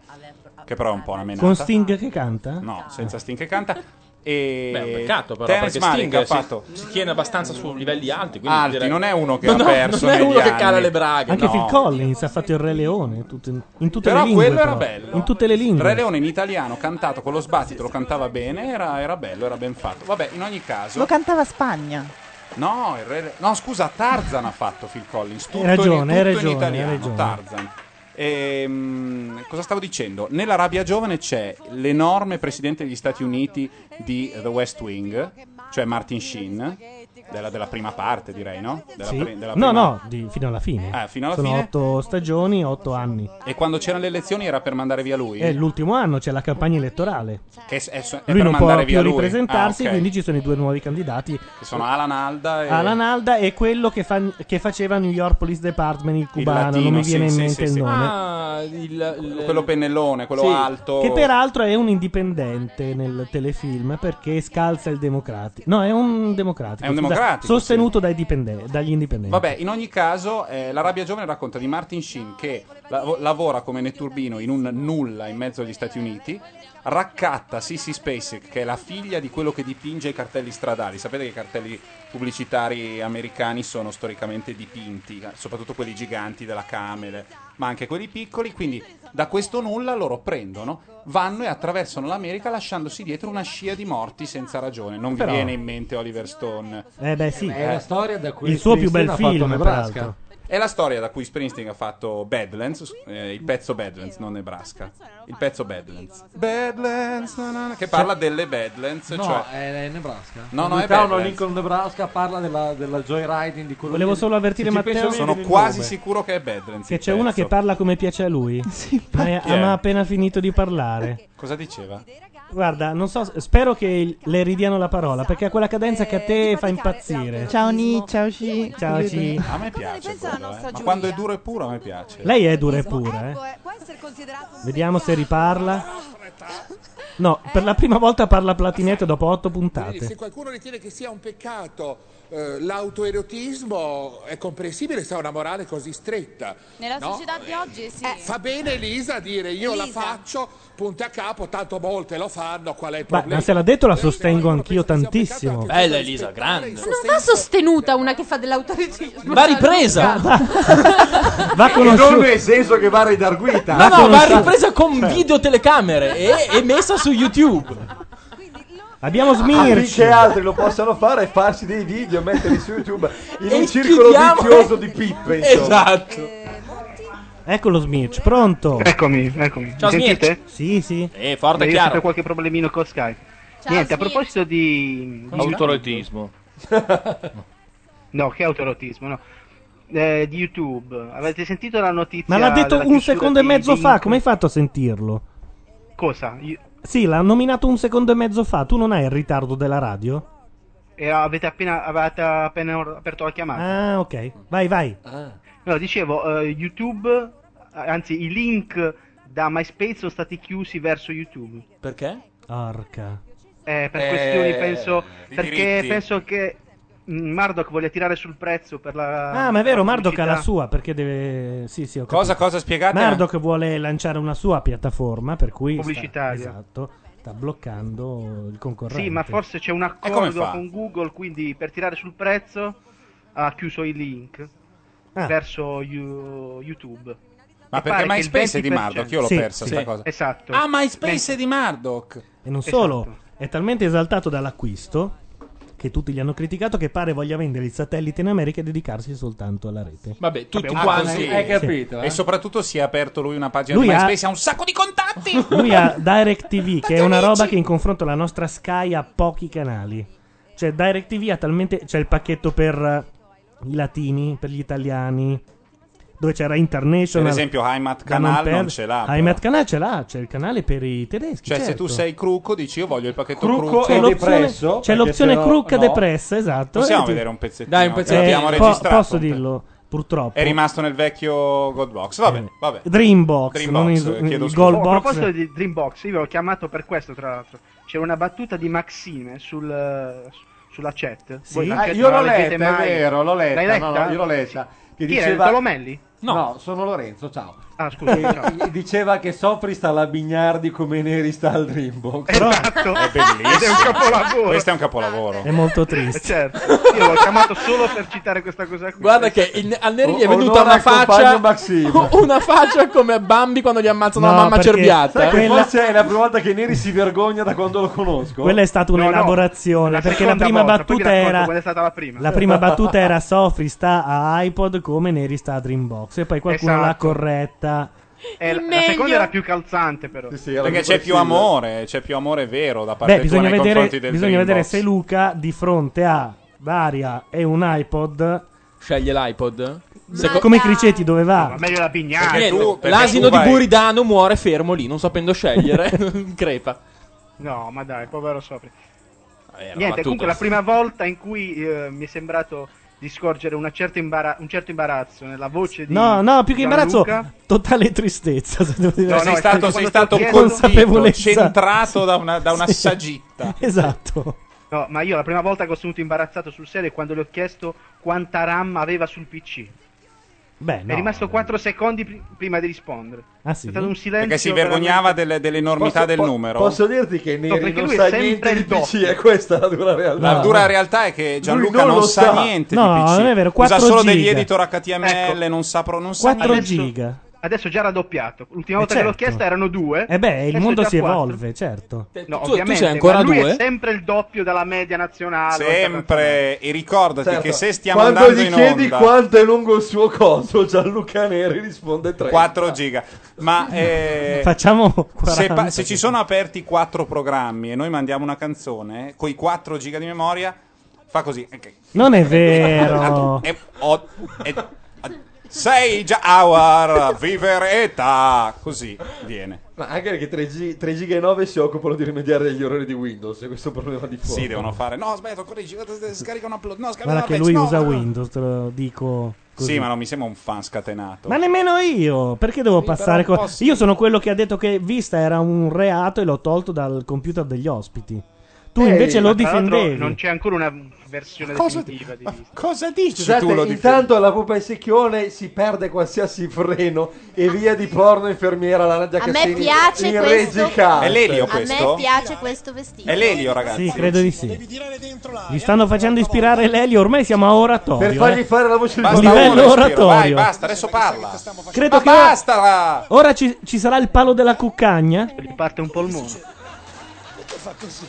Speaker 3: che però è un po' una menata.
Speaker 2: Con Sting che canta? Eh.
Speaker 3: No, senza Sting che canta. E
Speaker 4: Beh, è un peccato però
Speaker 3: Terence
Speaker 4: perché
Speaker 3: Malick
Speaker 4: Sting
Speaker 3: ha
Speaker 4: si-
Speaker 3: fatto
Speaker 4: si, tiene abbastanza su livelli alti. Quindi
Speaker 3: Alti,
Speaker 4: direi-
Speaker 3: non è uno che
Speaker 4: No,
Speaker 3: ha
Speaker 4: no,
Speaker 3: perso
Speaker 4: Non è
Speaker 3: negli
Speaker 4: uno che
Speaker 3: anni.
Speaker 4: cala le braghe.
Speaker 2: Anche
Speaker 4: no.
Speaker 2: Phil Collins ha fatto il Re Leone in tutte, in tutte
Speaker 3: Però
Speaker 2: le lingue.
Speaker 3: quello era
Speaker 2: però.
Speaker 3: bello.
Speaker 2: In tutte le lingue.
Speaker 3: Re Leone in italiano cantato con lo sbattito, lo cantava bene, era, era bello, era ben fatto. Vabbè, in ogni caso.
Speaker 15: Lo cantava Spagna.
Speaker 3: no, il Re Le- no, scusa, Tarzan ha fatto Phil Collins. Tutto,
Speaker 2: Hai
Speaker 3: in,
Speaker 2: ragione, hai
Speaker 3: tutto in
Speaker 2: ragione,
Speaker 3: italiano.
Speaker 2: hai ragione.
Speaker 3: Tarzan. Ehm, cosa stavo dicendo? Nella rabbia giovane c'è l'enorme presidente degli Stati Uniti di The West Wing, cioè Martin Sheen, della, della prima parte, direi, no? Della
Speaker 2: Sì.
Speaker 3: pri- della
Speaker 2: no,
Speaker 3: prima-
Speaker 2: no, di- fino alla fine.
Speaker 3: Ah, fino alla
Speaker 2: Sono
Speaker 3: fine.
Speaker 2: otto stagioni, otto anni.
Speaker 3: E quando c'erano le elezioni era per mandare via lui?
Speaker 2: È l'ultimo anno, c'è la campagna elettorale.
Speaker 3: Che è, è- è
Speaker 2: Eh, lui
Speaker 3: per
Speaker 2: non può
Speaker 3: mandare
Speaker 2: più
Speaker 3: via lui.
Speaker 2: ripresentarsi,
Speaker 3: Ah, ok.
Speaker 2: quindi ci sono i due nuovi candidati.
Speaker 3: Che sono Alan Alda e
Speaker 2: Alan Alda è quello che, fa- che faceva New York Police Department, il cubano,
Speaker 3: latino,
Speaker 2: non mi
Speaker 3: sì,
Speaker 2: viene in
Speaker 3: sì,
Speaker 2: mente
Speaker 3: sì,
Speaker 2: il
Speaker 3: sì.
Speaker 2: nome.
Speaker 4: Ah, il- il-
Speaker 3: quello pennellone, quello
Speaker 4: Sì.
Speaker 3: alto.
Speaker 2: Che peraltro è un indipendente nel telefilm perché scalza il democratico. No, è un democratico.
Speaker 3: È un
Speaker 2: scusa,
Speaker 3: democratico,
Speaker 2: sostenuto dai dipenden- dagli indipendenti.
Speaker 3: Vabbè, in ogni caso, eh, La rabbia giovane racconta di Martin Sheen che lav- lavora come netturbino in un nulla in mezzo agli Stati Uniti, raccatta Sissy Spacek, che è la figlia di quello che dipinge i cartelli stradali. Sapete che i cartelli pubblicitari americani sono storicamente dipinti, eh, soprattutto quelli giganti della Camel, ma anche quelli piccoli, quindi da questo nulla loro prendono, vanno e attraversano l'America lasciandosi dietro una scia di morti senza ragione. Non vi
Speaker 2: Però-
Speaker 3: viene in mente Oliver Stone.
Speaker 2: Eh beh, sì.
Speaker 3: Eh,
Speaker 2: Il suo più bel film, peraltro.
Speaker 3: È la storia da cui Springsteen ha fatto Badlands, eh, il pezzo Badlands, non Nebraska. Il pezzo Badlands. Badlands, na na na, che parla delle Badlands,
Speaker 11: No,
Speaker 3: cioè...
Speaker 11: è Nebraska.
Speaker 3: No, no, è
Speaker 11: Town
Speaker 3: Badlands.
Speaker 11: Lincoln, Nebraska parla della, della joyriding di quello
Speaker 2: Volevo
Speaker 11: lì.
Speaker 2: solo avvertire
Speaker 11: Se ci
Speaker 2: Matteo-
Speaker 11: penso
Speaker 3: Sono
Speaker 11: bene,
Speaker 3: quasi
Speaker 11: nome.
Speaker 3: sicuro che è Badlands.
Speaker 2: Che
Speaker 3: il
Speaker 2: c'è una
Speaker 3: pezzo.
Speaker 2: che parla come piace a lui. ma, è-
Speaker 3: Chi è?
Speaker 2: ma ha appena finito di parlare.
Speaker 3: Cosa diceva?
Speaker 2: Guarda, non so, spero che il- le ridiano la parola, perché ha quella cadenza che a te fa impazzire.
Speaker 29: Ciao Ni, ciao Ci.
Speaker 2: Ciao, Ci.
Speaker 3: A me piace quello, eh. Ma quando è duro e puro a me piace.
Speaker 2: Lei è
Speaker 21: Esatto.
Speaker 2: dura e pura, eh. Vediamo se riparla. No, per la prima volta parla Platinetto dopo otto
Speaker 22: Quindi, Se
Speaker 2: puntate.
Speaker 22: qualcuno ritiene che sia un peccato eh, l'autoerotismo, è comprensibile se ha una morale così stretta.
Speaker 21: Nella
Speaker 22: no?
Speaker 21: società di oggi sì.
Speaker 3: Eh,
Speaker 22: Fa bene Elisa a dire io la
Speaker 21: Elisa.
Speaker 22: faccio, punta a capo, tanto molte lo fanno, qual è il
Speaker 2: Beh,
Speaker 22: problema?
Speaker 2: ma se l'ha detto la sostengo anch'io tantissimo.
Speaker 4: Bella Elisa, grande.
Speaker 21: Non va sostenuta una che fa dell'autorità.
Speaker 4: Va ripresa.
Speaker 2: Va
Speaker 11: E non nel senso che va ridarguita.
Speaker 4: No, no, va
Speaker 11: conosciuta.
Speaker 4: ripresa con
Speaker 11: Cioè.
Speaker 4: videotelecamere e, e messa su YouTube.
Speaker 2: Abbiamo
Speaker 11: Affinché altri lo possano fare è farsi dei video e metterli su YouTube in
Speaker 4: E
Speaker 11: un circolo
Speaker 4: chiudiamo-
Speaker 11: vizioso di pippe. insomma.
Speaker 2: Esatto. Ecco lo Smirch, pronto?
Speaker 18: Eccomi, eccomi. Mi sentite?
Speaker 2: Sì, sì.
Speaker 4: Eh,
Speaker 18: Beh, io ho stato qualche problemino con Skype.
Speaker 21: Ciao,
Speaker 18: Niente, a
Speaker 21: Smir.
Speaker 18: proposito di... di
Speaker 31: Autorotismo.
Speaker 18: No, che autorotismo, no. Eh, di YouTube. Avete sentito la notizia?
Speaker 2: Ma l'ha detto
Speaker 18: della
Speaker 2: un
Speaker 18: chiusura
Speaker 2: secondo e
Speaker 18: di-
Speaker 2: mezzo
Speaker 18: di-
Speaker 2: fa, come hai fatto a sentirlo?
Speaker 18: Cosa? Io-
Speaker 2: Sì, l'ha nominato un secondo e mezzo fa, tu non hai il ritardo della radio?
Speaker 18: eh, avete, appena, avete appena aperto la chiamata?
Speaker 2: Ah, ok. Vai, vai.
Speaker 18: No, dicevo, eh, YouTube, eh, anzi i link da MySpace sono stati chiusi verso YouTube.
Speaker 4: Perché?
Speaker 2: Arca.
Speaker 18: Eh, per
Speaker 2: Eh,
Speaker 18: questioni penso
Speaker 2: di
Speaker 18: perché
Speaker 2: diritti.
Speaker 18: penso che mm, Murdoch voglia tirare sul prezzo per la
Speaker 2: Ah, ma è vero,
Speaker 18: la
Speaker 2: Mardok ha la
Speaker 18: pubblicità.
Speaker 2: sua perché deve. Sì, sì, ho
Speaker 18: Cosa-
Speaker 2: capito.
Speaker 18: cosa spiegate?
Speaker 2: Marduk vuole lanciare una sua piattaforma, per cui. sta-
Speaker 18: Pubblicitaria.
Speaker 2: esatto, sta bloccando il concorrente.
Speaker 18: Sì, ma forse c'è un
Speaker 2: come
Speaker 18: accordo
Speaker 2: fa?
Speaker 18: con Google, quindi per tirare sul prezzo ha chiuso i link verso you- YouTube.
Speaker 3: Ma
Speaker 18: E
Speaker 3: perché
Speaker 18: pare che il
Speaker 3: MySpace è di
Speaker 18: 20%.
Speaker 3: Murdoch, io l'ho
Speaker 2: Sì,
Speaker 3: persa
Speaker 2: sì.
Speaker 3: sta cosa.
Speaker 18: Esatto.
Speaker 3: Ah, MySpace è di Murdoch.
Speaker 2: E non solo, è talmente esaltato dall'acquisto che tutti gli hanno criticato che pare voglia vendere il satellite in America e dedicarsi soltanto alla rete.
Speaker 4: Vabbè,
Speaker 2: tutti
Speaker 3: quanti.
Speaker 2: hai capito, eh?
Speaker 3: E soprattutto si è aperto lui una pagina
Speaker 2: Lui
Speaker 3: di
Speaker 2: ha-
Speaker 3: MySpace, ha... un sacco di contatti.
Speaker 2: Lui ha DirecTV, che è una roba che in confronto alla nostra Sky ha pochi canali. Cioè, DirecTV ha talmente. C'è il pacchetto per eh, i latini, per gli italiani. Dove c'era International.
Speaker 3: Per esempio, Heimat
Speaker 2: da non
Speaker 3: Canal non
Speaker 2: perdere.
Speaker 3: ce l'ha, però.
Speaker 2: Heimat Canal ce l'ha, c'è il canale per i tedeschi.
Speaker 3: Cioè, se
Speaker 2: certo.
Speaker 3: tu sei crucco, dici io voglio il pacchetto
Speaker 2: Crucco
Speaker 3: crucco.
Speaker 2: e C'è l'opzione- depresso, c'è perché l'opzione se no- crucca no. depressa, esatto,
Speaker 3: Possiamo
Speaker 2: e ti-
Speaker 3: vedere un pezzettino.
Speaker 2: Dai, un pezzettino.
Speaker 3: Che abbiamo
Speaker 2: Eh, po-
Speaker 3: registrato.
Speaker 2: posso
Speaker 3: un pe-
Speaker 2: dirlo, purtroppo.
Speaker 3: È rimasto nel vecchio Godbox. Vabbè, vabbè.
Speaker 2: Dreambox,
Speaker 3: Dreambox,
Speaker 2: non
Speaker 3: eh,
Speaker 2: il,
Speaker 3: chiedo
Speaker 2: il
Speaker 3: scusa.
Speaker 2: Gold
Speaker 18: Oh, a
Speaker 2: Box.
Speaker 18: proposito di Dreambox, io l'ho chiamato per questo, tra l'altro. C'era una battuta di Maxime sul, eh, sulla chat. Voi la
Speaker 8: Ah,
Speaker 18: chat
Speaker 8: io
Speaker 18: non
Speaker 8: l'ho
Speaker 18: la leggete
Speaker 8: letta, è
Speaker 18: mai.
Speaker 8: vero, l'ho letta.
Speaker 18: L'hai letta?
Speaker 8: no, no, io l'ho letta. Che
Speaker 18: Chi era,
Speaker 8: diceva...
Speaker 18: Tolomelli?
Speaker 8: No. sono Lorenzo, ciao.
Speaker 18: Ah, scusa,
Speaker 27: Eh,
Speaker 8: E-
Speaker 18: ciao.
Speaker 8: e diceva che Sofri sta alla Bignardi come i Neri sta al Dreambox.
Speaker 18: Esatto.
Speaker 3: È bellissimo.
Speaker 18: Ed è un capolavoro.
Speaker 3: Questo è un capolavoro.
Speaker 2: È molto triste.
Speaker 18: Certo, io l'ho chiamato solo per citare questa cosa qui.
Speaker 4: Guarda che il, al Neri
Speaker 18: O-
Speaker 4: gli è venuta
Speaker 18: onora
Speaker 4: una
Speaker 18: al compagno
Speaker 4: faccia
Speaker 8: Maxime.
Speaker 4: una faccia come Bambi quando gli ammazzano la mamma cerbiata.
Speaker 8: Sai che Forse è la prima volta che Neri si vergogna da quando lo conosco.
Speaker 2: Quella è stata un'elaborazione, perché la
Speaker 8: seconda
Speaker 2: prima
Speaker 8: volta, poi vi
Speaker 2: battuta
Speaker 8: racconto
Speaker 2: era
Speaker 8: qual è stata
Speaker 18: la prima.
Speaker 2: prima battuta era Sofri sta a iPod come Neri sta a Dreambox e poi qualcuno
Speaker 18: Esatto.
Speaker 2: l'ha corretta.
Speaker 18: Eh, la- la meglio. seconda era più calzante, però.
Speaker 3: Perché c'è più amore, c'è più amore vero da parte
Speaker 2: Beh, bisogna
Speaker 3: tua nei
Speaker 2: vedere,
Speaker 3: confronti del
Speaker 2: bisogna vedere
Speaker 3: Dreambox.
Speaker 2: se Luca di fronte a Varia e un iPod
Speaker 4: Sceglie l'iPod? Seco-
Speaker 2: come i criceti dove va?
Speaker 18: Meglio la Bignardi.
Speaker 4: Perché
Speaker 18: Niente,
Speaker 4: tu-
Speaker 18: perché
Speaker 4: L'asino
Speaker 18: tu
Speaker 4: di
Speaker 18: vai-
Speaker 4: Buridano muore fermo lì, non sapendo scegliere. Crepa.
Speaker 18: No, ma dai, povero Sopri.
Speaker 4: era
Speaker 18: Niente,
Speaker 4: battuta.
Speaker 18: comunque la prima volta in cui eh, mi è sembrato di scorgere una certa imbara- un certo imbarazzo nella voce di
Speaker 2: No, no, più che imbarazzo,
Speaker 18: Gianluca.
Speaker 2: totale tristezza. se devo dire.
Speaker 18: No, no,
Speaker 3: sei
Speaker 18: è
Speaker 3: stato,
Speaker 18: stato
Speaker 3: sei
Speaker 18: quando
Speaker 3: stato
Speaker 18: ti chiedo-
Speaker 3: colpito,
Speaker 2: Consapevolezza.
Speaker 3: centrato da una, da una
Speaker 2: Sì.
Speaker 3: saggitta.
Speaker 2: Esatto.
Speaker 18: No, ma io la prima volta che ho sono imbarazzato sul serio è quando le ho chiesto quanta RAM aveva sul PC.
Speaker 2: Beh, no.
Speaker 18: è rimasto 4 secondi pri- prima di rispondere.
Speaker 2: Ah, sì?
Speaker 18: È stato un silenzio.
Speaker 3: Perché si vergognava
Speaker 18: veramente-
Speaker 3: delle- dell'enormità
Speaker 18: Posso-
Speaker 3: del
Speaker 18: po-
Speaker 3: numero.
Speaker 18: posso
Speaker 11: dirti che
Speaker 18: No, perché lui è sempre il doppio.
Speaker 11: è questa la dura realtà.
Speaker 3: La dura realtà è che Gianluca
Speaker 11: Lui
Speaker 3: non,
Speaker 11: non lo
Speaker 3: sa
Speaker 11: sa.
Speaker 3: niente
Speaker 2: No,
Speaker 3: di PC.
Speaker 2: non è
Speaker 3: Usa
Speaker 2: vero, 4
Speaker 3: solo degli
Speaker 2: giga.
Speaker 3: editor HTML, non sa pro- non sa
Speaker 2: 4
Speaker 3: niente.
Speaker 2: giga.
Speaker 18: Ecco. Adesso è già raddoppiato. L'ultima
Speaker 2: Eh,
Speaker 18: volta che l'ho
Speaker 2: certo.
Speaker 18: chiesta erano due.
Speaker 2: E beh, il
Speaker 18: adesso è
Speaker 2: mondo
Speaker 18: già
Speaker 2: si
Speaker 18: quattro.
Speaker 2: evolve, certo.
Speaker 18: No,
Speaker 2: tu- tu
Speaker 18: ovviamente,
Speaker 2: sei ancora
Speaker 18: ma lui
Speaker 2: due?
Speaker 18: è sempre il doppio della media nazionale.
Speaker 3: Sempre, e ricordati
Speaker 18: Certo.
Speaker 3: che se stiamo
Speaker 11: Quando
Speaker 3: andando
Speaker 11: gli
Speaker 3: in
Speaker 11: chiedi
Speaker 3: onda
Speaker 11: quanto è lungo il suo coso, Gianluca Neri risponde 3.
Speaker 3: 4 giga, ma eh,
Speaker 2: Facciamo
Speaker 3: se,
Speaker 2: 40.
Speaker 3: pa- se ci sono aperti 4 programmi e noi mandiamo una canzone con i 4 giga di memoria, fa così. ok.
Speaker 2: Non è vero.
Speaker 3: E- o- e- sei già hour, vivere età, così viene.
Speaker 11: Ma anche perché 3, G, 3 giga e 9 si occupano di rimediare agli errori di Windows, e questo è un problema di fondo.
Speaker 3: Sì, devono fare. No, sbaglio, correggi, scarica un upload. No, scarica
Speaker 2: Guarda
Speaker 3: una
Speaker 2: che
Speaker 3: patch,
Speaker 2: lui
Speaker 3: no,
Speaker 2: usa
Speaker 3: no.
Speaker 2: Windows, te lo dico. così.
Speaker 3: Sì, ma non mi sembra un fan scatenato.
Speaker 2: Ma nemmeno io, perché devo passare
Speaker 3: però
Speaker 2: co-
Speaker 3: posso-
Speaker 2: Io sono quello che ha detto che Vista era un reato e l'ho tolto dal computer degli ospiti. Tu
Speaker 18: Eh,
Speaker 2: invece
Speaker 18: ma
Speaker 2: lo
Speaker 18: tra l'altro
Speaker 2: difendevi.
Speaker 18: Non c'è ancora una versione
Speaker 11: Cosa
Speaker 18: definitiva di Vista.
Speaker 3: Cosa dici
Speaker 11: Scusate, intanto alla pupa in secchione si perde qualsiasi freno e via di porno infermiera la Nadia
Speaker 6: A me
Speaker 11: Cassini
Speaker 6: piace
Speaker 11: in
Speaker 6: questo.
Speaker 11: Regicante.
Speaker 3: È l'elio
Speaker 6: A me
Speaker 3: questo?
Speaker 6: piace questo vestito.
Speaker 3: È l'elio, ragazzi.
Speaker 2: Sì, credo di sì. Gli stanno facendo ispirare l'Elio, ormai siamo a oratorio.
Speaker 11: Per fargli
Speaker 2: eh.
Speaker 11: fare la voce di
Speaker 2: Basta
Speaker 11: Bono.
Speaker 2: livello
Speaker 11: uno,
Speaker 2: oratorio.
Speaker 11: Spiro,
Speaker 3: Vai, basta, adesso parla.
Speaker 2: Credo
Speaker 3: Ma
Speaker 2: che
Speaker 3: basta!
Speaker 2: ora, ora ci, ci sarà il palo della cuccagna
Speaker 18: Parte un polmone.
Speaker 27: Fa così.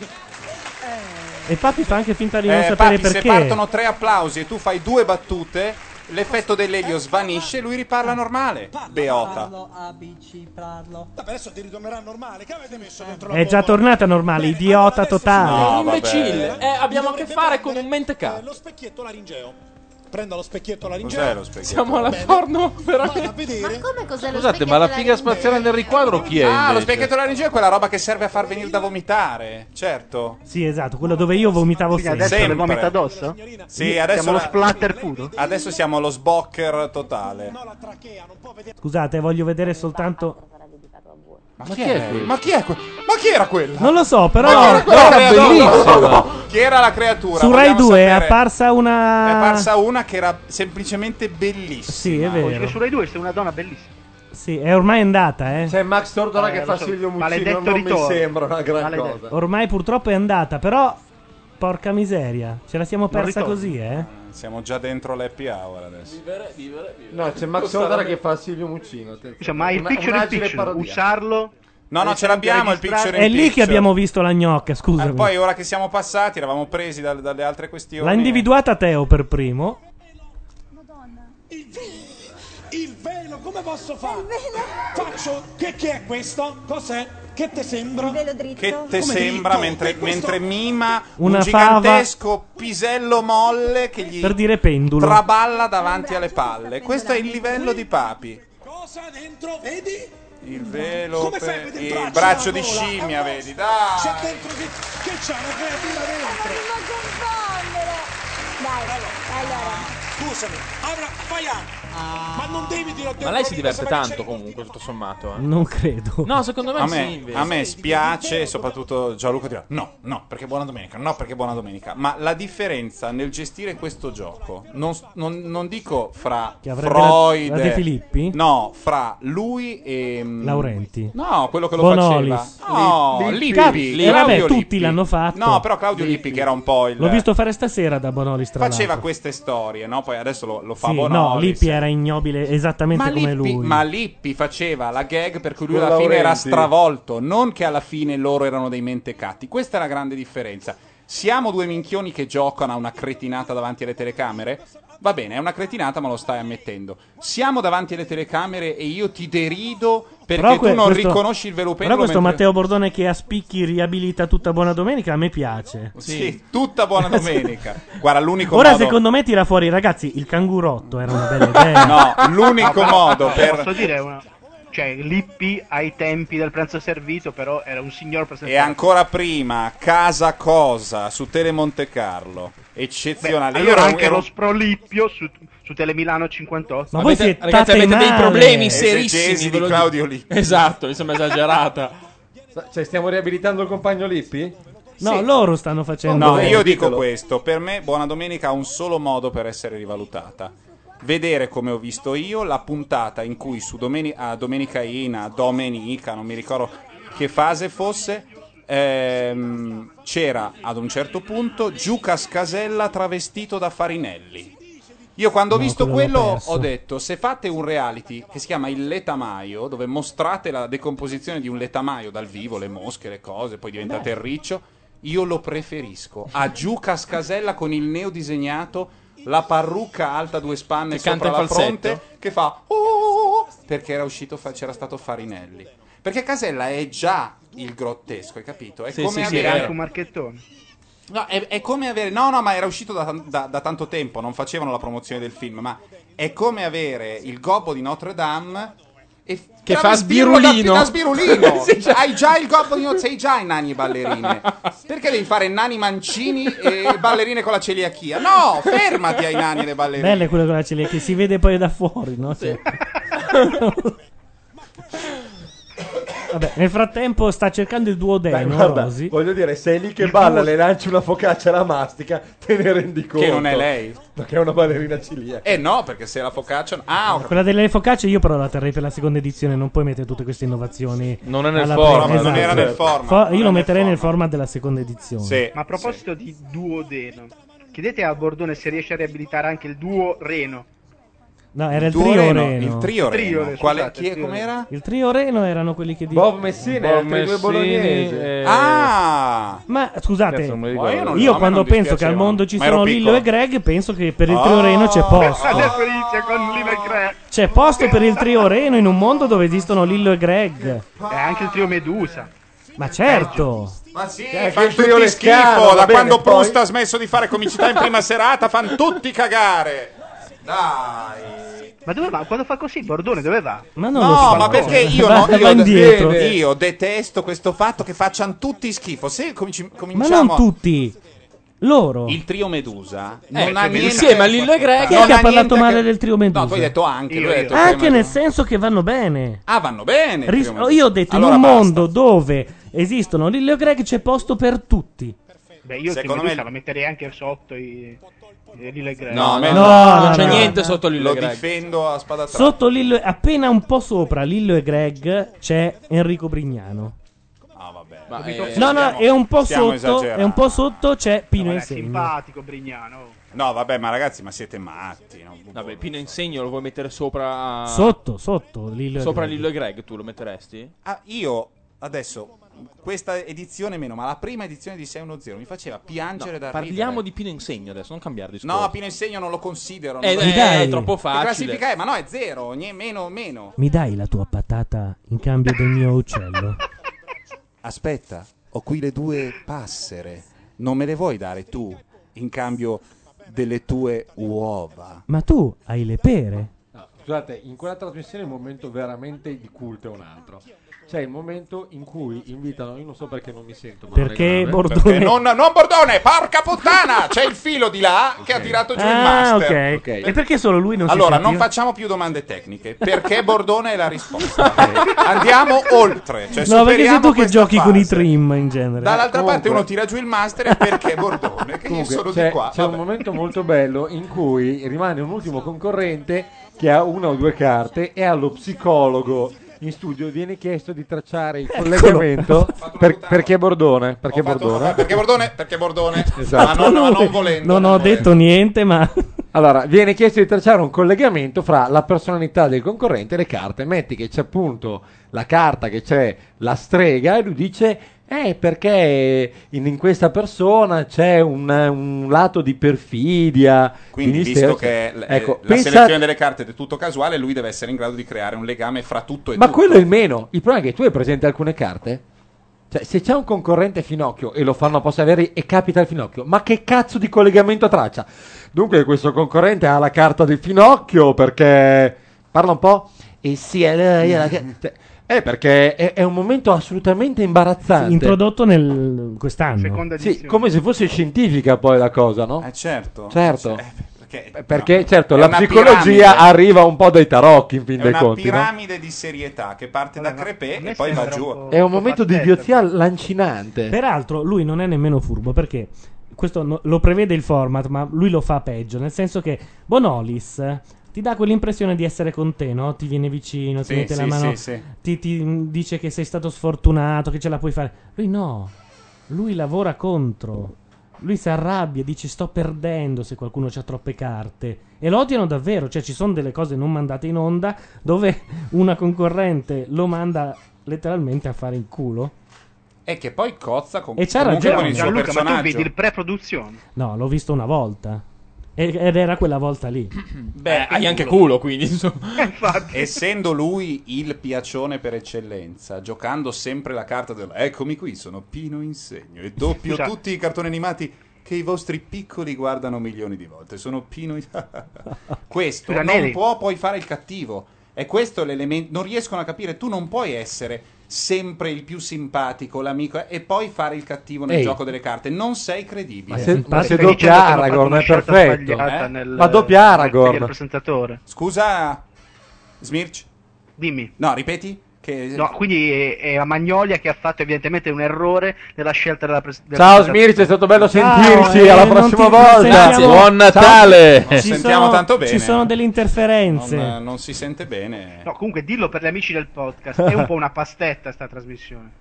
Speaker 2: e Papi fa anche finta Eh, di non
Speaker 3: Eh,
Speaker 2: sapere
Speaker 3: Papi, se
Speaker 2: perché.
Speaker 3: partono tre applausi e tu fai due battute, l'effetto dell'elio svanisce e lui riparla normale. Beota.
Speaker 27: Parlo, ABC, parlo. Vabbè, adesso ti ritornerà normale. Che avete messo dentro la
Speaker 2: È Eh, già tornata normale, idiota
Speaker 27: No,
Speaker 2: totale.
Speaker 27: imbecille.
Speaker 4: Eh, abbiamo a che fare con un mentecatto.
Speaker 27: eh, Lo specchietto laringeo. Prendo lo specchietto laringeo.
Speaker 4: Cos'è
Speaker 3: lo specchietto?
Speaker 4: Siamo alla
Speaker 27: Bene,
Speaker 4: porno,
Speaker 27: vado a vedere.
Speaker 6: Come cos'è lo
Speaker 31: Scusate, ma la figa spaziale nel riquadro chi è?
Speaker 3: Ah, lo
Speaker 31: invece?
Speaker 3: specchietto laringeo è quella roba che serve a far venire da vomitare, certo.
Speaker 2: Sì, esatto, quello dove io vomitavo
Speaker 3: Quindi adesso
Speaker 2: sempre.
Speaker 3: le vomita
Speaker 18: addosso?
Speaker 3: Sì, adesso
Speaker 18: Siamo lo
Speaker 3: la-
Speaker 18: splatter food.
Speaker 3: Adesso siamo allo sbocker totale.
Speaker 2: Scusate, voglio vedere soltanto.
Speaker 3: Ma chi è? Ma chi è? que- Ma chi era quello?
Speaker 2: Non lo so, però.
Speaker 3: Ma chi era quella creatura? Chi era la creatura?
Speaker 2: Su Rai
Speaker 3: Vogliamo
Speaker 2: 2 è
Speaker 3: sapere.
Speaker 2: apparsa una.
Speaker 3: È apparsa una che era semplicemente bellissima.
Speaker 2: Sì, è
Speaker 18: Oh,
Speaker 2: vero.
Speaker 18: Su Rai 2 sei una donna bellissima.
Speaker 2: Sì, è ormai andata, eh.
Speaker 11: C'è Max Tordora che
Speaker 18: lo
Speaker 11: fa
Speaker 18: so,
Speaker 11: Silvio Muccino,
Speaker 18: maledetto
Speaker 11: non mi
Speaker 18: ritorno.
Speaker 11: sembra una gran
Speaker 18: Maledetto.
Speaker 11: cosa.
Speaker 2: Ormai purtroppo è andata, però. Porca miseria, ce la siamo persa
Speaker 3: ritorno.
Speaker 2: così, eh.
Speaker 3: Siamo già dentro l'happy hour adesso.
Speaker 11: No, c'è Max Tordora che fa Silvio Muccino.
Speaker 18: Scusa, Cioè, ma il picture in picture, usarlo?
Speaker 3: No, no, ce l'abbiamo il
Speaker 18: registrare-
Speaker 3: picture
Speaker 2: È
Speaker 3: in
Speaker 2: lì che
Speaker 3: picture.
Speaker 2: abbiamo visto la gnocca,
Speaker 3: Ah,
Speaker 2: scusami.
Speaker 3: poi ora che siamo passati, eravamo presi dal- dalle altre questioni.
Speaker 2: L'ha individuata Teo per primo.
Speaker 27: Il velo, come posso fare? Faccio. Che, che è questo? Cos'è? Che te sembra? Il velo dritto.
Speaker 3: Che te sembra mentre, mentre mima
Speaker 2: Una
Speaker 3: un
Speaker 2: fava.
Speaker 3: gigantesco pisello molle che gli
Speaker 2: Per dire pendulo.
Speaker 3: traballa davanti
Speaker 27: certo,
Speaker 3: alle palle. Questo è il livello di Papi.
Speaker 27: Cosa dentro? Vedi?
Speaker 3: Il velo,
Speaker 27: Come fai a
Speaker 3: per-
Speaker 27: vedere
Speaker 3: il
Speaker 27: braccio
Speaker 3: braccio
Speaker 27: alla
Speaker 3: di
Speaker 27: gola?
Speaker 3: scimmia,
Speaker 27: Ah,
Speaker 3: vedi, dai.
Speaker 27: C'è dentro che, che c'è una creatina dentro. Non confondere. Dai, allora. Ah. Scusami, allora fai A. Ma non devi dire ho
Speaker 4: Ma
Speaker 27: dentro
Speaker 4: lei si
Speaker 27: lì,
Speaker 4: diverte
Speaker 27: cosa fai che
Speaker 4: tanto comunque, tutto sommato. Eh.
Speaker 2: Non credo.
Speaker 4: No, secondo me,
Speaker 3: A
Speaker 4: sì,
Speaker 3: me,
Speaker 4: invece.
Speaker 3: a me spiace, soprattutto Gianluca dirà no, no, perché buona domenica, no, perché buona domenica. Ma la differenza nel gestire questo gioco, non, non- non dico fra
Speaker 2: Che avrebbe la-
Speaker 3: Freud,
Speaker 2: la De Filippi?
Speaker 3: no, fra lui e mm,
Speaker 2: Laurenti.
Speaker 3: No, quello che lo
Speaker 2: Bonolis.
Speaker 3: faceva. No,
Speaker 2: Li-
Speaker 3: Lippi.
Speaker 2: Lippi. Eh, vabbè,
Speaker 3: Claudio
Speaker 2: tutti
Speaker 3: Lippi.
Speaker 2: l'hanno fatto.
Speaker 3: No, però Claudio Lippi, che era un po' il
Speaker 2: L'ho visto fare stasera da Bonolis tra
Speaker 3: faceva
Speaker 2: l'altro.
Speaker 3: queste storie, no? Poi adesso lo, lo fa
Speaker 2: Sì, no,
Speaker 3: Bonolis.
Speaker 2: Lippi era ignobile esattamente
Speaker 3: Ma
Speaker 2: come
Speaker 3: Lippi,
Speaker 2: lui.
Speaker 3: ma Lippi faceva la gag per cui lui
Speaker 2: Con
Speaker 3: alla fine era
Speaker 2: Laurenti.
Speaker 3: stravolto, non che alla fine loro erano dei mentecatti. Questa è la grande differenza. Siamo due minchioni che giocano a una cretinata davanti alle telecamere? Va bene, è una cretinata, ma lo stai ammettendo. Siamo davanti alle telecamere e io ti derido perché
Speaker 2: que-
Speaker 3: tu non
Speaker 2: questo-
Speaker 3: riconosci il velo
Speaker 2: Però
Speaker 3: pendolo
Speaker 2: questo
Speaker 3: mentre-
Speaker 2: Matteo Bordone che a spicchi riabilita tutta buona domenica a me piace.
Speaker 3: Sì, tutta buona domenica. Guarda, l'unico
Speaker 2: Ora
Speaker 3: modo...
Speaker 2: secondo me tira fuori, ragazzi, il cangurotto era una bella idea.
Speaker 3: No, l'unico modo per...
Speaker 18: Posso dire una... Cioè, Lippi ai tempi del pranzo servito, però era un signor presentato.
Speaker 3: E ancora prima, Casa Cosa su Tele Monte Carlo.
Speaker 18: Beh,
Speaker 3: Eccezionale.
Speaker 18: allora
Speaker 3: ero-
Speaker 18: anche
Speaker 3: ero-
Speaker 18: lo sprolippio su, su Telemilano 58.
Speaker 2: Ma voi siete
Speaker 18: Esatto.
Speaker 2: tate male.
Speaker 3: Esegesi di
Speaker 11: ve lo Esatto,
Speaker 3: Claudio Lippi.
Speaker 18: Esatto,
Speaker 4: Esatto, mi sembra esagerata.
Speaker 11: Cioè, stiamo riabilitando il compagno Lippi?
Speaker 2: No, loro stanno facendo.
Speaker 3: No, io dico
Speaker 2: Ditelo.
Speaker 3: questo. Per me Buona Domenica ha un solo modo per essere rivalutata. Vedere come ho visto io la puntata in cui su Domeni- a Domenica Ina, Domenica, non mi ricordo che fase fosse, ehm, c'era ad un certo punto Giucas Casella travestito da Farinelli. Io quando ho
Speaker 5: No,
Speaker 3: visto
Speaker 5: quello l'ho
Speaker 3: quello
Speaker 5: perso.
Speaker 3: ho detto se fate un reality che si chiama il letamaio dove mostrate la decomposizione di un letamaio dal vivo, le mosche, le cose, poi diventate il riccio, io lo preferisco a Giù Cascasella con il neo disegnato, la parrucca alta due spanne
Speaker 4: Che
Speaker 3: sopra
Speaker 4: canta in
Speaker 3: la
Speaker 4: falsetto.
Speaker 3: fronte che fa "Oh", perché era uscito fa- c'era stato Farinelli. Perché Casella è già il grottesco, hai capito? È
Speaker 18: Sì,
Speaker 3: come
Speaker 18: sì, sì,
Speaker 3: avere
Speaker 18: era anche un marchettone.
Speaker 3: No, è, è come avere. No, no, ma era uscito da, da- da tanto tempo, non facevano la promozione del film, ma è come avere il gobbo di Notre Dame. E f-
Speaker 4: Che fa
Speaker 3: travestirlo da-
Speaker 4: sbirulino.
Speaker 3: da sbirulino.
Speaker 4: Sì, cioè. già.
Speaker 3: Hai già il gobbo di Notre sei già i nani ballerine. Perché devi fare nani mancini e ballerine con la celiachia? No, fermati ai nani e le ballerine.
Speaker 2: Bella è quella con la celia che si vede poi da fuori, no? Cioè. Vabbè, nel frattempo sta cercando il
Speaker 11: Beh,
Speaker 2: duodeno.
Speaker 11: Eh, guarda,
Speaker 2: Rosy.
Speaker 11: voglio dire, sei lì che balla, le lanci una focaccia alla mastica, te ne rendi conto.
Speaker 3: non è lei.
Speaker 11: Perché è una ballerina ciliaca.
Speaker 3: Eh no, perché se la focaccia. Ah, ho capito.
Speaker 2: Quella delle focacce io però la terrei per la seconda edizione, non puoi mettere tutte queste innovazioni.
Speaker 31: Non è nel
Speaker 2: alla
Speaker 31: format,
Speaker 2: prima.
Speaker 31: non era nel format,
Speaker 2: Fo-
Speaker 31: non
Speaker 2: io
Speaker 31: era
Speaker 2: lo
Speaker 31: nel
Speaker 2: metterei nel format della seconda edizione.
Speaker 18: Ma a proposito di duodeno, chiedete a Bordone se riesce a riabilitare anche il duo Reno.
Speaker 2: No, era il
Speaker 18: Duo
Speaker 2: trio
Speaker 18: Reno,
Speaker 2: Reno.
Speaker 18: il trio Reno. Trio Reno, Quale- scusate, chi è- trio com'era? Reno.
Speaker 2: Il trio Reno erano quelli che di
Speaker 11: Bob Messina, Bob altri due Messini, bolognesi. eh,
Speaker 3: Ah!
Speaker 2: Ma scusate,
Speaker 11: Cazzo, non me li
Speaker 2: io,
Speaker 11: ricordo. Ma io non- a me
Speaker 2: quando
Speaker 11: non
Speaker 2: penso che al
Speaker 11: dispiacevano.
Speaker 2: mondo ci
Speaker 11: Ma ero
Speaker 2: sono Lillo
Speaker 11: piccolo.
Speaker 2: e Greg, penso che per il trio Reno c'è posto.
Speaker 18: Adesso inizia con Liva e Cre.
Speaker 2: C'è posto per il trio Reno in un mondo dove esistono Lillo e Greg.
Speaker 18: E Eh, anche il trio Medusa.
Speaker 2: Ma certo.
Speaker 3: Ma sì,
Speaker 18: Eh,
Speaker 3: fanno
Speaker 18: che trio
Speaker 3: tutti
Speaker 18: le
Speaker 3: schifo.
Speaker 18: scano, va
Speaker 3: da
Speaker 18: bene,
Speaker 3: quando
Speaker 18: poi?
Speaker 3: Proust ha smesso di fare comicità in prima serata, fanno tutti cagare. Dai.
Speaker 18: Ma dove va? Quando fa così il Bordone dove va?
Speaker 2: Ma
Speaker 3: No, ma perché io, no,
Speaker 2: Basta,
Speaker 3: io,
Speaker 2: va indietro.
Speaker 3: io detesto questo fatto che facciano tutti schifo. Se cominci-
Speaker 2: Ma
Speaker 3: cominciamo
Speaker 2: non tutti. Loro.
Speaker 3: il trio Medusa
Speaker 2: Eh,
Speaker 3: non ha
Speaker 2: cioè,
Speaker 3: niente
Speaker 2: insieme a Lillo e Greg. Chi è
Speaker 3: Non
Speaker 2: che ha
Speaker 3: niente
Speaker 2: parlato
Speaker 3: a
Speaker 2: male del trio Medusa?
Speaker 3: No, tu hai detto anche, lui ha detto
Speaker 2: Eh, Anche
Speaker 3: prima-
Speaker 2: nel senso che vanno bene.
Speaker 3: Ah, vanno bene. il
Speaker 2: Ris-
Speaker 3: trio Medusa.
Speaker 2: io ho detto
Speaker 3: Allora
Speaker 2: in un
Speaker 3: basta.
Speaker 2: mondo dove esistono Lillo e Greg c'è posto per tutti.
Speaker 18: Beh, io il trio
Speaker 3: Secondo
Speaker 18: Medusa
Speaker 3: me-
Speaker 18: lo metterei anche sotto i, i Lillo e Greg.
Speaker 2: No, No, no, no, non c'è no, niente no.
Speaker 4: sotto Lillo
Speaker 3: Lo
Speaker 4: e Greg.
Speaker 3: difendo a spada tratta.
Speaker 2: Sotto Lillo e- appena un po' sopra Lillo e Greg c'è Enrico Brignano.
Speaker 3: Ah, vabbè.
Speaker 2: no, no, è un po'
Speaker 3: stiamo
Speaker 2: sotto,
Speaker 3: esagerando.
Speaker 2: è un po' sotto c'è Pino
Speaker 3: No, ma è
Speaker 2: Insegno.
Speaker 18: Simpatico Brignano.
Speaker 3: No, vabbè, ma ragazzi, ma siete matti. no?
Speaker 4: Vabbè, Pino Insegno lo vuoi mettere sopra.
Speaker 2: Sotto, sotto Lillo e
Speaker 4: Sopra
Speaker 2: Greg.
Speaker 4: Lillo e Greg tu lo metteresti?
Speaker 3: Ah, io adesso questa edizione meno, ma la prima edizione di 610 mi faceva piangere
Speaker 4: No,
Speaker 3: da
Speaker 4: parliamo
Speaker 3: ridere.
Speaker 4: di Pino Insegno adesso, non cambiare discorso.
Speaker 3: No, Pino Insegno non lo considero.
Speaker 4: Eh,
Speaker 3: non
Speaker 4: eh,
Speaker 3: lo-
Speaker 4: Dai. è troppo facile.
Speaker 3: La classifica è, ma no, è zero, nie- meno, meno.
Speaker 2: Mi dai la tua patata in cambio del mio uccello?
Speaker 3: Aspetta, ho qui le due passere. Non me le vuoi dare tu in cambio delle tue uova?
Speaker 2: Ma tu hai le pere?
Speaker 11: Scusate, in quella trasmissione il momento veramente di culto è un altro. C'è il momento in cui invitano, io non so perché non mi sento, ma non è
Speaker 2: Perché
Speaker 11: grave.
Speaker 2: Bordone-
Speaker 3: Perché non, non Bordone, porca puttana! C'è il filo di là che ha tirato giù il
Speaker 2: Ah,
Speaker 3: master.
Speaker 2: ok. E perché solo lui non si
Speaker 3: Allora,
Speaker 2: sentiva?
Speaker 3: non facciamo più domande tecniche, perché Bordone è la risposta. Andiamo oltre. Cioè
Speaker 2: no, perché sei
Speaker 3: superiamo
Speaker 2: tu che
Speaker 3: questa
Speaker 2: giochi
Speaker 3: fase.
Speaker 2: con i trim in genere.
Speaker 3: Dall'altra parte
Speaker 11: Comunque-
Speaker 3: uno tira giù il master e perché Bordone? Che io
Speaker 11: Comunque, cioè,
Speaker 3: sono
Speaker 11: c'è,
Speaker 3: di qua.
Speaker 11: c'è un momento molto bello in cui rimane un ultimo concorrente che ha una o due carte e allo psicologo in studio viene chiesto di tracciare il
Speaker 3: Ecco.
Speaker 11: collegamento per- perché Bordone perché Bordone
Speaker 3: Perché Bordone? Perché Bordone? Ah,
Speaker 11: Esatto.
Speaker 3: Ma non, ma non volendo.
Speaker 2: non ho detto niente, ma
Speaker 11: allora viene chiesto di tracciare un collegamento fra la personalità del concorrente e le carte metti che c'è appunto la carta che c'è la strega e lui dice eh, perché in, in questa persona c'è un, un lato di perfidia.
Speaker 3: Quindi,
Speaker 11: di
Speaker 3: visto
Speaker 11: mistero.
Speaker 3: che l- eh,
Speaker 11: Ecco,
Speaker 3: la
Speaker 11: pensa-
Speaker 3: selezione delle carte è tutto casuale, lui deve essere in grado di creare un legame fra tutto e
Speaker 11: Ma
Speaker 3: tutto.
Speaker 11: quello è il meno. Il problema è che tu hai presente alcune carte. Cioè, se c'è un concorrente finocchio e lo fanno apposta avere e capita il finocchio, ma che cazzo di collegamento a traccia? Dunque, questo concorrente ha la carta del finocchio perché. Parla un po'. E sì, è lei. È, la... cioè, eh, perché è, è un momento assolutamente imbarazzante.
Speaker 2: introdotto nel quest'anno.
Speaker 11: Sì, come se fosse scientifica poi la cosa, no?
Speaker 3: Eh certo.
Speaker 11: Certo.
Speaker 3: Cioè, eh, perché perché,
Speaker 11: Perché
Speaker 3: no.
Speaker 11: certo
Speaker 3: È
Speaker 11: la
Speaker 3: una
Speaker 11: psicologia
Speaker 3: piramide.
Speaker 11: arriva un po' dai tarocchi in fin
Speaker 3: È
Speaker 11: dei
Speaker 3: una
Speaker 11: conti. no?
Speaker 3: piramide di serietà che parte da Crepè e poi va giù.
Speaker 11: È un momento di idiozia lancinante.
Speaker 2: Peraltro, lui non è nemmeno furbo perché questo no- lo prevede il format, ma lui lo fa peggio. Nel senso che Bonolis eh, ti dà quell'impressione di essere con te, no? Ti viene vicino, ti
Speaker 3: Sì,
Speaker 2: mette la
Speaker 3: sì,
Speaker 2: mano,
Speaker 3: sì, sì.
Speaker 2: Ti, ti, mh, dice che sei stato sfortunato, che ce la puoi fare. Lui no, lui lavora contro. Lui si arrabbia, dice sto perdendo se qualcuno ha troppe carte. E lo odiano davvero, cioè ci sono delle cose non mandate in onda dove una concorrente lo manda letteralmente a fare in culo.
Speaker 3: E che poi cozza con,
Speaker 2: E c'ha
Speaker 3: comunque
Speaker 2: ragione.
Speaker 3: con il suo
Speaker 2: Gianluca, ma tu
Speaker 3: personaggio.
Speaker 18: Vedi il pre-produzione.
Speaker 2: No, l'ho visto una volta. E- Ed era quella volta lì.
Speaker 3: Beh,
Speaker 13: Eh, hai anche culo, quindi
Speaker 3: Essendo lui il piacione per eccellenza, giocando sempre la carta del eccomi qui, sono Pino Insegno e doppio
Speaker 8: Scusa.
Speaker 3: tutti i cartoni animati che i vostri piccoli guardano milioni di volte. Sono Pino Insegno. questo
Speaker 8: Scusa,
Speaker 3: non
Speaker 8: Neri.
Speaker 3: può poi fare il cattivo. E questo è l'elemento. Non riescono a capire. Tu non puoi essere sempre il più simpatico, l'amico, eh, e poi fare il cattivo nel
Speaker 11: Ehi.
Speaker 3: gioco delle carte. Non sei credibile.
Speaker 11: Ma
Speaker 2: Eh,
Speaker 11: se- ma se doppia Aragorn è perfetto.
Speaker 3: Eh?
Speaker 11: ma doppia Aragorn.
Speaker 18: presentatore.
Speaker 3: Scusa, Smirch.
Speaker 18: Dimmi.
Speaker 3: No, ripeti. Che...
Speaker 18: No, quindi è, è la Magnolia che ha fatto evidentemente un errore nella scelta della, pres- della
Speaker 11: Ciao
Speaker 18: presentazione.
Speaker 11: Smirci, è stato bello
Speaker 18: Ciao,
Speaker 11: sentirci.
Speaker 18: eh,
Speaker 11: alla
Speaker 18: non
Speaker 11: prossima
Speaker 18: ti- non
Speaker 11: volta.
Speaker 2: sentiamo-
Speaker 11: Buon
Speaker 2: Ciao.
Speaker 11: Natale.
Speaker 2: Ci sono- Ci sono delle interferenze.
Speaker 3: eh. Non, non si sente bene.
Speaker 18: No, comunque dillo per gli amici del podcast, è un po' una pastetta sta trasmissione.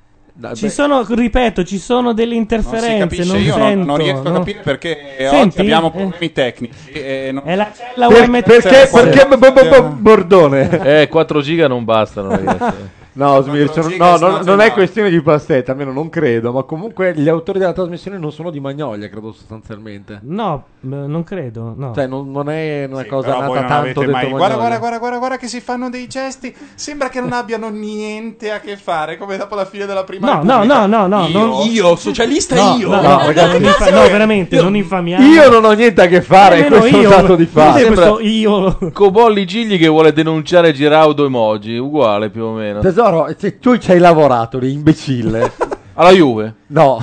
Speaker 2: Ci sono, ripeto, ci sono delle interferenze. Non,
Speaker 3: capisce, io non-
Speaker 2: sento,
Speaker 3: non riesco a
Speaker 2: no?
Speaker 3: capire perché
Speaker 2: Senti?
Speaker 3: oggi abbiamo
Speaker 2: Eh.
Speaker 3: problemi tecnici. E non...
Speaker 2: È la cella
Speaker 11: Per-
Speaker 2: UMT.
Speaker 11: perché perché b- b- b- Bordone?
Speaker 31: Eh, 4 giga non bastano, ragazzi.
Speaker 11: No, Smirci,
Speaker 31: Quattro giga
Speaker 11: no,
Speaker 31: sono
Speaker 11: non, non è
Speaker 31: enough.
Speaker 11: questione di pastetta, almeno non credo, ma comunque gli autori della trasmissione non sono di Magnolia, credo sostanzialmente.
Speaker 2: No, eh, non credo. No.
Speaker 11: Cioè, non, non è una cosa
Speaker 3: però
Speaker 11: nata
Speaker 3: voi non
Speaker 11: tanto
Speaker 3: avete
Speaker 11: dentro
Speaker 3: mai-
Speaker 11: Magnolia.
Speaker 3: Guarda, guarda, guarda, guarda, guarda che si fanno dei gesti. Sembra che non abbiano niente a che fare, come dopo la fine della prima
Speaker 2: No, no, no, no, no,
Speaker 3: Io?
Speaker 2: non-
Speaker 3: Io, socialista
Speaker 2: No,
Speaker 3: io.
Speaker 2: No,
Speaker 3: No,
Speaker 2: no,
Speaker 3: ragazzi,
Speaker 2: non infa- no, veramente, non infamiamo.
Speaker 11: Io non ho niente a che fare,
Speaker 2: Nemmeno
Speaker 11: questo
Speaker 2: io.
Speaker 11: è stato di fatto.
Speaker 2: Cos'è
Speaker 11: Sembra-
Speaker 2: questo io.
Speaker 31: Cobolli Gigli che vuole denunciare Giraudo Emoji, uguale più o meno.
Speaker 11: Tesoro, se tu ci hai lavorato lì, imbecille.
Speaker 31: Alla Juve?
Speaker 11: No.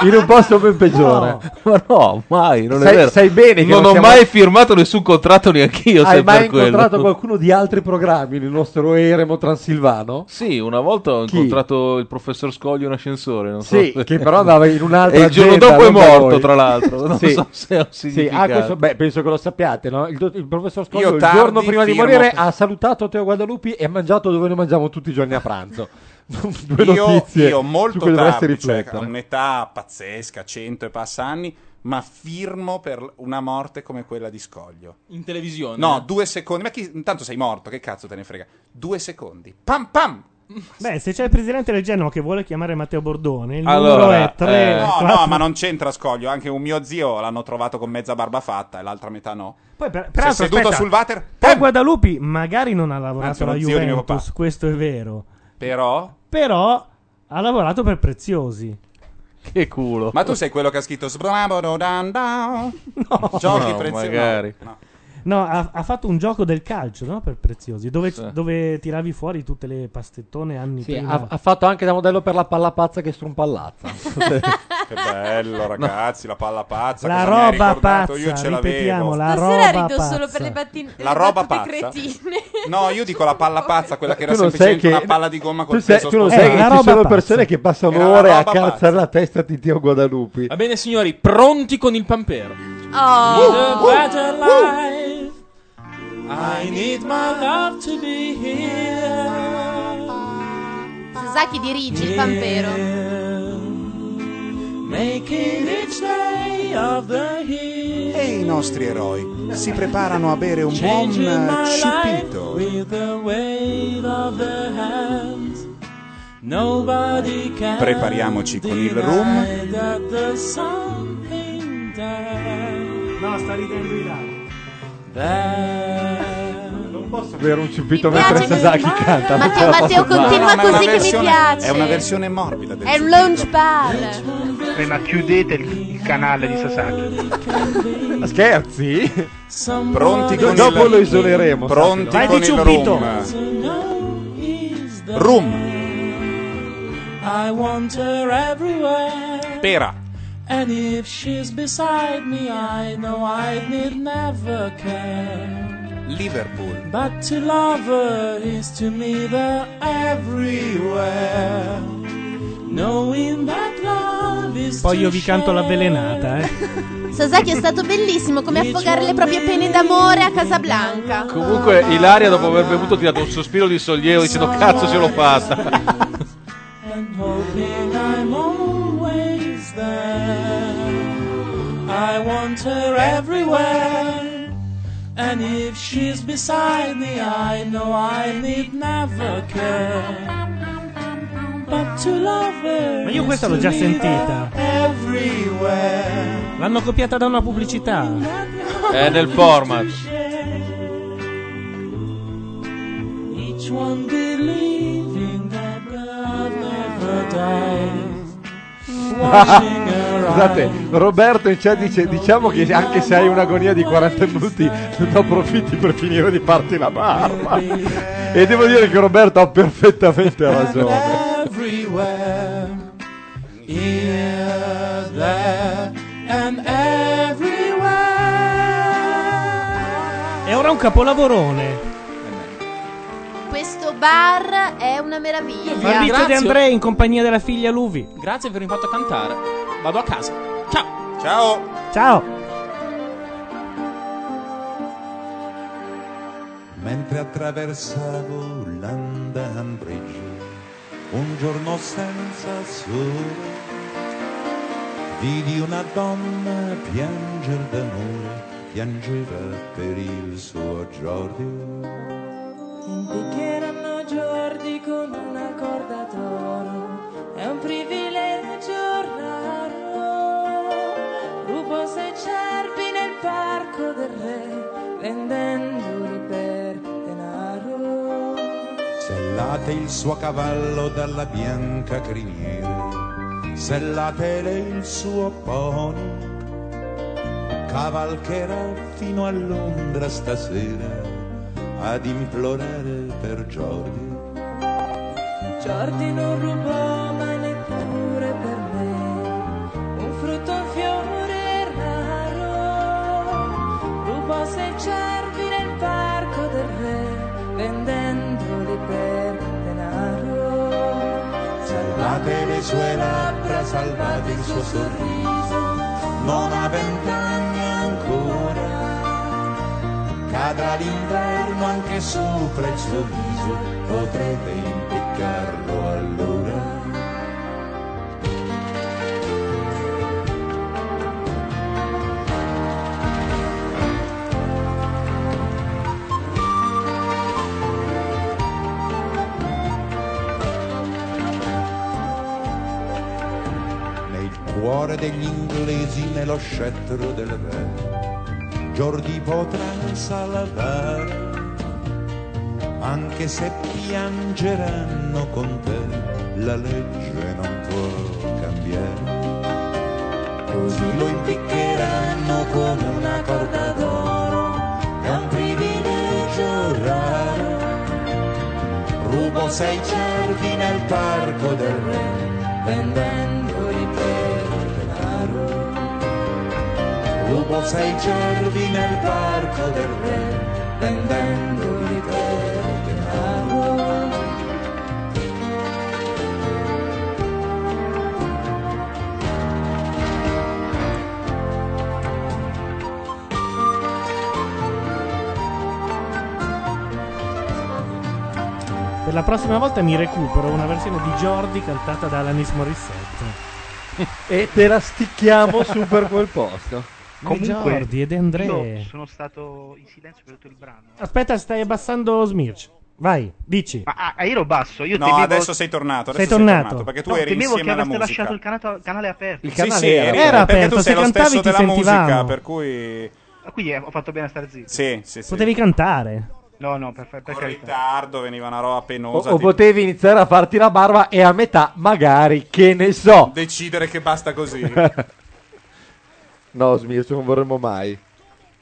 Speaker 11: In un posto ben peggiore.
Speaker 31: Ma no, mai, non
Speaker 11: Sai-
Speaker 31: è vero.
Speaker 11: sai bene che
Speaker 31: non,
Speaker 11: non
Speaker 31: ho
Speaker 11: siamo-
Speaker 31: mai firmato nessun contratto neanche io,
Speaker 11: Hai
Speaker 31: sai
Speaker 11: mai
Speaker 31: per quello.
Speaker 11: incontrato qualcuno di altri programmi nel nostro eremo transilvano?
Speaker 31: Sì, una volta ho
Speaker 11: Chi?
Speaker 31: incontrato il professor Scoglio in ascensore, non
Speaker 11: Sì,
Speaker 31: so se-
Speaker 11: che però andava in un'altra
Speaker 31: E il giorno
Speaker 11: azienda,
Speaker 31: dopo è
Speaker 11: non da
Speaker 31: morto,
Speaker 11: voi.
Speaker 31: tra l'altro. Non
Speaker 11: Sì.
Speaker 31: so se ha un
Speaker 11: Sì, ah,
Speaker 31: significato.
Speaker 11: questo- beh, penso che lo sappiate, no? Il, do- il professor Scoglio
Speaker 31: Io
Speaker 11: il
Speaker 31: tardi
Speaker 11: giorno prima di
Speaker 31: firmo.
Speaker 11: morire ha salutato Teo Guadalupi e ha mangiato dove noi mangiamo tutti i giorni a pranzo. Due
Speaker 3: io,
Speaker 11: notizie
Speaker 3: io
Speaker 11: su
Speaker 3: molto
Speaker 11: cui dovreste
Speaker 3: tardi, cioè,
Speaker 11: riflettere.
Speaker 3: a un'età pazzesca, 100 e passa anni, ma firmo per una morte come quella di Scoglio.
Speaker 13: In televisione.
Speaker 11: eh.
Speaker 3: No, due secondi. Ma chi, intanto sei morto, che cazzo te ne frega? Due secondi. Pam pam!
Speaker 2: Beh, se c'è il presidente del Genoa che vuole chiamare Matteo Bordone, il numero
Speaker 3: Allora, eh,
Speaker 2: è
Speaker 11: eh,
Speaker 2: 3.
Speaker 3: no, no, ma non c'entra Scoglio. Anche un mio zio l'hanno trovato con mezza barba fatta e l'altra metà no.
Speaker 2: Poi, per,
Speaker 3: Si è
Speaker 2: peraltro,
Speaker 3: seduto
Speaker 2: aspetta,
Speaker 3: sul water.
Speaker 2: Poi Guadalupi magari non ha lavorato
Speaker 3: Anzi,
Speaker 2: alla
Speaker 3: lo zio di mio
Speaker 2: Juventus, questo è vero.
Speaker 3: Però.
Speaker 2: Però ha lavorato per Preziosi.
Speaker 31: Che culo.
Speaker 3: Ma tu sei quello che ha scritto Sbramododandow. Giochi
Speaker 31: No,
Speaker 3: preziosi.
Speaker 31: magari.
Speaker 3: No,
Speaker 2: No, ha, ha fatto un gioco del calcio, no? Per Preziosi, dove, dove tiravi fuori tutte le pastettone anni
Speaker 11: Sì,
Speaker 2: prima.
Speaker 11: ha, ha fatto anche da modello per la palla pazza che strumpallazza.
Speaker 3: Che bello, ragazzi, la palla pazza.
Speaker 2: La
Speaker 3: cosa mi hai
Speaker 2: roba
Speaker 3: ricordato?
Speaker 2: pazza,
Speaker 3: Io ce
Speaker 2: ripetiamo,
Speaker 3: l'avevo.
Speaker 2: la
Speaker 4: Ma
Speaker 2: roba
Speaker 4: sarà rido
Speaker 2: pazza.
Speaker 4: solo per le, battin- le
Speaker 3: La roba
Speaker 4: battute
Speaker 3: pazza?
Speaker 4: cretine.
Speaker 3: No, io dico la palla pazza, quella che era
Speaker 11: Tu non
Speaker 3: semplicemente
Speaker 11: sai che-
Speaker 3: una palla di gomma
Speaker 11: tu,
Speaker 3: col
Speaker 11: sai,
Speaker 3: peso
Speaker 11: tu non
Speaker 3: spostato.
Speaker 11: sai che ci sono persone che passano ore a cazzare la testa di Teo Guadalupi.
Speaker 13: Va bene, signori, pronti con il pampero.
Speaker 4: Oh.
Speaker 13: The better life. I need my love to be here.
Speaker 6: Sasaki dirigi il pampero.
Speaker 13: Making each day of the year.
Speaker 3: E i nostri eroi si preparano a bere un buon
Speaker 13: Changing my
Speaker 11: uh,
Speaker 3: eh,
Speaker 13: life
Speaker 3: cipito.
Speaker 13: with the wave of the hands. Nobody can
Speaker 3: Prepariamoci con il rum.
Speaker 13: deny that there's something there.
Speaker 2: No, sta ridendo in
Speaker 13: Non
Speaker 11: posso Avere un cipito
Speaker 6: Mi
Speaker 11: mentre
Speaker 6: piace-
Speaker 11: Sasaki canta. non
Speaker 6: Matteo-
Speaker 11: ce la posso
Speaker 6: Matteo,
Speaker 11: fare.
Speaker 6: continua
Speaker 3: ma è una
Speaker 6: così che mi
Speaker 3: versione-
Speaker 6: piace.
Speaker 3: È una versione morbida del
Speaker 6: È un lounge bar.
Speaker 18: Prima chiudete il, il canale di Sasaki.
Speaker 11: Ma scherzi?
Speaker 3: Pronti
Speaker 11: Do-
Speaker 3: con
Speaker 11: dopo
Speaker 3: il-
Speaker 11: lo isoleremo.
Speaker 3: Pronti
Speaker 11: Sasaki, no?
Speaker 3: con il rum. Rum,
Speaker 13: I want her everywhere.
Speaker 3: pera,
Speaker 4: And if she's beside me, I know I need never care.
Speaker 3: Liverpool.
Speaker 4: But to love her is to meet her everywhere. Knowing that love is
Speaker 2: Poi io vi canto l'avvelenata, eh.
Speaker 6: Sasaki è stato bellissimo come affogare le proprie pene d'amore a Casablanca.
Speaker 31: Comunque, Ilaria, dopo aver bevuto, ha tirato un sospiro di sollievo dicendo: Cazzo, ce l'ho fatta.
Speaker 4: hoping I'm always there. I want her everywhere. And if she's beside me, I know I need never care. But to love her
Speaker 2: Ma io questa
Speaker 4: is to
Speaker 2: l'ho già
Speaker 4: be
Speaker 2: sentita.
Speaker 4: Everywhere.
Speaker 2: L'hanno copiata da una pubblicità.
Speaker 31: È nel format.
Speaker 4: Each one believing that love never dies. Watching her
Speaker 11: Scusate, Roberto in chat dice: Diciamo che anche se hai un'agonia di 40 minuti, ne approfitti per finire di farti la barba. E devo dire che Roberto ha perfettamente ragione.
Speaker 4: everywhere. Here, there, and everywhere.
Speaker 2: E ora un capolavorone.
Speaker 6: Questo bar è una meraviglia.
Speaker 2: Fabrizio De Andrei in compagnia della figlia Luvi.
Speaker 36: Grazie per avermi fatto cantare. Vado a casa. Ciao.
Speaker 3: Ciao.
Speaker 2: Ciao.
Speaker 23: mentre attraversavo London Bridge un giorno senza sole vidi una donna piangere d'amore piangeva per il suo Jordi
Speaker 13: Impiccheranno Giordi con una corda d'oro, è un privilegio raro. Rubo sei cervi nel parco del re, vendendoli per denaro.
Speaker 23: sellate il suo cavallo dalla bianca criniera sellatele il suo pony cavalcherà fino a Londra stasera ad implorare per Jordi
Speaker 13: Giordi non rubò mai neppure per me, un frutto, un fiore raro. Rubò sei cervi nel parco del re, vendendoli per denaro.
Speaker 23: Salvate le sue labbra, salvate il suo sorriso, non ha vent'anni ancora. Cadrà l'inverno anche sopra il suo viso, potrete impiccarlo allora. Nel cuore degli inglesi, nello scettro del re, Jordi potrà salvare, anche se piangeranno con te, la legge non può cambiare. Così lo impiccheranno con una corda d'oro, è un privilegio raro. Rubo sei cervi nel parco del re, vendendoli per denaro. Rubo sei cervi nel parco del re, vendendoli per denaro.
Speaker 2: Per la prossima volta mi recupero una versione di Jordi cantata da Alanis Morissette.
Speaker 37: e te la sticchiamo su per quel posto.
Speaker 2: Comunque, Jordi ed Andrea.
Speaker 18: Io sono stato in silenzio per tutto il brano.
Speaker 2: Aspetta, stai abbassando Smirch. Vai, dici.
Speaker 18: Ah, ah, io ero basso. Io
Speaker 2: No,
Speaker 18: temevo...
Speaker 2: adesso sei tornato, adesso Sei sei tornato. tornato, perché tu
Speaker 18: No,
Speaker 2: eri
Speaker 18: temevo
Speaker 2: insieme
Speaker 18: che
Speaker 2: alla
Speaker 18: aveste
Speaker 2: musica.
Speaker 18: lasciato il cana- canale aperto.
Speaker 2: Il Sì, canale sì, era eri- aperto. perché tu
Speaker 18: tu
Speaker 2: sei
Speaker 18: sei
Speaker 2: lo stesso
Speaker 18: stesso
Speaker 2: della musica, sentivamo.
Speaker 18: per
Speaker 2: per
Speaker 18: cui. Quindi eh, ho fatto bene a stare zitto.
Speaker 3: Sì, sì, sì.
Speaker 2: Potevi cantare.
Speaker 18: No, no, per, per
Speaker 3: Con ritardo veniva una roba
Speaker 11: O,
Speaker 3: penosa.
Speaker 11: o
Speaker 3: tipo,
Speaker 11: potevi iniziare a farti la barba e a metà, magari, che ne so.
Speaker 3: Decidere che basta così.
Speaker 11: no, Smircio, non vorremmo mai.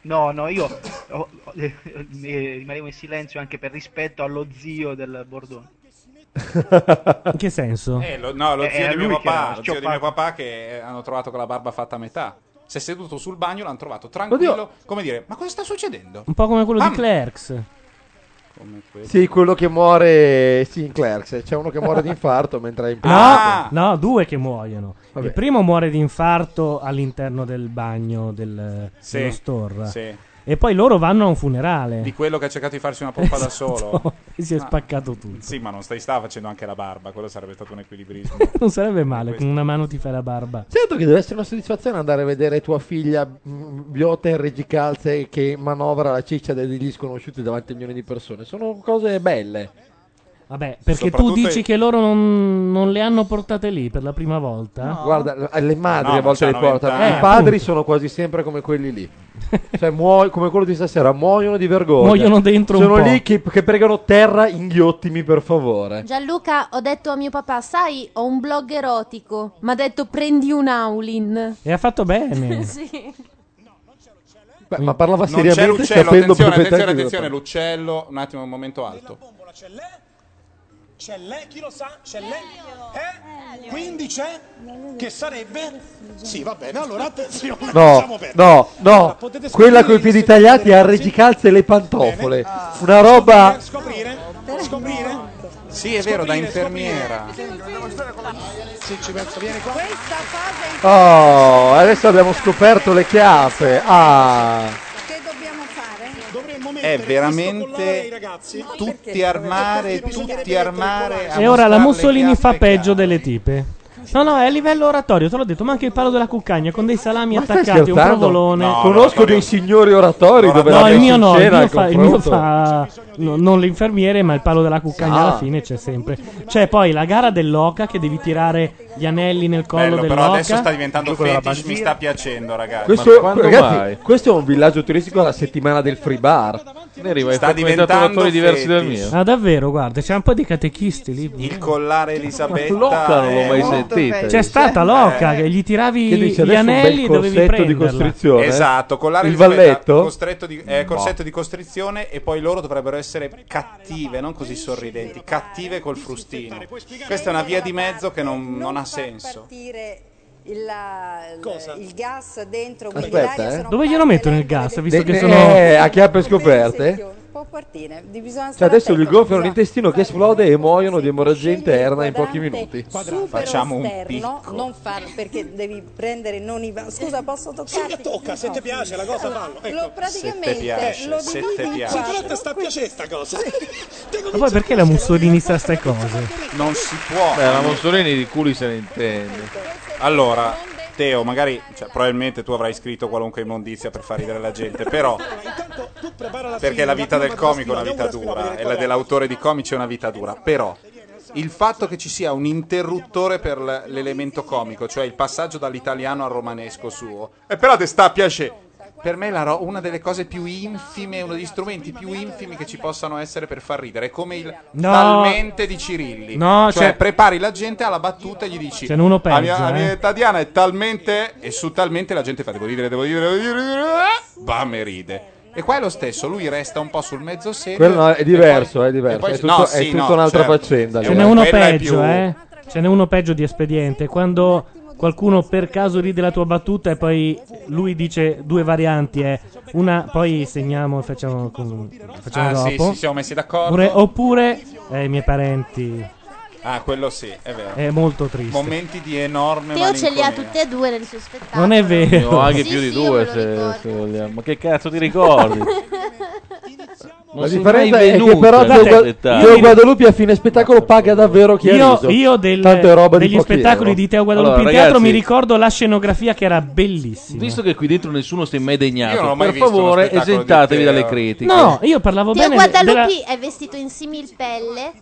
Speaker 18: No, no, io ho- ho- eh, eh, rimanevo in silenzio anche per rispetto allo zio del Bordone.
Speaker 2: In che senso?
Speaker 3: Eh, lo- no, lo
Speaker 2: Eh,
Speaker 3: zio,
Speaker 2: era
Speaker 3: di mio,
Speaker 2: lui che
Speaker 3: papà,
Speaker 2: era
Speaker 3: lo zio di mio papà che eh, hanno trovato con la barba fatta a metà. Si è seduto sul bagno, l'hanno trovato tranquillo. Come dire, ma cosa sta succedendo?
Speaker 2: Un po' come quello
Speaker 3: Pam!
Speaker 2: di Clerks.
Speaker 11: Sì, quello che muore. Sì, in Clerks. C'è uno che muore di infarto mentre è
Speaker 2: Ah,
Speaker 11: in
Speaker 2: No, no, due che muoiono.
Speaker 11: Vabbè.
Speaker 2: Il primo muore di infarto all'interno del bagno del,
Speaker 3: Sì,
Speaker 2: dello store.
Speaker 3: sì.
Speaker 2: E poi loro vanno a un funerale.
Speaker 3: Di quello che ha cercato di farsi una pompa da solo.
Speaker 2: E Eh. Esatto. si è
Speaker 3: Ma-
Speaker 2: spaccato tutto.
Speaker 3: Sì, ma non stai stava facendo anche la barba, quello sarebbe stato un equilibrismo.
Speaker 2: Non sarebbe male, con una mano ti fai la barba.
Speaker 11: Certo che deve essere una soddisfazione andare a vedere tua figlia mh, biota in reggicalze che manovra la ciccia degli sconosciuti davanti a milioni di persone. Sono cose belle.
Speaker 2: Vabbè, Perché tu dici che loro non, non le hanno portate lì per la prima volta?
Speaker 11: Guarda, le madri a volte le portano.
Speaker 2: Eh,
Speaker 11: I padri
Speaker 2: appunto.
Speaker 11: sono quasi sempre come quelli lì. cioè, muo- come quello di stasera, muoiono di vergogna.
Speaker 2: Muoiono dentro un
Speaker 11: Sono
Speaker 2: po'.
Speaker 11: lì che, che pregano terra, inghiottimi per favore.
Speaker 6: Gianluca, ho detto a mio papà, sai, ho un blog erotico. Mi ha detto prendi un Aulin.
Speaker 2: E ha fatto bene.
Speaker 6: sì.
Speaker 11: Beh, ma parlava
Speaker 3: Non c'è
Speaker 11: seriamente
Speaker 3: l'uccello,
Speaker 11: sapendo
Speaker 3: attenzione, attenzione,
Speaker 11: perfettamente
Speaker 3: attenzione, l'uccello, un attimo, un momento alto.
Speaker 27: C'è lei, chi lo sa? C'è lei? Eh? Quindi c'è? Che sarebbe? Sì, va bene, allora attenzione.
Speaker 11: No, no, no, quella coi piedi tagliati ha reggicalze e le pantofole.
Speaker 3: Ah.
Speaker 11: Una roba.
Speaker 27: Scoprire? Scoprire?
Speaker 3: Sì, è vero, da infermiera.
Speaker 27: Sì, ci penso, vieni qua. Questa fase
Speaker 11: Oh, adesso abbiamo scoperto le chiappe. Ah,
Speaker 27: che dobbiamo fare? Dovremmo
Speaker 3: È
Speaker 27: mettere
Speaker 3: veramente
Speaker 27: ragazzi.
Speaker 3: tutti armare, tutti armare. a
Speaker 2: E ora la
Speaker 3: mostrarle
Speaker 2: Mussolini
Speaker 3: chiappe
Speaker 2: fa peggio delle tipe. No, no, è a livello oratorio, te l'ho detto, ma anche il palo della cuccagna con dei salami
Speaker 11: stai
Speaker 2: attaccati, un
Speaker 11: scherzando?
Speaker 2: provolone.
Speaker 11: Conosco dei signori oratori dove
Speaker 2: No,
Speaker 11: la
Speaker 2: il mio no, il
Speaker 11: cena
Speaker 2: mio
Speaker 11: al
Speaker 2: fa, il mio
Speaker 11: confronto.
Speaker 3: Eh,
Speaker 2: fa no, non l'infermiere, ma il palo della cuccagna
Speaker 11: Ah.
Speaker 2: alla fine c'è sempre. C'è poi la gara dell'oca che devi tirare gli anelli nel collo
Speaker 3: Bello, però
Speaker 2: dell'oca.
Speaker 3: adesso sta diventando
Speaker 2: Gioco della
Speaker 3: fetish, mi sta piacendo, ragazzi.
Speaker 11: Questo,
Speaker 3: Ma-
Speaker 11: ragazzi, questo è un villaggio turistico alla settimana del free bar. Ne
Speaker 3: arriva, hai Sta frequentato diventando attori diversi dal fetish. mio.
Speaker 2: Ah, davvero, guarda, c'è un po' di catechisti lì.
Speaker 3: Il collare Elisabetta.
Speaker 2: L'oca non l'ho
Speaker 3: è-
Speaker 2: mai sentita. C'è stata l'oca
Speaker 3: Eh.
Speaker 2: che gli tiravi
Speaker 11: Che dice,
Speaker 2: gli
Speaker 11: adesso un bel
Speaker 2: anelli e dovevi
Speaker 11: corsetto di
Speaker 2: prenderla.
Speaker 11: costrizione?
Speaker 3: Esatto, collare
Speaker 11: Il
Speaker 3: Elisabetta,
Speaker 11: valletto? Boh.
Speaker 3: costretto di- eh, corsetto di costrizione e poi loro dovrebbero essere cattive, non così sorridenti, cattive col frustino. Questa è una via di mezzo che non, non ha senso.
Speaker 1: Il, il- il gas dentro quindi l'aria
Speaker 11: Aspetta, eh.
Speaker 1: sono
Speaker 2: Dove glielo mettono il gas? Visto
Speaker 11: De-
Speaker 2: che
Speaker 11: eh,
Speaker 2: sono.
Speaker 11: a chiappe scoperte?
Speaker 1: un po' quartine Di- bisogna
Speaker 11: Cioè
Speaker 1: stare
Speaker 11: adesso gli
Speaker 1: attenti,
Speaker 11: gonfiano
Speaker 1: bisogna-
Speaker 11: un intestino che esplode e muoiono di emorragia interna in pochi minuti.
Speaker 1: Supero esterno, non far- perché devi prendere non i va- scusa posso toccarti
Speaker 27: Sì, tocca, se ti piace la cosa, fallo, ecco.
Speaker 1: lo praticamente
Speaker 3: Se te piace,
Speaker 1: lo
Speaker 3: se
Speaker 1: dividi
Speaker 3: te
Speaker 1: in
Speaker 3: piace.
Speaker 1: quattro.
Speaker 27: Però te sta a piacere sta cosa.
Speaker 3: Cioè,
Speaker 2: Ma poi perché la Mussolini sa ste cose?
Speaker 3: Non si può.
Speaker 31: Beh, la Mussolini di culi se ne intende.
Speaker 3: Allora, Teo, magari, cioè, probabilmente tu avrai scritto qualunque immondizia per far ridere la gente, però perché la vita del comico è una vita dura e la dell'autore di comici è una vita dura, però il fatto che ci sia un interruttore per l- l'elemento comico, cioè il passaggio dall'italiano al romanesco suo, e però te sta a piacere. Per me è la ro- una delle cose più infime, uno degli strumenti più infimi che ci possano essere per far ridere, è come il
Speaker 2: No.
Speaker 3: talmente di Cirilli.
Speaker 2: No,
Speaker 3: cioè,
Speaker 2: cioè-
Speaker 3: prepari la gente alla battuta e gli dici:
Speaker 2: Ce n'è uno peggio,
Speaker 3: "A mia- a mia
Speaker 2: eh."
Speaker 3: età Diana è talmente. E su talmente la gente fa: Devo ridere, devo ridere, devo ridere. eh, Bam, e ride. E qua è lo stesso, lui resta un po' sul mezzo serio.
Speaker 11: Quello no, è
Speaker 3: e
Speaker 11: diverso,
Speaker 3: poi-
Speaker 11: è diverso,
Speaker 3: e poi-
Speaker 11: è tutto-
Speaker 3: no,
Speaker 11: è
Speaker 3: sì,
Speaker 11: tutta
Speaker 3: no,
Speaker 11: un'altra
Speaker 3: certo.
Speaker 11: faccenda, diciamo.
Speaker 3: È
Speaker 2: Ce n'è
Speaker 3: una-
Speaker 2: uno
Speaker 3: quella è
Speaker 2: peggio,
Speaker 3: più-
Speaker 2: eh. Ce n'è uno peggio di espediente. Quando qualcuno per caso ride la tua battuta e poi lui dice due varianti, eh. Una, poi segniamo e facciamo, con- facciamo
Speaker 3: Ah, sì,
Speaker 2: dopo.
Speaker 3: sì, siamo messi d'accordo.
Speaker 2: Oppure, oppure, eh, i miei parenti.
Speaker 3: Ah, quello sì, è vero.
Speaker 2: È molto triste.
Speaker 3: Momenti di enorme
Speaker 6: Teo ce li ha
Speaker 3: malinconia.
Speaker 6: tutti e due nel suo spettacolo.
Speaker 2: Non è vero.
Speaker 31: Ne ho anche
Speaker 6: Sì,
Speaker 31: più di
Speaker 6: sì, io me
Speaker 31: due
Speaker 6: lo
Speaker 31: se, se vogliamo. Ma che cazzo ti ricordi? Non
Speaker 11: La
Speaker 31: sei
Speaker 11: differenza
Speaker 31: mai
Speaker 11: è che
Speaker 31: venuto
Speaker 11: però
Speaker 2: eh,
Speaker 31: in
Speaker 11: Teo, Gua-
Speaker 31: realtà.
Speaker 11: Teo Guadalupi a fine spettacolo paga davvero chi ha
Speaker 2: Io,
Speaker 11: riso.
Speaker 2: io del-
Speaker 11: Tanto è roba di
Speaker 2: degli
Speaker 11: pochi
Speaker 2: spettacoli
Speaker 11: euro.
Speaker 2: di Teo Guadalupi
Speaker 31: Allora,
Speaker 2: in teatro
Speaker 31: ragazzi-
Speaker 2: mi ricordo la scenografia che era bellissima.
Speaker 31: Visto che qui dentro nessuno si è mai
Speaker 3: Io non
Speaker 31: degnato,
Speaker 3: ho mai
Speaker 31: per
Speaker 3: visto uno
Speaker 31: favore
Speaker 3: spettacolo di
Speaker 31: esentatevi
Speaker 3: Teo.
Speaker 31: dalle critiche.
Speaker 2: No, io parlavo
Speaker 6: Teo
Speaker 2: bene de-
Speaker 6: Guadalupi
Speaker 2: della,
Speaker 6: è vestito in similpelle.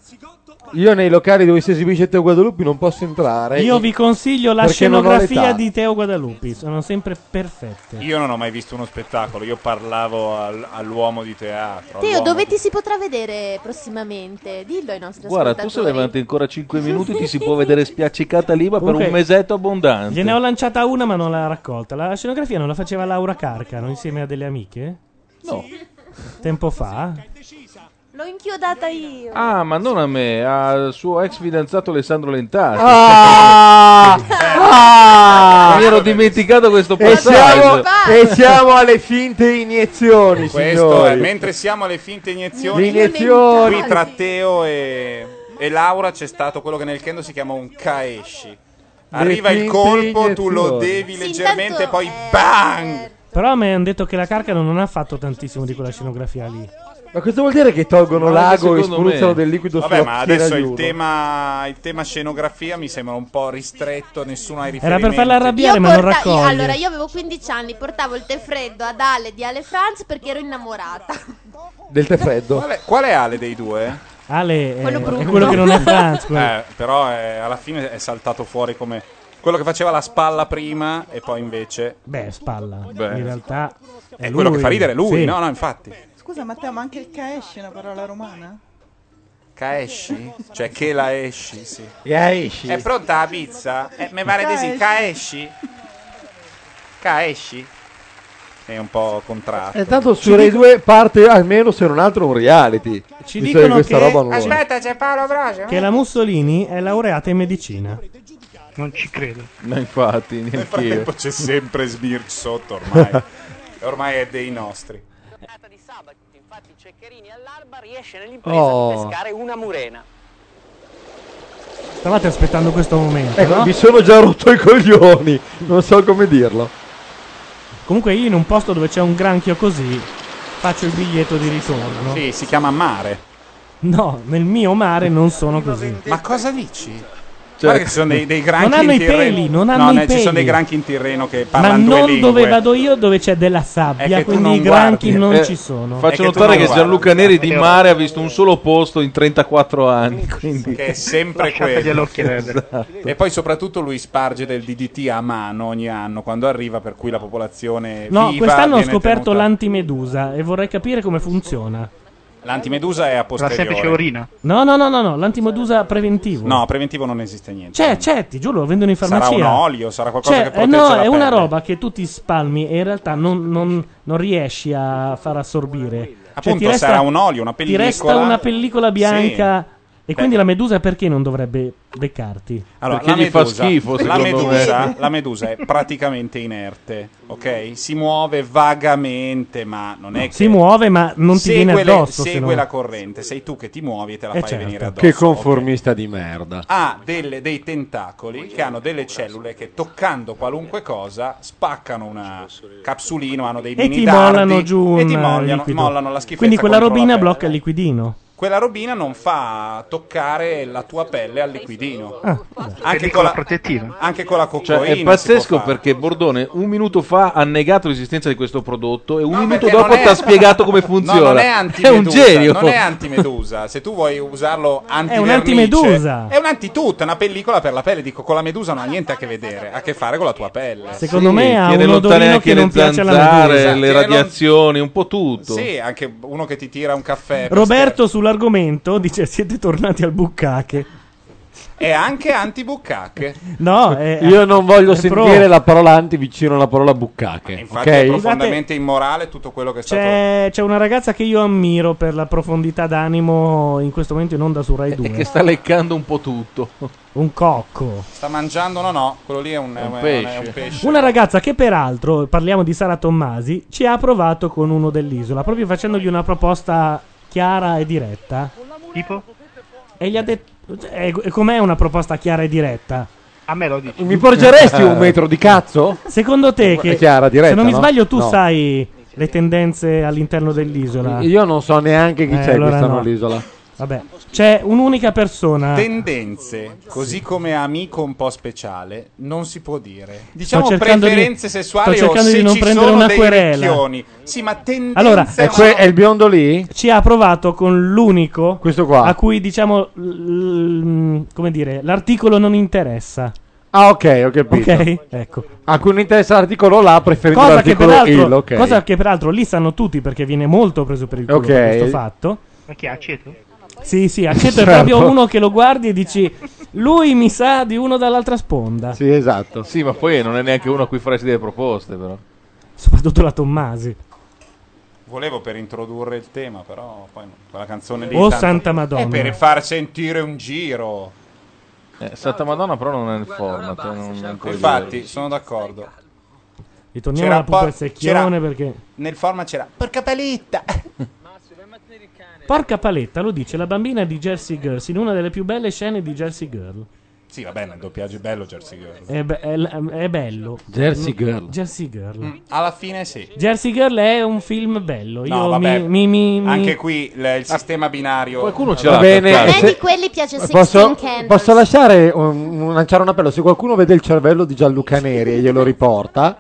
Speaker 11: Io nei locali dove si esibisce Teo Guadalupi non posso entrare.
Speaker 2: Io vi consiglio la
Speaker 11: Perché non ho
Speaker 2: scenografia
Speaker 11: l'età.
Speaker 2: di Teo Guadalupi, sono sempre perfette.
Speaker 3: Io non ho mai visto uno spettacolo, io parlavo al- all'uomo di teatro.
Speaker 6: Teo,
Speaker 3: all'uomo
Speaker 6: dove
Speaker 3: di-
Speaker 6: ti si potrà vedere prossimamente? Dillo ai nostri
Speaker 31: Guarda, tu se
Speaker 6: ascoltatori.
Speaker 31: avanti ancora 5 minuti ti si può vedere spiaccicata lì, ma per
Speaker 2: Comunque-
Speaker 31: un mesetto abbondante.
Speaker 2: Gliene ho lanciata una ma non l'ha raccolta. La scenografia non la faceva Laura Carcano insieme a delle amiche?
Speaker 31: No.
Speaker 2: Tempo fa?
Speaker 13: L'ho inchiodata io.
Speaker 31: Ah, ma non a me, al suo ex fidanzato Alessandro Lentati.
Speaker 11: Ah!
Speaker 31: Mi ero dimenticato questo
Speaker 11: E siamo,
Speaker 31: passaggio.
Speaker 11: e siamo alle finte iniezioni,
Speaker 3: Questo è,
Speaker 11: signori.
Speaker 3: mentre siamo alle finte iniezioni,
Speaker 11: Le iniezioni.
Speaker 3: qui tra Teo e, e Laura c'è stato quello che nel Kendo si chiama un Kaeshi. Arriva il
Speaker 2: finte
Speaker 3: colpo, tu lo
Speaker 2: iniezioni.
Speaker 3: devi leggermente, poi bang!
Speaker 2: Però a me hanno detto che la Carcano non ha fatto tantissimo di quella scenografia lì.
Speaker 11: Ma cosa vuol dire che tolgono l'ago e spruzzano del liquido
Speaker 3: Vabbè,
Speaker 11: sulla
Speaker 3: ma
Speaker 11: schiena
Speaker 3: adesso
Speaker 11: di
Speaker 3: il
Speaker 11: uno?
Speaker 3: tema, il tema scenografia mi sembra un po' ristretto, nessuno ha i
Speaker 2: Era per
Speaker 3: riferimenti.
Speaker 2: farla arrabbiare, ma non
Speaker 6: Porta- io-
Speaker 2: raccoglie.
Speaker 6: allora, io avevo 15 anni, portavo il tè freddo ad Ale di Ale France perché ero innamorata.
Speaker 11: Del tè freddo.
Speaker 3: Qual è, qual è Ale dei due?
Speaker 2: Ale è,
Speaker 6: Quello
Speaker 2: è
Speaker 6: brutto.
Speaker 2: quello che non è Franz. quello-
Speaker 3: Eh, però eh, alla fine è saltato fuori come quello che faceva la spalla prima e poi invece...
Speaker 2: Beh, spalla.
Speaker 3: Beh.
Speaker 2: In realtà è
Speaker 3: È quello
Speaker 2: lui.
Speaker 3: che fa ridere lui,
Speaker 2: Sì.
Speaker 3: no? No, infatti.
Speaker 29: Scusa Matteo, ma anche il cash è una parola romana?
Speaker 3: Caesci? Cioè che la esci, sì.
Speaker 11: Caesci.
Speaker 3: È pronta la pizza? Eh, mi pare di sì. Caesci? Caesci? È un po' contratto.
Speaker 11: E Eh, tanto su Rai 2 parte almeno se non altro un reality.
Speaker 2: Ci
Speaker 11: Mi sa
Speaker 2: dicono
Speaker 11: questa
Speaker 2: che-
Speaker 11: roba non
Speaker 2: Aspetta,
Speaker 3: c'è Paolo Brogio.
Speaker 2: Che la Mussolini è laureata in medicina.
Speaker 18: Non ci credo.
Speaker 31: Ma infatti,
Speaker 3: Nel
Speaker 31: neanch'io.
Speaker 3: frattempo c'è sempre Smirch sotto ormai. Ormai è dei nostri.
Speaker 11: Oh.
Speaker 17: una murena.
Speaker 2: Stavate aspettando questo momento.
Speaker 11: Ecco,
Speaker 2: no?
Speaker 11: mi sono già rotto i coglioni. Non so come dirlo.
Speaker 2: Comunque io in un posto dove c'è un granchio così faccio il biglietto di ritorno.
Speaker 3: Sì, si chiama mare.
Speaker 2: No, nel mio mare non sono così.
Speaker 3: Ma cosa dici?
Speaker 31: Cioè,
Speaker 3: Guarda che ci sono dei, dei granchi
Speaker 2: Non hanno
Speaker 3: in
Speaker 2: i
Speaker 3: Tirreno.
Speaker 2: peli, non hanno
Speaker 3: no,
Speaker 2: i
Speaker 3: ne- ci sono
Speaker 2: peli.
Speaker 3: dei granchi in Tirreno che
Speaker 2: Ma
Speaker 3: parlano due
Speaker 2: non
Speaker 3: lingue.
Speaker 2: dove vado io dove c'è della sabbia,
Speaker 3: che tu
Speaker 2: quindi
Speaker 3: non
Speaker 2: i granchi
Speaker 3: guardi.
Speaker 2: non
Speaker 3: Eh,
Speaker 2: ci sono.
Speaker 3: È che tu
Speaker 31: Faccio notare che
Speaker 3: non guardi. eh,
Speaker 31: Gianluca Neri di mare ha visto un solo posto in 34 anni. Quindi...
Speaker 3: Che è sempre quello.
Speaker 31: Lasciateglielo chiedere.
Speaker 3: E poi soprattutto lui sparge del DDT a mano ogni anno quando arriva, per cui la popolazione
Speaker 2: No,
Speaker 3: viva
Speaker 2: quest'anno ho
Speaker 3: viene
Speaker 2: scoperto
Speaker 3: tenuta-
Speaker 2: l'antimedusa e vorrei capire come funziona.
Speaker 3: l'antimedusa è a posteriori.
Speaker 2: semplice urina. No, no, no, no, no, l'antimedusa preventivo.
Speaker 3: No, preventivo non esiste niente.
Speaker 2: C'è, c'è, ti Cioè, giuro, lo vendono in
Speaker 3: Sarà
Speaker 2: farmacia.
Speaker 3: un olio, sarà qualcosa
Speaker 2: Cioè,
Speaker 3: che
Speaker 2: eh
Speaker 3: protegge
Speaker 2: no,
Speaker 3: la
Speaker 2: è una
Speaker 3: pelle.
Speaker 2: roba che tu ti spalmi e in realtà non, non- non riesci a far assorbire. Cioè,
Speaker 3: Appunto,
Speaker 2: ti resta-
Speaker 3: sarà un olio, una
Speaker 2: Ti
Speaker 3: pellicola.
Speaker 2: resta una pellicola bianca.
Speaker 3: Sì.
Speaker 2: E quindi la medusa perché non dovrebbe beccarti?
Speaker 3: Allora, la medusa, la medusa, la medusa è praticamente inerte, ok? Si muove vagamente, ma non è che
Speaker 2: Si muove, ma non ti
Speaker 3: Eh, segue,
Speaker 2: viene
Speaker 3: le-
Speaker 2: addosso. se
Speaker 3: segue
Speaker 2: no.
Speaker 3: la corrente, sei tu che ti muovi e te la
Speaker 2: Eh,
Speaker 3: fai
Speaker 2: certo.
Speaker 3: venire addosso. Ah.
Speaker 11: Che conformista di merda.
Speaker 3: ha delle- dei tentacoli che hanno delle cellule che toccando qualunque cosa spaccano una capsulino, hanno dei
Speaker 2: E
Speaker 3: mini
Speaker 2: ti
Speaker 3: dardi
Speaker 2: mollano giù
Speaker 3: e ti
Speaker 2: un
Speaker 3: mollano,
Speaker 2: liquido.
Speaker 3: mollano la schifezza.
Speaker 2: Quindi quella
Speaker 3: contro la
Speaker 2: robina
Speaker 3: pelle.
Speaker 2: blocca il liquidino.
Speaker 3: Quella robina non fa toccare la tua pelle al liquidino.
Speaker 2: Ah.
Speaker 3: Anche, con
Speaker 18: Pellicola
Speaker 3: la,
Speaker 18: protettiva.
Speaker 3: anche con la
Speaker 31: Cioè,
Speaker 3: cocaina.
Speaker 31: è
Speaker 3: si può
Speaker 31: pazzesco
Speaker 3: fare.
Speaker 31: perché Bordone un minuto fa ha negato l'esistenza di questo prodotto e un minuto
Speaker 3: perché
Speaker 31: dopo
Speaker 3: non è-
Speaker 31: ti ha spiegato come
Speaker 3: No, non
Speaker 31: funziona.
Speaker 3: è
Speaker 31: è un
Speaker 3: antimedusa,
Speaker 31: genio.
Speaker 3: Non è antimedusa. Se tu vuoi usarlo anti
Speaker 2: un'antimedusa.
Speaker 3: È un'antitut, una pellicola per la pelle. Dico, con la medusa non ha niente a che vedere, ha a che fare con la tua pelle.
Speaker 2: Secondo
Speaker 31: Sì,
Speaker 2: me ha
Speaker 31: tiene
Speaker 2: un
Speaker 31: lontane
Speaker 2: odorino
Speaker 31: anche
Speaker 2: che
Speaker 31: le
Speaker 2: non piace alla
Speaker 31: zanzare,
Speaker 2: medusa.
Speaker 31: le
Speaker 3: Tiene lon-
Speaker 31: radiazioni, un po' tutto.
Speaker 3: Sì, anche uno che ti tira un caffè. per
Speaker 2: Roberto sull'argomento dice siete tornati al buccache.
Speaker 3: scherzo. È anche antibucacche.
Speaker 2: No, è-
Speaker 11: Io non voglio
Speaker 2: è
Speaker 11: sentire
Speaker 2: pro.
Speaker 11: la parola anti vicino alla parola buccache.
Speaker 3: Infatti
Speaker 11: ok?
Speaker 3: è profondamente immorale tutto quello che è stato...
Speaker 2: C'è, c'è una ragazza che io ammiro per la profondità d'animo in questo momento in onda su Rai 2.
Speaker 31: Che sta leccando un po' tutto.
Speaker 2: Un cocco.
Speaker 3: Sta mangiando, no, no, quello lì è un, è un-
Speaker 31: pesce.
Speaker 3: è un pesce.
Speaker 2: Una ragazza che peraltro, parliamo di Sara Tommasi, ci ha provato con uno dell'isola, proprio facendogli una proposta chiara e diretta.
Speaker 18: Tipo?
Speaker 2: E gli ha detto... eh, com'è una proposta chiara e diretta?
Speaker 18: A me lo dici.
Speaker 11: Mi porgeresti un metro di cazzo?
Speaker 2: Secondo te
Speaker 11: È
Speaker 2: che...
Speaker 11: chiara, diretta,
Speaker 2: se non mi
Speaker 11: no?
Speaker 2: sbaglio tu
Speaker 11: No.
Speaker 2: sai le tendenze all'interno dell'isola.
Speaker 11: Io non so neanche chi
Speaker 2: Eh,
Speaker 11: c'è
Speaker 2: allora
Speaker 11: che sta
Speaker 2: no.
Speaker 11: all'isola.
Speaker 2: Vabbè, c'è un'unica persona...
Speaker 3: Tendenze, così come amico un po' speciale, non si può dire. Diciamo
Speaker 2: cercando
Speaker 3: preferenze
Speaker 2: di-
Speaker 3: sessuali
Speaker 2: sto
Speaker 3: o
Speaker 2: cercando
Speaker 3: se
Speaker 2: di non
Speaker 3: ci
Speaker 2: prendere
Speaker 3: sono
Speaker 2: una
Speaker 3: dei
Speaker 2: querela.
Speaker 3: ricchioni. Sì, ma tendenze...
Speaker 2: Allora,
Speaker 11: è, que- è il biondo lì?
Speaker 2: ci ha provato con l'unico
Speaker 11: Questo qua.
Speaker 2: a cui diciamo l- l- come dire l'articolo non interessa
Speaker 11: Ah, ok, ho capito. Ah,
Speaker 2: Ok, ecco.
Speaker 11: A cui non interessa l'articolo là, preferito
Speaker 2: cosa che,
Speaker 11: l'articolo il,
Speaker 2: peraltro,
Speaker 11: ok.
Speaker 2: cosa che peraltro lì sanno tutti perché viene molto preso per il culo
Speaker 11: Ok.
Speaker 2: per questo fatto
Speaker 18: Ma chi è aceto?
Speaker 2: sì sì accetto è
Speaker 11: Certo.
Speaker 2: proprio uno che lo guardi e dici lui mi sa di uno dall'altra sponda
Speaker 11: Sì, esatto.
Speaker 31: Sì, ma poi non è neanche uno a cui faresti delle proposte, però.
Speaker 2: soprattutto la Tommasi
Speaker 3: volevo per introdurre il tema, però poi no, quella canzone lì.
Speaker 11: Certo.
Speaker 2: Oh,
Speaker 3: tanto-
Speaker 2: Santa
Speaker 11: Eh,
Speaker 2: Madonna.
Speaker 3: È per far sentire un giro.
Speaker 31: Eh, Santa Madonna però non è il format. non- non puoi
Speaker 3: Infatti,
Speaker 31: dire.
Speaker 3: sono d'accordo.
Speaker 2: Ritorniamo
Speaker 3: C'era
Speaker 2: alla pupa
Speaker 3: po-
Speaker 2: del secchione
Speaker 3: c'era-
Speaker 2: perché.
Speaker 3: Nel format c'era. Porca palitta!
Speaker 2: Porca paletta, lo dice la bambina di Jersey Girls in una delle più belle scene di Jersey Girl.
Speaker 3: Sì, va bene, il doppiaggio è bello, Jersey Girl.
Speaker 2: È, be- è l- è bello.
Speaker 3: Jersey
Speaker 2: Mm,
Speaker 3: Girl.
Speaker 2: Jersey Girl.
Speaker 3: Alla fine sì.
Speaker 2: Jersey Girl è un film bello. Io
Speaker 3: No, vabbè.
Speaker 2: mi, mi, mi, mi-
Speaker 3: Anche qui l- il sistema binario.
Speaker 31: Qualcuno
Speaker 11: ce Va l'ha bene, per caso?
Speaker 6: A me di
Speaker 11: se-
Speaker 6: quelli piace
Speaker 11: Ma
Speaker 6: 16
Speaker 11: Posso,
Speaker 6: Candles.
Speaker 11: posso lasciare un, un- lanciare un appello? Se qualcuno vede il cervello di Gianluca Neri e glielo riporta,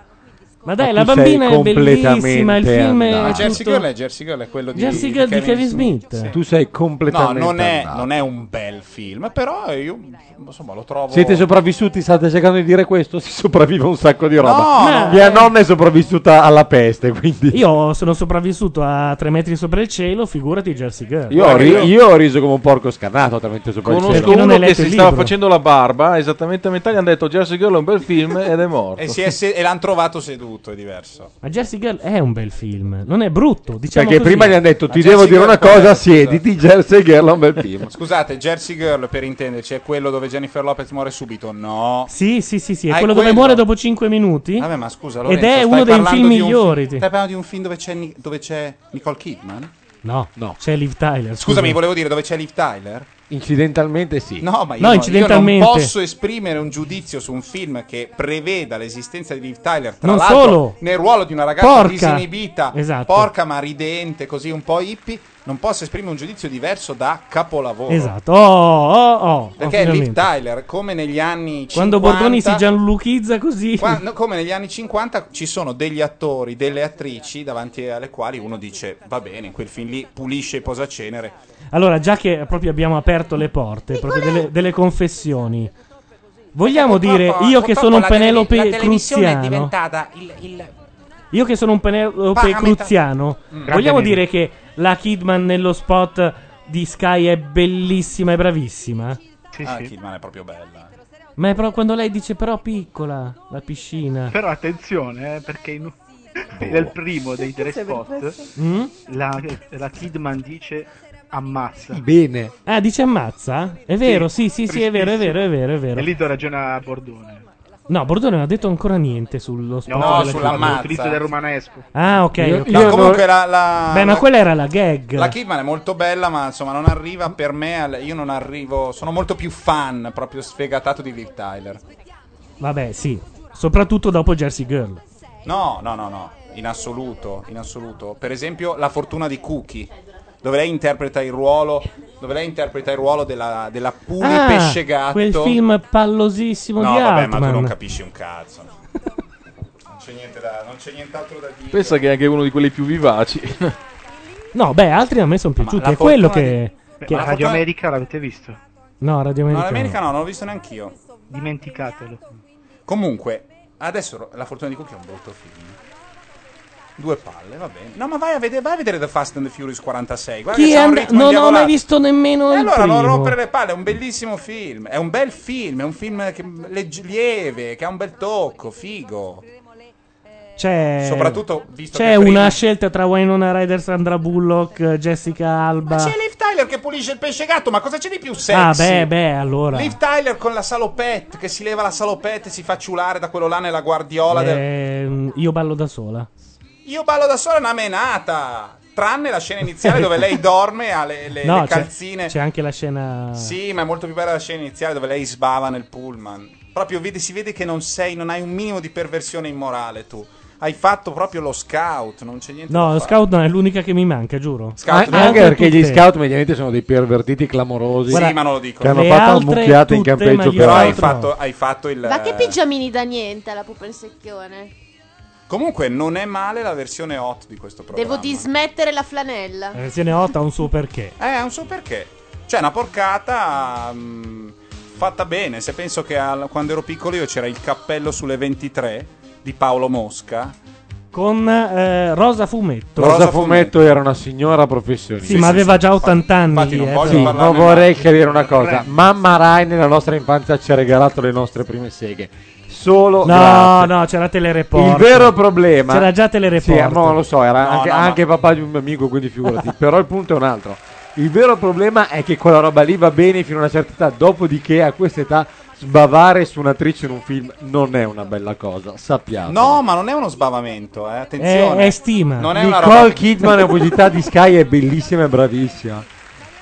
Speaker 2: Ma dai,
Speaker 11: tu
Speaker 2: la
Speaker 11: sei
Speaker 2: bambina è
Speaker 11: completamente
Speaker 2: bellissima. Il film è.
Speaker 11: andato.
Speaker 3: Ma Jersey
Speaker 2: tutto-
Speaker 3: Girl è Jersey Girl, è quello di
Speaker 2: Jersey Girl di Kevin Smith.
Speaker 3: Sì.
Speaker 11: tu sei
Speaker 3: No,
Speaker 11: completamente.
Speaker 3: non è,
Speaker 11: andato.
Speaker 3: non è un bel film, però io insomma lo trovo.
Speaker 11: Siete sopravvissuti? State cercando di dire questo? Si sopravvive un sacco di
Speaker 3: No,
Speaker 11: roba.
Speaker 2: no.
Speaker 11: Mia nonna è sopravvissuta alla peste, quindi.
Speaker 2: Io sono sopravvissuto a tre metri sopra il cielo, figurati Jersey Girl.
Speaker 11: Io ho, ri- io ho riso come un porco scannato, talmente sopravvissuto.
Speaker 2: Perché
Speaker 31: Conosco
Speaker 2: non
Speaker 31: uno
Speaker 2: hai
Speaker 31: che
Speaker 2: letto
Speaker 31: si
Speaker 2: il
Speaker 31: stava
Speaker 2: libro.
Speaker 31: facendo la barba esattamente a metà. Gli hanno detto Jersey Girl è un bel film ed Eh, è morto.
Speaker 3: E, Eh, si è se- e l'hanno trovato seduto, è diverso.
Speaker 2: Ma Jersey Girl è un bel film, non è brutto. Diciamo
Speaker 11: Perché
Speaker 2: così.
Speaker 11: prima gli hanno detto:
Speaker 3: Ma
Speaker 11: Ti
Speaker 3: Jersey
Speaker 11: devo dire
Speaker 3: Girl
Speaker 11: una
Speaker 3: qual è?
Speaker 11: cosa, siediti. Jersey Girl è un bel film.
Speaker 3: Scusate, Jersey Girl per intenderci è quello dove Jennifer Lopez muore subito? No.
Speaker 2: Sì, sì, sì, sì, è
Speaker 3: Ah, è
Speaker 2: quello dove
Speaker 3: quello?
Speaker 2: muore dopo 5 minuti.
Speaker 3: Vabbè, ma scusa,
Speaker 2: Ed
Speaker 3: Lorenzo,
Speaker 2: è
Speaker 3: stai
Speaker 2: uno dei
Speaker 3: parlando
Speaker 2: film
Speaker 3: di un
Speaker 2: migliori.
Speaker 3: Stai parlando di un film dove c'è, Ni- dove c'è Nicole Kidman?
Speaker 2: No, c'è Liv Tyler.
Speaker 3: Scusami,
Speaker 2: scusa.
Speaker 3: volevo dire dove c'è Liv Tyler?
Speaker 11: Incidentalmente sì.
Speaker 3: No, ma io,
Speaker 2: No,
Speaker 3: no-
Speaker 2: incidentalmente.
Speaker 3: io non posso esprimere un giudizio su un film che preveda l'esistenza di Liv Tyler, tra
Speaker 2: Non
Speaker 3: l'altro,
Speaker 2: solo.
Speaker 3: nel ruolo di una ragazza
Speaker 2: Porca.
Speaker 3: disinibita,
Speaker 2: Esatto.
Speaker 3: porca ma ridente, così un po' hippie. Non posso esprimere un giudizio diverso da capolavoro.
Speaker 2: Esatto. Oh, oh, oh.
Speaker 3: Perché
Speaker 2: oh,
Speaker 3: Liv
Speaker 2: finalmente.
Speaker 3: Tyler, come negli anni 50,
Speaker 2: Quando Bordoni si gianluchizza così.
Speaker 3: Qua- no, come negli anni 50 ci sono degli attori, delle attrici davanti alle quali uno dice va bene, in quel film lì pulisce e posacenere.
Speaker 2: Allora, già che proprio abbiamo aperto le porte, proprio delle, delle confessioni. Vogliamo dire, io che sono un Penelope Cruziano,
Speaker 13: il,
Speaker 2: io che sono un Penelope
Speaker 13: Paga metà.
Speaker 2: Cruziano,
Speaker 13: Mm. Grande
Speaker 2: vogliamo
Speaker 13: Neri.
Speaker 2: dire che la Kidman nello spot di Sky è bellissima e bravissima?
Speaker 3: ah, Kidman è proprio bella.
Speaker 2: Ma è però quando lei dice però piccola, la piscina.
Speaker 18: Però attenzione, eh, perché in...
Speaker 2: Boh.
Speaker 18: nel primo dei tre spot
Speaker 2: Mm?
Speaker 18: la, la Kidman dice ammazza.
Speaker 2: Bene. Ah, dice ammazza? È vero, sì, sì, sì, è vero, è vero, è vero, è
Speaker 18: E
Speaker 2: vero.
Speaker 18: lì do ragione a Bordone.
Speaker 2: No, Bordone non ha detto ancora niente sullo spot.
Speaker 18: No,
Speaker 2: della Kidman.
Speaker 18: sull'ammazza. L'utilizzo del romanesco.
Speaker 2: Ah, ok.
Speaker 3: Io-
Speaker 2: ok.
Speaker 3: io No, comunque la- la-
Speaker 2: Beh, ma
Speaker 3: la-
Speaker 2: quella era la gag.
Speaker 3: La Kidman è molto bella, ma insomma non arriva per me. al- Io non arrivo. Sono molto più fan, proprio sfegatato di Liv Tyler.
Speaker 2: Vabbè, sì. Soprattutto dopo Jersey Girl.
Speaker 3: No, no, no, no. In assoluto, in assoluto. Per esempio, La fortuna di Cookie. Dove lei interpreta il ruolo, dove lei interpreta il ruolo della, della puli
Speaker 2: ah,
Speaker 3: pesce gatto.
Speaker 2: quel film pallosissimo
Speaker 3: No,
Speaker 2: di
Speaker 3: vabbè, ma
Speaker 2: Altman.
Speaker 3: tu non capisci un cazzo. Non c'è, niente da- non c'è nient'altro da dire.
Speaker 31: Pensa che è anche uno di quelli più vivaci.
Speaker 2: No, beh, altri a me sono piaciuti.
Speaker 31: la
Speaker 2: È quello
Speaker 31: fortuna
Speaker 2: che...
Speaker 18: Beh,
Speaker 2: che-
Speaker 18: ma Radio America l'avete visto?
Speaker 2: No, Radio
Speaker 3: No,
Speaker 2: America.
Speaker 3: l'America no, non l'ho visto neanch'io.
Speaker 18: Dimenticatelo.
Speaker 3: Comunque, adesso La fortuna di Cookie è un brutto film. Due palle, va bene. No, ma vai a vedere, vai a vedere The Fast and the Furious 46. Guarda
Speaker 2: Chi
Speaker 3: che
Speaker 2: è
Speaker 3: c'ha un
Speaker 2: and-
Speaker 3: ritmo
Speaker 2: non ho mai
Speaker 3: indiavolato.
Speaker 2: visto
Speaker 3: E
Speaker 2: nemmeno il
Speaker 3: Eh, allora
Speaker 2: primo.
Speaker 3: non rompere le palle, è un bellissimo film. È un bel film, è un film che- legge- lieve, che ha un bel tocco, figo.
Speaker 2: C'è,
Speaker 3: Soprattutto visto
Speaker 2: c'è
Speaker 3: che prima-
Speaker 2: una scelta tra Winona Ryder, Sandra Bullock, Jessica Alba.
Speaker 3: Ma c'è Liv Tyler che pulisce il pesce gatto, ma cosa c'è di più sexy?
Speaker 2: ah, beh, beh, allora.
Speaker 3: Liv Tyler con la salopette, che si leva la salopette e si fa ciulare da quello là nella guardiola. del-
Speaker 2: Ehm, Io ballo da sola.
Speaker 3: Io ballo da sola è una menata. Tranne la scena iniziale dove lei dorme, ha le, le-
Speaker 2: no,
Speaker 3: le
Speaker 2: c'è-
Speaker 3: calzine.
Speaker 2: C'è, anche la scena.
Speaker 3: Sì, ma è molto più bella la scena iniziale dove lei sbava nel pullman. Proprio vedi- si vede che non sei, non hai un minimo di perversione immorale tu. Hai fatto proprio lo scout, non c'è niente
Speaker 2: No,
Speaker 3: da
Speaker 2: lo
Speaker 3: fare.
Speaker 2: scout non è l'unica che mi manca, giuro.
Speaker 3: Scout,
Speaker 2: Le
Speaker 3: no.
Speaker 11: Anche
Speaker 2: altre
Speaker 11: perché gli
Speaker 2: tutte-
Speaker 11: scout mediamente sono dei pervertiti clamorosi.
Speaker 3: Sì, ma non lo dico.
Speaker 11: Che hanno
Speaker 3: Le
Speaker 11: fatto
Speaker 3: altre
Speaker 11: ammucchiate in
Speaker 3: tutte,
Speaker 11: campeggio
Speaker 3: ma gli
Speaker 11: per
Speaker 3: altri
Speaker 11: altro.
Speaker 3: no. Hai fatto- hai fatto il-
Speaker 11: Eh.
Speaker 6: Ma che pigiamini da niente la pupa in secchione?
Speaker 3: Comunque non è male la versione hot di questo programma.
Speaker 6: Devo dismettere la flanella.
Speaker 2: La versione 8 ha un suo perché.
Speaker 3: Eh, ha un suo perché. Cioè, una porcata mm, fatta bene. Se penso che al- quando ero piccolo io c'era il cappello sulle 23 di Paolo Mosca.
Speaker 2: Con eh, Rosa Fumetto.
Speaker 11: Rosa Fumetto era una signora professionista.
Speaker 2: Sì, ma aveva già 80 anni. eh,
Speaker 11: Sì,
Speaker 2: però.
Speaker 11: ma vorrei chiarire una cosa. Mamma Rai nella nostra infanzia ci ha regalato le nostre prime seghe. solo
Speaker 2: No,
Speaker 11: grazie.
Speaker 2: no, c'era Telereport.
Speaker 11: Il vero problema
Speaker 2: C'era già Telereport.
Speaker 11: Sì, no, lo so, era
Speaker 2: No,
Speaker 11: anche,
Speaker 2: no,
Speaker 11: anche papà di un mio amico, quindi figurati. Però il punto è un altro. Il vero problema è che quella roba lì va bene fino a una certa età, dopodiché a questa età sbavare su un'attrice in un film non è una bella cosa, sappiamo.
Speaker 3: No, ma non è uno sbavamento, eh, attenzione.
Speaker 11: È- è
Speaker 2: stima.
Speaker 3: Non è una
Speaker 11: Nicole
Speaker 3: roba-
Speaker 11: Kidman è pubblicità di Sky è bellissima e bravissima.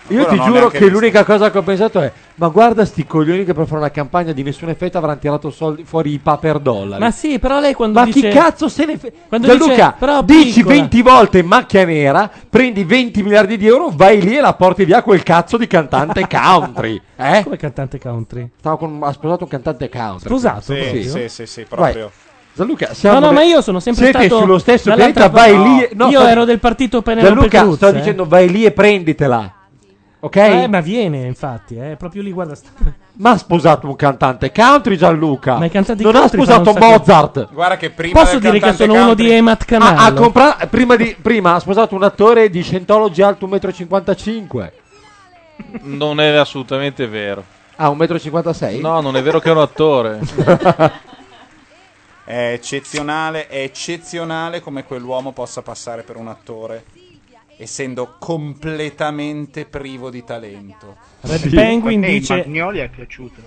Speaker 11: Io
Speaker 3: Ancora
Speaker 11: ti
Speaker 3: non ho
Speaker 11: giuro
Speaker 3: neanche
Speaker 11: che
Speaker 3: visto.
Speaker 11: l'unica cosa che ho pensato è: ma guarda sti coglioni che per fare una campagna di nessun effetto avranno tirato soldi fuori i paper dollari.
Speaker 2: Ma sì, però lei quando
Speaker 11: Ma
Speaker 2: dice
Speaker 11: chi cazzo se ne frega?
Speaker 2: Quando dice,
Speaker 11: Gianluca,
Speaker 2: però
Speaker 11: dici
Speaker 2: piccola.
Speaker 11: 20 volte macchia nera, prendi 20 miliardi di euro, vai lì e la porti via quel cazzo di cantante country. Eh?
Speaker 2: Come cantante country?
Speaker 11: Stavo con- ha sposato un cantante country.
Speaker 2: Sposato Sì,
Speaker 3: proprio? sì, sì, sì, proprio.
Speaker 11: Vai. Gianluca, siamo
Speaker 2: no, no,
Speaker 11: de-
Speaker 2: ma io sono sempre
Speaker 11: siete
Speaker 2: stato
Speaker 11: sullo stesso
Speaker 2: dall'altra
Speaker 11: pianeta, vai
Speaker 2: parte.
Speaker 11: lì. e-
Speaker 2: No,
Speaker 11: no,
Speaker 2: io
Speaker 11: sta-
Speaker 2: ero del partito Penelope
Speaker 11: Gianluca,
Speaker 2: Cruz.
Speaker 11: sto
Speaker 2: eh.
Speaker 11: dicendo vai lì e prenditela. Ok?
Speaker 2: Eh, ma viene, infatti, eh, proprio lì, guarda. sta-
Speaker 11: Ma ha sposato un cantante country Gianluca.
Speaker 2: Ma i cantanti
Speaker 11: non ha
Speaker 2: country fanno
Speaker 11: sposato
Speaker 2: un sacco-
Speaker 11: Mozart.
Speaker 3: Guarda che prima
Speaker 2: Posso
Speaker 3: del
Speaker 2: dire che
Speaker 3: cantante
Speaker 2: sono uno
Speaker 3: country-
Speaker 2: di Emat Canal.
Speaker 11: Ah, ha compra- prima, di- prima ha sposato un attore di Scientology alto 1,55 m.
Speaker 31: Non è assolutamente vero.
Speaker 11: Ah, 1,56 m?
Speaker 31: No, non è vero che è un attore.
Speaker 3: È eccezionale, è eccezionale come quell'uomo possa passare per un attore, essendo completamente privo di talento.
Speaker 2: Red Penguin
Speaker 18: A te
Speaker 2: dice-
Speaker 18: Il Eh, Magnoli è piaciuto.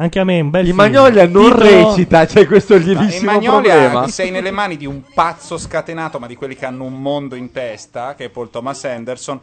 Speaker 2: Anche a me, è un bel
Speaker 11: In
Speaker 2: film.
Speaker 11: Magnolia non
Speaker 2: Titolo-
Speaker 11: recita, c'è questo
Speaker 3: Ma in
Speaker 11: lievissimo
Speaker 3: Magnolia
Speaker 11: problema.
Speaker 3: sei nelle mani di un pazzo scatenato, ma di quelli che hanno un mondo in testa, che è Paul Thomas Anderson,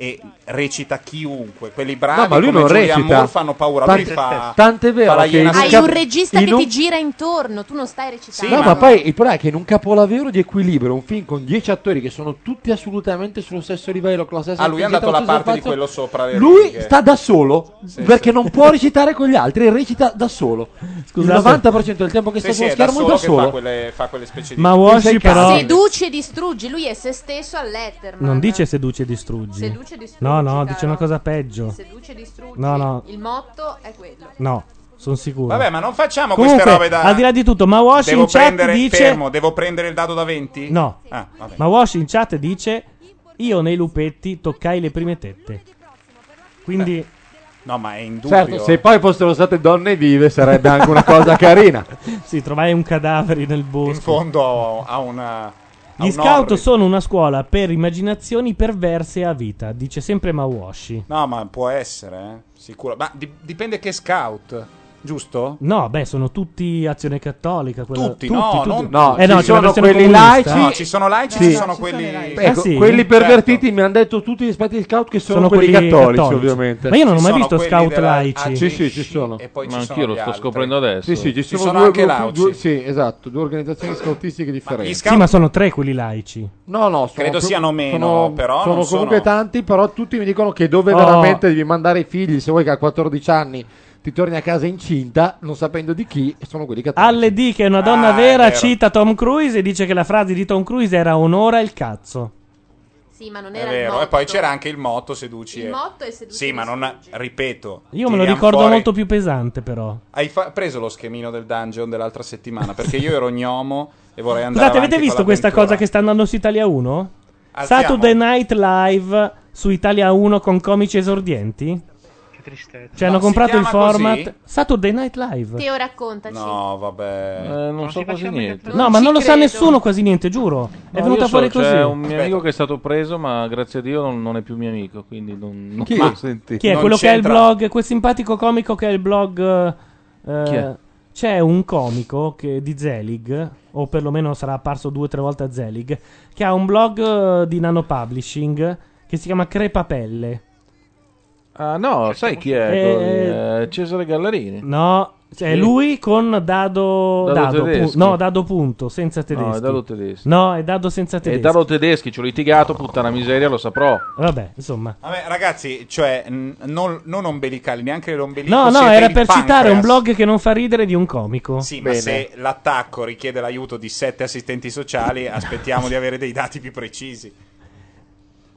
Speaker 3: e recita chiunque. Quelli bravi
Speaker 11: No, ma lui
Speaker 3: come
Speaker 11: non
Speaker 3: Julian
Speaker 11: recita.
Speaker 3: Moore fanno paura. Lui
Speaker 11: Tante-
Speaker 3: fa,
Speaker 11: tant'è vero
Speaker 3: fa la
Speaker 11: che
Speaker 3: iena
Speaker 11: in
Speaker 3: sera.
Speaker 6: Hai
Speaker 11: cap-
Speaker 6: un regista
Speaker 11: in
Speaker 6: che
Speaker 11: un-
Speaker 6: ti gira intorno, tu non stai recitando.
Speaker 11: no, ma poi il problema è che in un capolavoro di equilibrio, un film con 10 attori che sono tutti assolutamente sullo stesso livello, con la stessa
Speaker 3: Ah, lui è
Speaker 11: intensità,
Speaker 3: andato la
Speaker 11: lo stesso
Speaker 3: parte di
Speaker 11: spazio,
Speaker 3: quello sopra le
Speaker 11: Lui
Speaker 3: righe.
Speaker 11: sta da solo
Speaker 3: Sì,
Speaker 11: perché non può recitare con gli altri, recita da solo.
Speaker 2: Scusate.
Speaker 11: Il 90% del tempo che sta
Speaker 3: Sì, sì,
Speaker 11: sullo
Speaker 3: è da
Speaker 11: schermo
Speaker 3: solo
Speaker 11: è da
Speaker 3: che fa
Speaker 11: solo.
Speaker 3: quelle, fa quelle specie di...
Speaker 2: Ma Washi però
Speaker 6: Seduci e distruggi, lui è se stesso a Letterman.
Speaker 2: non dice seduce e distruggi.
Speaker 6: Seduce e distruggi,
Speaker 2: No, no,
Speaker 6: caro.
Speaker 2: dice una cosa peggio.
Speaker 6: Seduce e distruggi.
Speaker 2: No, no.
Speaker 6: Il motto è quello.
Speaker 2: No, sono sicuro.
Speaker 3: Vabbè, ma non facciamo
Speaker 2: Comunque,
Speaker 3: queste robe da...
Speaker 2: al di là di tutto, ma Washi
Speaker 3: Devo
Speaker 2: in chat
Speaker 3: prendere,
Speaker 2: dice
Speaker 3: fermo, devo prendere il dado da 20?
Speaker 2: No.
Speaker 3: Ah, vabbè.
Speaker 2: Ma Wash in chat dice io nei lupetti toccai le prime tette. Quindi
Speaker 3: No, ma è in dubbio.
Speaker 11: Certo, se poi fossero state donne vive sarebbe anche una cosa carina.
Speaker 2: sì, trovai un cadavere nel bosco.
Speaker 3: In fondo ha una... ha
Speaker 2: Gli
Speaker 3: un
Speaker 2: scout
Speaker 3: orrore.
Speaker 2: sono una scuola per immaginazioni perverse a vita, dice sempre Mawashi.
Speaker 3: No, ma può essere, eh, sicuro. Ma di- dipende che scout, giusto?
Speaker 2: No, beh, sono tutti azione cattolica. quella-
Speaker 3: Tutti, no, non
Speaker 11: No,
Speaker 2: Eh, no,
Speaker 11: ci
Speaker 2: c'è
Speaker 11: sono
Speaker 2: una versione
Speaker 11: quelli
Speaker 2: comunista.
Speaker 11: laici.
Speaker 3: No, ci sono laici, ci
Speaker 11: Sì.
Speaker 3: sono quelli...
Speaker 11: Ecco,
Speaker 2: Ah, sì?
Speaker 11: quelli
Speaker 2: Certo.
Speaker 11: pervertiti mi hanno detto tutti gli aspetti di scout che sono,
Speaker 2: Sono
Speaker 11: quelli,
Speaker 2: quelli
Speaker 11: cattolici,
Speaker 2: cattolici.
Speaker 11: ovviamente.
Speaker 2: Ma io non ho Ci mai sono visto quelli scout della laici.
Speaker 11: Ah, Sì, sì, ci sono.
Speaker 3: E poi
Speaker 31: Ma
Speaker 3: ci sono
Speaker 31: anch'io lo
Speaker 3: gli
Speaker 31: sto
Speaker 3: altri.
Speaker 31: scoprendo adesso.
Speaker 11: Sì, sì, ci
Speaker 3: Ci
Speaker 11: sono,
Speaker 3: sono
Speaker 11: due
Speaker 3: anche
Speaker 11: gruppi,
Speaker 3: laici.
Speaker 11: due- sì, esatto, due organizzazioni scoutistiche differenti.
Speaker 2: Sì, ma sono tre quelli laici.
Speaker 11: No, no, sono
Speaker 3: Credo
Speaker 11: più-
Speaker 3: siano meno,
Speaker 11: sono-
Speaker 3: però
Speaker 11: Sono
Speaker 3: non
Speaker 11: comunque
Speaker 3: sono-
Speaker 11: tanti, però tutti mi dicono che dove
Speaker 2: Oh.
Speaker 11: veramente devi mandare i figli, se vuoi che a 14 anni ti torni a casa incinta, non sapendo di chi, sono quelli cattolici.
Speaker 2: Alle D, che è una donna
Speaker 11: Ah, è
Speaker 2: vera,
Speaker 11: vero.
Speaker 2: cita Tom Cruise e dice che la frase di Tom Cruise era onora il cazzo.
Speaker 6: Sì, ma non
Speaker 3: È
Speaker 6: era il
Speaker 3: vero,
Speaker 6: motto.
Speaker 3: e poi c'era anche il motto seduci.
Speaker 6: Il
Speaker 3: e-
Speaker 6: motto è seduci
Speaker 3: Sì,
Speaker 6: e
Speaker 3: ma non... ripeto.
Speaker 2: Io me lo
Speaker 3: tiriamo
Speaker 2: ricordo
Speaker 3: fuori-
Speaker 2: molto più pesante, però.
Speaker 3: Hai fa- preso lo schemino del dungeon dell'altra settimana? Perché io ero gnomo e vorrei andare
Speaker 2: Scusate, avete
Speaker 3: avanti
Speaker 2: visto
Speaker 3: con
Speaker 2: questa
Speaker 3: l'avventura.
Speaker 2: cosa che sta andando su Italia 1?
Speaker 3: Alziamo.
Speaker 2: Saturday Night Live su Italia 1 con comici esordienti?
Speaker 18: Che tristezza.
Speaker 2: Cioè, hanno
Speaker 3: si
Speaker 2: comprato il
Speaker 3: chiama così?
Speaker 2: format Saturday Night Live.
Speaker 6: Teo raccontaci.
Speaker 3: No,
Speaker 2: Eh,
Speaker 3: vabbè.
Speaker 31: non so quasi niente.
Speaker 2: No, ma non lo sa nessuno quasi niente, giuro. È
Speaker 31: No,
Speaker 2: venuta
Speaker 31: io so,
Speaker 2: fuori così.
Speaker 31: C'è un mio amico che è stato preso, ma grazie a Dio non, non è più mio amico, quindi non, non
Speaker 2: Chi?
Speaker 31: l'ho sentito.
Speaker 2: Chi è quello che ha il blog? Quel simpatico comico che ha il blog. eh,
Speaker 31: Chi è?
Speaker 2: C'è un comico che- di Zelig, o perlomeno sarà apparso due o tre volte a Zelig, che ha un blog eh, di nano publishing che si chiama Crepapelle.
Speaker 31: Ah, no, sai chi è?
Speaker 2: Eh,
Speaker 31: quello lì? Eh, Cesare Gallarini.
Speaker 2: No, cioè
Speaker 31: Sì.
Speaker 2: lui con dado,
Speaker 31: Dado
Speaker 2: dado pu-
Speaker 31: tedesco.
Speaker 2: no, dado punto, senza tedesco.
Speaker 31: No, è dado tedesco.
Speaker 2: No, è dado senza
Speaker 31: E
Speaker 2: tedesco.
Speaker 31: Daro Tedeschi, ci ho litigato, puttana miseria, lo saprò.
Speaker 2: Vabbè, insomma.
Speaker 3: Vabbè, ragazzi, cioè, n- non, non ombelicali, neanche l'ombelico.
Speaker 2: No, no,
Speaker 3: siete
Speaker 2: era
Speaker 3: il
Speaker 2: per citare
Speaker 3: pancreas.
Speaker 2: un blog che non fa ridere di un comico.
Speaker 3: Sì, ma se l'attacco richiede l'aiuto di sette assistenti sociali, aspettiamo di avere dei dati più precisi.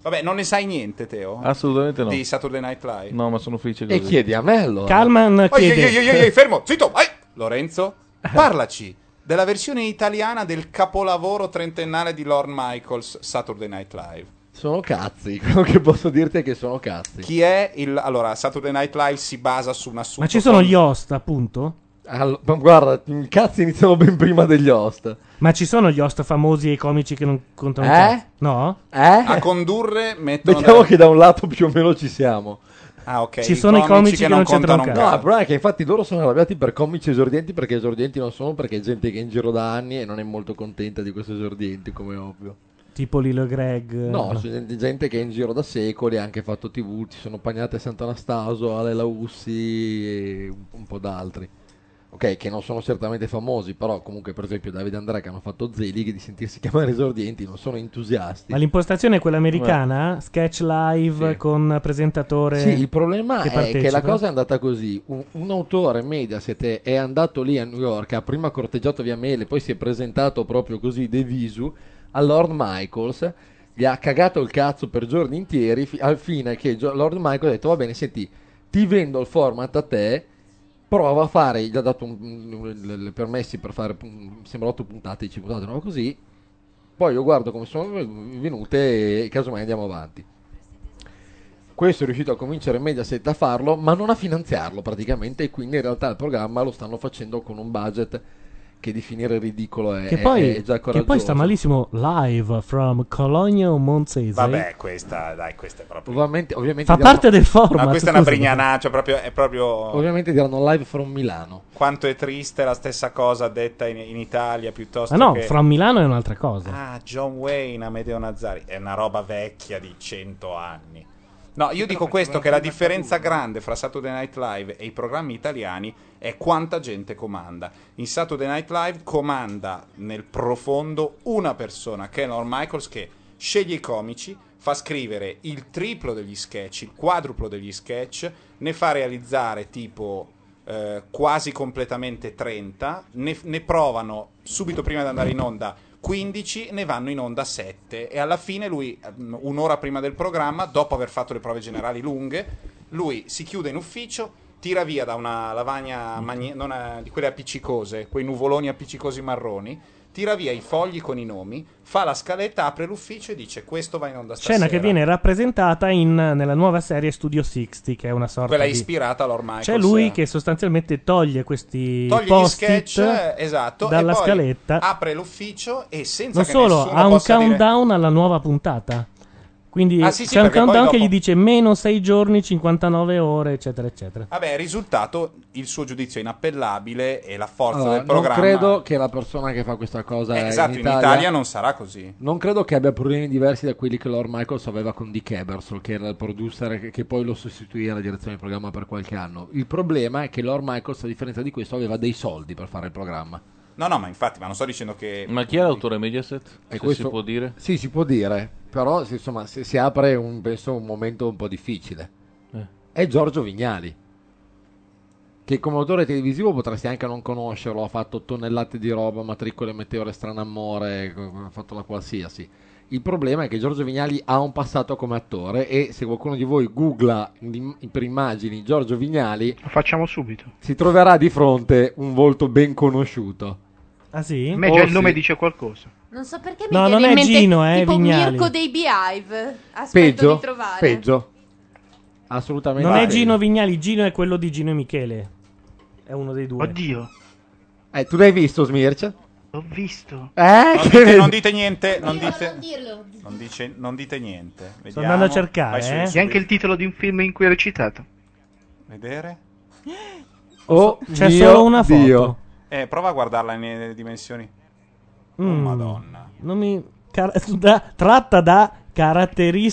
Speaker 3: Vabbè, non ne sai niente, Teo?
Speaker 31: Assolutamente no.
Speaker 3: Di Saturday Night Live.
Speaker 31: No, ma sono felice
Speaker 3: E
Speaker 31: così.
Speaker 3: chiedi
Speaker 11: a me allora.
Speaker 2: Calman
Speaker 3: Oi,
Speaker 2: chiede-
Speaker 3: oi, oi, oi, oi, fermo, zitto, vai! Lorenzo, parlaci della versione italiana del capolavoro trentennale di Lorne Michaels, Saturday Night Live.
Speaker 2: Ah.
Speaker 11: Sono cazzi, quello che posso dirti è che sono cazzi.
Speaker 3: Chi è il... Allora, Saturday Night Live si basa su un assunto...
Speaker 2: Ma ci sono
Speaker 3: con-
Speaker 2: gli host, appunto?
Speaker 11: Allo- ma guarda, i cazzi iniziano ben prima degli host.
Speaker 2: Ma ci sono gli host famosi e i comici che non contano?
Speaker 11: Eh?
Speaker 2: tanto? No?
Speaker 3: A condurre mettono...
Speaker 11: Vediamo
Speaker 3: delle-
Speaker 11: che da un lato più o meno ci siamo.
Speaker 3: Ah, ok.
Speaker 2: Ci sono i comici che non c'entrano un
Speaker 11: No,
Speaker 2: cazzo.
Speaker 11: il problema è che infatti loro sono arrabbiati per comici esordienti perché esordienti non sono, perché è gente che è in giro da anni e non è molto contenta di questi esordienti, come è ovvio.
Speaker 2: Tipo Lilo e Greg.
Speaker 11: No, c'è gente- gente che è in giro da secoli, ha anche fatto TV, ci sono Pagnate Sant'Anastasio, Ale Laussi e un, un po' d'altri. Ok, che non sono certamente famosi, però comunque per esempio Davide Andrea che hanno fatto Zelig di sentirsi chiamare esordienti, non sono entusiasti.
Speaker 2: Ma l'impostazione è quella americana? Sketch live con presentatore.
Speaker 11: Sì, il problema è che
Speaker 2: partecipa?
Speaker 11: la cosa è andata così. Un, un autore Mediaset è andato lì a New York, ha prima corteggiato via mail e poi si è presentato proprio così deviso a Lord Michaels. Gli ha cagato il cazzo per giorni interi, fi- al fine che Gio- Lord Michaels ha detto: Va bene, senti, ti vendo il format a te. Prova a fare, gli ha dato un- un- le- le permessi per fare, mm, sembra 8 puntate, 10 puntate, no? Così. Poi io guardo come sono venute e casomai andiamo avanti questo è riuscito a convincere Mediaset a farlo, ma non a finanziarlo praticamente, e quindi in realtà il programma lo stanno facendo con un budget che definire ridicolo è,
Speaker 2: Che
Speaker 11: è-
Speaker 2: poi,
Speaker 11: è già
Speaker 2: che poi sta
Speaker 11: coraggioso.
Speaker 2: malissimo live from Cologno Monzese.
Speaker 3: Vabbè, Eh, questa, dai, questa è proprio...
Speaker 11: Ovviamente, ovviamente
Speaker 2: Fa
Speaker 11: diranno-
Speaker 2: parte del format.
Speaker 3: Ma questa è una
Speaker 2: scusa.
Speaker 3: brignanaccia, proprio, è proprio...
Speaker 11: Ovviamente diranno live from Milano.
Speaker 3: Quanto è triste la stessa cosa detta in, in Italia piuttosto
Speaker 2: Ma no,
Speaker 3: che...
Speaker 2: from Milano è un'altra cosa.
Speaker 3: Ah, John Wayne, Amedeo Nazari, è una roba vecchia di 100 anni. No, io dico questo, che la differenza grande fra Saturday Night Live e i programmi italiani è quanta gente comanda. In Saturday Night Live comanda nel profondo una persona, che è Norm Michaels, che sceglie i comici, fa scrivere il triplo degli sketch, il quadruplo degli sketch, ne fa realizzare tipo eh, quasi completamente 30, ne, ne provano subito prima di andare in onda 15, ne vanno in onda 7 e alla fine lui, ehm, un'ora prima del programma, dopo aver fatto le prove generali lunghe, lui si chiude in ufficio, tira via da una lavagna
Speaker 2: Mm.
Speaker 3: magne- non è- di quelle appiccicose, quei nuvoloni appiccicosi marroni, tira via i fogli con i nomi, fa la scaletta, apre l'ufficio e dice questo va in onda stasera.
Speaker 2: Scena che viene rappresentata in- nella nuova serie Studio 60, che è una sorta
Speaker 3: Quella
Speaker 2: di...
Speaker 3: ispirata all'ormai.
Speaker 2: C'è lui che sostanzialmente toglie questi
Speaker 3: toglie gli
Speaker 2: post-it
Speaker 3: sketch, eh, esatto,
Speaker 2: dalla
Speaker 3: e poi
Speaker 2: scaletta.
Speaker 3: apre l'ufficio e senza
Speaker 2: Non
Speaker 3: che
Speaker 2: solo,
Speaker 3: nessuno
Speaker 2: ha un
Speaker 3: possa dire-
Speaker 2: countdown alla nuova puntata. Quindi
Speaker 3: Ah, sì, sì,
Speaker 2: c'è un
Speaker 3: perché poi
Speaker 2: countdown che
Speaker 3: dopo-
Speaker 2: gli dice meno 6 giorni, 59 ore, eccetera, eccetera.
Speaker 3: Vabbè, risultato, il suo giudizio è inappellabile e la forza
Speaker 11: Allora,
Speaker 3: del
Speaker 11: non
Speaker 3: programma...
Speaker 11: credo che la persona che fa questa cosa
Speaker 3: Eh, esatto, in Italia... non sarà così.
Speaker 11: Non credo che abbia problemi diversi da quelli che Lord Michaels aveva con Dick Ebersol, che era il producer che- che poi lo sostituì alla direzione del programma per qualche anno. Il problema è che Lord Michaels, a differenza di questo, aveva dei soldi per fare il programma.
Speaker 3: No, no, ma infatti, ma non sto dicendo che...
Speaker 31: Ma chi è l'autore Mediaset?
Speaker 11: E
Speaker 31: Se
Speaker 11: questo-
Speaker 31: si può dire?
Speaker 11: Sì, si può dire, però se- insomma, se si apre un, penso, un momento un po' difficile.
Speaker 31: Eh.
Speaker 11: È Giorgio Vignali, che come autore televisivo potresti anche non conoscerlo, ha fatto tonnellate di roba, matricole, meteore, strano amore, co- ha fatto la qualsiasi. Il problema è che Giorgio Vignali ha un passato come attore e se qualcuno di voi googla l'im- per immagini Giorgio Vignali...
Speaker 18: Lo facciamo subito.
Speaker 11: Si troverà di fronte un volto ben conosciuto.
Speaker 2: Ah sì?
Speaker 18: A me
Speaker 11: Oh,
Speaker 18: già il
Speaker 11: sì.
Speaker 18: nome dice qualcosa.
Speaker 21: Non so perché mi
Speaker 2: No,
Speaker 21: viene
Speaker 2: non
Speaker 21: in
Speaker 2: è
Speaker 21: mente
Speaker 2: Gino, eh,
Speaker 21: tipo
Speaker 2: Vignali.
Speaker 21: Mirko dei Beehive. Aspetto
Speaker 11: Peggio,
Speaker 21: di trovare.
Speaker 11: peggio. Assolutamente.
Speaker 2: Non è
Speaker 11: peggio.
Speaker 2: Gino Vignali, Gino è quello di Gino e Michele. È uno dei due.
Speaker 11: Oddio. Eh, tu l'hai visto Smirch?
Speaker 18: L'ho visto.
Speaker 11: Eh,
Speaker 3: Non
Speaker 11: che
Speaker 3: dite,
Speaker 11: vedi?
Speaker 3: non dite niente, non dite...
Speaker 21: dirlo.
Speaker 3: Non, dice- non dite niente. Vediamo.
Speaker 2: andando a cercare,
Speaker 3: Vai su
Speaker 2: eh.
Speaker 3: YouTube.
Speaker 18: E anche il titolo di un film in cui è recitato.
Speaker 3: Vedere?
Speaker 11: Oh,
Speaker 2: C'è
Speaker 11: mio
Speaker 2: solo una foto.
Speaker 11: Dio.
Speaker 3: Eh, prova a guardarla nelle dimensioni. Oh,
Speaker 2: Madonna. Mm. Non mi... car- da- tratta da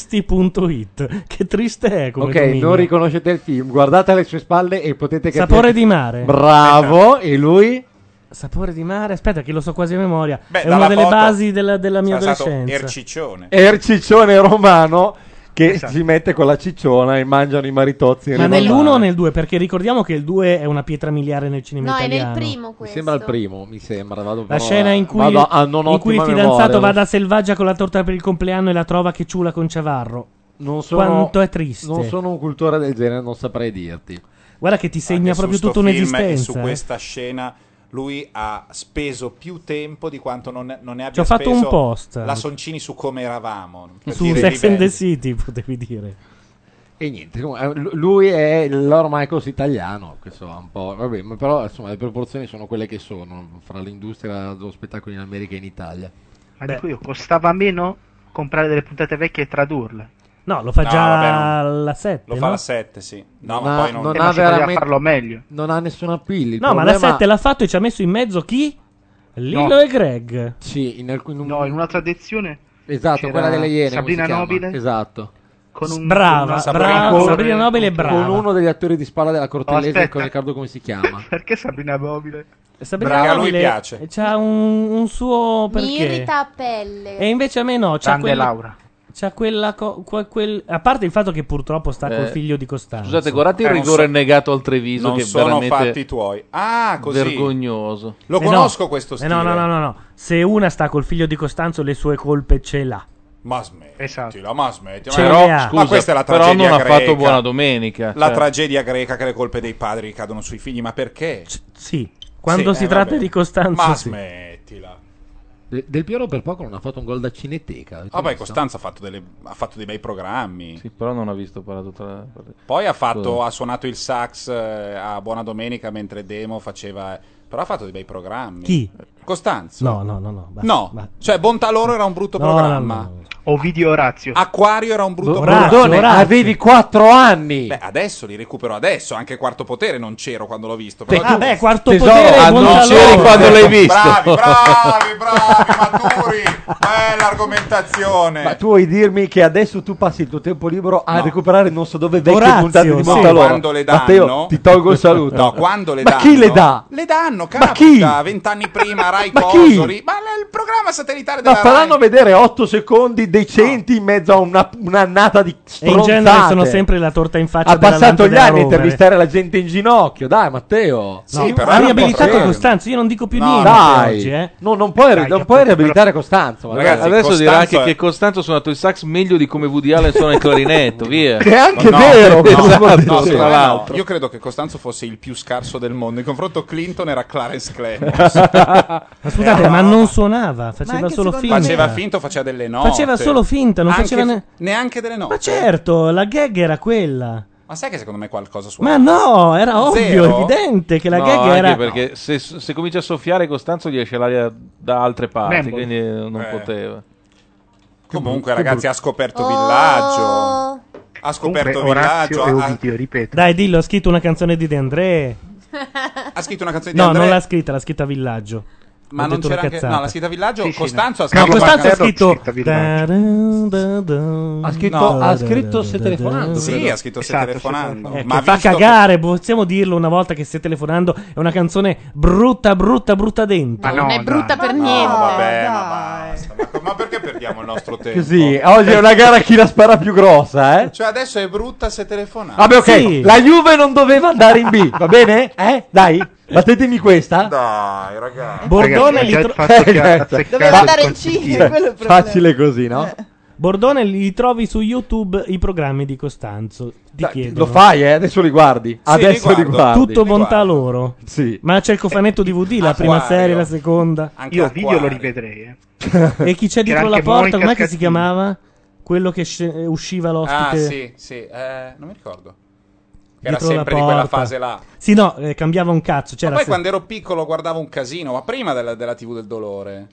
Speaker 2: caratteristi.it. Che triste è come
Speaker 11: Ok,
Speaker 2: dominio.
Speaker 11: non riconoscete il film, guardate alle sue spalle e potete capire.
Speaker 2: Sapore di mare. Esatto.
Speaker 11: Bravo, e lui?
Speaker 2: Sapore di mare, aspetta che lo so quasi a memoria.
Speaker 11: Beh,
Speaker 2: è una
Speaker 11: dalla
Speaker 2: delle
Speaker 11: foto
Speaker 2: basi della, della mia
Speaker 3: Sarà stato
Speaker 2: adolescenza.
Speaker 3: Erciccione.
Speaker 11: È il ciccione romano che si mette con la cicciona e mangiano i maritozzi. in
Speaker 2: Ma
Speaker 11: riva al
Speaker 2: nell'1 o
Speaker 11: mare.
Speaker 2: nel 2? Perché ricordiamo che il 2 è una pietra miliare nel cinema
Speaker 21: No, è
Speaker 2: italiano.
Speaker 21: nel primo
Speaker 11: Mi
Speaker 21: questo.
Speaker 11: sembra il primo, mi sembra. Vado
Speaker 2: La
Speaker 11: però-
Speaker 2: scena in cui,
Speaker 11: vado a non
Speaker 2: in cui il
Speaker 11: ottima
Speaker 2: fidanzato
Speaker 11: memoria.
Speaker 2: va da selvaggia con la torta per il compleanno e la trova che ciula con Ciavarro.
Speaker 11: Non sono-
Speaker 2: Quanto è triste.
Speaker 11: Non sono un cultore del genere, non saprei dirti.
Speaker 2: Guarda che ti segna
Speaker 3: E su
Speaker 2: proprio
Speaker 3: sto
Speaker 2: tutta
Speaker 3: film
Speaker 2: un'esistenza.
Speaker 3: E su
Speaker 2: eh.
Speaker 3: questa scena lui ha speso più tempo di quanto non, non ne abbia
Speaker 2: Ci ho fatto
Speaker 3: speso
Speaker 2: un post.
Speaker 3: la Soncini su come eravamo. per
Speaker 2: Su
Speaker 3: dire i
Speaker 2: Sex and
Speaker 3: livelli.
Speaker 2: the City, potevi dire.
Speaker 11: E niente, comunque, eh, lu- lui è l'or Michaels italiano, che so, un po', vabbè, ma però insomma le proporzioni sono quelle che sono fra l'industria dello spettacolo in America e in Italia.
Speaker 18: Ma dico io, costava meno comprare delle puntate vecchie e tradurle.
Speaker 2: No, lo fa
Speaker 18: No,
Speaker 2: già
Speaker 18: vabbè,
Speaker 3: non-
Speaker 2: alla 7.
Speaker 3: Lo
Speaker 2: no?
Speaker 3: fa alla 7, sì. No, ma
Speaker 11: ha-
Speaker 3: poi non,
Speaker 11: non
Speaker 18: Eh,
Speaker 11: ha
Speaker 18: ma si poteva
Speaker 11: veramente-
Speaker 18: farlo meglio.
Speaker 11: Non ha nessun appeal. il
Speaker 2: No, ma la
Speaker 11: problema-
Speaker 2: 7 l'ha fatto e ci ha messo in mezzo chi? Lillo
Speaker 11: No.
Speaker 2: e Greg.
Speaker 11: Sì, in alcuni
Speaker 18: No, in un'altra edizione
Speaker 11: Esatto,
Speaker 18: c'era
Speaker 11: quella delle Iene. come
Speaker 18: Sabrina
Speaker 11: si chiama?
Speaker 18: Nobile.
Speaker 11: Esatto.
Speaker 18: Con un-
Speaker 2: Brava, con una Sabrina brava, Nobile. Sabrina Nobile è brava.
Speaker 11: Con uno degli attori di spalla della cortellese,
Speaker 2: aspetta.
Speaker 11: con Riccardo come si chiama.
Speaker 18: Perché Sabrina Nobile?
Speaker 2: Sabrina Nobile C'ha un, un suo perché.
Speaker 6: Mi irrita a pelle.
Speaker 2: E invece a me no, c'ha
Speaker 6: Grande
Speaker 2: quella...
Speaker 6: Laura.
Speaker 2: C'ha quella co- que- quel- A parte il fatto che purtroppo sta col
Speaker 31: Eh,
Speaker 2: figlio di Costanzo.
Speaker 31: Scusate, guardate il
Speaker 2: Eh, non
Speaker 31: rigore
Speaker 2: so-
Speaker 31: negato al Treviso
Speaker 3: non
Speaker 31: che è
Speaker 3: sono
Speaker 31: veramente
Speaker 3: fatti tuoi. Ah, così.
Speaker 31: Vergognoso.
Speaker 3: Lo
Speaker 2: Eh,
Speaker 3: conosco
Speaker 2: no.
Speaker 3: questo
Speaker 2: Eh,
Speaker 3: stile.
Speaker 2: no, no, no, no, no. Se una sta col figlio di Costanzo, le sue colpe ce l'ha.
Speaker 3: Ma smettila, ma smettila.
Speaker 2: Ce
Speaker 3: ma,
Speaker 2: le ha.
Speaker 3: ma questa è la
Speaker 31: Però
Speaker 3: tragedia
Speaker 31: non ha
Speaker 3: greca.
Speaker 31: fatto buona domenica,
Speaker 3: La
Speaker 31: cioè.
Speaker 3: tragedia greca che le colpe dei padri cadono sui figli, ma perché?
Speaker 2: sì, quando si
Speaker 3: eh,
Speaker 2: tratta
Speaker 3: vabbè.
Speaker 2: di Costanzo,
Speaker 3: Ma
Speaker 2: sì.
Speaker 3: smettila.
Speaker 11: De- Del Piero per poco non ha fatto un gol da Cineteca.
Speaker 3: Ah, poi Costanza ha fatto, delle- ha fatto dei bei programmi.
Speaker 31: Sì, però non ha visto parlato tra...
Speaker 3: Poi ha, fatto,
Speaker 31: Cosa?
Speaker 3: ha suonato il sax eh, a Buona Domenica mentre Demo faceva. Però ha fatto dei bei programmi.
Speaker 2: Chi?
Speaker 3: Costanzo.
Speaker 2: No, no, no, no. basta,
Speaker 3: no,
Speaker 2: basta.
Speaker 3: cioè Bontà loro era un brutto
Speaker 2: No,
Speaker 3: programma.
Speaker 2: no,
Speaker 18: Ovidio Orazio.
Speaker 3: Acquario era un brutto
Speaker 11: Bo-
Speaker 3: programma.
Speaker 11: Bordone, avevi 4 anni.
Speaker 3: Beh, adesso li recupero adesso, anche quarto potere non c'ero quando l'ho visto.
Speaker 11: Te-
Speaker 3: Però
Speaker 11: Ah, beh, Quarto
Speaker 3: Tesoro,
Speaker 11: Potere e
Speaker 3: ah,
Speaker 11: Bontà
Speaker 3: non
Speaker 11: Loro.
Speaker 3: c'eri quando l'hai visto.
Speaker 11: Bravi, bravi,
Speaker 3: bravi, maturi. Bella argomentazione.
Speaker 11: Ma tu vuoi dirmi che adesso tu passi il tuo tempo libero a
Speaker 3: No.
Speaker 11: recuperare non so dove vecchie
Speaker 3: Orazio,
Speaker 11: puntate di
Speaker 3: sì.
Speaker 11: Montaloro?
Speaker 3: Quando le danno-
Speaker 11: Matteo, ti tolgo il saluto.
Speaker 3: No, quando le
Speaker 11: Ma
Speaker 3: danno-
Speaker 11: chi le dà?
Speaker 3: Le danno,
Speaker 11: Ma chi?
Speaker 3: capita, vent'anni prima Rai
Speaker 11: Ma chi?
Speaker 3: Cosoli, ma l- il programma satellitare
Speaker 11: Ma
Speaker 3: della Rai.
Speaker 11: faranno vedere 8 secondi decenti in mezzo a una, un'annata di
Speaker 2: E in
Speaker 11: stronzate.
Speaker 2: genere sono sempre la torta in faccia
Speaker 11: Ha
Speaker 2: della
Speaker 11: passato
Speaker 2: Lante
Speaker 11: gli
Speaker 2: della
Speaker 11: anni a
Speaker 2: Rovere.
Speaker 11: intervistare la gente in ginocchio. Dai, Matteo.
Speaker 2: No, ha riabilitato Costanzo, io non dico più
Speaker 11: No,
Speaker 2: niente
Speaker 11: dai.
Speaker 2: oggi, eh.
Speaker 11: No, non puoi,
Speaker 2: Dai,
Speaker 11: non
Speaker 2: ho
Speaker 11: puoi
Speaker 2: capito,
Speaker 11: riabilitare
Speaker 2: però-
Speaker 11: Costanzo. ma
Speaker 31: Ragazzi,
Speaker 11: dai.
Speaker 31: adesso dirà anche
Speaker 3: è-
Speaker 31: che Costanzo ha suonato il sax meglio di come Woody Allen suona il clarinetto, via.
Speaker 11: Che è anche
Speaker 31: No,
Speaker 11: vero, come ho
Speaker 31: esatto,
Speaker 11: detto.
Speaker 31: no,
Speaker 3: Secondo
Speaker 31: tra
Speaker 3: me no.
Speaker 31: l'altro.
Speaker 3: Io credo che Costanzo fosse il più scarso del mondo. In confronto Clinton era Clarence Clemens. ma
Speaker 2: Scusate, eh. ma non suonava, faceva solo finta.
Speaker 3: Faceva finto, faceva delle note.
Speaker 2: Faceva solo finta, non
Speaker 3: Anche
Speaker 2: faceva ne-
Speaker 3: neanche delle note.
Speaker 2: Ma certo, la gag era quella.
Speaker 3: Ma sai che secondo me qualcosa suona?
Speaker 2: Ma no, era ovvio,
Speaker 3: Zero?
Speaker 2: evidente che la
Speaker 31: no,
Speaker 2: gag
Speaker 31: anche
Speaker 2: era
Speaker 31: perché se, se comincia a soffiare Costanzo gli esce l'aria da altre parti,
Speaker 3: Mambo.
Speaker 31: quindi non
Speaker 3: Eh.
Speaker 31: poteva.
Speaker 3: Comunque, ragazzi, ha scoperto
Speaker 31: Oh.
Speaker 3: Villaggio. Ha
Speaker 31: Comunque,
Speaker 3: scoperto
Speaker 31: Orazio
Speaker 3: Villaggio.
Speaker 31: e
Speaker 3: Ha,
Speaker 18: Ovidio, ripeto.
Speaker 2: Dai, dillo, ha scritto una canzone di De André.
Speaker 3: ha scritto una canzone di
Speaker 2: No,
Speaker 3: André.
Speaker 2: non l'ha scritta, l'ha scritta Villaggio.
Speaker 3: Ma
Speaker 2: Ho
Speaker 3: non
Speaker 2: detto
Speaker 3: c'era
Speaker 2: una
Speaker 3: anche.
Speaker 2: cazzata.
Speaker 3: No, l'ha scritta Villaggio. Costanzo ha
Speaker 2: No,
Speaker 3: scritto.
Speaker 2: Costanzo ha
Speaker 3: Marcanza-
Speaker 2: scritto.
Speaker 11: Ha scritto, ha scritto se telefonando.
Speaker 3: Sì,
Speaker 11: credo.
Speaker 3: ha scritto se telefonando.
Speaker 2: Eh,
Speaker 3: ma
Speaker 2: che fa
Speaker 3: visto
Speaker 2: cagare, possiamo dirlo una volta che stai telefonando. È una canzone brutta, brutta, brutta dentro.
Speaker 3: Ma no, Non è brutta dai. per Ma no, niente. vabbè, ma basta. Ma perché perdiamo il nostro tempo?
Speaker 11: Così, oggi è una gara a chi la spara più grossa, eh?
Speaker 3: Cioè, adesso è brutta se telefonate.
Speaker 11: Vabbè, Ah, ok,
Speaker 3: Sì.
Speaker 11: la Juve non doveva andare in B, va bene? Eh? Dai, battetemi questa.
Speaker 3: Dai, ragazzi.
Speaker 2: Bordone li tro-
Speaker 11: Fa- Eh, Facile così, no?
Speaker 2: Bordone li trovi su YouTube i programmi di Costanzo. Ti chiedo.
Speaker 11: Lo fai, eh? Adesso li guardi. Adesso li guardi.
Speaker 2: Tutto bontà loro.
Speaker 11: Sì.
Speaker 2: Ma c'è il
Speaker 3: Eh,
Speaker 2: cofanetto DVD, la prima
Speaker 11: Acquario.
Speaker 2: serie, la seconda.
Speaker 18: Io Ovidio lo rivedrei. eh.
Speaker 2: E chi
Speaker 18: C'era
Speaker 2: c'è dietro la
Speaker 18: anche
Speaker 2: porta?
Speaker 18: Monica
Speaker 2: Com'è che si
Speaker 18: Scazzini.
Speaker 2: chiamava? Quello che sce- eh, usciva l'ospite.
Speaker 3: Ah, sì, sì. eh, non mi ricordo. Era
Speaker 2: dietro la
Speaker 3: sempre di quella
Speaker 2: porta.
Speaker 3: fase là.
Speaker 2: Sì, no, eh, cambiava un cazzo.
Speaker 3: Ma
Speaker 2: C'era
Speaker 3: poi
Speaker 2: se-
Speaker 3: quando ero piccolo guardavo un casino, ma prima della, della TV del dolore.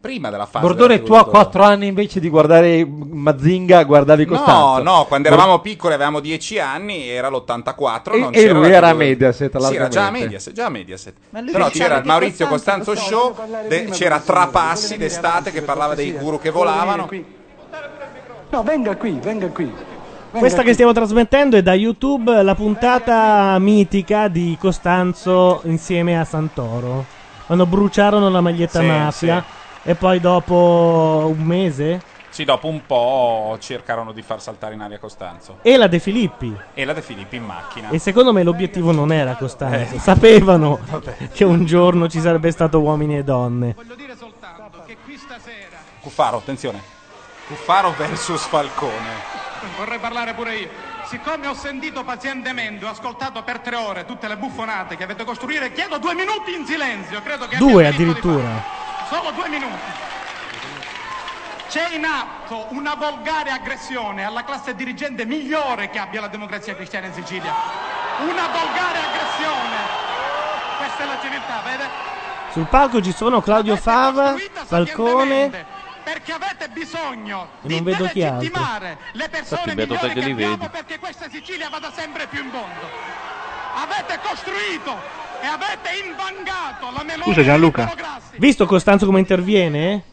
Speaker 3: Prima della fase
Speaker 11: Bordone,
Speaker 3: della TV
Speaker 11: tu a
Speaker 3: del dolore.
Speaker 11: 4 anni invece di guardare Mazinga, guardavi Costanzo.
Speaker 3: No, no, quando eravamo piccoli avevamo 10 anni, era l'84.
Speaker 11: E-
Speaker 3: non
Speaker 11: e
Speaker 3: c'era
Speaker 11: lui
Speaker 3: la
Speaker 11: era
Speaker 3: TV del-
Speaker 11: Mediaset,
Speaker 3: Sì, era già a
Speaker 11: largamente.
Speaker 3: Mediaset, già a Mediaset.
Speaker 11: Ma lui
Speaker 3: Però
Speaker 11: diceva
Speaker 3: c'era il
Speaker 11: che
Speaker 3: Maurizio
Speaker 11: Costanzo,
Speaker 3: Costanzo Show, de- c'era Trapassi d'estate che parlava dei
Speaker 11: eh.
Speaker 3: guru che volavano.
Speaker 38: No, venga qui, venga qui.
Speaker 2: Questa che stiamo trasmettendo è da YouTube la puntata mitica di Costanzo insieme a Santoro. Quando bruciarono la maglietta
Speaker 3: Sì,
Speaker 2: mafia e poi dopo un mese
Speaker 3: Sì, dopo un po' cercarono di far saltare in aria Costanzo.
Speaker 2: e la De Filippi.
Speaker 3: E la De Filippi in macchina.
Speaker 2: E secondo me l'obiettivo non era Costanzo,
Speaker 3: Eh.
Speaker 2: sapevano
Speaker 3: Vabbè.
Speaker 2: che un giorno ci sarebbe stato uomini e donne.
Speaker 3: Cuffaro, attenzione. Cuffaro versus Falcone.
Speaker 17: Vorrei parlare pure io. Siccome ho sentito pazientemente, ho ascoltato per tre ore tutte le buffonate che avete costruire, chiedo due minuti in silenzio. Credo che
Speaker 2: Due
Speaker 17: abbiate diritto di
Speaker 2: addirittura.
Speaker 17: farlo. Solo due minuti. C'è in atto una volgare aggressione alla classe dirigente migliore che abbia la democrazia cristiana in Sicilia. Una volgare aggressione. Questa è la civiltà, vede?
Speaker 2: Sul palco ci sono Claudio Fava, Falcone.
Speaker 17: Perché avete bisogno
Speaker 2: E non vedo chi altro.
Speaker 17: legittimare le persone
Speaker 2: Infatti, beato
Speaker 17: migliori
Speaker 2: te che
Speaker 17: che
Speaker 2: li
Speaker 17: abbiamo
Speaker 2: vedi.
Speaker 17: perché questa Sicilia vada sempre più in fondo. Avete costruito e avete invangato la memoria
Speaker 2: Scusa Gianluca. Visto Costanzo come interviene?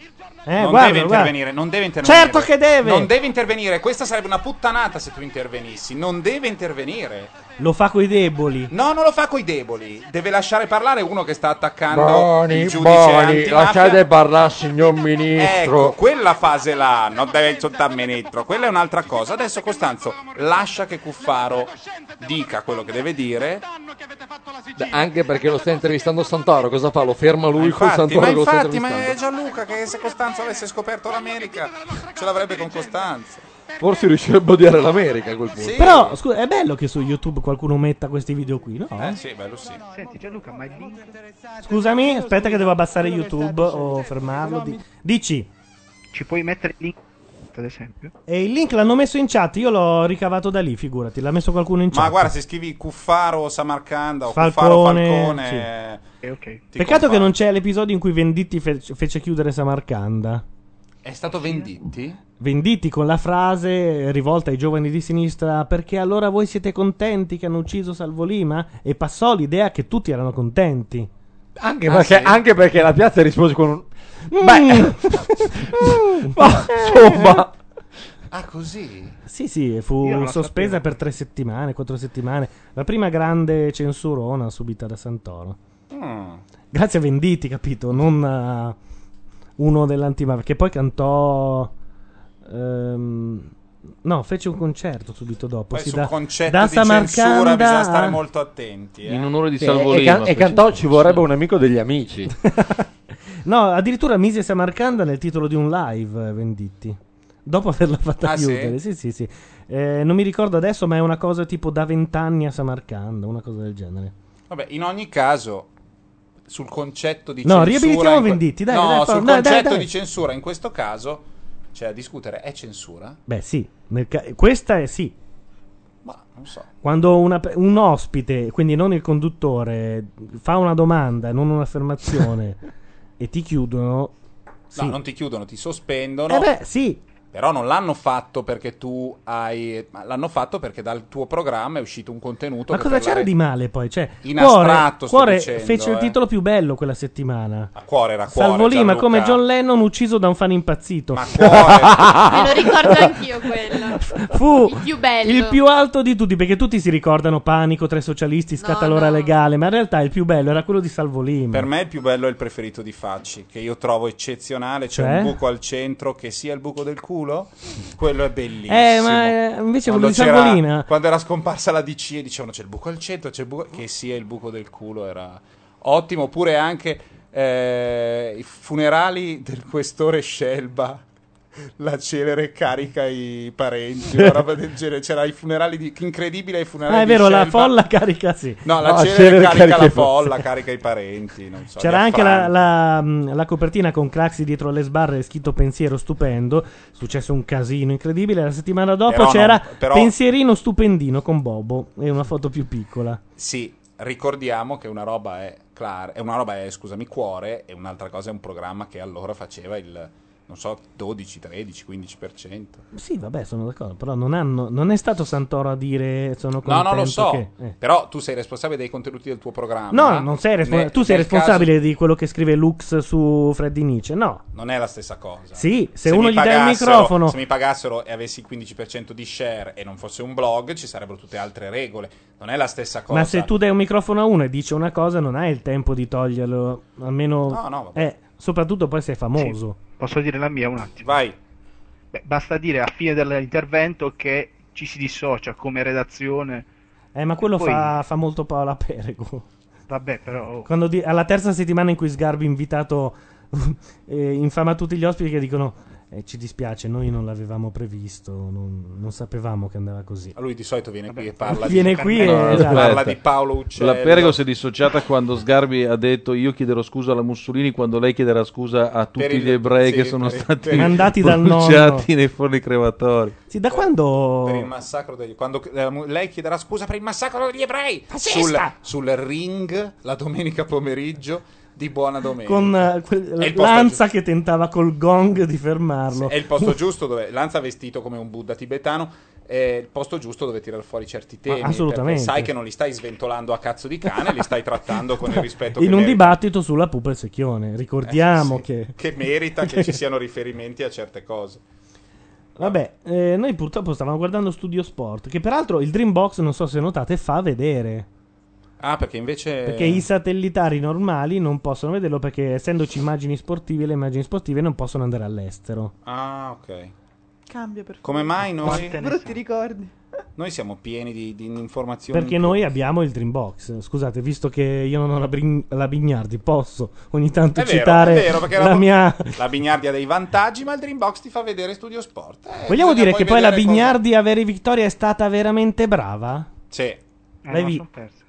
Speaker 2: Eh,
Speaker 3: non
Speaker 2: guarda,
Speaker 3: deve
Speaker 2: guarda.
Speaker 3: intervenire, non deve intervenire.
Speaker 2: Certo che deve.
Speaker 3: Non deve intervenire, questa sarebbe una puttanata se tu intervenissi. Non deve intervenire.
Speaker 2: Lo fa coi deboli.
Speaker 3: No, non lo fa coi deboli. Deve lasciare parlare uno che sta attaccando
Speaker 8: Buoni,
Speaker 3: il giudice
Speaker 8: buoni,
Speaker 3: antimafia.
Speaker 8: lasciate parlare, signor ministro.
Speaker 3: Ecco, quella fase là, non deve insultare ministro, quella è un'altra cosa. Adesso Costanzo lascia che Cuffaro dica quello che deve dire.
Speaker 11: Da- Anche perché lo sta intervistando Santoro, cosa fa? Lo ferma lui col
Speaker 3: Infatti, ma
Speaker 11: Santoro che lo sta
Speaker 3: infatti, ma
Speaker 11: intervistando.
Speaker 3: è Gianluca che se Costanzo avesse scoperto l'America ce l'avrebbe con Costanzo.
Speaker 11: Forse riuscirebbe a odiare l'America a quel punto.
Speaker 2: Però, scusa, è bello che su YouTube qualcuno metta questi video qui, no?
Speaker 3: Eh sì, bello sì.
Speaker 18: Senti Gianluca, ma il link...
Speaker 2: Scusami, aspetta che devo abbassare YouTube o fermarlo. Di- Dici.
Speaker 18: Ci puoi mettere il link, ad esempio?
Speaker 2: E il link l'hanno messo in chat, io l'ho ricavato da lì, figurati, l'ha messo qualcuno in chat.
Speaker 3: Ma guarda, se scrivi Cuffaro Samarcanda o Cuffaro
Speaker 2: Falcone,
Speaker 3: Falcone, eh,
Speaker 2: Eh,
Speaker 8: Eh,
Speaker 3: ti
Speaker 2: Peccato
Speaker 3: compare.
Speaker 2: che non c'è l'episodio in cui Venditti fe- fece chiudere Samarcanda.
Speaker 3: È stato Venditti?
Speaker 2: Venditti con la frase rivolta ai giovani di sinistra perché allora voi siete contenti che hanno ucciso Salvolima? E passò l'idea che tutti erano contenti.
Speaker 8: Anche,
Speaker 3: Ah,
Speaker 8: perché, anche perché la piazza rispose con un...
Speaker 2: Mm.
Speaker 8: Beh, ma, insomma...
Speaker 2: Eh.
Speaker 3: Ah, così?
Speaker 2: Sì, sì, fu
Speaker 3: Io non la
Speaker 2: sospesa per tre settimane, quattro settimane. La prima grande censurona subita da Santoro.
Speaker 3: Mm.
Speaker 2: Grazie a Venditti, capito? Non a uno dell'antimafia. Che poi cantò. ehm, no, fece un concerto subito dopo.
Speaker 3: Poi
Speaker 2: sì,
Speaker 3: sul
Speaker 2: da,
Speaker 3: concetto
Speaker 2: da
Speaker 3: di censura
Speaker 2: Samarcanda
Speaker 3: bisogna
Speaker 2: a-
Speaker 3: stare molto attenti. eh.
Speaker 31: In onore di
Speaker 8: Sì,
Speaker 31: Salvolino.
Speaker 8: e, can- e
Speaker 31: fece-
Speaker 8: cantò ci vorrebbe un amico degli amici.
Speaker 2: No, addirittura mise Samarcanda nel titolo di un live, eh, Venditti. Dopo averla fatta
Speaker 3: Ah, sì?
Speaker 2: chiudere, sì, sì, sì. Eh, non mi ricordo adesso, ma è una cosa tipo da vent'anni a Samarcanda, una cosa del genere.
Speaker 3: Vabbè, in ogni caso, sul concetto di censura...
Speaker 2: No, riabilitiamo
Speaker 3: in que-
Speaker 2: Venditti, dai,
Speaker 3: No,
Speaker 2: dai,
Speaker 3: sul
Speaker 2: dai, dai,
Speaker 3: concetto
Speaker 2: dai.
Speaker 3: di censura in questo caso c'è da discutere. È censura?
Speaker 2: Beh, sì, nel ca- questa è sì.
Speaker 3: Ma non so.
Speaker 2: Quando una pe- un ospite, quindi non il conduttore, fa una domanda, non un'affermazione, e ti chiudono... Sì.
Speaker 3: No, non ti chiudono, ti sospendono.
Speaker 2: Eh beh, sì.
Speaker 3: Però non l'hanno fatto perché tu hai... ma L'hanno fatto perché dal tuo programma è uscito un contenuto...
Speaker 2: Ma
Speaker 3: che
Speaker 2: cosa
Speaker 3: per la
Speaker 2: c'era
Speaker 3: re-
Speaker 2: di male poi? Cioè,
Speaker 3: In
Speaker 2: Cuore,
Speaker 3: astratto sto
Speaker 2: Cuore
Speaker 3: dicendo,
Speaker 2: fece il
Speaker 3: eh.
Speaker 2: titolo più bello quella settimana.
Speaker 3: A cuore era cuore,
Speaker 2: Salvolima
Speaker 3: Gianluca.
Speaker 2: come John Lennon ucciso da un fan impazzito. Ma
Speaker 3: cuore.
Speaker 6: Me lo ricordo anch'io quello.
Speaker 2: Fu
Speaker 6: Il più bello.
Speaker 2: il più alto di tutti, perché tutti si ricordano Panico, Tre Socialisti, Scatta l'ora legale, ma in realtà il più bello era quello di Salvolima.
Speaker 3: Per me il più bello è il preferito di Facci, che io trovo eccezionale. C'è
Speaker 2: Cioè?
Speaker 3: un buco al centro che sia il buco del culo. Quello è bellissimo.
Speaker 2: Eh, ma eh, invece quello
Speaker 3: Quando
Speaker 2: di
Speaker 3: c'era-
Speaker 2: Salvolina.
Speaker 3: Quando era scomparsa la DC e dicevano c'è il buco al centro, c'è il buco... Che sia il buco del culo era ottimo. Oppure anche eh, i funerali del questore Scelba. La celere carica i parenti, una roba del genere. C'era i funerali di. Incredibile, i funerali
Speaker 2: Ah, è
Speaker 3: di
Speaker 2: vero, la
Speaker 3: Scelba.
Speaker 2: folla carica sì.
Speaker 3: No, la
Speaker 2: No,
Speaker 3: celere,
Speaker 2: celere
Speaker 3: carica,
Speaker 2: carica
Speaker 3: la
Speaker 2: i parenti.
Speaker 3: folla, carica i parenti. non so,
Speaker 2: C'era
Speaker 3: li
Speaker 2: anche
Speaker 3: affranca.
Speaker 2: la, la, mh, la copertina con Craxi dietro alle sbarre, scritto pensiero stupendo. Successo un casino incredibile. La settimana dopo
Speaker 3: Però
Speaker 2: c'era
Speaker 3: non- però-
Speaker 2: pensierino stupendino con Bobo e una foto più piccola.
Speaker 3: Sì, ricordiamo che una roba è Clar- è una roba è, scusami, cuore e un'altra cosa è un programma che allora faceva il non so 12, 13, 15%.
Speaker 2: Sì, vabbè, sono d'accordo, però non, hanno, non è stato Santoro a dire
Speaker 3: No,
Speaker 2: sono contento
Speaker 3: no, lo so.
Speaker 2: che- eh.
Speaker 3: Però tu sei responsabile dei contenuti del tuo programma.
Speaker 2: No, non sei respons-
Speaker 3: Ne-
Speaker 2: tu sei
Speaker 3: nel
Speaker 2: responsabile di quello che scrive Lux su Freddy Nietzsche. No,
Speaker 3: caso non è la stessa cosa.
Speaker 2: Sì, se uno
Speaker 3: mi
Speaker 2: gli dà il
Speaker 3: pagassero-
Speaker 2: microfono-
Speaker 3: Se mi pagassero e avessi il 15% di share e non fosse un blog, ci sarebbero tutte altre regole. Non è la stessa cosa.
Speaker 2: ma se tu dai un microfono a uno e dici una cosa, non hai il tempo di toglierlo. Almeno,
Speaker 3: No, no, vabbè.
Speaker 2: Eh, soprattutto poi sei famoso.
Speaker 18: Posso dire la mia un attimo?
Speaker 3: Vai.
Speaker 18: Beh, basta dire a fine dell'intervento che ci si dissocia come redazione.
Speaker 2: Eh, ma quello
Speaker 18: Poi-
Speaker 2: fa, fa molto Paola Perego.
Speaker 18: Vabbè, però... oh,
Speaker 2: Quando di- alla terza settimana in cui Sgarbi invitato eh, infama tutti gli ospiti che dicono Eh, ci dispiace, noi non l'avevamo previsto, non, non sapevamo che andava così.
Speaker 3: Lui di solito viene qui e parla
Speaker 2: Viene
Speaker 3: di
Speaker 2: qui
Speaker 3: eh,
Speaker 2: e- esatto.
Speaker 3: parla di Paolo Uccello.
Speaker 31: La Perego si è dissociata quando Sgarbi ha detto io chiederò scusa alla Mussolini quando lei chiederà scusa a tutti
Speaker 2: il-
Speaker 31: gli ebrei
Speaker 2: sì,
Speaker 31: che sono
Speaker 2: per il-
Speaker 31: stati
Speaker 2: per- Mandati dal
Speaker 31: bruciati
Speaker 2: nonno.
Speaker 31: nei forni crematori.
Speaker 2: Sì, da quando...
Speaker 3: Per il massacro degli... Quando eh, mu- lei chiederà scusa per il massacro degli ebrei sul,
Speaker 2: Fascista!
Speaker 3: sul ring la domenica pomeriggio di Buona Domenica.
Speaker 2: con eh,
Speaker 3: È
Speaker 2: quel-
Speaker 3: il posto
Speaker 2: l'anza che tentava col gong di fermarlo.
Speaker 3: È il posto giusto dove Lanza vestito come un Buddha tibetano. È il posto giusto dove tirare fuori certi temi. perché
Speaker 2: assolutamente.
Speaker 3: Sai che non li stai sventolando a cazzo di cane, li stai trattando con il rispetto che
Speaker 2: in un
Speaker 3: merita. Eh,
Speaker 2: dibattito sulla pupa e il secchione. Ricordiamo che...
Speaker 3: che merita che ci siano riferimenti a certe cose.
Speaker 2: Vabbè, eh, noi purtroppo stavamo guardando Studio Sport, che peraltro il Dreambox, non so se notate, fa vedere.
Speaker 3: Ah, perché invece.
Speaker 2: Perché i satellitari normali non possono vederlo perché essendoci immagini sportive, le immagini sportive non possono andare all'estero.
Speaker 3: Ah, ok.
Speaker 29: Cambia per
Speaker 3: Come mai noi.
Speaker 29: Brutti ricordi.
Speaker 3: Noi siamo pieni di, di informazioni.
Speaker 2: Perché noi abbiamo il Dreambox. Scusate, visto che io non ho la, Brin- la Bignardi, posso ogni tanto
Speaker 3: È vero,
Speaker 2: citare
Speaker 3: è vero, perché
Speaker 2: la mia.
Speaker 3: la Bignardi ha dei vantaggi, ma il Dreambox ti fa vedere Studio Sport. Eh,
Speaker 2: Vogliamo
Speaker 3: bisogna
Speaker 2: dire che poi la
Speaker 3: vedere
Speaker 2: Bignardi a Veri Vittoria è stata veramente brava?
Speaker 3: cosa- Sì.
Speaker 18: Eh,
Speaker 2: L'hai vi-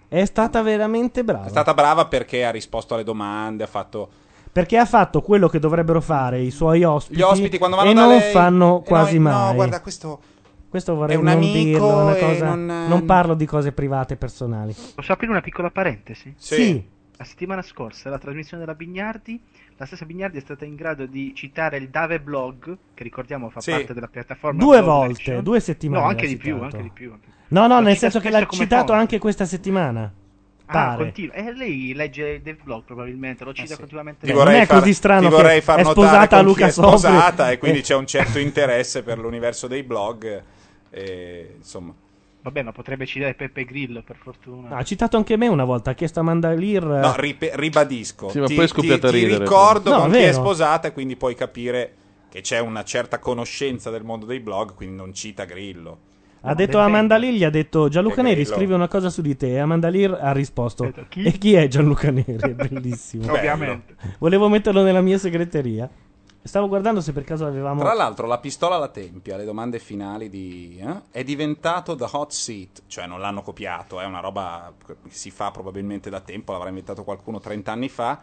Speaker 2: È stata veramente brava.
Speaker 3: È stata brava perché ha risposto alle domande, ha fatto...
Speaker 2: Perché ha fatto quello che dovrebbero fare i suoi ospiti.
Speaker 3: Gli ospiti quando vanno
Speaker 2: e
Speaker 3: da
Speaker 2: non
Speaker 3: lei-
Speaker 2: fanno
Speaker 3: eh,
Speaker 2: quasi
Speaker 3: no,
Speaker 2: mai.
Speaker 3: No, guarda, questo...
Speaker 2: Questo vorrei
Speaker 3: è un
Speaker 2: non
Speaker 3: amico
Speaker 2: dirlo, una
Speaker 3: e
Speaker 2: cosa-
Speaker 3: non-
Speaker 2: non parlo di cose private e personali.
Speaker 18: Posso aprire una piccola parentesi?
Speaker 2: Sì. Sì.
Speaker 18: La settimana scorsa, la trasmissione della Bignardi, la stessa Bignardi è stata in grado di citare il Dave Blog, che ricordiamo fa
Speaker 2: Sì.
Speaker 18: parte della piattaforma.
Speaker 2: Due
Speaker 18: Blog
Speaker 2: volte,
Speaker 18: Nation.
Speaker 2: due settimane
Speaker 18: No, anche
Speaker 2: l'ha
Speaker 18: di più,
Speaker 2: citato.
Speaker 18: anche di più. anche di più.
Speaker 2: No, no,
Speaker 18: Lo
Speaker 2: nel
Speaker 18: cita
Speaker 2: senso che
Speaker 18: spesso
Speaker 2: l'ha
Speaker 18: come
Speaker 2: citato
Speaker 18: fonte.
Speaker 2: anche questa settimana.
Speaker 18: Ah,
Speaker 2: Pare.
Speaker 18: continua. E lei legge il Dave Blog probabilmente, lo cita continuamente.
Speaker 2: Eh Ti vorrei Non è far- così strano
Speaker 3: Ti
Speaker 2: che
Speaker 3: vorrei far
Speaker 2: è
Speaker 3: notare
Speaker 2: sposata
Speaker 3: con
Speaker 2: a Luca
Speaker 3: chi è
Speaker 2: Sobri.
Speaker 3: sposata e quindi
Speaker 2: Eh.
Speaker 3: c'è un certo interesse per l'universo dei blog. E, insomma,
Speaker 18: Vabbè, ma potrebbe citare Peppe Grillo, per fortuna.
Speaker 2: Ha citato anche me una volta, ha chiesto a Mandalir.
Speaker 3: no, ripe- ribadisco.
Speaker 2: Eh. Sì, ma
Speaker 3: ti,
Speaker 2: poi è
Speaker 3: ti-
Speaker 2: scoppiato a
Speaker 3: ti
Speaker 2: ridere.
Speaker 3: ricordo
Speaker 2: No,
Speaker 3: con
Speaker 2: vero.
Speaker 3: chi è sposata e quindi puoi capire che c'è una certa conoscenza del mondo dei blog, quindi non cita Grillo.
Speaker 2: ha detto a Mandalir, gli ha detto Gianluca
Speaker 3: Eh,
Speaker 2: Neri
Speaker 3: Grillo.
Speaker 2: scrive una cosa su di te. E Mandalir ha risposto:
Speaker 3: chi?
Speaker 2: E chi è Gianluca Neri? È bellissimo.
Speaker 3: Ovviamente.
Speaker 2: Volevo metterlo nella mia segreteria. Stavo guardando se per caso avevamo.
Speaker 3: Tra l'altro, la pistola alla tempia, le domande finali di. eh, è diventato The Hot Seat, cioè non l'hanno copiato, è una roba che si fa probabilmente da tempo, l'avrà inventato qualcuno 30 anni fa.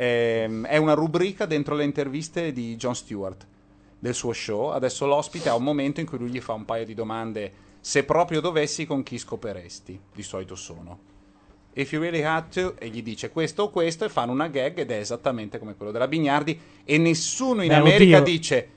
Speaker 3: Ehm, è una rubrica dentro le interviste di Jon Stewart del suo show. Adesso l'ospite ha un momento in cui lui gli fa un paio di domande. Se proprio dovessi, con chi scoperesti? Di solito sono. If you really had to, e gli dice questo o questo, e fanno una gag ed è esattamente come quello della Bignardi. E nessuno in
Speaker 2: Beh,
Speaker 3: America
Speaker 2: oddio.
Speaker 3: dice.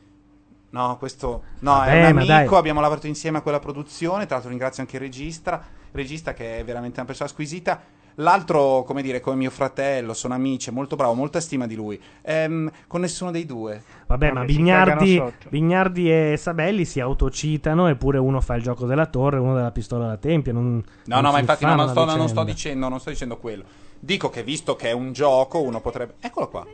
Speaker 3: No, questo no,
Speaker 2: Vabbè,
Speaker 3: è un
Speaker 2: ma
Speaker 3: amico,
Speaker 2: dai.
Speaker 3: abbiamo lavorato insieme a quella produzione, tra l'altro ringrazio anche il regista, il regista che è veramente una persona squisita. L'altro, come dire, come mio fratello, sono amici, è molto bravo, molta stima di lui. Ehm, con nessuno dei due.
Speaker 2: Vabbè, ma Bignardi, Bignardi e Sabelli si autocitano, eppure uno fa il gioco della torre, uno della pistola alla tempia. non-
Speaker 3: No,
Speaker 2: non
Speaker 3: no, ma
Speaker 2: si
Speaker 3: infatti no,
Speaker 2: fanno
Speaker 3: non,
Speaker 2: la
Speaker 3: sto, non sto
Speaker 2: vicenda.
Speaker 3: dicendo, non sto dicendo quello. Dico che visto che è un gioco, uno potrebbe. Eccolo qua.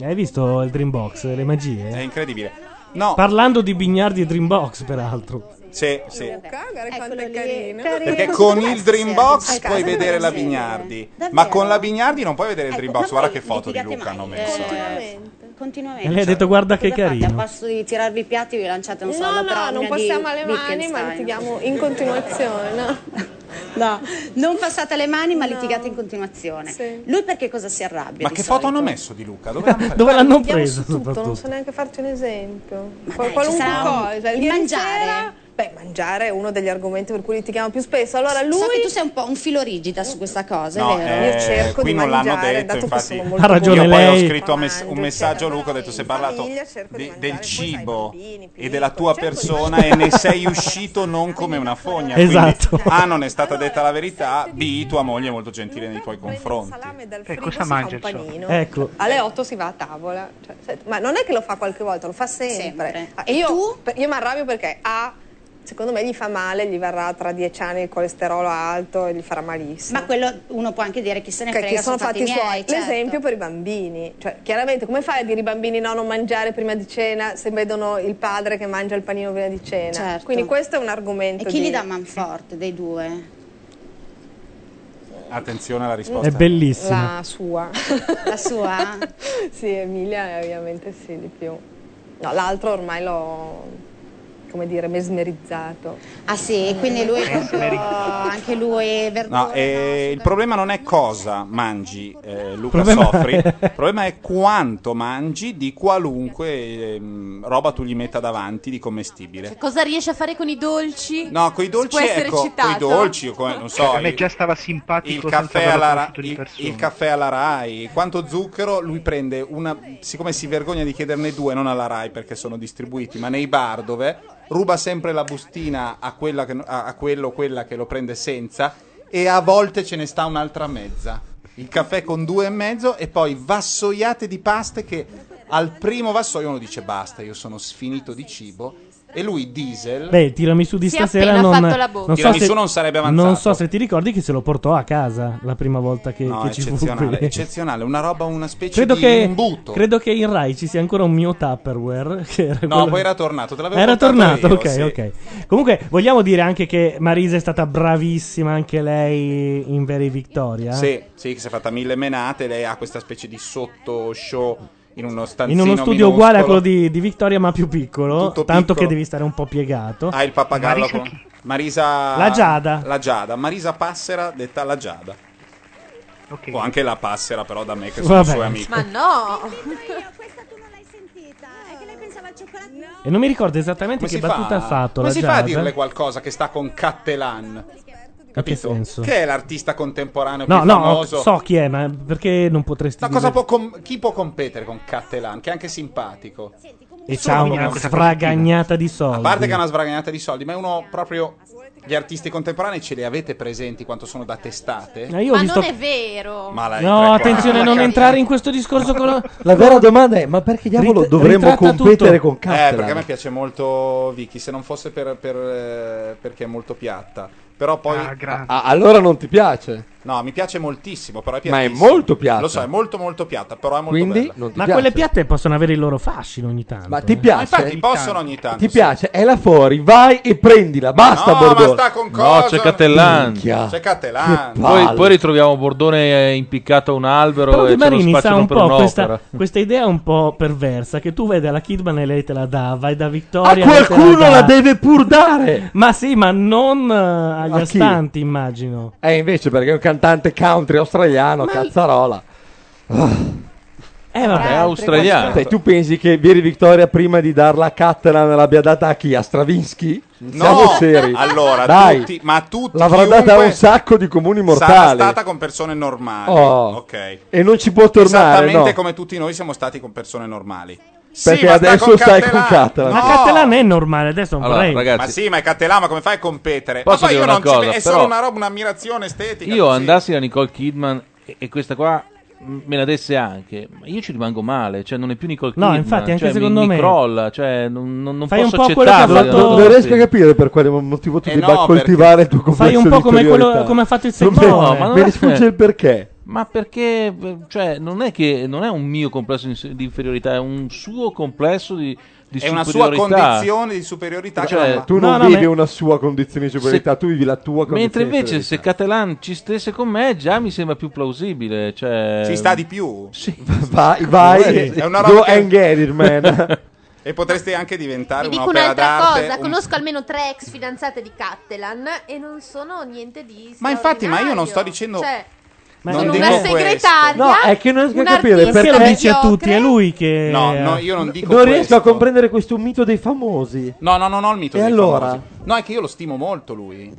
Speaker 2: Hai visto il Dreambox, le magie?
Speaker 3: È incredibile. No.
Speaker 2: Parlando di Bignardi e Dreambox, peraltro.
Speaker 3: Sì, sì.
Speaker 9: Ecco,
Speaker 7: guarda quanto è carino.
Speaker 3: Perché con il Dreambox
Speaker 7: A casa
Speaker 3: puoi
Speaker 7: non
Speaker 3: vedere
Speaker 7: lo
Speaker 3: la
Speaker 7: serve.
Speaker 3: Bignardi,
Speaker 7: Davvero?
Speaker 3: ma con la Bignardi non puoi vedere il
Speaker 7: Ecco,
Speaker 3: Dreambox.
Speaker 7: ma
Speaker 3: Guarda
Speaker 7: poi
Speaker 3: che foto
Speaker 7: vi
Speaker 3: di
Speaker 7: litigate
Speaker 3: Luca hanno
Speaker 7: mai,
Speaker 3: messo. eh.
Speaker 7: Continuamente. Continuamente.
Speaker 2: E lei ha detto, "Guarda che
Speaker 7: Cosa fate?
Speaker 2: carino."
Speaker 7: A posto di tirarvi i piatti vi lanciate un
Speaker 9: No,
Speaker 7: solo
Speaker 9: no, non possiamo alle mani, ma litighiamo in continuazione,
Speaker 7: No. no, non passate alle mani, ma litigate in continuazione. Lui perché cosa si
Speaker 27: Eh,
Speaker 7: arrabbia?
Speaker 3: Ma
Speaker 7: di
Speaker 3: che foto
Speaker 7: solito?
Speaker 3: hanno messo di Luca? Dove l'hanno
Speaker 2: Dove
Speaker 7: Ma
Speaker 2: l'hanno
Speaker 7: litighiamo
Speaker 2: preso?
Speaker 7: su tutto,
Speaker 2: soprattutto?
Speaker 9: Non so neanche farti un esempio.
Speaker 7: dai,
Speaker 9: Qual- qualunque
Speaker 7: ci sarà un-
Speaker 9: cosa.
Speaker 7: il
Speaker 9: Ieri
Speaker 7: mangiare?
Speaker 9: sera- beh, mangiare è uno degli argomenti per cui litighiamo più spesso. Allora lui.
Speaker 7: So che tu sei un po' un filo rigida su questa cosa,
Speaker 3: No,
Speaker 7: è vero?
Speaker 3: eh, qui non l'hanno detto, infatti.
Speaker 7: sono
Speaker 2: molto Ha ragione
Speaker 3: io poi ho
Speaker 2: lei.
Speaker 3: scritto a mess- un messaggio a Luca, ho detto sei parlato de- del cibo e della tua persona e ne sei uscito non come una fogna. Quindi,
Speaker 2: Esatto.
Speaker 3: A, non è stata detta la verità, B, tua moglie è molto gentile nei tuoi confronti.
Speaker 9: frigo Eh, cosa si fa mangia un il panino. sotto?
Speaker 2: Ecco.
Speaker 7: Eh.
Speaker 9: Alle 8 si va a tavola, Cioè, se- ma non è che lo fa qualche volta, lo fa sempre.
Speaker 7: Sempre.
Speaker 9: Ah, io, per- io mi arrabbio perché A, secondo me gli fa male, gli verrà tra dieci anni il colesterolo alto e gli farà malissimo.
Speaker 7: Ma quello uno può anche dire chi se ne
Speaker 9: Che-
Speaker 7: frega,
Speaker 9: che sono fatti i
Speaker 7: miei,
Speaker 9: suoi.
Speaker 7: certo.
Speaker 9: L'esempio per i bambini. Cioè, chiaramente, come fai a dire ai bambini no, non mangiare prima di cena se vedono il padre che mangia il panino prima di cena?
Speaker 7: Certo.
Speaker 9: Quindi questo è un argomento.
Speaker 7: E chi
Speaker 9: di-
Speaker 7: gli dà manforte dei due?
Speaker 3: Attenzione alla risposta.
Speaker 2: È bellissima.
Speaker 9: La sua.
Speaker 7: La sua?
Speaker 9: sì, Emilia eh, ovviamente sì, di più. No, l'altro ormai l'ho, come dire, mesmerizzato.
Speaker 7: Ah sì, e quindi lui è proprio, anche lui è verdura.
Speaker 3: No, eh, il problema non è cosa mangi, eh, Luca Sofri. Il problema è quanto mangi di qualunque ehm, roba tu gli metta davanti di commestibile.
Speaker 6: Cosa riesce a fare con i dolci?
Speaker 3: No, coi dolci,
Speaker 6: Può essere
Speaker 3: ecco,
Speaker 6: citato?
Speaker 3: coi dolci, o come- non so.
Speaker 18: Cioè, a me
Speaker 3: il-
Speaker 18: già stava simpatico
Speaker 3: il
Speaker 18: senza
Speaker 3: caffè,
Speaker 18: averlo
Speaker 3: alla, Ra-
Speaker 18: conosciuto di
Speaker 3: il-
Speaker 18: persona.
Speaker 3: il caffè alla Rai, quanto zucchero lui prende una. Siccome si vergogna di chiederne due, non alla Rai perché sono distribuiti, ma nei bar dove ruba sempre la bustina a, quella che- a- a quello o quella che lo prende senza, e a volte ce ne sta un'altra mezza. Il caffè con due e mezzo, e poi vassoiate di paste che al primo vassoio uno dice basta, io sono sfinito di cibo. E lui, Diesel.
Speaker 2: Beh, tirami su di
Speaker 3: Si è
Speaker 2: stasera
Speaker 3: appena
Speaker 2: non,
Speaker 3: fatto la bocca.
Speaker 2: non so
Speaker 3: Tirami
Speaker 2: se,
Speaker 3: su non sarebbe avanzato.
Speaker 2: Non so se ti ricordi che se lo portò a casa la prima volta che,
Speaker 3: No,
Speaker 2: che ci fu
Speaker 3: eccezionale,
Speaker 2: qui.
Speaker 3: eccezionale, una roba, una specie
Speaker 2: Credo
Speaker 3: di
Speaker 2: che,
Speaker 3: imbuto.
Speaker 2: credo che in Rai ci sia ancora un mio Tupperware. che era
Speaker 3: No,
Speaker 2: quello-
Speaker 3: poi era tornato, te l'avevo
Speaker 2: Era
Speaker 3: portato
Speaker 2: tornato,
Speaker 3: io,
Speaker 2: ok,
Speaker 3: sì.
Speaker 2: ok. Comunque, vogliamo dire anche che Marisa è stata bravissima anche lei in Very Victoria.
Speaker 3: Sì, sì, che si è fatta mille menate, lei ha questa specie di sotto show in uno
Speaker 2: In
Speaker 3: stanzino
Speaker 2: uno studio
Speaker 3: minuscolo.
Speaker 2: uguale a quello di, di Victoria, ma più piccolo.
Speaker 3: Tutto
Speaker 2: tanto
Speaker 3: piccolo.
Speaker 2: che devi stare un po' piegato.
Speaker 3: Ha il pappagallo
Speaker 2: Marisa
Speaker 3: con Marisa
Speaker 2: La Giada.
Speaker 3: La Giada, Marisa Passera detta La Giada. O anche la Passera però da me che sono
Speaker 2: Vabbè.
Speaker 3: suoi amici.
Speaker 21: Ma no!
Speaker 2: E non mi ricordo esattamente
Speaker 3: Come
Speaker 2: che
Speaker 3: si fa-
Speaker 2: battuta ha fatto
Speaker 3: Come
Speaker 2: la
Speaker 3: si
Speaker 2: Giada.
Speaker 3: fa a dirle qualcosa che sta con Cattelan?
Speaker 2: In che senso?
Speaker 3: Che è l'artista contemporaneo
Speaker 2: No,
Speaker 3: più
Speaker 2: no,
Speaker 3: famoso?
Speaker 2: so chi è, ma perché non potresti
Speaker 3: Ma cosa
Speaker 2: dire-
Speaker 3: può com- chi può competere con Cattelan, che è anche simpatico?
Speaker 11: Diciamo
Speaker 2: E c'ha Diciamo una sfragagnata di soldi.
Speaker 3: A parte che è una sbragagnata di soldi, ma è uno proprio. Gli artisti contemporanei ce li avete presenti quanto sono da testate?
Speaker 2: Ma io ho Ma visto- non è
Speaker 21: vero.
Speaker 3: Cioè, Ma la-
Speaker 2: No,
Speaker 3: tre quarti.
Speaker 2: attenzione, non entrare in questo discorso con la...
Speaker 11: La vera domanda è: ma perché diavolo
Speaker 2: Rit-
Speaker 11: dovremmo
Speaker 2: ritratta
Speaker 11: competere con
Speaker 2: tutto.
Speaker 3: Eh, perché a
Speaker 11: Cattelan?
Speaker 3: me piace molto Vicky, se non fosse per, per, eh, perché è molto piatta. Però poi.
Speaker 11: Ah, allora non ti piace?
Speaker 3: No, mi piace moltissimo, però è
Speaker 11: Ma è
Speaker 3: piattissima.
Speaker 11: molto piatta.
Speaker 3: Lo so, è molto molto piatta, però è molto
Speaker 11: Quindi
Speaker 3: bella.
Speaker 11: non ti
Speaker 2: Ma
Speaker 11: piace.
Speaker 2: quelle piatte possono avere il loro fascino ogni tanto.
Speaker 11: Ma ti
Speaker 2: eh.
Speaker 11: piace?
Speaker 3: Infatti possono ogni tanto.
Speaker 11: Ti piace? È là fuori, vai e prendila. Basta,
Speaker 3: No,
Speaker 11: Bordone.
Speaker 3: ma sta con cosa?
Speaker 31: c'è Cattelan.
Speaker 11: Minchia.
Speaker 3: C'è Cattelan.
Speaker 31: Poi, poi ritroviamo Bordone eh, impiccato a un albero
Speaker 2: Però
Speaker 31: e
Speaker 2: De
Speaker 31: c'è lo
Speaker 2: Marini sa
Speaker 31: spacciano
Speaker 2: un
Speaker 31: per
Speaker 2: po'
Speaker 31: un'opera.
Speaker 2: questa, questa idea un po' perversa che tu vedi la Kidman e lei te la dà, vai da Vittoria
Speaker 11: A
Speaker 2: lei te
Speaker 11: qualcuno
Speaker 2: dà.
Speaker 11: la deve pur dare.
Speaker 2: Ma sì, ma non eh, agli
Speaker 11: A chi?
Speaker 2: astanti, immagino.
Speaker 11: Eh, invece, perché è un cantante country australiano, cazzarola.
Speaker 2: Eh, vabbè.
Speaker 31: È australiano.
Speaker 11: Cioè, tu pensi che Vieri Vittoria prima di darla a Cattelan l'abbia data a chi? A Stravinsky? Siamo
Speaker 3: No,
Speaker 11: seri.
Speaker 3: allora,
Speaker 11: Dai.
Speaker 3: tutti- ma tutti,
Speaker 11: L'avrà
Speaker 3: chiunque-
Speaker 11: data a un sacco di comuni
Speaker 3: Sarà
Speaker 11: mortali.
Speaker 3: stata con persone normali.
Speaker 11: Oh.
Speaker 3: Ok.
Speaker 11: E non ci può tornare,
Speaker 3: Esattamente
Speaker 11: no?
Speaker 3: come tutti noi siamo stati con persone normali.
Speaker 11: Perché
Speaker 3: ma sta
Speaker 11: adesso stai con Catalan.
Speaker 2: Ma
Speaker 3: No!
Speaker 2: Cattelan è normale, adesso non
Speaker 31: Allora,
Speaker 2: vorrei.
Speaker 31: ragazzi-
Speaker 3: Ma sì, ma è Cattelà, ma come fai a competere?
Speaker 31: Posso
Speaker 3: ma poi
Speaker 31: dire
Speaker 3: io
Speaker 31: una
Speaker 3: non ci
Speaker 31: cosa,
Speaker 3: ve- È solo
Speaker 31: però-
Speaker 3: una roba, un'ammirazione estetica.
Speaker 31: Io
Speaker 3: così.
Speaker 31: andassi da Nicole Kidman e, e questa qua m- me la desse anche, ma io ci rimango male, cioè non è più Nicole
Speaker 2: No,
Speaker 31: Kidman,
Speaker 2: infatti, anche
Speaker 31: cioè,
Speaker 2: secondo
Speaker 31: mi,
Speaker 2: me-
Speaker 31: mi crolla, cioè non, non, non
Speaker 2: Fai un
Speaker 31: posso
Speaker 2: po' quello che ha
Speaker 31: accettarla.
Speaker 2: fatto-
Speaker 31: no?
Speaker 11: Non riesco a
Speaker 31: Sì.
Speaker 11: capire per quale mo- motivo tu
Speaker 31: Eh
Speaker 11: debba
Speaker 31: no,
Speaker 11: coltivare il tuo
Speaker 2: Fai
Speaker 11: complesso
Speaker 2: un po'
Speaker 11: di
Speaker 2: come, quello-
Speaker 11: inferiorità.
Speaker 2: come ha fatto il
Speaker 11: Non me-
Speaker 2: secondo.
Speaker 31: ma non
Speaker 11: Me
Speaker 31: è- cioè,
Speaker 11: ne sfugge il perché.
Speaker 31: Ma perché, eh, cioè, non è che non è un mio complesso di di inferiorità, è un suo complesso di, di
Speaker 3: È una sua
Speaker 31: superiorità.
Speaker 3: condizione di superiorità. che
Speaker 31: Cioè,
Speaker 3: non-
Speaker 11: Tu
Speaker 31: No,
Speaker 11: non
Speaker 31: no,
Speaker 11: vivi
Speaker 31: me-
Speaker 11: una sua condizione di superiorità, tu vivi la tua condizione
Speaker 31: Mentre
Speaker 11: di
Speaker 31: invece
Speaker 11: superiorità.
Speaker 31: se Catalan ci stesse con me già mi sembra più plausibile, cioè...
Speaker 3: Ci sta di più.
Speaker 31: Sì.
Speaker 11: Vai, vai,
Speaker 31: Sì.
Speaker 11: è una roba go and get it, man.
Speaker 3: E potresti anche diventare
Speaker 6: Vi dico
Speaker 3: un'opera
Speaker 6: un'altra
Speaker 3: d'arte.
Speaker 6: cosa,
Speaker 3: un-
Speaker 6: conosco almeno tre ex fidanzate di Cattelan e non sono niente di
Speaker 3: Ma infatti, ma io non sto
Speaker 6: straordinario.
Speaker 3: dicendo.
Speaker 6: Cioè,
Speaker 3: Ma
Speaker 6: sono
Speaker 3: non
Speaker 6: una
Speaker 3: dico questo.
Speaker 6: segretaria.
Speaker 11: No, è che non riesco a
Speaker 6: un
Speaker 11: capire
Speaker 6: artista
Speaker 11: perché
Speaker 2: Lo dice a
Speaker 6: mediocre.
Speaker 2: tutti,
Speaker 3: eh.
Speaker 2: è lui che...
Speaker 3: No, no, io non dico
Speaker 11: Non riesco a
Speaker 3: questo.
Speaker 11: comprendere questo mito dei famosi.
Speaker 3: No, no, no, no, il mito
Speaker 11: E
Speaker 3: dei
Speaker 11: allora?
Speaker 3: famosi. No, è che io lo stimo molto lui.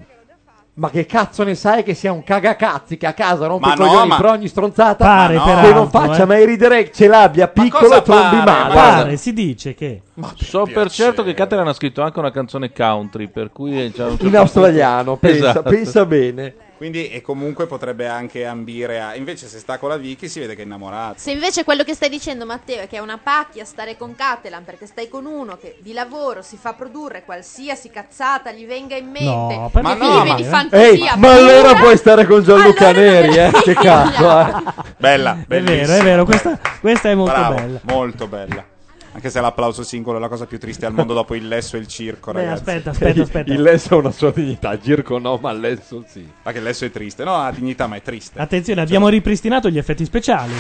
Speaker 11: Ma che cazzo ne sai che sia un cagacazzi che a casa rompe
Speaker 3: Ma
Speaker 11: i
Speaker 3: no,
Speaker 11: coglioni
Speaker 3: ma-
Speaker 11: per ogni stronzata
Speaker 2: Pare,
Speaker 11: che
Speaker 2: peraltro,
Speaker 11: non faccia
Speaker 2: eh.
Speaker 11: mai ridere che ce l'abbia piccolo
Speaker 2: cosa
Speaker 11: e trombi
Speaker 2: pare?
Speaker 11: male.
Speaker 2: Ma guarda, Pare, si dice che...
Speaker 31: So per certo che Catalan ha scritto anche una canzone country, per cui... È già un certo
Speaker 11: In australiano,
Speaker 31: punto-
Speaker 11: pensa,
Speaker 31: Esatto.
Speaker 11: pensa bene.
Speaker 3: Quindi, e comunque potrebbe anche ambire a. Invece, se sta con la Vicky, si vede che è innamorato.
Speaker 6: Se invece quello che stai dicendo Matteo è che è una pacchia stare con Catalan perché stai con uno che di lavoro si fa produrre qualsiasi cazzata gli venga in mente,
Speaker 11: No,
Speaker 6: che
Speaker 11: perché- Ma no,
Speaker 6: vive
Speaker 11: ma-
Speaker 6: di
Speaker 11: Ehi,
Speaker 6: fantasia.
Speaker 11: ma
Speaker 6: pura,
Speaker 11: allora puoi stare con Gianluca Neri, eh? Che cazzo, eh?
Speaker 3: Bella,
Speaker 2: È
Speaker 3: bellissima.
Speaker 2: vero, è vero, questa, questa è molto
Speaker 3: Bravo,
Speaker 2: bella.
Speaker 3: molto bella. Anche se l'applauso singolo è la cosa più triste al mondo dopo il lesso e il circo,
Speaker 2: Beh,
Speaker 3: ragazzi.
Speaker 2: aspetta, aspetta, aspetta.
Speaker 11: Il lesso ha una sua dignità, Girco no, ma il lesso sì.
Speaker 3: Ma che il lesso è triste. No, ha dignità, ma è triste.
Speaker 2: Attenzione, abbiamo ripristinato gli effetti speciali.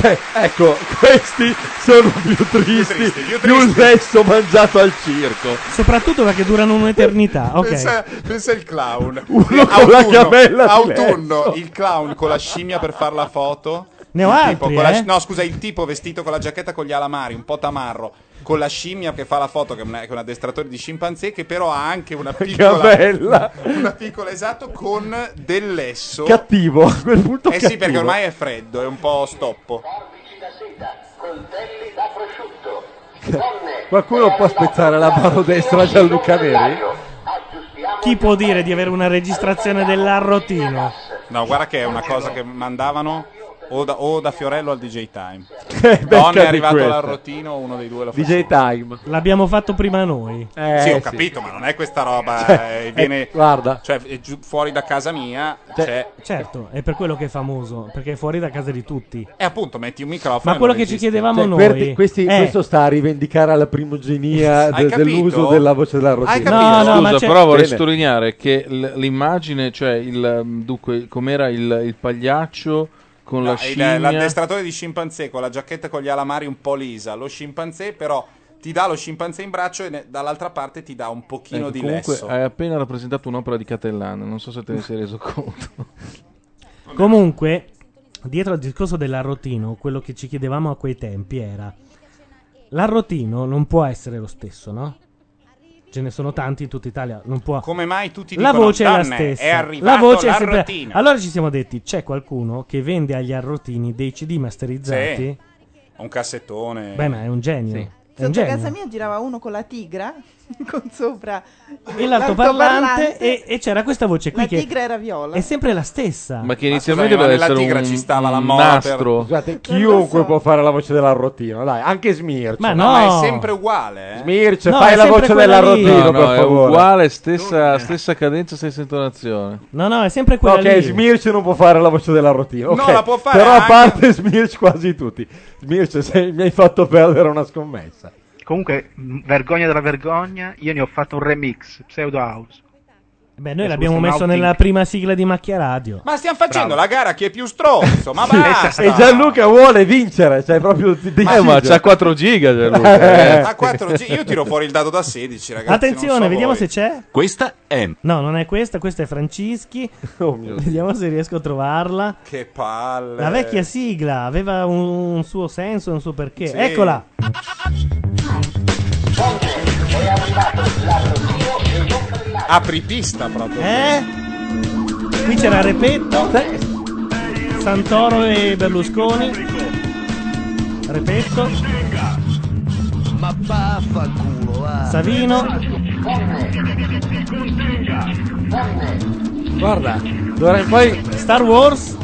Speaker 11: Cioè, ecco, questi sono più tristi,
Speaker 2: tristi, più
Speaker 11: di un
Speaker 2: tristi.
Speaker 11: lesso mangiato al circo.
Speaker 2: Soprattutto perché durano un'eternità. Ok.
Speaker 3: Pensa, pensa il clown.
Speaker 11: Uno con la gabella di
Speaker 3: Autunno,
Speaker 11: Lenzo.
Speaker 3: il clown con la scimmia per far la foto.
Speaker 2: Ne ho
Speaker 3: Il
Speaker 2: altri,
Speaker 3: tipo con la
Speaker 2: eh?
Speaker 3: sci- No, scusa, il tipo vestito con la giacchetta con gli alamari, un po' tamarro, con la scimmia che fa la foto, che è un, che è un addestratore di scimpanzé, che però ha anche una piccola...
Speaker 11: Gabella.
Speaker 3: Una piccola, esatto, con del lesso.
Speaker 11: Cattivo, a quel punto
Speaker 3: Eh sì,
Speaker 11: cattivo.
Speaker 3: perché ormai è freddo, è un po' stoppo.
Speaker 11: Qualcuno può spezzare la mano destra a Gianluca Neri?
Speaker 2: Chi può dire di avere una registrazione dell'arrotino?
Speaker 3: No, guarda che è una cosa che mandavano o da, o da Fiorello al DJ Time.
Speaker 2: becca
Speaker 3: Non
Speaker 2: di
Speaker 3: è arrivato
Speaker 2: questa.
Speaker 3: l'arrotino, uno dei due lo fa.
Speaker 11: DJ Time.
Speaker 2: L'abbiamo fatto prima noi.
Speaker 3: Eh, sì, ho capito, ma non è questa roba.
Speaker 2: Cioè,
Speaker 3: eh, cioè, viene,
Speaker 2: eh, guarda.
Speaker 3: Cioè, è giù- fuori da casa mia c'è.
Speaker 2: Certo, è per quello che è famoso, perché è fuori da casa di tutti.
Speaker 3: E appunto, metti un microfono.
Speaker 2: Ma
Speaker 3: e
Speaker 2: quello
Speaker 3: non
Speaker 2: che ci
Speaker 3: esiste.
Speaker 2: chiedevamo
Speaker 11: Cioè,
Speaker 2: noi Eh.
Speaker 11: questi- questi-
Speaker 2: è-
Speaker 11: Questo sta a rivendicare la primogenia
Speaker 3: Hai
Speaker 11: de-
Speaker 3: capito?
Speaker 11: dell'uso della voce della rotina.
Speaker 3: Hai
Speaker 31: Scusa, però vorrei
Speaker 11: Bene.
Speaker 31: sottolineare che l- l'immagine, cioè il mm, dunque, com'era il, il pagliaccio con la
Speaker 3: No, Cioè, il-
Speaker 31: scimmia.
Speaker 3: l'addestratore di scimpanzé con la giacchetta con gli alamari un po' lisa. Lo scimpanzé, però, ti dà lo scimpanzé in braccio e ne- dall'altra parte ti dà un pochino
Speaker 2: Eh,
Speaker 31: Ecco,
Speaker 3: di
Speaker 31: comunque
Speaker 3: lesso.
Speaker 31: hai appena rappresentato un'opera di Catellana, non so se te ne sei reso conto.
Speaker 2: Comunque, dietro al discorso dell'arrotino, quello che ci chiedevamo a quei tempi era: l'arrotino non può essere lo stesso, no? Ce ne sono tanti in tutta Italia, non può.
Speaker 3: Come mai tutti
Speaker 2: la
Speaker 3: dicono,
Speaker 2: voce è la
Speaker 3: "Danne, è
Speaker 2: stessa.
Speaker 3: arrivato
Speaker 2: la voce è sempre...
Speaker 3: l'arrotino".
Speaker 2: Allora ci siamo detti: c'è qualcuno che vende agli arrotini dei CD masterizzati?
Speaker 3: Sì. Un cassettone.
Speaker 2: Beh, ma è un genio. È un
Speaker 29: Sotto
Speaker 2: genio.
Speaker 29: casa mia girava uno con la tigra, con sopra
Speaker 2: E l'altoparlante, e, e c'era questa voce qui
Speaker 29: La
Speaker 2: che
Speaker 29: tigra era viola.
Speaker 2: è sempre la stessa.
Speaker 31: Ma che
Speaker 3: Cioè,
Speaker 2: inizialmente
Speaker 31: doveva essere un- un nastro.
Speaker 11: Scusate, chiunque può fare la voce della rotina, dai, anche Smirce.
Speaker 2: Ma
Speaker 3: No, ma è sempre uguale. Eh?
Speaker 11: Smirce, fai la voce della rotina,
Speaker 31: No, no,
Speaker 11: per
Speaker 31: è
Speaker 11: favore.
Speaker 31: uguale, stessa, stessa cadenza, stessa intonazione.
Speaker 2: No, no, è sempre
Speaker 11: No,
Speaker 2: quella
Speaker 11: ok,
Speaker 2: lì.
Speaker 11: Smirce non può fare la voce della rotina.
Speaker 2: No,
Speaker 11: ok,
Speaker 2: la può fare
Speaker 11: Però a
Speaker 2: anche-
Speaker 11: parte Smirce quasi tutti. Smirce, sei- mi hai fatto perdere una scommessa.
Speaker 18: Comunque, mh, vergogna della vergogna, io ne ho fatto un remix, Pseudo House.
Speaker 2: Beh, noi
Speaker 18: È
Speaker 2: l'abbiamo
Speaker 18: giusto,
Speaker 2: messo
Speaker 18: un outing.
Speaker 2: nella prima sigla di Macchia Radio.
Speaker 3: Ma stiamo facendo
Speaker 2: Bravo.
Speaker 3: la gara chi è più stronzo. Ma
Speaker 11: Sì,
Speaker 3: basta.
Speaker 11: e Gianluca vuole vincere, cioè proprio ti-
Speaker 31: Eh, ma
Speaker 11: deciso.
Speaker 31: c'ha 4 giga Gianluca. eh.
Speaker 3: A 4G, io tiro fuori il dado da 16, ragazzi.
Speaker 2: Attenzione,
Speaker 3: non so
Speaker 2: vediamo
Speaker 3: voi.
Speaker 2: se c'è.
Speaker 3: Questa è.
Speaker 2: No, non è questa, questa è Francischi. Vediamo se riesco a trovarla.
Speaker 3: Che palle.
Speaker 2: La vecchia sigla aveva un, un suo senso, un suo perché.
Speaker 3: Sì.
Speaker 2: Eccola.
Speaker 3: Apripista proprio.
Speaker 2: Eh? Qui c'era Repetto, Santoro e Berlusconi. Repetto,
Speaker 27: Ma vaffanculo, va.
Speaker 2: Savino.
Speaker 11: Guarda, d'ora in poi
Speaker 2: Star Wars.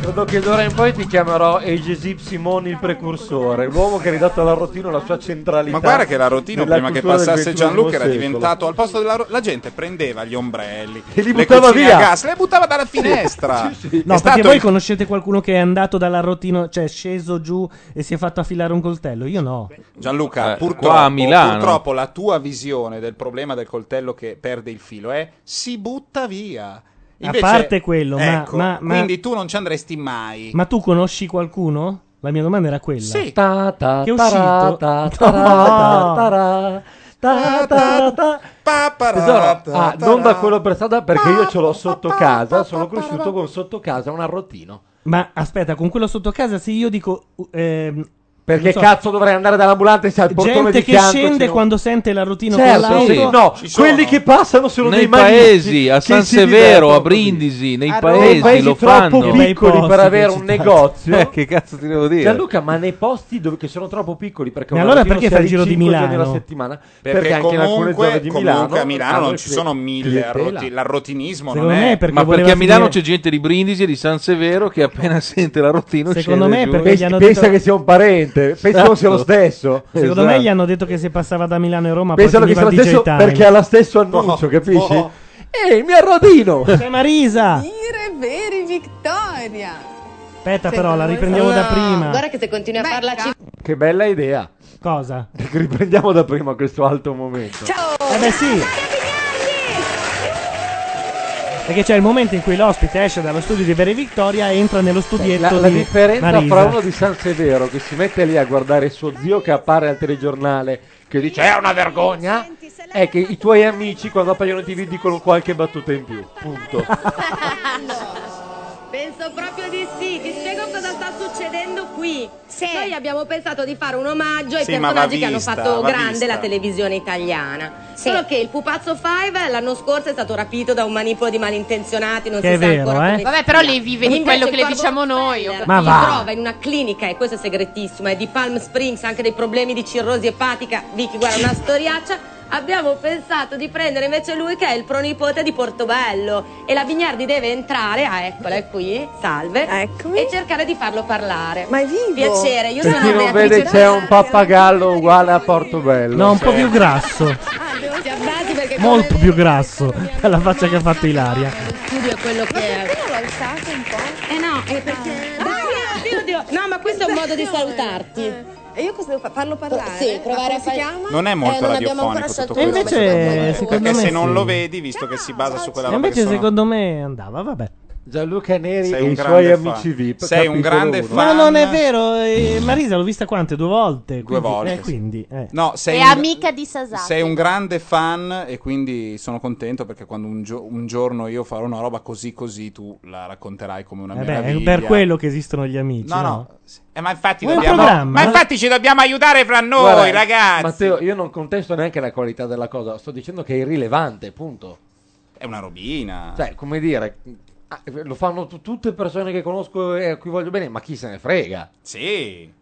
Speaker 11: Credo che d'ora in poi ti chiamerò Egesip Simone il precursore, l'uomo che ha ridato alla Rotino la sua centralità.
Speaker 3: Ma guarda che la rotina
Speaker 11: nella
Speaker 3: prima che
Speaker 11: cultura del
Speaker 3: passasse
Speaker 11: XXI
Speaker 3: Gianluca era
Speaker 11: secolo.
Speaker 3: diventato al posto della ro- la gente prendeva gli ombrelli
Speaker 11: E li
Speaker 3: le
Speaker 11: buttava
Speaker 3: cucine
Speaker 11: via.
Speaker 3: a gas, le buttava dalla finestra.
Speaker 2: No,
Speaker 3: È
Speaker 2: perché
Speaker 3: stato
Speaker 2: voi
Speaker 3: il-
Speaker 2: conoscete qualcuno che è andato dalla rotina, cioè è sceso giù e si è fatto affilare un coltello? Io no.
Speaker 3: Gianluca,
Speaker 31: Eh,
Speaker 3: purtroppo,
Speaker 31: qua a Milano.
Speaker 3: purtroppo la tua visione del problema del coltello che perde il filo è si butta via.
Speaker 2: a parte quello, ma-
Speaker 3: ecco,
Speaker 2: ma, ma-
Speaker 3: quindi tu non ci andresti mai.
Speaker 2: ma tu conosci qualcuno? La mia domanda era quella.
Speaker 3: Sì.
Speaker 11: Ta, ta,
Speaker 2: Che è
Speaker 11: ta,
Speaker 2: uscito?
Speaker 11: ta,
Speaker 2: No.
Speaker 11: ta, ta, ta, ta, ta, ta. Tesoro, ah, non da quello per strada perché io ce l'ho sotto casa, sono cresciuto con sotto casa un arrotino.
Speaker 2: Ma aspetta, con quello sotto casa, se io dico. uh, ehm,
Speaker 11: Perché
Speaker 2: non so,
Speaker 11: cazzo dovrei andare dall'ambulante se al portone
Speaker 2: Gente
Speaker 11: di
Speaker 2: che
Speaker 11: fianco
Speaker 2: scende
Speaker 11: c'è un-
Speaker 2: quando sente la routine
Speaker 11: Certo,
Speaker 2: con
Speaker 11: sì,
Speaker 2: l'auto.
Speaker 11: no, quelli che passano sono
Speaker 31: nei
Speaker 11: dei
Speaker 31: paesi, a
Speaker 11: maniaci
Speaker 31: San
Speaker 11: che si
Speaker 31: Severo, a
Speaker 11: divertono così.
Speaker 31: Brindisi, nei
Speaker 11: A Roma.
Speaker 31: paesi,
Speaker 11: Ah, Nei paesi
Speaker 31: lo
Speaker 11: troppo
Speaker 31: fanno.
Speaker 11: piccoli Nei per avere posti un che ci negozio. stanno.
Speaker 31: Eh, che cazzo ti devo dire?
Speaker 11: Gianluca, ma nei posti dove che sono troppo piccoli perché
Speaker 2: Ma
Speaker 11: un
Speaker 2: allora
Speaker 11: mattino
Speaker 2: perché
Speaker 11: si
Speaker 2: fai
Speaker 11: è
Speaker 2: il giro di
Speaker 11: cinque giorni
Speaker 2: Milano?
Speaker 11: alla settimana?
Speaker 3: Perché,
Speaker 11: anche in alcune zone
Speaker 3: comunque,
Speaker 11: di Milano,
Speaker 3: comunque a Milano
Speaker 11: hanno
Speaker 3: non
Speaker 11: il
Speaker 3: ci
Speaker 11: cli-
Speaker 3: sono mille
Speaker 11: clientela.
Speaker 3: arroti- l'arrotinismo
Speaker 2: Secondo
Speaker 3: non
Speaker 2: me
Speaker 3: è
Speaker 2: è perché
Speaker 31: ma perché
Speaker 2: voleva
Speaker 31: a Milano
Speaker 2: finire-
Speaker 31: c'è gente di Brindisi e di San Severo che appena sente la rotina
Speaker 2: Secondo me è perché gli hanno
Speaker 11: Pensa
Speaker 2: detto-
Speaker 11: che sia un parente, pensa
Speaker 31: Esatto.
Speaker 11: non sia lo stesso.
Speaker 2: Secondo me
Speaker 11: Esatto.
Speaker 2: gli hanno detto che se passava da Milano e Roma
Speaker 11: Pensano
Speaker 2: poi
Speaker 11: che sia
Speaker 2: finiva
Speaker 11: lo stesso
Speaker 2: DJ Time.
Speaker 11: perché ha lo stesso annuncio, capisci?
Speaker 2: oh.
Speaker 11: Ehi, mi arrotino!
Speaker 2: C'è Marisa!
Speaker 7: Dire veri Vittoria.
Speaker 2: Aspetta, però, la riprendiamo da prima.
Speaker 7: Guarda che se continui a parlarci.
Speaker 11: Che bella idea.
Speaker 2: Cosa?
Speaker 11: Riprendiamo da prima questo alto momento.
Speaker 7: Ciao!
Speaker 2: Eh beh, sì. Perché c'è il momento in cui l'ospite esce dallo studio di Vera e Vittoria e entra nello
Speaker 11: La,
Speaker 2: studietto
Speaker 11: la
Speaker 2: di
Speaker 11: differenza
Speaker 2: Marisa.
Speaker 11: fra uno di San Severo che si mette lì a guardare suo zio che appare al telegiornale che dice è una vergogna è che i tuoi amici quando appaiono in tv dicono qualche battuta in più punto
Speaker 27: Penso proprio di sì, ti spiego cosa sta succedendo qui. Noi abbiamo pensato di fare un omaggio ai
Speaker 7: Sì, ma va
Speaker 27: personaggi che hanno
Speaker 7: vista,
Speaker 27: fatto
Speaker 7: va
Speaker 27: grande
Speaker 7: vista.
Speaker 27: la televisione italiana. Solo che il pupazzo Five l'anno scorso è stato rapito da un manipolo di malintenzionati, non
Speaker 2: Che
Speaker 27: si
Speaker 2: è
Speaker 27: sa
Speaker 2: vero,
Speaker 27: ancora
Speaker 2: eh.
Speaker 27: come
Speaker 6: Vabbè,
Speaker 27: sia.
Speaker 6: però lì vive di
Speaker 27: Invece
Speaker 6: quello che
Speaker 27: il
Speaker 6: le diciamo noi. ho
Speaker 27: Ma
Speaker 6: capito.
Speaker 27: va. trova in una clinica, e questo è segretissimo, è di Palm Springs, anche dei problemi di cirrosi epatica. Vicky, guarda, una storiaccia. Abbiamo pensato di prendere invece lui che è il pronipote di Portobello e la Bignardi deve entrare, ah eccola è qui, salve, e cercare di farlo parlare. Ma è vivo! Piacere, io
Speaker 11: per
Speaker 27: sono
Speaker 11: chi non
Speaker 27: Beatrice
Speaker 11: vede c'è un pappagallo uguale a Portobello
Speaker 2: No, un po' più grasso. Molto più grasso della faccia che ha fatto Ilaria.
Speaker 27: studio quello che è.
Speaker 7: Io l'ho alzato un po'. Ah.
Speaker 27: Eh no, è perché. oddio, oddio, oddio. No, ma questo è un modo di salutarti.
Speaker 7: Eh, E io cosa devo fare? Farlo parlare?
Speaker 27: Sì, provare
Speaker 7: Ma come
Speaker 27: a
Speaker 7: si
Speaker 27: fare-
Speaker 7: chiama?
Speaker 3: Non è molto
Speaker 7: Eh, non
Speaker 3: radiofonico
Speaker 7: abbiamo ancora
Speaker 3: tutto
Speaker 7: scelto
Speaker 3: questo.
Speaker 7: il nome, secondo me.
Speaker 2: secondo
Speaker 3: perché
Speaker 2: me
Speaker 3: se non
Speaker 2: sì.
Speaker 3: lo vedi, visto che si basa su quella
Speaker 2: E
Speaker 3: roba
Speaker 2: invece
Speaker 3: che sono-
Speaker 2: secondo me andava, vabbè.
Speaker 11: Gianluca Neri
Speaker 3: Sei
Speaker 11: e
Speaker 3: un
Speaker 11: i
Speaker 3: grande
Speaker 11: suoi
Speaker 3: fan.
Speaker 11: amici VIP
Speaker 3: Sei
Speaker 11: capitolo
Speaker 3: un grande
Speaker 11: uno.
Speaker 2: Ma non è vero, eh, Marisa l'ho vista quante? Due
Speaker 3: Due
Speaker 2: volte. quindi-
Speaker 3: volte,
Speaker 2: eh,
Speaker 3: sì.
Speaker 2: quindi, eh.
Speaker 3: No, sei
Speaker 6: È
Speaker 3: un-
Speaker 6: amica di
Speaker 7: esatto.
Speaker 6: Sasaki.
Speaker 3: Sei un grande fan e quindi sono contento perché quando un, gio- un giorno io farò una roba così così tu la racconterai come una
Speaker 2: Eh beh, è
Speaker 3: meraviglia.
Speaker 2: per quello che esistono gli amici.
Speaker 3: No,
Speaker 2: No,
Speaker 3: no, Eh, ma infatti
Speaker 2: Vuoi un
Speaker 3: dobbiamo-
Speaker 2: programma?
Speaker 3: ma
Speaker 2: eh.
Speaker 3: infatti ci dobbiamo aiutare fra noi,
Speaker 11: Guarda,
Speaker 3: ragazzi.
Speaker 11: Matteo io non contesto neanche la qualità della cosa sto dicendo che è irrilevante punto
Speaker 3: È una robina.
Speaker 11: Cioè, come dire, ah, lo fanno tu- tutte persone che conosco e a cui voglio bene, ma chi se ne frega?
Speaker 3: Sì.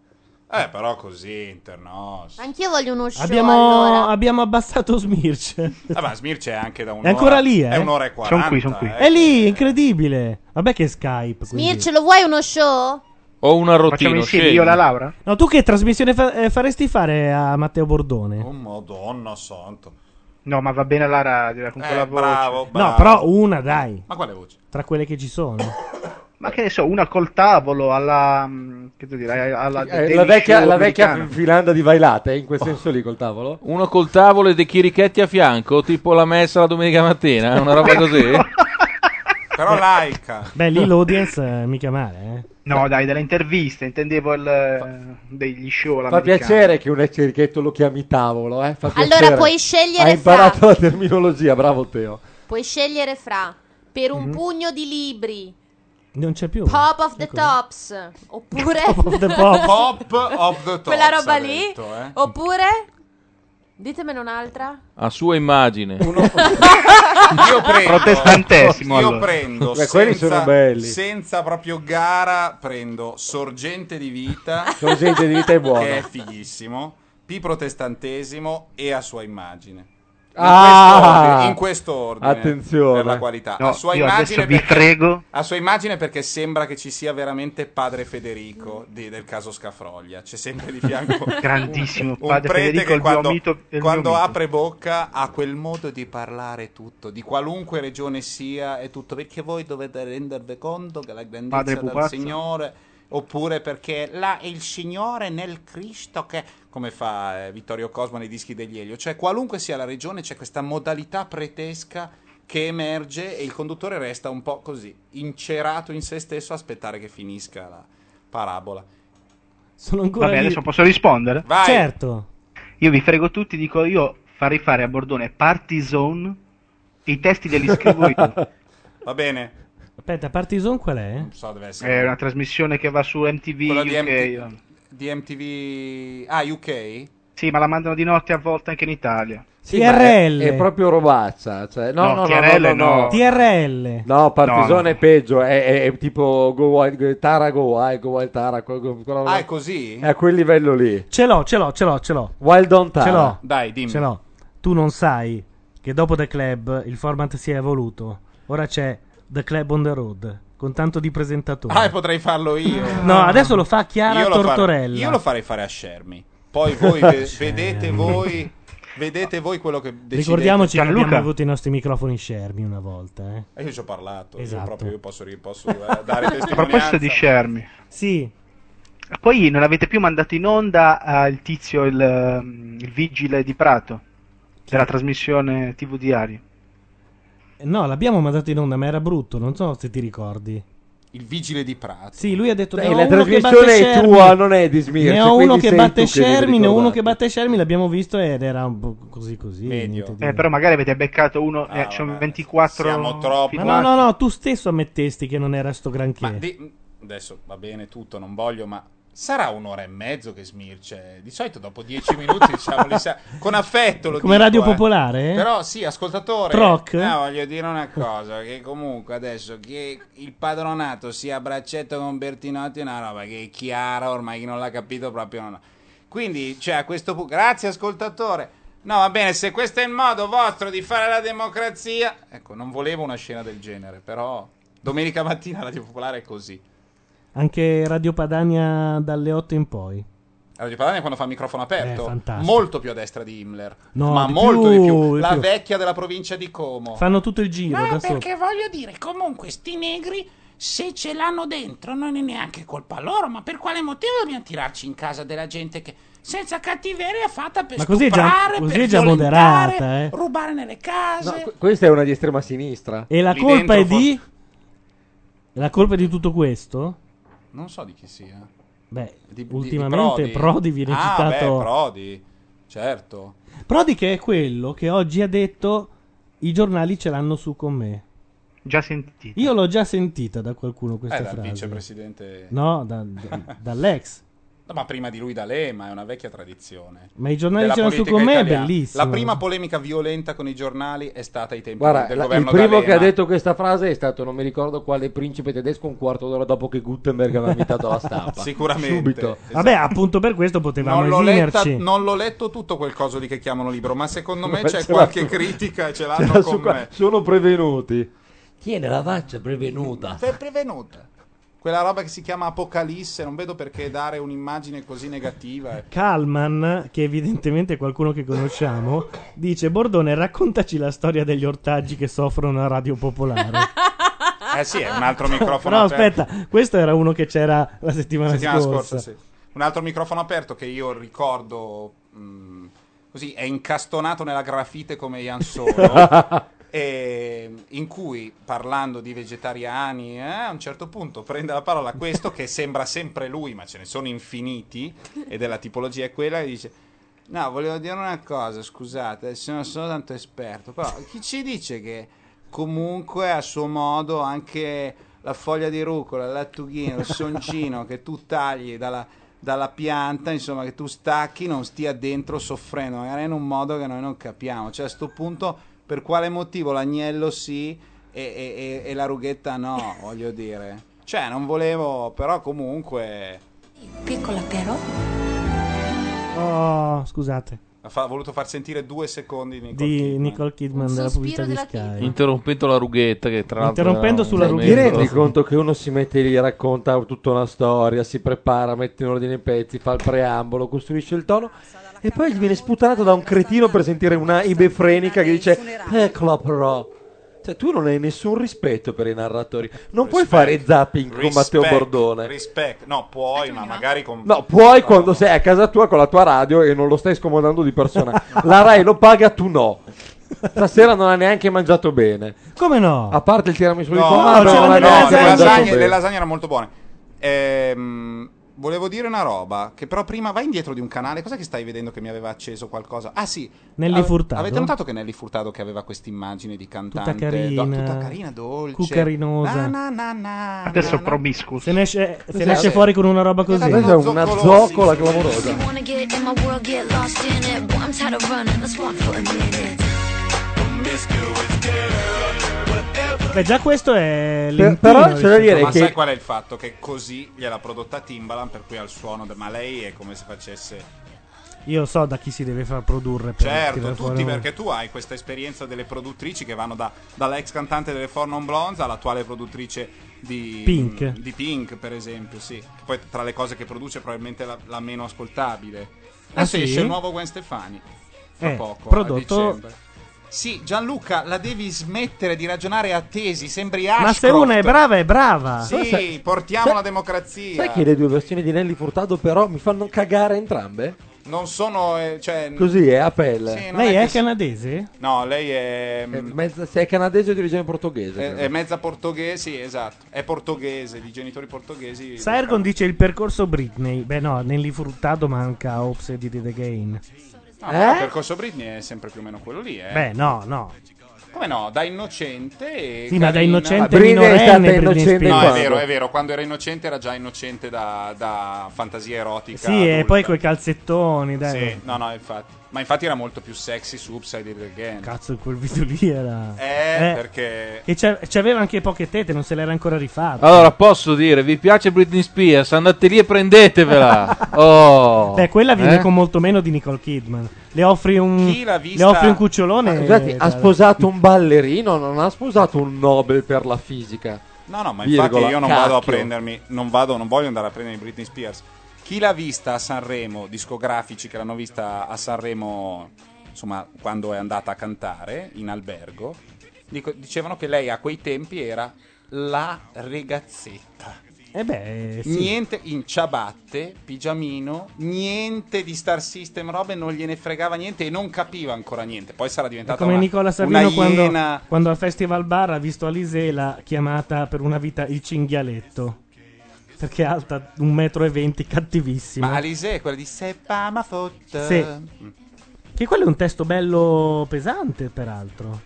Speaker 3: Eh, però così internos.
Speaker 6: Anch'io voglio uno show.
Speaker 2: Abbiamo,
Speaker 6: allora.
Speaker 2: abbiamo abbassato Smirch.
Speaker 3: Ah, ma Smirce è anche da un'ora.
Speaker 2: È ancora lì, eh?
Speaker 3: È un'ora e quaranta. eh.
Speaker 2: Sono qui, sono
Speaker 3: qui.
Speaker 2: È lì, incredibile. Vabbè che è Skype. quindi.
Speaker 6: Mirce, lo vuoi uno show?
Speaker 31: Ho una
Speaker 2: Facciamo
Speaker 31: rotina.
Speaker 2: insieme
Speaker 31: scegli.
Speaker 2: io e la Laura? No, tu che trasmissione fa- eh, faresti fare a Matteo Bordone?
Speaker 3: Oh, Madonna santo.
Speaker 18: No, ma va bene la radio, con
Speaker 3: Eh,
Speaker 18: quella voce.
Speaker 3: bravo,
Speaker 2: No, però una, dai.
Speaker 3: Ma quale voce?
Speaker 2: Tra quelle che ci sono.
Speaker 18: Ma che ne so, una col tavolo alla. mm, Che tu dirai? Alla
Speaker 11: Eh,
Speaker 18: Daily
Speaker 11: la vecchia,
Speaker 18: Show
Speaker 11: la vecchia
Speaker 18: americana.
Speaker 11: filanda di Vailate, in quel senso lì col tavolo?
Speaker 31: Uno col tavolo e dei chirichetti a fianco, tipo la messa la domenica mattina, una roba così.
Speaker 3: Però laica.
Speaker 2: Beh, lì l'audience eh, mica male, eh.
Speaker 18: No, dai, delle interviste, intendevo il, eh, degli show.
Speaker 11: Fa
Speaker 18: all'americana.
Speaker 11: piacere che un eccierichetto lo chiami tavolo, eh? Fa
Speaker 6: Allora,
Speaker 11: piacere.
Speaker 6: puoi scegliere
Speaker 11: Ha imparato la terminologia, bravo Teo.
Speaker 6: Puoi scegliere fra per un
Speaker 11: Mhm.
Speaker 6: pugno di libri,
Speaker 2: Non c'è più.
Speaker 6: Pop of the Tops, oppure
Speaker 2: ecco. Pop of the Pops.
Speaker 3: Pop of the Tops.
Speaker 6: quella roba
Speaker 3: ha
Speaker 6: lì,
Speaker 3: detto, eh.
Speaker 6: oppure ditemene un'altra.
Speaker 31: A sua immagine.
Speaker 3: Io prendo,
Speaker 31: Protestantesimo,
Speaker 3: Io
Speaker 31: allora.
Speaker 3: prendo
Speaker 31: Beh, quelli
Speaker 3: senza-
Speaker 31: sono belli.
Speaker 3: senza proprio gara, prendo Sorgente di Vita.
Speaker 11: Sorgente di Vita è buono.
Speaker 3: Che è fighissimo. P protestantesimo e a sua immagine. In
Speaker 11: Ah!
Speaker 3: questo ordine- in questo ordine
Speaker 11: Attenzione.
Speaker 3: per la qualità.
Speaker 11: No,
Speaker 3: a sua
Speaker 11: io adesso
Speaker 3: immagine
Speaker 11: vi
Speaker 3: perché-
Speaker 11: frego.
Speaker 3: A sua immagine perché sembra che ci sia veramente padre Federico di- del caso Scafroglia. C'è sempre di fianco
Speaker 18: Grandissimo,
Speaker 3: un
Speaker 18: padre
Speaker 3: prete
Speaker 18: Federico,
Speaker 3: che
Speaker 18: il mio
Speaker 3: quando,
Speaker 18: mito- il mio
Speaker 3: quando
Speaker 18: mito.
Speaker 3: apre bocca ha quel modo di parlare tutto, di qualunque regione sia, è tutto perché voi dovete rendervi conto che la grandezza
Speaker 18: Padre
Speaker 3: del
Speaker 18: Pupazzo.
Speaker 3: Signore oppure perché là è il Signore nel Cristo che come fa eh, Vittorio Cosma nei dischi degli Elio, cioè qualunque sia la regione c'è questa modalità pretesca che emerge e il conduttore resta un po' così, incerato in se stesso a aspettare che finisca la parabola.
Speaker 2: Sono ancora
Speaker 18: Vabbè,
Speaker 2: lì.
Speaker 18: adesso posso rispondere?
Speaker 3: Vai.
Speaker 2: Certo.
Speaker 18: Io vi frego tutti, dico io farei fare a Bordone Party Zone. I testi li scrivo io.
Speaker 3: Va bene.
Speaker 2: Aspetta, Partizon qual è?
Speaker 3: So, deve essere
Speaker 18: È una trasmissione che va su MTV.
Speaker 3: quella
Speaker 18: UK.
Speaker 3: di, MT- di MTV ah UK
Speaker 18: Sì, ma la mandano di notte a volte anche in Italia.
Speaker 11: Sì, ma è, è proprio robaccia. Cioè, no,
Speaker 18: No,
Speaker 11: no, no,
Speaker 18: TRL
Speaker 11: no, no, no.
Speaker 2: TRL.
Speaker 11: No, Partizone
Speaker 18: No, no.
Speaker 11: è peggio, è, è- è tipo Go Wild, Go- Tara Go Wild, Go Wild Tara. quel- quel- quella roba-
Speaker 3: Ah, è così?
Speaker 11: È a quel livello lì.
Speaker 2: Ce l'ho, ce l'ho, ce l'ho, ce l'ho.
Speaker 11: Wild on Tara.
Speaker 2: Ce l'ho.
Speaker 3: Dai, dimmi.
Speaker 2: Ce l'ho. Tu non sai che dopo The Club il format si è evoluto. Ora c'è The Club on the Road con tanto di presentatori.
Speaker 3: ah e potrei farlo io
Speaker 2: No, adesso lo fa Chiara
Speaker 3: Io lo far-
Speaker 2: Tortorella.
Speaker 3: io lo farei fare a Scermi poi voi ve- vedete voi vedete voi quello che decidete
Speaker 2: Ricordiamoci che abbiamo avuto i nostri microfoni schermi una volta, eh.
Speaker 3: Eh, io ci ho parlato io
Speaker 2: Esatto.
Speaker 3: proprio io posso, ri- posso, eh, dare
Speaker 18: A proposito di
Speaker 3: testimonianza
Speaker 18: Scermi.
Speaker 2: Sì.
Speaker 18: Poi non avete più mandato in onda eh, il tizio, il, ehm, il vigile di Prato, della trasmissione TV Diario.
Speaker 2: No, l'abbiamo mandato in onda, ma era brutto, non so se ti ricordi.
Speaker 3: Il vigile di Prato.
Speaker 2: Sì, lui ha detto
Speaker 3: Beh,
Speaker 2: "Ne ho
Speaker 3: la
Speaker 2: uno che
Speaker 3: trasmissione
Speaker 2: batte
Speaker 3: è
Speaker 2: Scermi".
Speaker 3: tua, non è di Smirci,
Speaker 2: Ne ho
Speaker 3: quindi
Speaker 2: uno che
Speaker 3: sei
Speaker 2: batte
Speaker 3: tu che devi
Speaker 2: Scermi, ne ho uno
Speaker 3: ricordarti.
Speaker 2: che batte Scermi, l'abbiamo visto ed era un po' così così. niente di-
Speaker 18: Eh, però magari avete beccato uno, eh, sono 24
Speaker 3: Ah, siamo troppi.
Speaker 2: Ma no, no, no, tu stesso ammettesti che non era sto granché.
Speaker 3: Ma di- adesso va bene tutto, non voglio, ma sarà un'ora e mezzo che smirce. Di solito dopo dieci minuti diciamo li sa- con affetto lo
Speaker 2: Come
Speaker 3: dico,
Speaker 2: Radio
Speaker 3: eh.
Speaker 2: Popolare, eh?
Speaker 3: Però sì, ascoltatore.
Speaker 2: Troc?
Speaker 3: No, voglio dire una cosa, che comunque adesso che il padronato sia a braccetto con Bertinotti è una roba che è chiara, ormai chi non l'ha capito proprio non... Quindi, cioè, a questo punto, grazie ascoltatore. No, va bene, se questo è il modo vostro di fare la democrazia. Ecco, non volevo una scena del genere, però domenica mattina Radio Popolare è così.
Speaker 2: Anche Radio Padania dalle 8 in poi.
Speaker 3: Radio Padania quando fa microfono
Speaker 2: Eh,
Speaker 3: aperto,
Speaker 2: fantastico.
Speaker 3: molto più a destra di Himmler,
Speaker 2: No,
Speaker 3: ma
Speaker 2: di
Speaker 3: molto di
Speaker 2: più,
Speaker 3: più.
Speaker 2: di
Speaker 3: La
Speaker 2: più.
Speaker 3: vecchia della provincia di Como.
Speaker 2: Fanno tutto il giro
Speaker 17: Ma
Speaker 2: da
Speaker 17: perché
Speaker 2: sopra.
Speaker 17: voglio dire, comunque, sti negri, se ce l'hanno dentro, non è neanche colpa loro. Ma per quale motivo dobbiamo tirarci in casa della gente che senza cattiveria è fatta per
Speaker 2: Ma così è già-
Speaker 17: stuprare,
Speaker 2: così
Speaker 17: per
Speaker 2: è già
Speaker 17: violentare,
Speaker 2: moderata, eh.
Speaker 17: rubare nelle case?
Speaker 11: Questa è una di estrema sinistra.
Speaker 2: E la
Speaker 11: Lì
Speaker 2: colpa
Speaker 11: dentro
Speaker 2: è di La colpa è di tutto questo?
Speaker 3: Non so di chi sia.
Speaker 2: Beh,
Speaker 3: Di- di- di
Speaker 2: ultimamente Prodi. viene
Speaker 3: ah,
Speaker 2: citato
Speaker 3: Beh, Prodi, certo.
Speaker 2: Prodi che è quello che oggi ha detto i giornali ce l'hanno su con me.
Speaker 18: Già sentito.
Speaker 2: Io l'ho già sentita da qualcuno questa
Speaker 3: Eh, dal
Speaker 2: frase.
Speaker 3: vicepresidente-
Speaker 2: No, da- da- dall'ex.
Speaker 3: No, ma prima di lui D'Alema, è una vecchia tradizione.
Speaker 2: Ma i giornali
Speaker 3: Della
Speaker 2: c'erano su
Speaker 3: politica
Speaker 2: con me è
Speaker 3: italiana.
Speaker 2: bellissimo.
Speaker 3: La prima polemica violenta con i giornali è stata ai tempi
Speaker 11: Guarda,
Speaker 3: del
Speaker 11: la- il
Speaker 3: governo
Speaker 11: primo
Speaker 3: D'Alema.
Speaker 11: che ha detto questa frase è stato, non mi ricordo quale principe tedesco, un quarto d'ora dopo che Gutenberg aveva invitato la stampa.
Speaker 3: Sicuramente.
Speaker 11: Subito.
Speaker 2: Vabbè, appunto per questo potevamo
Speaker 3: Non l'ho, letta-
Speaker 2: esimerci.
Speaker 3: non l'ho letto tutto quel coso lì che chiamano libro, ma secondo me
Speaker 11: Ma
Speaker 3: c'è
Speaker 11: ce l'ha
Speaker 3: qualche
Speaker 11: su-
Speaker 3: critica e ce
Speaker 11: ce
Speaker 3: l'hanno
Speaker 11: l'ha
Speaker 3: con
Speaker 11: Cioè, su qua-
Speaker 3: me.
Speaker 11: Sono prevenuti.
Speaker 3: Tiene la faccia prevenuta. Sei prevenuta. Quella roba che si chiama Apocalisse, non vedo perché dare un'immagine così negativa. eh.
Speaker 2: Kalman, che evidentemente è qualcuno che conosciamo, dice: Bordone, raccontaci la storia degli ortaggi che soffrono a Radio Popolare.
Speaker 3: Eh sì, è un altro microfono
Speaker 2: no,
Speaker 3: aperto.
Speaker 2: aspetta, questo era uno che c'era la settimana,
Speaker 3: Settimana scorsa,
Speaker 2: scorsa.
Speaker 3: sì. Un altro microfono aperto che io ricordo mh, così, è incastonato nella grafite come Ian Solo. e, in cui parlando di vegetariani eh, a un certo punto prende la parola questo che sembra sempre lui ma ce ne sono infiniti e della tipologia è quella e dice no volevo dire una cosa scusate adesso non sono tanto esperto però chi ci dice che comunque a suo modo anche la foglia di rucola, il lattughino, il soncino che tu tagli dalla, dalla pianta, insomma, che tu stacchi, non stia dentro soffrendo, magari in un modo che noi non capiamo. Cioè, a sto punto, per quale motivo l'agnello sì e, e- e- e la rughetta no, voglio dire. Cioè, non volevo, però comunque...
Speaker 2: Piccola però. Oh, scusate.
Speaker 3: Ha fa- voluto far sentire due secondi di Nicole
Speaker 2: Di
Speaker 3: Kidman.
Speaker 2: Nicole Kidman della pubblicità di Sky.
Speaker 31: Interrompendo la rughetta, che tra l'altro. era
Speaker 2: Interrompendo
Speaker 31: un
Speaker 2: sulla
Speaker 31: momento-
Speaker 11: Ti eh, rendi conto che uno si mette lì, racconta tutta una storia, si prepara, mette in ordine i pezzi, fa il preambolo, costruisce il tono e poi gli viene sputanato da un cretino per sentire una ibefrenica che dice eccola però. Cioè tu non hai nessun rispetto per i narratori. Non puoi fare zapping con Matteo
Speaker 3: Respect,
Speaker 11: Bordone.
Speaker 3: Respect. No, puoi, ma magari con...
Speaker 11: No, puoi quando sei a casa tua con la tua radio e non lo stai scomodando di persona. La Rai lo paga, tu no. Stasera non ha neanche mangiato bene.
Speaker 2: Mm. Come no?
Speaker 11: A parte il tiramisù di
Speaker 3: No,
Speaker 11: pomodoro,
Speaker 3: no,
Speaker 11: non ha
Speaker 3: no,
Speaker 11: neanche
Speaker 3: le,
Speaker 11: mangiato
Speaker 3: lasagne,
Speaker 11: bene.
Speaker 3: le lasagne erano molto buone. Ehm, volevo dire una roba, che però prima vai indietro di un canale, cos'è che stai vedendo che mi aveva acceso qualcosa? Ah sì,
Speaker 2: Nelly
Speaker 3: Ave-
Speaker 2: Furtado.
Speaker 3: Avete notato che Nelly Furtado che aveva questa immagine di cantante
Speaker 2: Tutta carina,
Speaker 3: do- tutta carina, dolce,
Speaker 2: cucarinosa.
Speaker 3: Na, na, na, na,
Speaker 18: Adesso
Speaker 3: na, na.
Speaker 18: promiscuo.
Speaker 2: Se ne esce, se
Speaker 3: Sì,
Speaker 2: ne esce
Speaker 3: sì.
Speaker 2: fuori con una roba così.
Speaker 11: Questa è una zoccola clamorosa.
Speaker 22: Wanna get in my world, get lost in it. Boy, I'm tired of running. Let's walk for a minute.
Speaker 2: Beh, già questo è
Speaker 11: Per-
Speaker 2: lentino,
Speaker 11: però c'è da
Speaker 2: diciamo.
Speaker 11: dire
Speaker 3: Ma
Speaker 11: che-
Speaker 3: sai qual è il fatto? Che così gliel'ha prodotta Timbaland, per cui al suono, de- ma lei è come se facesse...
Speaker 2: Io so da chi si deve far produrre per
Speaker 3: Certo,
Speaker 2: tirar fuori
Speaker 3: tutti
Speaker 2: un-
Speaker 3: perché tu hai questa esperienza delle produttrici che vanno da, dalla ex cantante delle Four Non Blondes all'attuale produttrice di mm,
Speaker 2: Pink.
Speaker 3: di Pink, per esempio, sì. Che Poi tra le cose che produce è probabilmente la, la meno ascoltabile.
Speaker 2: Ah,
Speaker 3: Adesso
Speaker 2: sì?
Speaker 3: esce il nuovo Gwen Stefani. Tra
Speaker 2: Eh,
Speaker 3: poco, a
Speaker 2: prodotto-
Speaker 3: dicembre. Sì, Gianluca, la devi smettere di ragionare a tesi, sembri
Speaker 2: Ma
Speaker 3: Ashcroft.
Speaker 2: se una è brava, è brava.
Speaker 3: Sì,
Speaker 11: Sai-
Speaker 3: portiamo
Speaker 11: sai-
Speaker 3: la democrazia.
Speaker 11: Sai che le due versioni di Nelly Furtado però mi fanno cagare entrambe?
Speaker 3: Non sono. eh, cioè,
Speaker 11: Così è a pelle.
Speaker 3: Sì, non Lei è è che-
Speaker 11: canadese?
Speaker 3: No, lei è. mm,
Speaker 11: se è canadese o di origine portoghese.
Speaker 3: È,
Speaker 2: Esatto.
Speaker 11: credo.
Speaker 3: è mezza portoghese, sì, esatto. È portoghese, di genitori portoghesi.
Speaker 2: Saergon dice il percorso Britney. Beh, no, nell'infruttato manca Obsedited Again.
Speaker 3: Ah, No, ma Il percorso Britney è sempre più o meno quello lì, eh.
Speaker 2: Eh? Beh, no, no.
Speaker 3: Come no? Da innocente. e
Speaker 2: Sì, ma da
Speaker 3: carina.
Speaker 2: innocente Britney è minorenne stata Britney innocente Spears.
Speaker 3: No, è
Speaker 2: quando?
Speaker 3: vero, è vero. Quando era innocente era già innocente da, da fantasia erotica.
Speaker 2: Sì, e poi coi calzettoni, dai.
Speaker 3: Sì, no, no, infatti. Ma infatti era molto più sexy su Upside Down Again.
Speaker 2: Cazzo, quel video lì era.
Speaker 3: Eh, perché-
Speaker 2: E c'è- c'aveva anche poche tete, non se l'era ancora rifatto.
Speaker 31: Allora, posso dire, vi piace Britney Spears? Andate lì e prendetevela. Oh.
Speaker 2: Beh, quella viene
Speaker 31: Eh?
Speaker 2: con molto meno di Nicole Kidman. Le offri un,
Speaker 3: Chi l'ha
Speaker 2: le
Speaker 3: vista-
Speaker 2: offri un cucciolone.
Speaker 11: Ma, scusate,
Speaker 2: e-
Speaker 11: Ah, ha sposato un ballerino, non ha sposato un Nobel per la fisica.
Speaker 3: No, no, ma
Speaker 11: Virgola,
Speaker 3: infatti io non vado a
Speaker 11: cacchio.
Speaker 3: prendermi, non vado, non voglio andare a prendermi Britney Spears. Chi l'ha vista a Sanremo, discografici che l'hanno vista a Sanremo, insomma, quando è andata a cantare in albergo, dico- dicevano che lei a quei tempi era la ragazzetta.
Speaker 2: Eh beh, sì.
Speaker 3: Niente in ciabatte, pigiamino, niente di Star System, robe, non gliene fregava niente e non capiva ancora niente. Poi sarà diventata
Speaker 2: Come
Speaker 3: una,
Speaker 2: Nicola
Speaker 3: una
Speaker 2: Savino quando,
Speaker 3: iena.
Speaker 2: quando al Festival Bar ha visto Alisela chiamata per una vita il cinghialetto. Perché è alta un metro e venti, cattivissima.
Speaker 3: Ma Alise è quella di Seppa ma fotta.
Speaker 2: Sì.
Speaker 3: Mm.
Speaker 2: Che quello è un testo bello pesante, peraltro.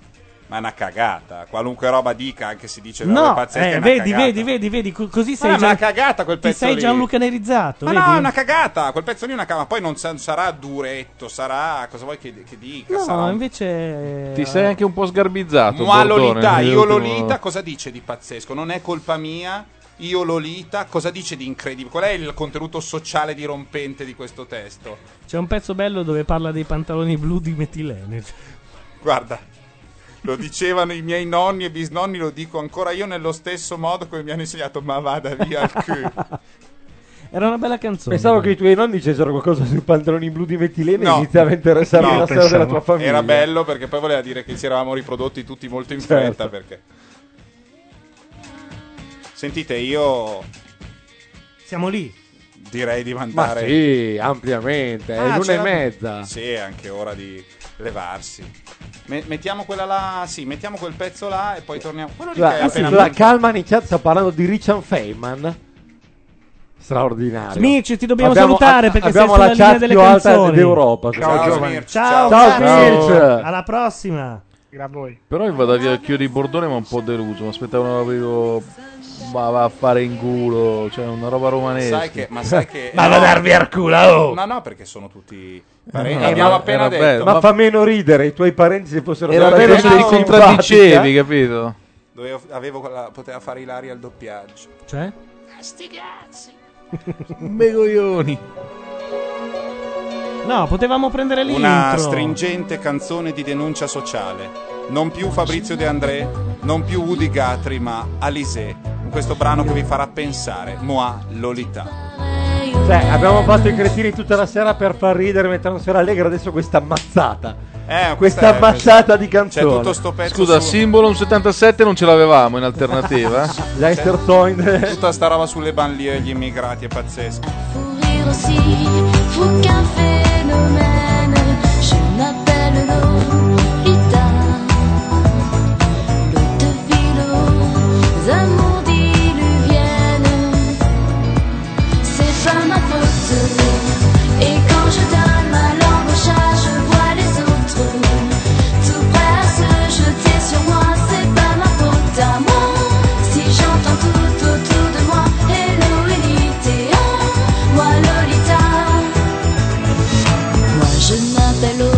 Speaker 3: Ma è una cagata. Qualunque roba dica, anche se dice roba
Speaker 2: no,
Speaker 3: pazzesca,
Speaker 2: eh,
Speaker 3: è una
Speaker 2: vedi,
Speaker 3: cagata.
Speaker 2: vedi, vedi, vedi, co- così
Speaker 3: Ma
Speaker 2: sei
Speaker 3: è una cagata quel
Speaker 2: ti
Speaker 3: pezzo
Speaker 2: sei
Speaker 3: lì.
Speaker 2: gianlucanerizzato,
Speaker 3: Ma
Speaker 2: vedi?
Speaker 3: no, è una cagata. Quel pezzo lì è una cagata. Poi non sa- sarà duretto, sarà. Cosa vuoi che, che dica?
Speaker 2: No,
Speaker 3: sarà un...
Speaker 2: invece
Speaker 31: Ti sei anche un po' sgarbizzato.
Speaker 3: Mua
Speaker 31: Bordone,
Speaker 3: Lolita, io
Speaker 31: nell'ultimo-
Speaker 3: Lolita, cosa dice di pazzesco? Non è colpa mia. Io Lolita, cosa dice di incredibile? Qual è il contenuto sociale dirompente di questo testo?
Speaker 2: C'è un pezzo bello dove parla dei pantaloni blu di metilene.
Speaker 3: Guarda, lo dicevano i miei nonni e bisnonni, lo dico ancora io nello stesso modo come mi hanno insegnato, ma vada via al culo.
Speaker 2: Era una bella canzone.
Speaker 11: Pensavo che i tuoi nonni dicessero qualcosa sui pantaloni blu di metilene
Speaker 3: No.
Speaker 11: e iniziava a interessarmi
Speaker 3: No,
Speaker 11: la storia della
Speaker 3: pensavo.
Speaker 11: tua famiglia.
Speaker 3: Era bello perché poi voleva dire che ci eravamo riprodotti tutti molto in
Speaker 11: Certo.
Speaker 3: fretta perché... Sentite, io
Speaker 2: Siamo lì.
Speaker 3: direi di
Speaker 11: Ma
Speaker 3: mandare...
Speaker 11: sì, ampiamente,
Speaker 3: Ah,
Speaker 11: è l'una e
Speaker 3: c'era-
Speaker 11: mezza.
Speaker 3: Sì, è anche ora di levarsi. Me- mettiamo quella là, sì, mettiamo quel pezzo là e poi torniamo. Quello lì che
Speaker 11: La,
Speaker 3: è appena
Speaker 11: la Calman in chat sta parlando di Richard Feynman.
Speaker 3: Ah,
Speaker 11: Straordinario.
Speaker 2: Smirci, ti dobbiamo
Speaker 11: Abbiamo-
Speaker 2: salutare
Speaker 11: a-
Speaker 2: perché
Speaker 11: abbiamo
Speaker 2: sei
Speaker 11: la
Speaker 2: sulla linea
Speaker 11: chat
Speaker 2: delle
Speaker 11: più alta
Speaker 2: canzoni.
Speaker 11: d'Europa.
Speaker 2: Ciao,
Speaker 11: ciao,
Speaker 2: ciao.
Speaker 11: Smirci.
Speaker 2: Alla prossima.
Speaker 31: Però io vado via al chiudo di Bordone, ma un po' deluso. Mi aspettavo una roba tipo. Ma va a fare in culo, cioè una roba romanese.
Speaker 3: Sai che, ma sai che.
Speaker 31: ma va a darvi al culo! oh!
Speaker 3: Ma no, perché sono tutti. parenti.
Speaker 31: no,
Speaker 3: Abbiamo
Speaker 31: ma
Speaker 3: appena
Speaker 31: era
Speaker 3: detto.
Speaker 31: bello.
Speaker 11: oh. Eh, Ma fa meno ridere i tuoi parenti se fossero
Speaker 31: Eh, Era
Speaker 11: stati
Speaker 31: bello
Speaker 11: così
Speaker 31: se li
Speaker 11: simpatici.
Speaker 31: contraddicevi, capito?
Speaker 3: Dovevo- avevo quella- poteva fare Ilaria al doppiaggio.
Speaker 2: Cioè?
Speaker 39: Ah, sti cazzi.
Speaker 31: Me coglioni.
Speaker 2: No, potevamo prendere l'intro.
Speaker 3: Una stringente canzone di denuncia sociale. Non più Fabrizio De André, non più Woody Guthrie, ma Alizé. Con questo brano che vi farà pensare. Moa Lolita.
Speaker 11: Cioè, abbiamo fatto i cretini tutta la sera per far ridere mentre non era allegra, adesso questa ammazzata.
Speaker 3: Eh, cioè,
Speaker 11: questa
Speaker 31: è-
Speaker 11: ammazzata di canzone.
Speaker 31: Scusa, Simbolon 77 non ce l'avevamo in alternativa? eh?
Speaker 11: Leicester
Speaker 3: Tutta sta roba sulle banlieue e gli immigrati è pazzesco.
Speaker 22: Rire aussi, faut qu'un phénomène. Je m'appelle Lolita. L'eau de ville, amours diluviennes. C'est pas ma faute. Et quand je donne ma langue au chat, je vois les autres. Tout près à se jeter sur moi, c'est pas ma faute à moi. Si j'entends tout autour de moi, hello, Elite, ah, moi Lolita. Oh,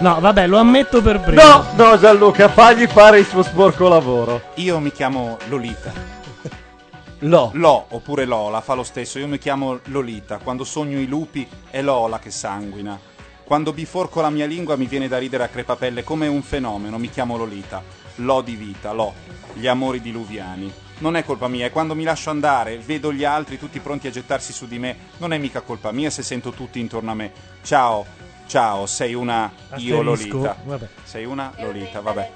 Speaker 2: No, vabbè, lo ammetto per primo.
Speaker 11: No, no, Gianluca, fagli fare il suo sporco lavoro.
Speaker 3: Io mi chiamo Lolita.
Speaker 11: Lo.
Speaker 3: Lo oppure Lola fa lo stesso. Io mi chiamo Lolita. Quando sogno i lupi è Lola che sanguina. Quando biforco la mia lingua mi viene da ridere a crepapelle come un fenomeno. Mi chiamo Lolita. Lo di vita, lo. Gli amori diluviani. Non è colpa mia, è quando mi lascio andare, vedo gli altri tutti pronti a gettarsi su di me. Non è mica colpa mia se sento tutti intorno a me. Ciao, ciao, sei una io
Speaker 2: Asterisco,
Speaker 3: Lolita.
Speaker 2: vabbè.
Speaker 3: Sei una Lolita, vabbè.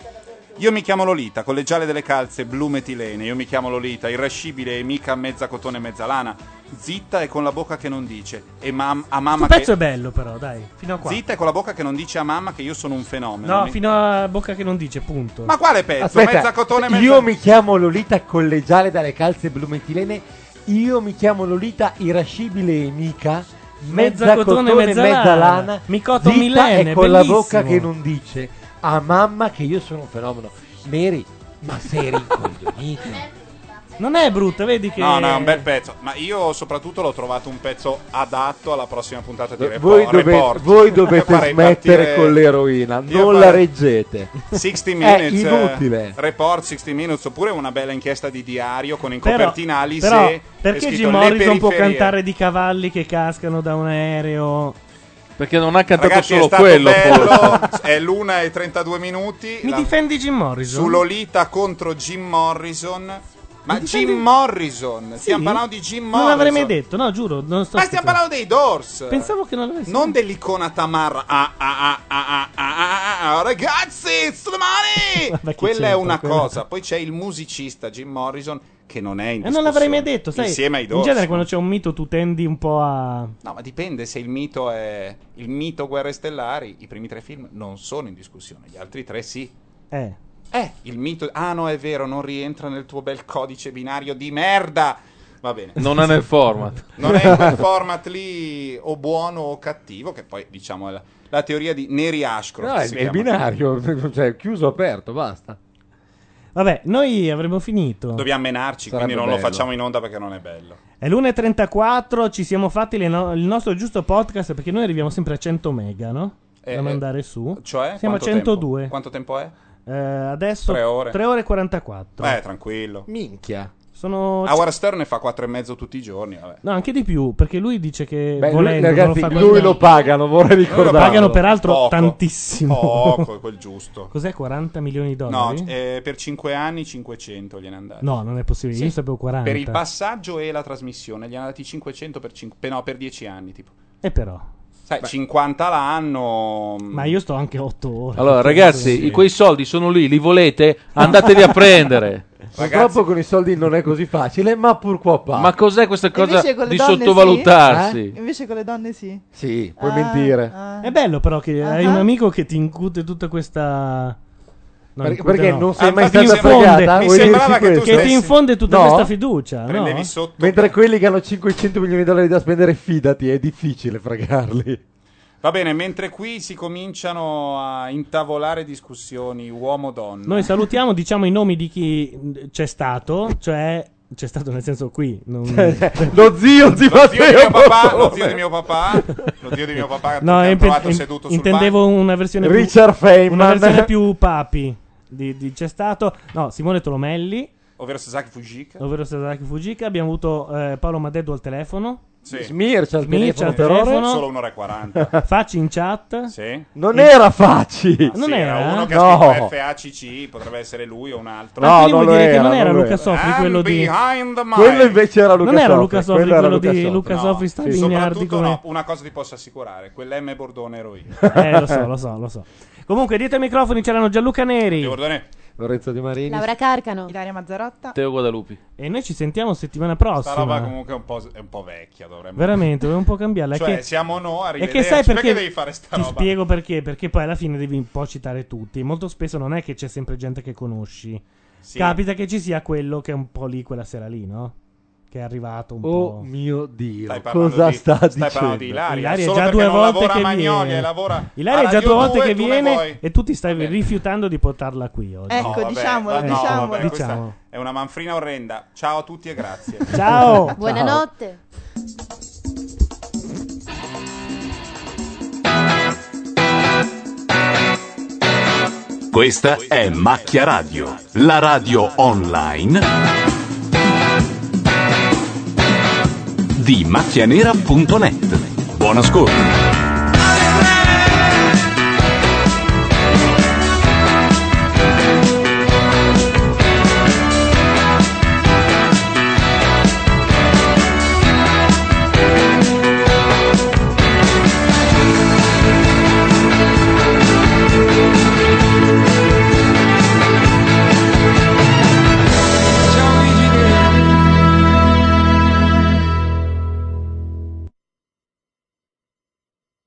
Speaker 3: Io mi chiamo Lolita, con le gialle delle calze blu metilene. Io mi chiamo Lolita, irascibile e mica mezza cotone e mezza lana. Zitta e con la bocca che non dice. E mam- a mamma
Speaker 2: Questo pezzo
Speaker 3: che...
Speaker 2: è bello, però, dai. Fino a qua.
Speaker 3: Zitta e con la bocca che non dice a mamma che io sono un fenomeno.
Speaker 2: No,
Speaker 3: Mi-
Speaker 2: fino a bocca che non dice, punto.
Speaker 3: Ma quale pezzo? mezza cotone e mezza
Speaker 11: io mi chiamo Lolita collegiale dalle calze blu metilene. Io mi chiamo Lolita irascibile e mica. Mezza, cotone, e mezza, lana.
Speaker 2: Micoto
Speaker 11: zitta
Speaker 2: Milene,
Speaker 11: e con la
Speaker 2: bellissimo.
Speaker 11: bocca che non dice a mamma che io sono un fenomeno. Mary, ma sei rincoglionito.
Speaker 2: Non è brutto, vedi che.
Speaker 3: No, no, è un bel pezzo. Ma io soprattutto l'ho trovato un pezzo adatto alla prossima puntata di Repo-
Speaker 11: Voi, dove-
Speaker 3: Report.
Speaker 11: voi dovete
Speaker 3: Farei
Speaker 11: smettere
Speaker 3: partire-
Speaker 11: con l'eroina,
Speaker 3: Io
Speaker 11: non la
Speaker 3: farei-
Speaker 11: reggete.
Speaker 3: 60
Speaker 11: È
Speaker 3: Minutes. eh,
Speaker 11: inutile.
Speaker 3: Report 60 Minutes oppure una bella inchiesta di diario con in
Speaker 2: Però-
Speaker 3: copertina Alice.
Speaker 2: però,
Speaker 3: e-
Speaker 2: perché
Speaker 3: e
Speaker 2: Jim
Speaker 3: scritto, "Le
Speaker 2: Morrison può
Speaker 3: periferie".
Speaker 2: cantare di cavalli che cascano da un aereo?
Speaker 31: Perché non ha cantato
Speaker 3: Ragazzi, è
Speaker 31: solo
Speaker 3: stato
Speaker 31: quello.
Speaker 3: bello.
Speaker 31: forse.
Speaker 3: È l'una e 32 minuti.
Speaker 2: Mi
Speaker 3: La-
Speaker 2: difendi Jim Morrison?
Speaker 3: Su Lolita contro Jim Morrison. Ma
Speaker 2: Mi difendi-
Speaker 3: Jim Morrison, stiamo
Speaker 2: Sì?
Speaker 3: parlando di Jim
Speaker 2: Non
Speaker 3: Morrison.
Speaker 2: l'avrei mai detto, no, giuro. Non sto
Speaker 3: Ma stiamo
Speaker 2: scherzando.
Speaker 3: parlando dei Doors.
Speaker 2: Pensavo che non l'avessi
Speaker 3: Non dell'icona Tamara. Ah, ah, ah, ah, ah, ah, ah, ah, ragazzi,
Speaker 2: Vabbè,
Speaker 3: domani!
Speaker 2: chi
Speaker 3: Quella è
Speaker 2: c'entra,
Speaker 3: una
Speaker 2: quella?
Speaker 3: cosa. Poi c'è il musicista Jim Morrison che non è in
Speaker 2: E Eh, non l'avrei mai
Speaker 3: discussione.
Speaker 2: detto, sai?
Speaker 3: Insieme ai
Speaker 2: In
Speaker 3: Doors.
Speaker 2: genere, quando c'è un mito, tu tendi un po' a.
Speaker 3: No, ma dipende se il mito è il mito Guerre Stellari, i primi tre film non sono in discussione, gli altri tre sì.
Speaker 2: Eh.
Speaker 3: Eh, il mito Ah no, è vero, non rientra nel tuo bel codice binario di merda. Va bene.
Speaker 31: Non è nel format.
Speaker 3: Non è in quel format lì o buono o cattivo, che poi diciamo è la, la teoria di Neri Ashcroft.
Speaker 11: No, è,
Speaker 3: si
Speaker 11: è il
Speaker 3: chiama.
Speaker 11: binario, cioè chiuso, aperto, basta.
Speaker 2: Vabbè, noi avremmo finito.
Speaker 3: Dobbiamo menarci,
Speaker 11: Sarebbe
Speaker 3: quindi non lo
Speaker 11: bello.
Speaker 3: facciamo in onda perché non è bello.
Speaker 2: È l'1.34, ci siamo fatti le no- il nostro giusto podcast perché noi arriviamo sempre a 100 mega, no?
Speaker 3: Eh,
Speaker 2: da
Speaker 3: eh,
Speaker 2: mandare su.
Speaker 3: Cioè,
Speaker 2: Siamo a
Speaker 3: quanto tempo?
Speaker 2: 102.
Speaker 3: Quanto tempo è?
Speaker 2: Eh, adesso
Speaker 3: Tre ore.
Speaker 2: 3 ore e 44.
Speaker 3: Beh, tranquillo.
Speaker 11: Minchia.
Speaker 2: Sono
Speaker 3: Our Stern ne fa 4 e mezzo tutti i giorni, vabbè.
Speaker 2: No, anche di più, perché lui dice che
Speaker 11: Beh, lui-
Speaker 2: Eh, volendo,
Speaker 11: ragazzi,
Speaker 2: non lo fa
Speaker 11: lui
Speaker 2: guadagnare.
Speaker 11: lo pagano, vorrei Lui lo ricordarlo.
Speaker 2: Pagano peraltro
Speaker 3: Poco.
Speaker 2: tantissimo.
Speaker 3: Poco, quel giusto.
Speaker 2: Cos'è 40 milioni di
Speaker 3: No,
Speaker 2: dollari?
Speaker 3: eh, per 5 anni 500 gliene andati.
Speaker 2: No, non è possibile, io sapevo 40.
Speaker 3: Per il passaggio e la trasmissione gli hanno dati 500 per, cinque- no, per 10 anni, tipo.
Speaker 2: E però,
Speaker 3: Sai, 50 l'anno. mm,
Speaker 2: ma io sto anche 8 ore.
Speaker 31: Allora, ragazzi,
Speaker 2: Sì.
Speaker 31: i- quei soldi sono lì, li volete? Andatevi a prendere.
Speaker 11: Purtroppo con i soldi non è così facile, ma pur qua pa.
Speaker 31: Ma cos'è questa cosa
Speaker 15: Invece con le
Speaker 31: di
Speaker 15: donne sì?
Speaker 31: sottovalutarsi?
Speaker 15: Eh? Invece con le donne sì.
Speaker 11: Sì,
Speaker 15: puoi Ah, mentire. ah.
Speaker 2: È bello però che hai
Speaker 15: Ah.
Speaker 2: un amico che ti incute tutta questa... no,
Speaker 11: Perché-
Speaker 2: incute
Speaker 11: perché
Speaker 2: no.
Speaker 11: non sei
Speaker 2: Ah,
Speaker 11: mai
Speaker 2: ti
Speaker 11: stata
Speaker 2: infonde-
Speaker 11: fregata?
Speaker 2: che
Speaker 11: Vuoi
Speaker 2: ti-
Speaker 11: dirci questo?
Speaker 2: Che ti infonde tutta
Speaker 11: No?
Speaker 2: questa fiducia. no? Cioè.
Speaker 11: Mentre quelli che hanno 500 milioni di dollari da spendere, fidati, è difficile fregarli.
Speaker 3: Va bene, mentre qui si cominciano a intavolare discussioni uomo-donna.
Speaker 2: Noi salutiamo, diciamo i nomi di chi mh, c'è stato, cioè... C'è stato nel senso qui. non-
Speaker 11: Cioè, Lo zio di
Speaker 3: Lo zio di mio
Speaker 2: Matteo
Speaker 3: papà, lo
Speaker 2: Bortolome.
Speaker 3: zio di mio papà, lo zio di mio papà che
Speaker 2: No,
Speaker 3: hanno
Speaker 2: in-
Speaker 3: trovato
Speaker 2: in-
Speaker 3: seduto sul
Speaker 2: intendevo
Speaker 3: banco.
Speaker 2: una versione
Speaker 11: Richard
Speaker 2: più,
Speaker 11: Feynman.
Speaker 2: una versione più papi di, di c'è stato. No, Simone Tolomelli,
Speaker 3: Ovvero Sasaki Fujika.
Speaker 2: ovvero Sasaki Fujika. Abbiamo avuto eh, Paolo Madeddu al telefono.
Speaker 3: Sì.
Speaker 11: Smirci al
Speaker 2: Smirci
Speaker 11: telefono
Speaker 2: al
Speaker 11: per
Speaker 2: telefono.
Speaker 11: ore.
Speaker 3: Solo un'ora e 40.
Speaker 2: Facci in chat.
Speaker 3: Sì.
Speaker 11: Non era Facci.
Speaker 2: Ah, non
Speaker 3: Sì,
Speaker 2: era? eh?
Speaker 3: uno che
Speaker 11: No.
Speaker 3: ha scritto FACC, potrebbe essere lui o un altro.
Speaker 11: No,
Speaker 2: quindi
Speaker 11: non
Speaker 2: vuol
Speaker 11: lo
Speaker 2: dire che
Speaker 11: era,
Speaker 2: non era
Speaker 11: non lo
Speaker 2: Luca
Speaker 11: era.
Speaker 2: Sofri
Speaker 3: I'm
Speaker 2: quello di
Speaker 3: behind the mic.
Speaker 11: Quello invece era Luca
Speaker 2: Non era
Speaker 11: Sofri,
Speaker 2: Luca Sofri,
Speaker 11: quello era
Speaker 2: quello,
Speaker 11: Luca
Speaker 2: di
Speaker 11: Sopra.
Speaker 2: Luca
Speaker 11: No,
Speaker 2: Sofri
Speaker 11: sì.
Speaker 2: Staglignardi
Speaker 3: Soprattutto
Speaker 2: come
Speaker 3: no, una cosa ti posso assicurare, quell'M Bordone eroina.
Speaker 2: Eh, lo so, lo so, lo so. Comunque, dietro ai microfoni c'erano Gianluca Neri.
Speaker 11: Lorenzo Di Marini.
Speaker 15: Laura Carcano. Ilaria Mazzarotta.
Speaker 31: Teo Guadalupi.
Speaker 2: E noi ci sentiamo settimana
Speaker 3: Sta roba
Speaker 2: prossima.
Speaker 3: comunque è un po', s- è un po' vecchia, dovremmo
Speaker 2: Veramente, dobbiamo un po' cambiarla. È
Speaker 3: Cioè,
Speaker 2: che-
Speaker 3: siamo noi,
Speaker 2: è
Speaker 3: arrivederci.
Speaker 2: che sai perché,
Speaker 3: perché, devi fare sta
Speaker 2: Ti
Speaker 3: roba?
Speaker 2: spiego perché, perché poi alla fine devi un po' citare tutti. Molto spesso non è che c'è sempre gente che conosci.
Speaker 3: Sì.
Speaker 2: Capita che ci sia quello che è un po' lì quella sera lì, no? Che è arrivato un po'.
Speaker 11: Oh mio Dio,
Speaker 2: Stai
Speaker 3: parlando
Speaker 11: cosa
Speaker 3: di-
Speaker 11: sta
Speaker 3: stai
Speaker 11: dicendo?
Speaker 3: parlando di Ilaria,
Speaker 2: Ilaria è
Speaker 3: solo
Speaker 2: già
Speaker 3: perché
Speaker 2: due
Speaker 3: non
Speaker 2: volte
Speaker 3: lavora
Speaker 2: che
Speaker 3: a Magnolia
Speaker 2: viene.
Speaker 3: e lavora
Speaker 2: Ilaria
Speaker 3: a
Speaker 2: è già
Speaker 3: Radio
Speaker 2: due volte
Speaker 3: 2,
Speaker 2: che
Speaker 3: tu ne
Speaker 2: viene
Speaker 3: vuoi?
Speaker 2: e tu ti stai rifiutando di portarla qui oggi.
Speaker 15: Ecco,
Speaker 3: vabbè,
Speaker 15: diciamolo,
Speaker 3: va- no,
Speaker 15: diciamolo.
Speaker 3: vabbè, questa
Speaker 2: Diciamo.
Speaker 3: È una manfrina orrenda. Ciao a tutti e grazie.
Speaker 2: Ciao.
Speaker 6: Buonanotte.
Speaker 40: Ciao.
Speaker 3: Questa è Macchia Radio, la radio online di macchianera.net. Buon ascolto.